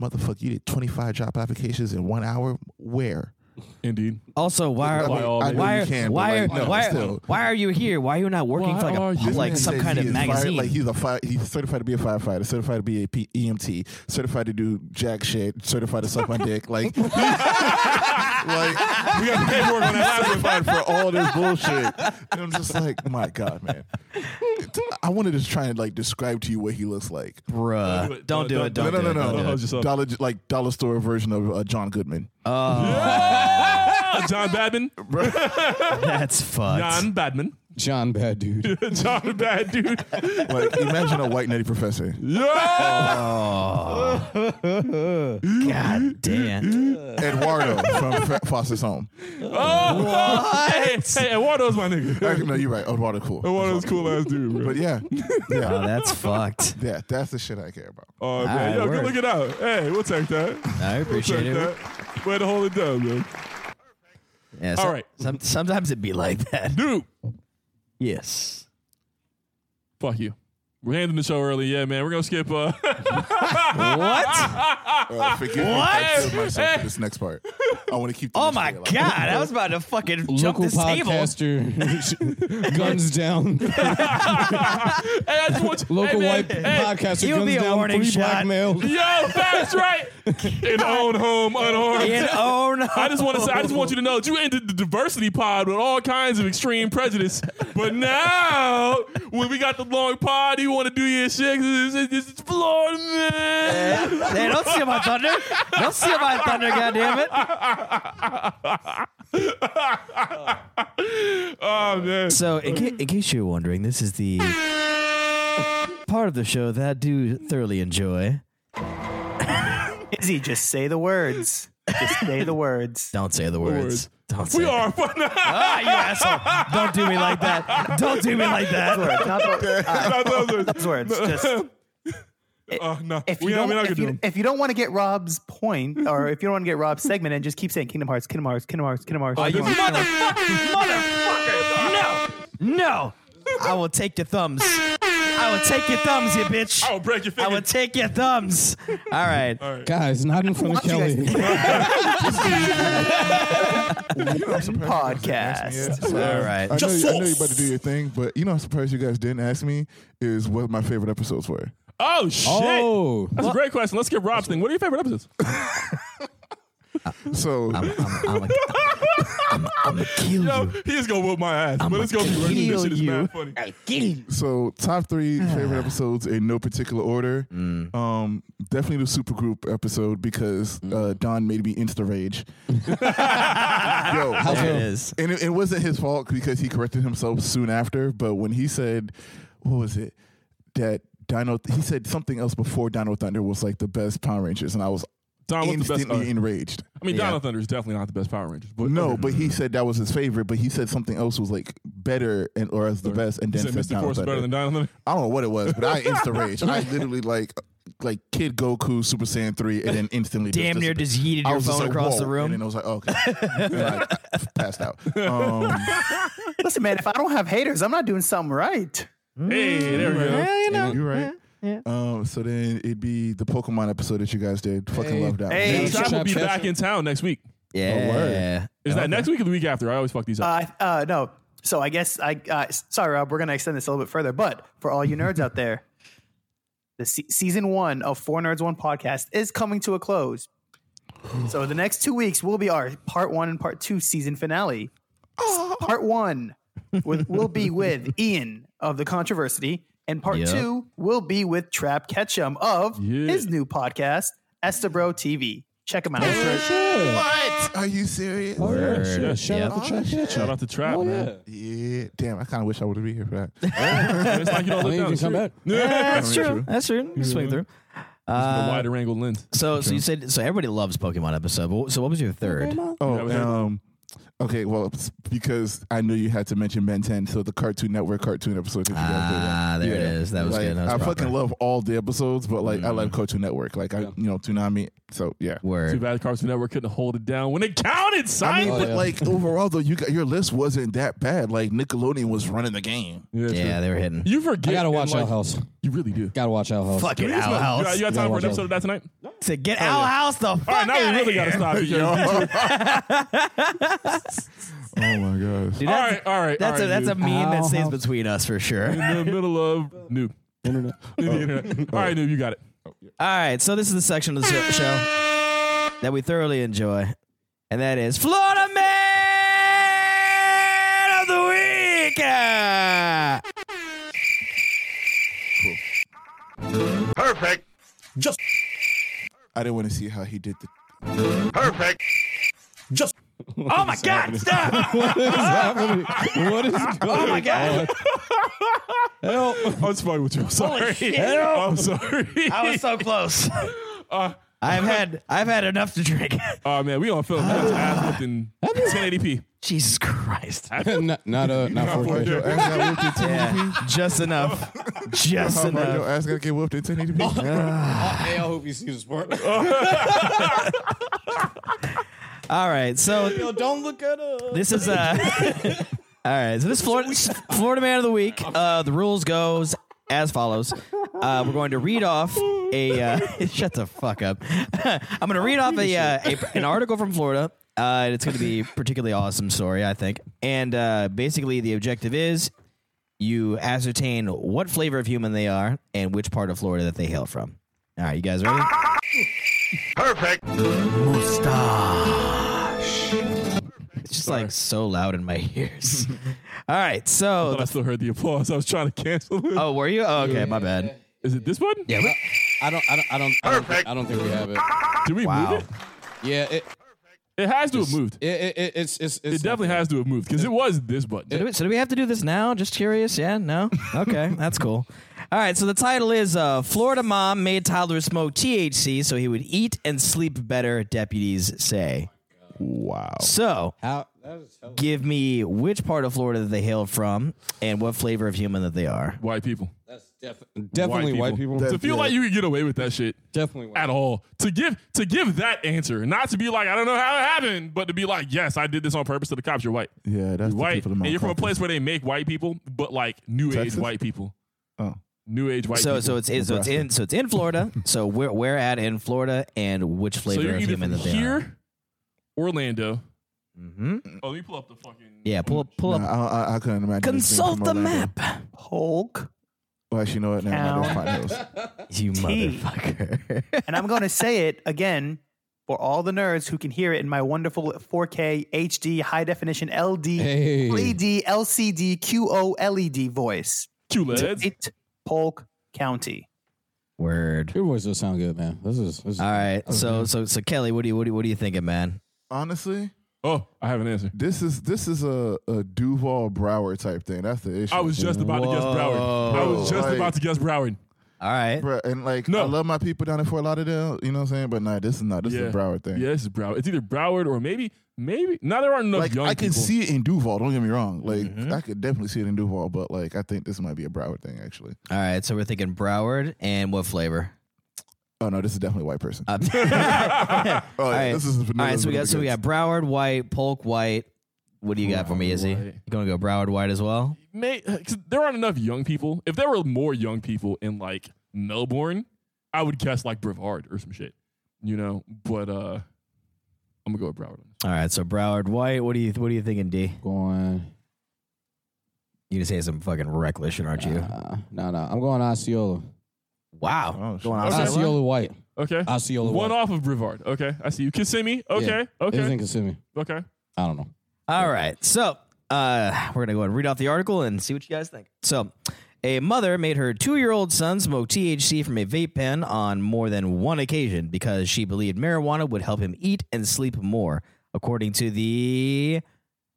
[SPEAKER 2] Motherfucker, you did 25 job applications in one hour. Where?
[SPEAKER 3] Indeed.
[SPEAKER 1] Also, why are
[SPEAKER 2] I mean,
[SPEAKER 1] why
[SPEAKER 3] Why all
[SPEAKER 2] I know
[SPEAKER 1] why
[SPEAKER 2] you
[SPEAKER 1] are,
[SPEAKER 2] can, but,
[SPEAKER 1] why, are,
[SPEAKER 2] like, no,
[SPEAKER 1] why, are-
[SPEAKER 2] still.
[SPEAKER 1] why are you here? Why are you not working
[SPEAKER 3] Why
[SPEAKER 1] for like
[SPEAKER 3] are
[SPEAKER 1] a
[SPEAKER 3] you-
[SPEAKER 1] like
[SPEAKER 2] This
[SPEAKER 1] some
[SPEAKER 2] man says
[SPEAKER 1] kind
[SPEAKER 2] he
[SPEAKER 1] of
[SPEAKER 2] is fire-
[SPEAKER 1] magazine?
[SPEAKER 2] like he's a fire. He's certified to be a firefighter. Certified to be a P- EMT. Certified to do jack shit. Certified to suck my dick. Like, like
[SPEAKER 3] We got the paperwork on that last one.
[SPEAKER 2] certified for all this bullshit. And I'm just like, my god, man. I wanted to try and like describe to you what he looks like.
[SPEAKER 1] Bruh, don't do it. Don't
[SPEAKER 2] no, no,
[SPEAKER 1] do it,
[SPEAKER 2] no,
[SPEAKER 1] don't
[SPEAKER 2] no,
[SPEAKER 1] do
[SPEAKER 2] no,
[SPEAKER 1] it.
[SPEAKER 3] yourself.
[SPEAKER 2] Dollar, like dollar store version of uh, John Goodman.
[SPEAKER 3] Ah, John Badman.
[SPEAKER 1] That's fucked.
[SPEAKER 3] John Badman.
[SPEAKER 4] John Bad Dude.
[SPEAKER 3] John Bad dude.
[SPEAKER 2] Like, imagine a white nutty professor.
[SPEAKER 3] Yo!
[SPEAKER 1] God damn.
[SPEAKER 2] Eduardo from F- Foster's Home.
[SPEAKER 1] What?
[SPEAKER 3] Hey, Eduardo's my nigga.
[SPEAKER 2] Actually, no, you're right. Eduardo, cool.
[SPEAKER 3] Eduardo's cool ass dude, bro.
[SPEAKER 2] But yeah, yeah,
[SPEAKER 1] Oh, that's fucked.
[SPEAKER 2] yeah, that's the shit I care about.
[SPEAKER 3] Oh, man.
[SPEAKER 1] right,
[SPEAKER 3] Yo,
[SPEAKER 1] Ah, word.
[SPEAKER 3] good looking out. Hey, we'll take that.
[SPEAKER 1] I appreciate
[SPEAKER 3] Take
[SPEAKER 1] it.
[SPEAKER 3] that. Way to hold it down, man.
[SPEAKER 1] Yeah, so-
[SPEAKER 3] All right.
[SPEAKER 1] some- sometimes it be like that.
[SPEAKER 3] Dude,
[SPEAKER 1] Yes.
[SPEAKER 3] fuck you. We're ending the show early. Yeah, man. We're gonna skip. Uh,
[SPEAKER 2] Uh, forgive me. I killed myself for this next part. I want to keep. the
[SPEAKER 1] Oh
[SPEAKER 2] mystery
[SPEAKER 1] my
[SPEAKER 2] alive.
[SPEAKER 1] god! I was about to fucking jump
[SPEAKER 4] Local
[SPEAKER 1] this table.
[SPEAKER 4] podcaster, guns down.
[SPEAKER 3] hey, I just want you-
[SPEAKER 4] Local
[SPEAKER 3] hey, man,
[SPEAKER 4] white
[SPEAKER 3] hey,
[SPEAKER 4] podcaster,
[SPEAKER 1] you'll
[SPEAKER 4] guns
[SPEAKER 1] be a
[SPEAKER 4] down.
[SPEAKER 1] warning
[SPEAKER 4] Free black
[SPEAKER 1] shot.
[SPEAKER 4] male.
[SPEAKER 3] Yo, that's right. In own home, unarmed.
[SPEAKER 1] In oh own.
[SPEAKER 3] I just want to say, I just want you to know that you ended the diversity pod with all kinds of extreme prejudice, but now when we got the long pod, you want to do your shit. This is this is Florida man.
[SPEAKER 1] Hey, don't steal my thunder! Don't steal my thunder! Goddamn it!
[SPEAKER 3] Oh man.
[SPEAKER 1] So, in, ca- in case you're wondering, this is the part of the show that I do thoroughly enjoy.
[SPEAKER 5] Izzy, just say the words. Just say the words.
[SPEAKER 1] Don't say the words.
[SPEAKER 3] words.
[SPEAKER 1] Don't say
[SPEAKER 3] We
[SPEAKER 1] it.
[SPEAKER 3] are fun.
[SPEAKER 1] Ah, you asshole! Don't do me like that! Don't do me like that!
[SPEAKER 5] Words, not the- uh, those words. Just
[SPEAKER 3] oh no,
[SPEAKER 5] if you
[SPEAKER 3] we not, we not
[SPEAKER 5] don't,
[SPEAKER 3] gonna
[SPEAKER 5] if
[SPEAKER 3] do
[SPEAKER 5] you,
[SPEAKER 3] them.
[SPEAKER 5] if you don't want to get Rob's point, or if you don't want to get Rob's segment, and just keep saying Kingdom Hearts, Kingdom Hearts, Kingdom Hearts, Kingdom Hearts. Kingdom Hearts.
[SPEAKER 1] No! I will take your thumbs. I will take your thumbs, you bitch.
[SPEAKER 3] I will break your
[SPEAKER 1] I
[SPEAKER 3] finger.
[SPEAKER 1] will take your thumbs. All right.
[SPEAKER 4] Guys, not in front of Kelly.
[SPEAKER 2] I'm surprised you guys didn't ask me
[SPEAKER 5] Podcast.
[SPEAKER 2] yet. So,
[SPEAKER 1] All right.
[SPEAKER 2] I know, you, I know you're about to do your thing, but you know, I'm surprised you guys didn't ask me is what my favorite episodes were.
[SPEAKER 3] Oh shit.
[SPEAKER 4] Oh,
[SPEAKER 3] That's a great question. Let's get Rob's thing. What are your favorite episodes?
[SPEAKER 2] So
[SPEAKER 1] I'm, I'm, I'm, a, I'm, I'm a kill
[SPEAKER 3] Yo,
[SPEAKER 1] you.
[SPEAKER 3] he is gonna whoop my ass, but it's gonna be right. This
[SPEAKER 1] kill
[SPEAKER 3] shit is
[SPEAKER 1] you.
[SPEAKER 3] mad funny.
[SPEAKER 2] So top three favorite episodes in no particular order.
[SPEAKER 1] Mm.
[SPEAKER 2] Um, definitely the supergroup episode because uh, Don made me insta rage. Yo,
[SPEAKER 4] How's
[SPEAKER 1] There
[SPEAKER 4] it?
[SPEAKER 1] it is.
[SPEAKER 2] and it, it wasn't his fault because he corrected himself soon after. But when he said, "What was it?" that Dino, he said something else before Dino Thunder was like the best Power Rangers, and I was
[SPEAKER 3] Don was the best.
[SPEAKER 2] instantly
[SPEAKER 3] uh,
[SPEAKER 2] enraged.
[SPEAKER 3] I mean,
[SPEAKER 1] Yeah.
[SPEAKER 3] Donald Thunder is definitely not the best Power Rangers, but
[SPEAKER 2] No, but he said that was his favorite. But he said something else was like better and or as the best, and
[SPEAKER 3] He
[SPEAKER 2] then
[SPEAKER 3] said
[SPEAKER 2] said,
[SPEAKER 3] Mystic
[SPEAKER 2] Dino
[SPEAKER 3] Force is
[SPEAKER 2] Thunder.
[SPEAKER 3] better than Donald Thunder.
[SPEAKER 2] I don't know what it was, but I insta rage. I literally like like Kid Goku Super Saiyan three, and then instantly just
[SPEAKER 1] Damn near
[SPEAKER 2] disappeared.
[SPEAKER 1] just yeeted
[SPEAKER 2] I
[SPEAKER 1] your
[SPEAKER 2] was just
[SPEAKER 1] phone
[SPEAKER 2] like,
[SPEAKER 1] across
[SPEAKER 2] "Whoa,"
[SPEAKER 1] the room.
[SPEAKER 2] and then I was like, "Oh, okay, And I passed out. Um,
[SPEAKER 5] Listen, man, if I don't have haters, I'm not doing something right.
[SPEAKER 3] Hey, there we go.
[SPEAKER 1] you know.
[SPEAKER 2] you right? Um, so then it'd be the Pokemon episode that you guys did. Fucking
[SPEAKER 4] Hey.
[SPEAKER 2] love that.
[SPEAKER 5] Hey.
[SPEAKER 2] one.
[SPEAKER 5] Shut
[SPEAKER 3] Chad will
[SPEAKER 4] up,
[SPEAKER 3] be
[SPEAKER 4] Chad.
[SPEAKER 3] back in town next week. oh,
[SPEAKER 1] Yeah.
[SPEAKER 3] Is that next week or the week after? I always fuck these up.
[SPEAKER 5] Uh, uh, no. So I guess I uh, s- sorry, Rob. We're gonna extend this a little bit further, but for all you nerds out there, the se- season one of Four Nerds One podcast is coming to a close. So the next two weeks will be our part one and part two season finale. S- Part one with, will be with Ian of the Controversy, and part
[SPEAKER 1] Yeah.
[SPEAKER 5] two will be with Trap Ketchum of
[SPEAKER 3] Yeah.
[SPEAKER 5] his new podcast, Estabro TV. Check him out.
[SPEAKER 4] sure.
[SPEAKER 2] What? Are you serious?
[SPEAKER 4] Oh, yeah,
[SPEAKER 1] Word.
[SPEAKER 4] sure. Shout
[SPEAKER 1] Yep.
[SPEAKER 4] out to Chuck
[SPEAKER 3] Shout
[SPEAKER 4] Shout
[SPEAKER 3] out to Trap,
[SPEAKER 4] Oh,
[SPEAKER 3] man.
[SPEAKER 4] yeah.
[SPEAKER 2] Yeah. Damn, I kind of wish I would have been here for that.
[SPEAKER 3] It's like you don't
[SPEAKER 4] I
[SPEAKER 3] look
[SPEAKER 4] mean,
[SPEAKER 3] down. the
[SPEAKER 4] you can come
[SPEAKER 3] street.
[SPEAKER 4] back.
[SPEAKER 1] That's
[SPEAKER 2] Yeah.
[SPEAKER 1] true. That's true. You swing through.
[SPEAKER 3] The
[SPEAKER 1] Uh,
[SPEAKER 3] wider angle lens.
[SPEAKER 1] so, so you said so everybody loves Pokemon episode. but- So, what was your third?
[SPEAKER 3] That
[SPEAKER 2] Oh,
[SPEAKER 3] was it.
[SPEAKER 2] um, okay. Well, it's because I knew you had to mention Ben 10, so the Cartoon Network cartoon episode. that you guys did.
[SPEAKER 1] Ah, there it is. That was
[SPEAKER 2] like,
[SPEAKER 1] good. That was
[SPEAKER 2] I
[SPEAKER 1] proper. Mm-hmm.
[SPEAKER 2] fucking love all the episodes, but like I love Cartoon Network. Like I, you know, Toonami. So yeah.
[SPEAKER 3] Too
[SPEAKER 1] Word.
[SPEAKER 3] bad Cartoon Network couldn't hold it down when it counted, son.
[SPEAKER 2] I mean,
[SPEAKER 4] Oh,
[SPEAKER 2] but
[SPEAKER 4] yeah.
[SPEAKER 2] like overall though, you got your list wasn't that bad. Like Nickelodeon was running the game.
[SPEAKER 3] yeah, true.
[SPEAKER 1] Yeah, they were hitting.
[SPEAKER 3] You forget.
[SPEAKER 4] I gotta
[SPEAKER 3] and,
[SPEAKER 4] watch
[SPEAKER 3] like,
[SPEAKER 4] Owl House.
[SPEAKER 3] You really do.
[SPEAKER 4] Gotta watch Owl House.
[SPEAKER 1] Fucking
[SPEAKER 3] You
[SPEAKER 1] Owl
[SPEAKER 3] got-
[SPEAKER 1] House.
[SPEAKER 3] You got time
[SPEAKER 4] Yeah,
[SPEAKER 3] for
[SPEAKER 4] watch
[SPEAKER 3] an
[SPEAKER 4] Owl.
[SPEAKER 3] episode of that tonight? All
[SPEAKER 1] to get Owl House the fuck
[SPEAKER 3] Oh, right, now
[SPEAKER 1] outta
[SPEAKER 3] we really
[SPEAKER 1] here.
[SPEAKER 3] gotta stop it.
[SPEAKER 2] Yo. oh my gosh.
[SPEAKER 1] Dude,
[SPEAKER 3] All
[SPEAKER 1] that's-
[SPEAKER 3] right, all right.
[SPEAKER 1] That's
[SPEAKER 3] all
[SPEAKER 1] a
[SPEAKER 3] right,
[SPEAKER 1] that's a
[SPEAKER 3] dude.
[SPEAKER 1] meme that
[SPEAKER 4] Owl
[SPEAKER 1] stays
[SPEAKER 4] House.
[SPEAKER 1] between us for sure. All
[SPEAKER 3] in the middle of noob.
[SPEAKER 4] Internet.
[SPEAKER 3] In the internet. All right, noob, you got it.
[SPEAKER 1] right, so this is the section of the show- show that we thoroughly enjoy, and that is Florida Man of the Week. Ah!
[SPEAKER 2] I didn't want to see how he did the.
[SPEAKER 1] Oh my God! Stop!
[SPEAKER 4] what is happening? What is going on? Oh my
[SPEAKER 1] God.
[SPEAKER 4] Help.
[SPEAKER 3] I was fucking with you. I'm sorry.
[SPEAKER 1] shit.
[SPEAKER 3] I'm sorry.
[SPEAKER 1] I was so close. I've had I've had enough to drink.
[SPEAKER 3] Oh man, we on film. That's ass lifting 1080p.
[SPEAKER 1] Jesus Christ!
[SPEAKER 4] not not uh not 4K.
[SPEAKER 2] Your ass got whooped in 1080p.
[SPEAKER 1] Just enough. Just
[SPEAKER 2] How about your
[SPEAKER 1] enough.
[SPEAKER 2] ass got get whooped in 1080p?
[SPEAKER 4] Hey, I hope you see this part.
[SPEAKER 1] All right, so
[SPEAKER 4] Yo, don't look at us.
[SPEAKER 1] This is uh all right. So this Florida Florida Man of the Week. Uh, the rules goes as follows. Uh, we're going to read off a uh, shut the fuck up. I'm going to read off a, uh, a an article from Florida. Uh, and it's going to be a particularly awesome story, I think. And uh, basically, the objective is you ascertain what flavor of human they are and which part of Florida that they hail from. All right, you guys ready? It's just like so loud in my ears. All right, so
[SPEAKER 3] But I still heard the applause. I was trying to cancel it.
[SPEAKER 1] Oh, were you? Oh, okay, my bad.
[SPEAKER 3] Is it this one?
[SPEAKER 4] Uh, Yeah, but I don't, I don't, I don't, I don't, think, I don't think we have it.
[SPEAKER 3] Did we
[SPEAKER 1] Wow.
[SPEAKER 3] move it?
[SPEAKER 4] Yeah, it,
[SPEAKER 3] It has to have moved.
[SPEAKER 4] it, it, it it's, it's,
[SPEAKER 3] It
[SPEAKER 4] it's
[SPEAKER 3] definitely has to have moved because it was this button.
[SPEAKER 1] So do, we, so do we have to do this now? Just curious. Yeah. No. Okay, that's cool. All right. So the title is uh, "Florida Mom Made Toddler Smoke THC so he would eat and sleep better." Deputies say.
[SPEAKER 2] Wow.
[SPEAKER 1] So
[SPEAKER 4] How? That is hell-
[SPEAKER 1] give me which part of Florida that they hail from and what flavor of human that they are.
[SPEAKER 3] White people.
[SPEAKER 4] that's def- definitely white people.
[SPEAKER 2] That-
[SPEAKER 3] to feel
[SPEAKER 2] yeah.
[SPEAKER 3] like you could get away with that shit
[SPEAKER 4] definitely white.
[SPEAKER 3] at all. To give to give that answer, not to be like I don't know how it happened, but to be like yes, I did this on purpose. To the cops, you're white,
[SPEAKER 2] Yeah, that's
[SPEAKER 3] you're
[SPEAKER 2] the
[SPEAKER 3] white,
[SPEAKER 2] people in
[SPEAKER 3] and
[SPEAKER 2] Mount
[SPEAKER 3] you're from a
[SPEAKER 2] Compton.
[SPEAKER 3] place where they make white people, but like new
[SPEAKER 2] Texas?
[SPEAKER 3] age white people,
[SPEAKER 2] Oh.
[SPEAKER 3] new age white.
[SPEAKER 1] So
[SPEAKER 3] people.
[SPEAKER 1] so it's in, so it's
[SPEAKER 2] Nebraska.
[SPEAKER 1] in so it's in Florida. So where where at in Florida and which
[SPEAKER 3] so
[SPEAKER 1] flavor
[SPEAKER 3] you're
[SPEAKER 1] of
[SPEAKER 3] either
[SPEAKER 1] human
[SPEAKER 3] from
[SPEAKER 1] that they are.
[SPEAKER 3] here, Orlando.
[SPEAKER 1] hmm
[SPEAKER 2] Mm-hmm.
[SPEAKER 3] Oh, let me pull up the fucking
[SPEAKER 1] Yeah. Pull up. Pull
[SPEAKER 2] Nah,
[SPEAKER 1] up.
[SPEAKER 2] I, I, I couldn't imagine. this being
[SPEAKER 1] Consult
[SPEAKER 2] from
[SPEAKER 1] the
[SPEAKER 2] Orlando.
[SPEAKER 1] map.
[SPEAKER 5] Hulk.
[SPEAKER 2] Well, actually, you know what? Never mind. That's
[SPEAKER 5] Town.
[SPEAKER 2] Pine Hills.
[SPEAKER 1] You
[SPEAKER 5] Tea.
[SPEAKER 1] motherfucker.
[SPEAKER 5] And I'm going to say it again for all the nerds who can hear it in my wonderful 4K HD high definition LD,
[SPEAKER 4] Hey.
[SPEAKER 5] LED, LCD, QOLED E voice.
[SPEAKER 3] two leads.
[SPEAKER 5] It Polk County.
[SPEAKER 1] Word.
[SPEAKER 4] Your voice does sound good, man. This is, this is
[SPEAKER 1] All right. So so so Kelly, what do you what do you, what are you thinking, man?
[SPEAKER 2] Honestly,
[SPEAKER 3] Oh, I have an answer.
[SPEAKER 2] this is this is a, a Duval Brower type thing. That's the issue.
[SPEAKER 3] I was just about to guess Broward. I was just
[SPEAKER 2] Like-
[SPEAKER 3] about to guess Broward.
[SPEAKER 1] All right.
[SPEAKER 2] Bruh, and like
[SPEAKER 3] No.
[SPEAKER 2] I love my people down in Fort Lauderdale. You know what I'm saying? But nah, this is not. This
[SPEAKER 3] Yeah.
[SPEAKER 2] is a Broward thing.
[SPEAKER 3] Yeah, this is Broward. It's either Broward or maybe maybe. Now there aren't enough
[SPEAKER 2] Like
[SPEAKER 3] young
[SPEAKER 2] I can
[SPEAKER 3] people. Mm-hmm.
[SPEAKER 2] see it in Duval. Don't get me wrong. Like I could definitely see it in Duval, but like I think this might be a Broward thing actually.
[SPEAKER 1] All right. So we're thinking Broward and what flavor?
[SPEAKER 2] Oh no, this is definitely a white person.
[SPEAKER 1] Up. all right.
[SPEAKER 2] oh, yeah, this is
[SPEAKER 1] All right. Uh, So we got so we got Broward white, Polk white. What do you got for me, Izzy?
[SPEAKER 3] Broward
[SPEAKER 1] You
[SPEAKER 3] white.
[SPEAKER 1] gonna go Broward white as well?
[SPEAKER 3] may, uh, 'cause there aren't enough young people. If there were more young people in like Melbourne, I would guess like Brevard or some shit, you know. But uh I'm gonna go with Broward.
[SPEAKER 1] All right. So Broward white. What do you what are you thinking, D?
[SPEAKER 4] going.
[SPEAKER 1] You gonna say some fucking reckless shit, aren't you?
[SPEAKER 4] Uh, no, no, I'm going Osceola.
[SPEAKER 1] Wow.
[SPEAKER 2] Oh,
[SPEAKER 1] going
[SPEAKER 2] shit.
[SPEAKER 1] outside.
[SPEAKER 4] Osceola White.
[SPEAKER 3] Okay,
[SPEAKER 4] Osceola
[SPEAKER 3] one
[SPEAKER 4] White.
[SPEAKER 3] off of Brevard. Okay, I see you. Kissimmee. Okay,
[SPEAKER 4] It was in
[SPEAKER 3] okay,
[SPEAKER 4] Kissimmee.
[SPEAKER 3] okay.
[SPEAKER 4] I don't know.
[SPEAKER 1] All right. So uh, we're going to go ahead and read off the article and see what you guys think. So, a mother made her two year old son smoke THC from a vape pen on more than one occasion because she believed marijuana would help him eat and sleep more, according to the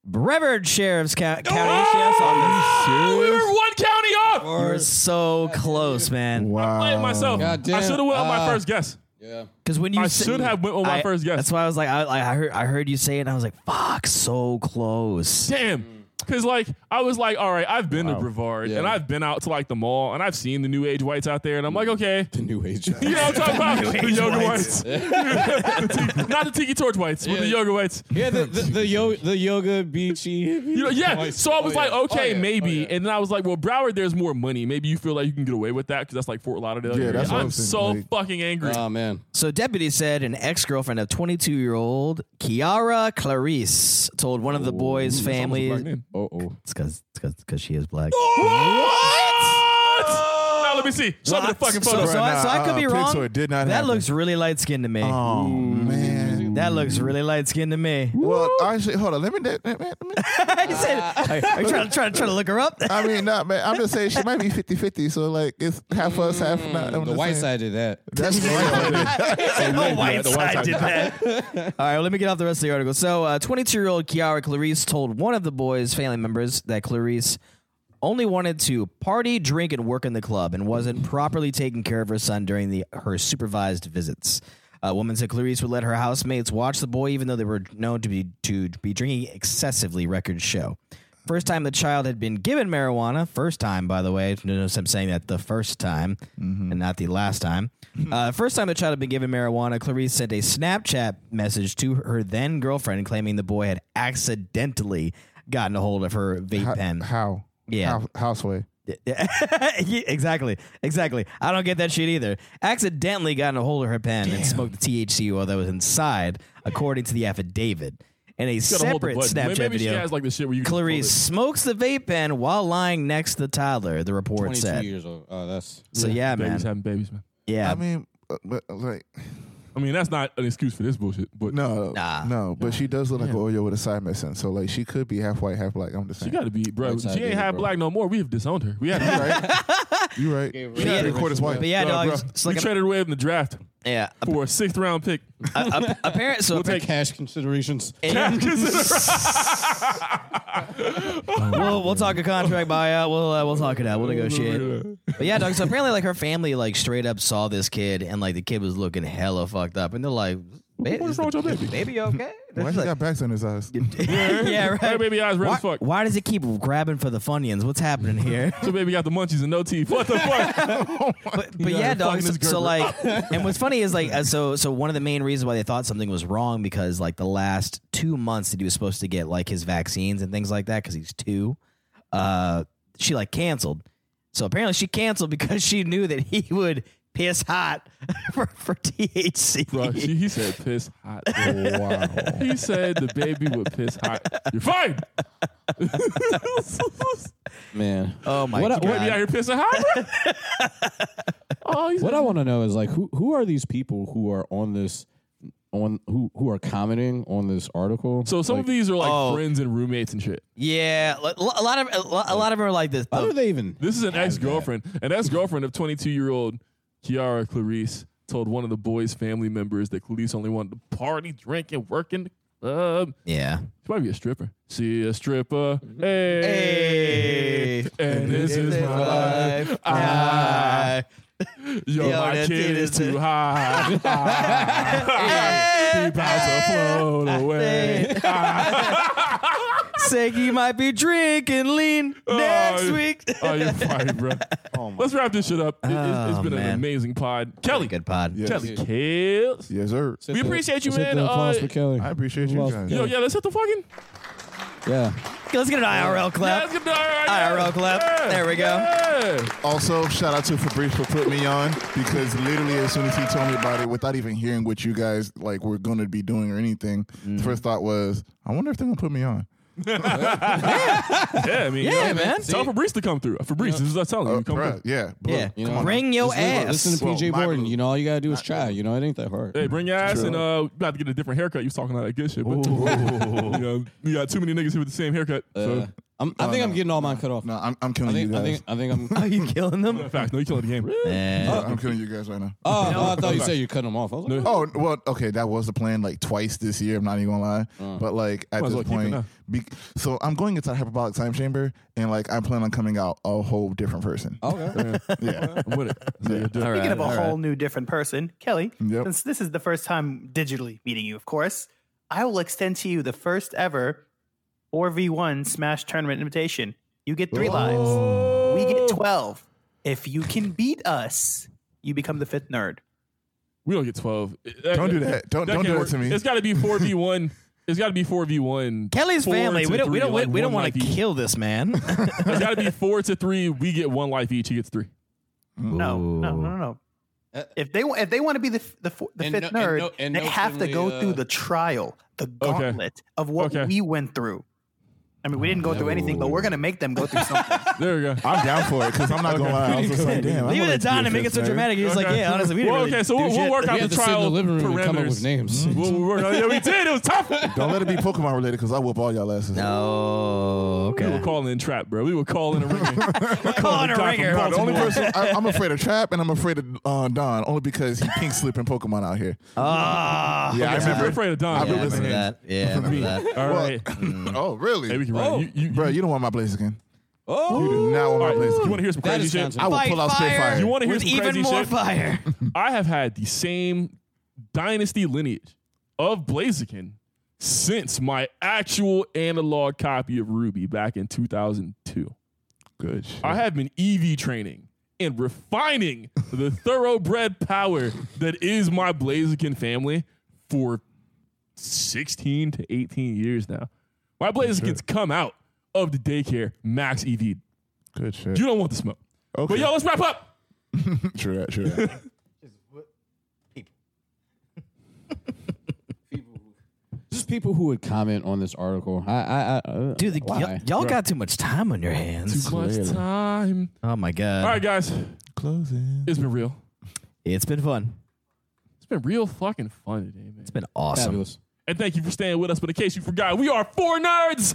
[SPEAKER 1] Brevard Sheriff's Co- County
[SPEAKER 3] Ah!
[SPEAKER 1] Sheriff's Office.
[SPEAKER 3] Oh, we were one county off.
[SPEAKER 1] You were so close, man.
[SPEAKER 2] Wow.
[SPEAKER 3] Playing myself.
[SPEAKER 4] God damn.
[SPEAKER 3] I should have went with my
[SPEAKER 4] Uh,
[SPEAKER 3] first guess.
[SPEAKER 4] Yeah.
[SPEAKER 1] Because when you
[SPEAKER 3] I
[SPEAKER 1] said-
[SPEAKER 3] should have went with my
[SPEAKER 1] I-
[SPEAKER 3] first guess.
[SPEAKER 1] That's why I was like, I, I heard, I heard you say it, and I was like, "Fuck, so close."
[SPEAKER 3] Damn. Cause like I was like, all right, I've been to Brevard
[SPEAKER 4] Yeah.
[SPEAKER 3] and I've been out to like the mall and I've seen the new age whites out there and I'm like,
[SPEAKER 4] Mm.
[SPEAKER 3] okay,
[SPEAKER 4] The new age.
[SPEAKER 3] You know what I'm talking about? The yoga whites.
[SPEAKER 5] whites.
[SPEAKER 3] The tiki- Not the tiki torch whites, but the
[SPEAKER 4] Yeah.
[SPEAKER 3] yoga whites.
[SPEAKER 4] yeah, the, the, the, yo- the yoga beachy. hippie
[SPEAKER 3] You know, yeah.
[SPEAKER 4] whites.
[SPEAKER 3] So I was
[SPEAKER 4] Oh, yeah.
[SPEAKER 3] like, okay,
[SPEAKER 4] Oh, yeah.
[SPEAKER 3] maybe.
[SPEAKER 4] Oh, yeah.
[SPEAKER 3] And then I was like, well, Broward, there's more money. Maybe you feel like you can get away with that because that's like Fort Lauderdale.
[SPEAKER 2] Yeah,
[SPEAKER 3] area.
[SPEAKER 2] that's what
[SPEAKER 3] I'm
[SPEAKER 2] I'm thinking,
[SPEAKER 3] so
[SPEAKER 2] like-
[SPEAKER 3] fucking angry.
[SPEAKER 4] Oh, man.
[SPEAKER 1] So deputies said an ex-girlfriend of 22-year-old Kiara Clarice told one of the boys'
[SPEAKER 3] That's almost a
[SPEAKER 1] family.
[SPEAKER 3] black man.
[SPEAKER 4] Oh, oh.
[SPEAKER 1] It's because she is black.
[SPEAKER 3] What? Now let me see. Show me the
[SPEAKER 1] What?
[SPEAKER 3] fucking
[SPEAKER 1] So-
[SPEAKER 3] photo.
[SPEAKER 1] so I- so I could be wrong.
[SPEAKER 2] uh, Pixar did not
[SPEAKER 1] that
[SPEAKER 2] happen.
[SPEAKER 1] looks really light skinned to me.
[SPEAKER 2] Oh man.
[SPEAKER 1] That looks really light skinned to me.
[SPEAKER 2] Well, actually, hold on. Let me. Let me, let me
[SPEAKER 1] I said, are, are you trying, trying, trying to look her up?
[SPEAKER 2] I mean, not man. I'm just saying she might be 50-50, So like, it's half us, half not. I'm
[SPEAKER 4] The
[SPEAKER 2] just
[SPEAKER 4] white
[SPEAKER 2] saying.
[SPEAKER 4] side did that.
[SPEAKER 2] That's right.
[SPEAKER 5] The white side Oh, did that.
[SPEAKER 1] All right, well, let me get off the rest of the article. So, 22 year old Kiara Clarice told one of the boys' family members that Clarice only wanted to party, drink, and work in the club and wasn't properly taking care of her son during the, her supervised visits. A woman said Clarice would let her housemates watch the boy, even though they were known to be, to be drinking excessively, records show. First time the child had been given marijuana, first time, by the way. Notice I'm saying that the first time and not the last time. Uh, first time the child had been given marijuana, Clarice sent a Snapchat message to her then girlfriend claiming the boy had accidentally gotten a hold of her vape pen.
[SPEAKER 2] How?
[SPEAKER 1] Yeah.
[SPEAKER 2] How, houseway.
[SPEAKER 1] Yeah, exactly, exactly. I don't get that shit either. Accidentally got in a hold of her pen and smoked the THC oil that was inside, according to the affidavit. In a
[SPEAKER 3] Gotta hold the
[SPEAKER 1] separate
[SPEAKER 3] button. Maybe
[SPEAKER 1] Snapchat
[SPEAKER 3] she
[SPEAKER 1] video,
[SPEAKER 3] has like the shit where you can
[SPEAKER 1] Clarice
[SPEAKER 3] pull
[SPEAKER 1] smokes the vape pen while lying next to the toddler. The report
[SPEAKER 4] 22
[SPEAKER 1] said.
[SPEAKER 4] years old. Oh, that's
[SPEAKER 3] it.
[SPEAKER 1] So yeah,
[SPEAKER 3] Babies
[SPEAKER 1] man.
[SPEAKER 3] having babies, man.
[SPEAKER 1] Yeah,
[SPEAKER 2] I mean, uh, but like,
[SPEAKER 3] I mean, that's not an excuse for this bullshit. But
[SPEAKER 2] no,
[SPEAKER 1] Nah.
[SPEAKER 2] no. But she does look like an Oreo with a side missing. So like, she could be half white, half black. I'm just
[SPEAKER 3] she
[SPEAKER 2] saying.
[SPEAKER 3] got to be, bro.
[SPEAKER 4] That's how
[SPEAKER 3] She
[SPEAKER 4] it
[SPEAKER 3] ain't
[SPEAKER 4] is,
[SPEAKER 3] half
[SPEAKER 4] bro.
[SPEAKER 3] black no more. We have disowned her. We had her.
[SPEAKER 2] you right.
[SPEAKER 4] Yeah,
[SPEAKER 2] She got three quarters white.
[SPEAKER 1] but yeah,
[SPEAKER 3] Bro,
[SPEAKER 1] dog.
[SPEAKER 3] bro,
[SPEAKER 1] it's- it's
[SPEAKER 3] we
[SPEAKER 1] like an-
[SPEAKER 3] traded away in the draft
[SPEAKER 1] yeah.
[SPEAKER 3] for a sixth round pick.
[SPEAKER 1] Apparently, so
[SPEAKER 3] take-
[SPEAKER 4] cash considerations.
[SPEAKER 1] we'll we'll talk a contract buyout. We'll uh, we'll talk it out. We'll negotiate. But yeah, dog. So apparently, like her family, like straight up saw this kid, and like the kid was looking hella fucked up, and they're like, "Ba-
[SPEAKER 3] What is
[SPEAKER 1] is
[SPEAKER 3] wrong
[SPEAKER 1] the-
[SPEAKER 3] with your baby?
[SPEAKER 1] Baby, you okay? They're
[SPEAKER 2] Why
[SPEAKER 1] just
[SPEAKER 2] she
[SPEAKER 1] like-
[SPEAKER 2] got backs on his eyes?
[SPEAKER 1] yeah, right.
[SPEAKER 3] Her baby eyes red
[SPEAKER 1] why,
[SPEAKER 3] as fuck.
[SPEAKER 1] why does it keep grabbing for the funyuns? What's happening here?
[SPEAKER 3] So baby got the munchies and no teeth. What the fuck?
[SPEAKER 1] but but
[SPEAKER 3] Yeah,
[SPEAKER 1] yeah, dog.
[SPEAKER 3] fucking
[SPEAKER 1] So,
[SPEAKER 3] this
[SPEAKER 1] so,
[SPEAKER 3] Gerber.
[SPEAKER 1] like, and what's funny is like, uh, so so one of the main reasons why they thought something was wrong because like the last two months that he was supposed to get like his vaccines and things like that because he's two, uh, she like canceled. So apparently she canceled because she knew that he would piss hot for, for THC.
[SPEAKER 3] Bro, she, he said piss hot. Wow. he said the baby would piss hot. You're fired.
[SPEAKER 4] Man.
[SPEAKER 1] oh my
[SPEAKER 4] What I-
[SPEAKER 1] god!
[SPEAKER 4] what
[SPEAKER 3] Baby out here pissing hot, bro. oh, he's
[SPEAKER 4] What I want to know is like who who are these people who are on this on who who are commenting on this article?
[SPEAKER 3] so some
[SPEAKER 4] like,
[SPEAKER 3] of these are like
[SPEAKER 1] Oh.
[SPEAKER 3] friends and roommates and shit.
[SPEAKER 1] yeah, a a lot of a lo- a lot of them are like this.
[SPEAKER 4] how do
[SPEAKER 1] though.
[SPEAKER 4] they even?
[SPEAKER 3] This is an
[SPEAKER 4] have
[SPEAKER 3] ex girlfriend. An ex girlfriend of 22 year old Kiara Clarice told one of the boys' family members that Clarice only wanted to party, drink, and work in the club.
[SPEAKER 1] yeah.
[SPEAKER 3] She might be a stripper. She a stripper. Hey.
[SPEAKER 1] Mm-hmm. Hey.
[SPEAKER 3] And this is my life.
[SPEAKER 1] Life.
[SPEAKER 3] Ah. Yo,
[SPEAKER 1] Yo,
[SPEAKER 3] my
[SPEAKER 1] that
[SPEAKER 3] kid
[SPEAKER 1] kid
[SPEAKER 3] is
[SPEAKER 1] is
[SPEAKER 3] too high. Ah. he about to float away.
[SPEAKER 1] Say you might be drinking lean next
[SPEAKER 3] Oh,
[SPEAKER 1] week.
[SPEAKER 3] Oh, you're fired, bro. Let's wrap this shit up. It, has
[SPEAKER 1] Oh,
[SPEAKER 3] been an
[SPEAKER 1] man.
[SPEAKER 3] amazing pod. Kelly.
[SPEAKER 1] Good pod.
[SPEAKER 2] Yeah.
[SPEAKER 3] Kelly Kills.
[SPEAKER 2] Yes, sir.
[SPEAKER 4] Sit
[SPEAKER 3] We
[SPEAKER 4] the-
[SPEAKER 3] appreciate you,
[SPEAKER 4] sit
[SPEAKER 3] man.
[SPEAKER 4] the applause
[SPEAKER 3] Uh,
[SPEAKER 4] for Kelly.
[SPEAKER 2] I appreciate you
[SPEAKER 4] Lost
[SPEAKER 2] guys.
[SPEAKER 4] Kelly.
[SPEAKER 3] Yo, yeah, let's hit the fucking.
[SPEAKER 4] yeah.
[SPEAKER 1] Let's get an IRL clap.
[SPEAKER 3] Let's get the IRL
[SPEAKER 1] IRL clap. There we go.
[SPEAKER 3] Yeah.
[SPEAKER 2] Also, shout out to Fabrice for putting me on because literally as soon as he told me about it, without even hearing what you guys like were going to be doing or anything, the first thought was, I wonder if they're going to put me on.
[SPEAKER 3] Yeah, I mean,
[SPEAKER 1] Yeah,
[SPEAKER 3] you know,
[SPEAKER 1] man.
[SPEAKER 3] Tell Fabrice to come through. Fabrice, this is what I'm telling you.
[SPEAKER 2] Uh,
[SPEAKER 3] Come
[SPEAKER 2] bruh,
[SPEAKER 3] through.
[SPEAKER 2] yeah, bro.
[SPEAKER 1] Yeah.
[SPEAKER 4] You know,
[SPEAKER 1] Bring your
[SPEAKER 4] just li-
[SPEAKER 1] ass.
[SPEAKER 4] Listen to
[SPEAKER 2] Well,
[SPEAKER 4] PJ
[SPEAKER 2] my
[SPEAKER 4] Borden.
[SPEAKER 2] boo.
[SPEAKER 4] You know, all you gotta do is try. You know, it ain't that hard.
[SPEAKER 3] Hey, bring your ass and uh, we about to get a different haircut. You was talking all that good shit, but you, know, you got too many niggas here with the same haircut.
[SPEAKER 4] Uh,
[SPEAKER 3] So,
[SPEAKER 4] I'm, I think I'm getting all mine cut off.
[SPEAKER 2] No, I'm, I'm killing
[SPEAKER 4] I think
[SPEAKER 2] you
[SPEAKER 4] I
[SPEAKER 2] guys.
[SPEAKER 4] think I think I'm.
[SPEAKER 1] Are you killing them?
[SPEAKER 3] facts. No, you killing the game.
[SPEAKER 1] Yeah.
[SPEAKER 2] I'm killing you guys right now.
[SPEAKER 4] Oh, oh, I thought you said you cut them off. I was like,
[SPEAKER 2] Oh well, okay, that was the plan like twice this year. I'm not even gonna lie, but like at
[SPEAKER 3] Might as
[SPEAKER 2] this
[SPEAKER 3] well keep it
[SPEAKER 2] point,
[SPEAKER 3] now.
[SPEAKER 2] be, so I'm going into the hyperbolic time chamber, and like I plan on coming out a whole different person.
[SPEAKER 4] oh, okay.
[SPEAKER 2] Yeah,
[SPEAKER 3] I'm with it. So, yeah, do it.
[SPEAKER 5] Speaking of a
[SPEAKER 1] all right.
[SPEAKER 5] whole new different person, Kelly,
[SPEAKER 2] Yep.
[SPEAKER 5] since this is the first time digitally meeting you, of course, I will extend to you the first ever 4v1 Smash tournament invitation. You get three lives, we get 12. If you can beat us, you become the fifth nerd.
[SPEAKER 3] We don't get 12.
[SPEAKER 2] Don't do that. Don't- don't
[SPEAKER 3] can't
[SPEAKER 2] do that
[SPEAKER 3] work.
[SPEAKER 2] to me.
[SPEAKER 3] It's got to be 4v1. It's got to be 4v1.
[SPEAKER 1] Kelly's
[SPEAKER 3] Four
[SPEAKER 1] family.
[SPEAKER 3] to
[SPEAKER 1] We don't. We
[SPEAKER 3] three,
[SPEAKER 1] don't.
[SPEAKER 3] like
[SPEAKER 1] we don't
[SPEAKER 3] one
[SPEAKER 1] want to
[SPEAKER 3] life each.
[SPEAKER 1] kill this man.
[SPEAKER 3] It's got to be 4 to 3. We get one life each. He gets 3.
[SPEAKER 5] No, no, no, no,
[SPEAKER 4] Uh,
[SPEAKER 5] no. If they wa- if they want to be the f- the, f- the
[SPEAKER 4] And
[SPEAKER 5] fifth
[SPEAKER 4] no- and
[SPEAKER 5] nerd,
[SPEAKER 4] no- and
[SPEAKER 5] they
[SPEAKER 4] no
[SPEAKER 5] have to go
[SPEAKER 4] friendly, uh,
[SPEAKER 5] through the trial, the gauntlet of what
[SPEAKER 3] Okay.
[SPEAKER 5] we went through. I mean, we didn't go through anything, but we're gonna make them go through something.
[SPEAKER 3] There we go.
[SPEAKER 2] I'm down for it because I'm not gonna lie. I was just like, damn, I
[SPEAKER 1] Leave it
[SPEAKER 2] wanna
[SPEAKER 1] at
[SPEAKER 2] be a
[SPEAKER 1] Don and make it
[SPEAKER 2] fifth
[SPEAKER 1] so
[SPEAKER 2] nerd.
[SPEAKER 1] dramatic. He's like, yeah, honestly, we didn't.
[SPEAKER 3] Well,
[SPEAKER 1] really
[SPEAKER 3] okay, so
[SPEAKER 1] do
[SPEAKER 3] we'll, we'll
[SPEAKER 1] shit.
[SPEAKER 3] work
[SPEAKER 4] We
[SPEAKER 3] out
[SPEAKER 4] had
[SPEAKER 3] the
[SPEAKER 4] to sit in
[SPEAKER 3] trial
[SPEAKER 4] the living room
[SPEAKER 3] parameters.
[SPEAKER 4] and come up with names.
[SPEAKER 3] We'll, we'll work out. Yeah, we did. It was tough.
[SPEAKER 2] Don't let it be Pokemon related because I whoop all y'all asses.
[SPEAKER 1] Oh,
[SPEAKER 3] We were
[SPEAKER 1] okay.
[SPEAKER 3] calling in trap, bro. We were calling a ringer.
[SPEAKER 1] We're calling
[SPEAKER 3] We're
[SPEAKER 1] a ringer.
[SPEAKER 2] No, the only person I, I'm afraid of Trap and I'm afraid of uh, Don only because he pink slipping Pokemon out here.
[SPEAKER 1] Ah,
[SPEAKER 2] yeah, I
[SPEAKER 3] I'm
[SPEAKER 2] remember.
[SPEAKER 3] afraid of Don.
[SPEAKER 2] I've
[SPEAKER 1] yeah,
[SPEAKER 2] been
[SPEAKER 1] I remember
[SPEAKER 2] listening.
[SPEAKER 1] that. Yeah, I remember that.
[SPEAKER 3] All
[SPEAKER 2] Well,
[SPEAKER 3] right.
[SPEAKER 2] oh
[SPEAKER 3] Hey, we
[SPEAKER 2] really,
[SPEAKER 3] can run. You, you,
[SPEAKER 2] bro? You don't want my blaze again.
[SPEAKER 4] Oh,
[SPEAKER 2] You do not want
[SPEAKER 3] all
[SPEAKER 2] my
[SPEAKER 3] right.
[SPEAKER 2] blaze
[SPEAKER 3] You want
[SPEAKER 2] again.
[SPEAKER 3] to hear some
[SPEAKER 4] That
[SPEAKER 3] crazy
[SPEAKER 4] is
[SPEAKER 3] shit?
[SPEAKER 4] content.
[SPEAKER 2] I will
[SPEAKER 1] Fight
[SPEAKER 2] pull out straight
[SPEAKER 1] fire.
[SPEAKER 2] fire.
[SPEAKER 3] You wanna hear
[SPEAKER 1] with
[SPEAKER 3] some
[SPEAKER 1] even
[SPEAKER 3] crazy
[SPEAKER 1] more
[SPEAKER 3] shit?
[SPEAKER 1] fire?
[SPEAKER 3] I have had the same dynasty lineage of Blaziken since my actual analog copy of Ruby back in 2002.
[SPEAKER 2] Good. shit.
[SPEAKER 3] I have been EV training and refining the thoroughbred power that is my Blaziken family for 16 to 18 years now. My Blaziken's come out of the daycare max E EV.
[SPEAKER 2] Good shit.
[SPEAKER 3] You don't want the smoke.
[SPEAKER 2] okay.
[SPEAKER 3] But yo, let's wrap up.
[SPEAKER 2] true that. True that.
[SPEAKER 4] Just people who would comment on this article. I, I, I uh,
[SPEAKER 1] Dude, the,
[SPEAKER 4] why?
[SPEAKER 1] y'all, y'all got too much time on your hands.
[SPEAKER 3] Too much
[SPEAKER 2] Clearly.
[SPEAKER 3] time.
[SPEAKER 1] Oh my god.
[SPEAKER 3] All right, guys.
[SPEAKER 2] Closing.
[SPEAKER 3] It's been real.
[SPEAKER 1] It's been fun.
[SPEAKER 3] It's been real fucking fun today, man.
[SPEAKER 1] It's been awesome.
[SPEAKER 4] fabulous.
[SPEAKER 3] And thank you for staying with us. But in case you forgot, we are four nerds.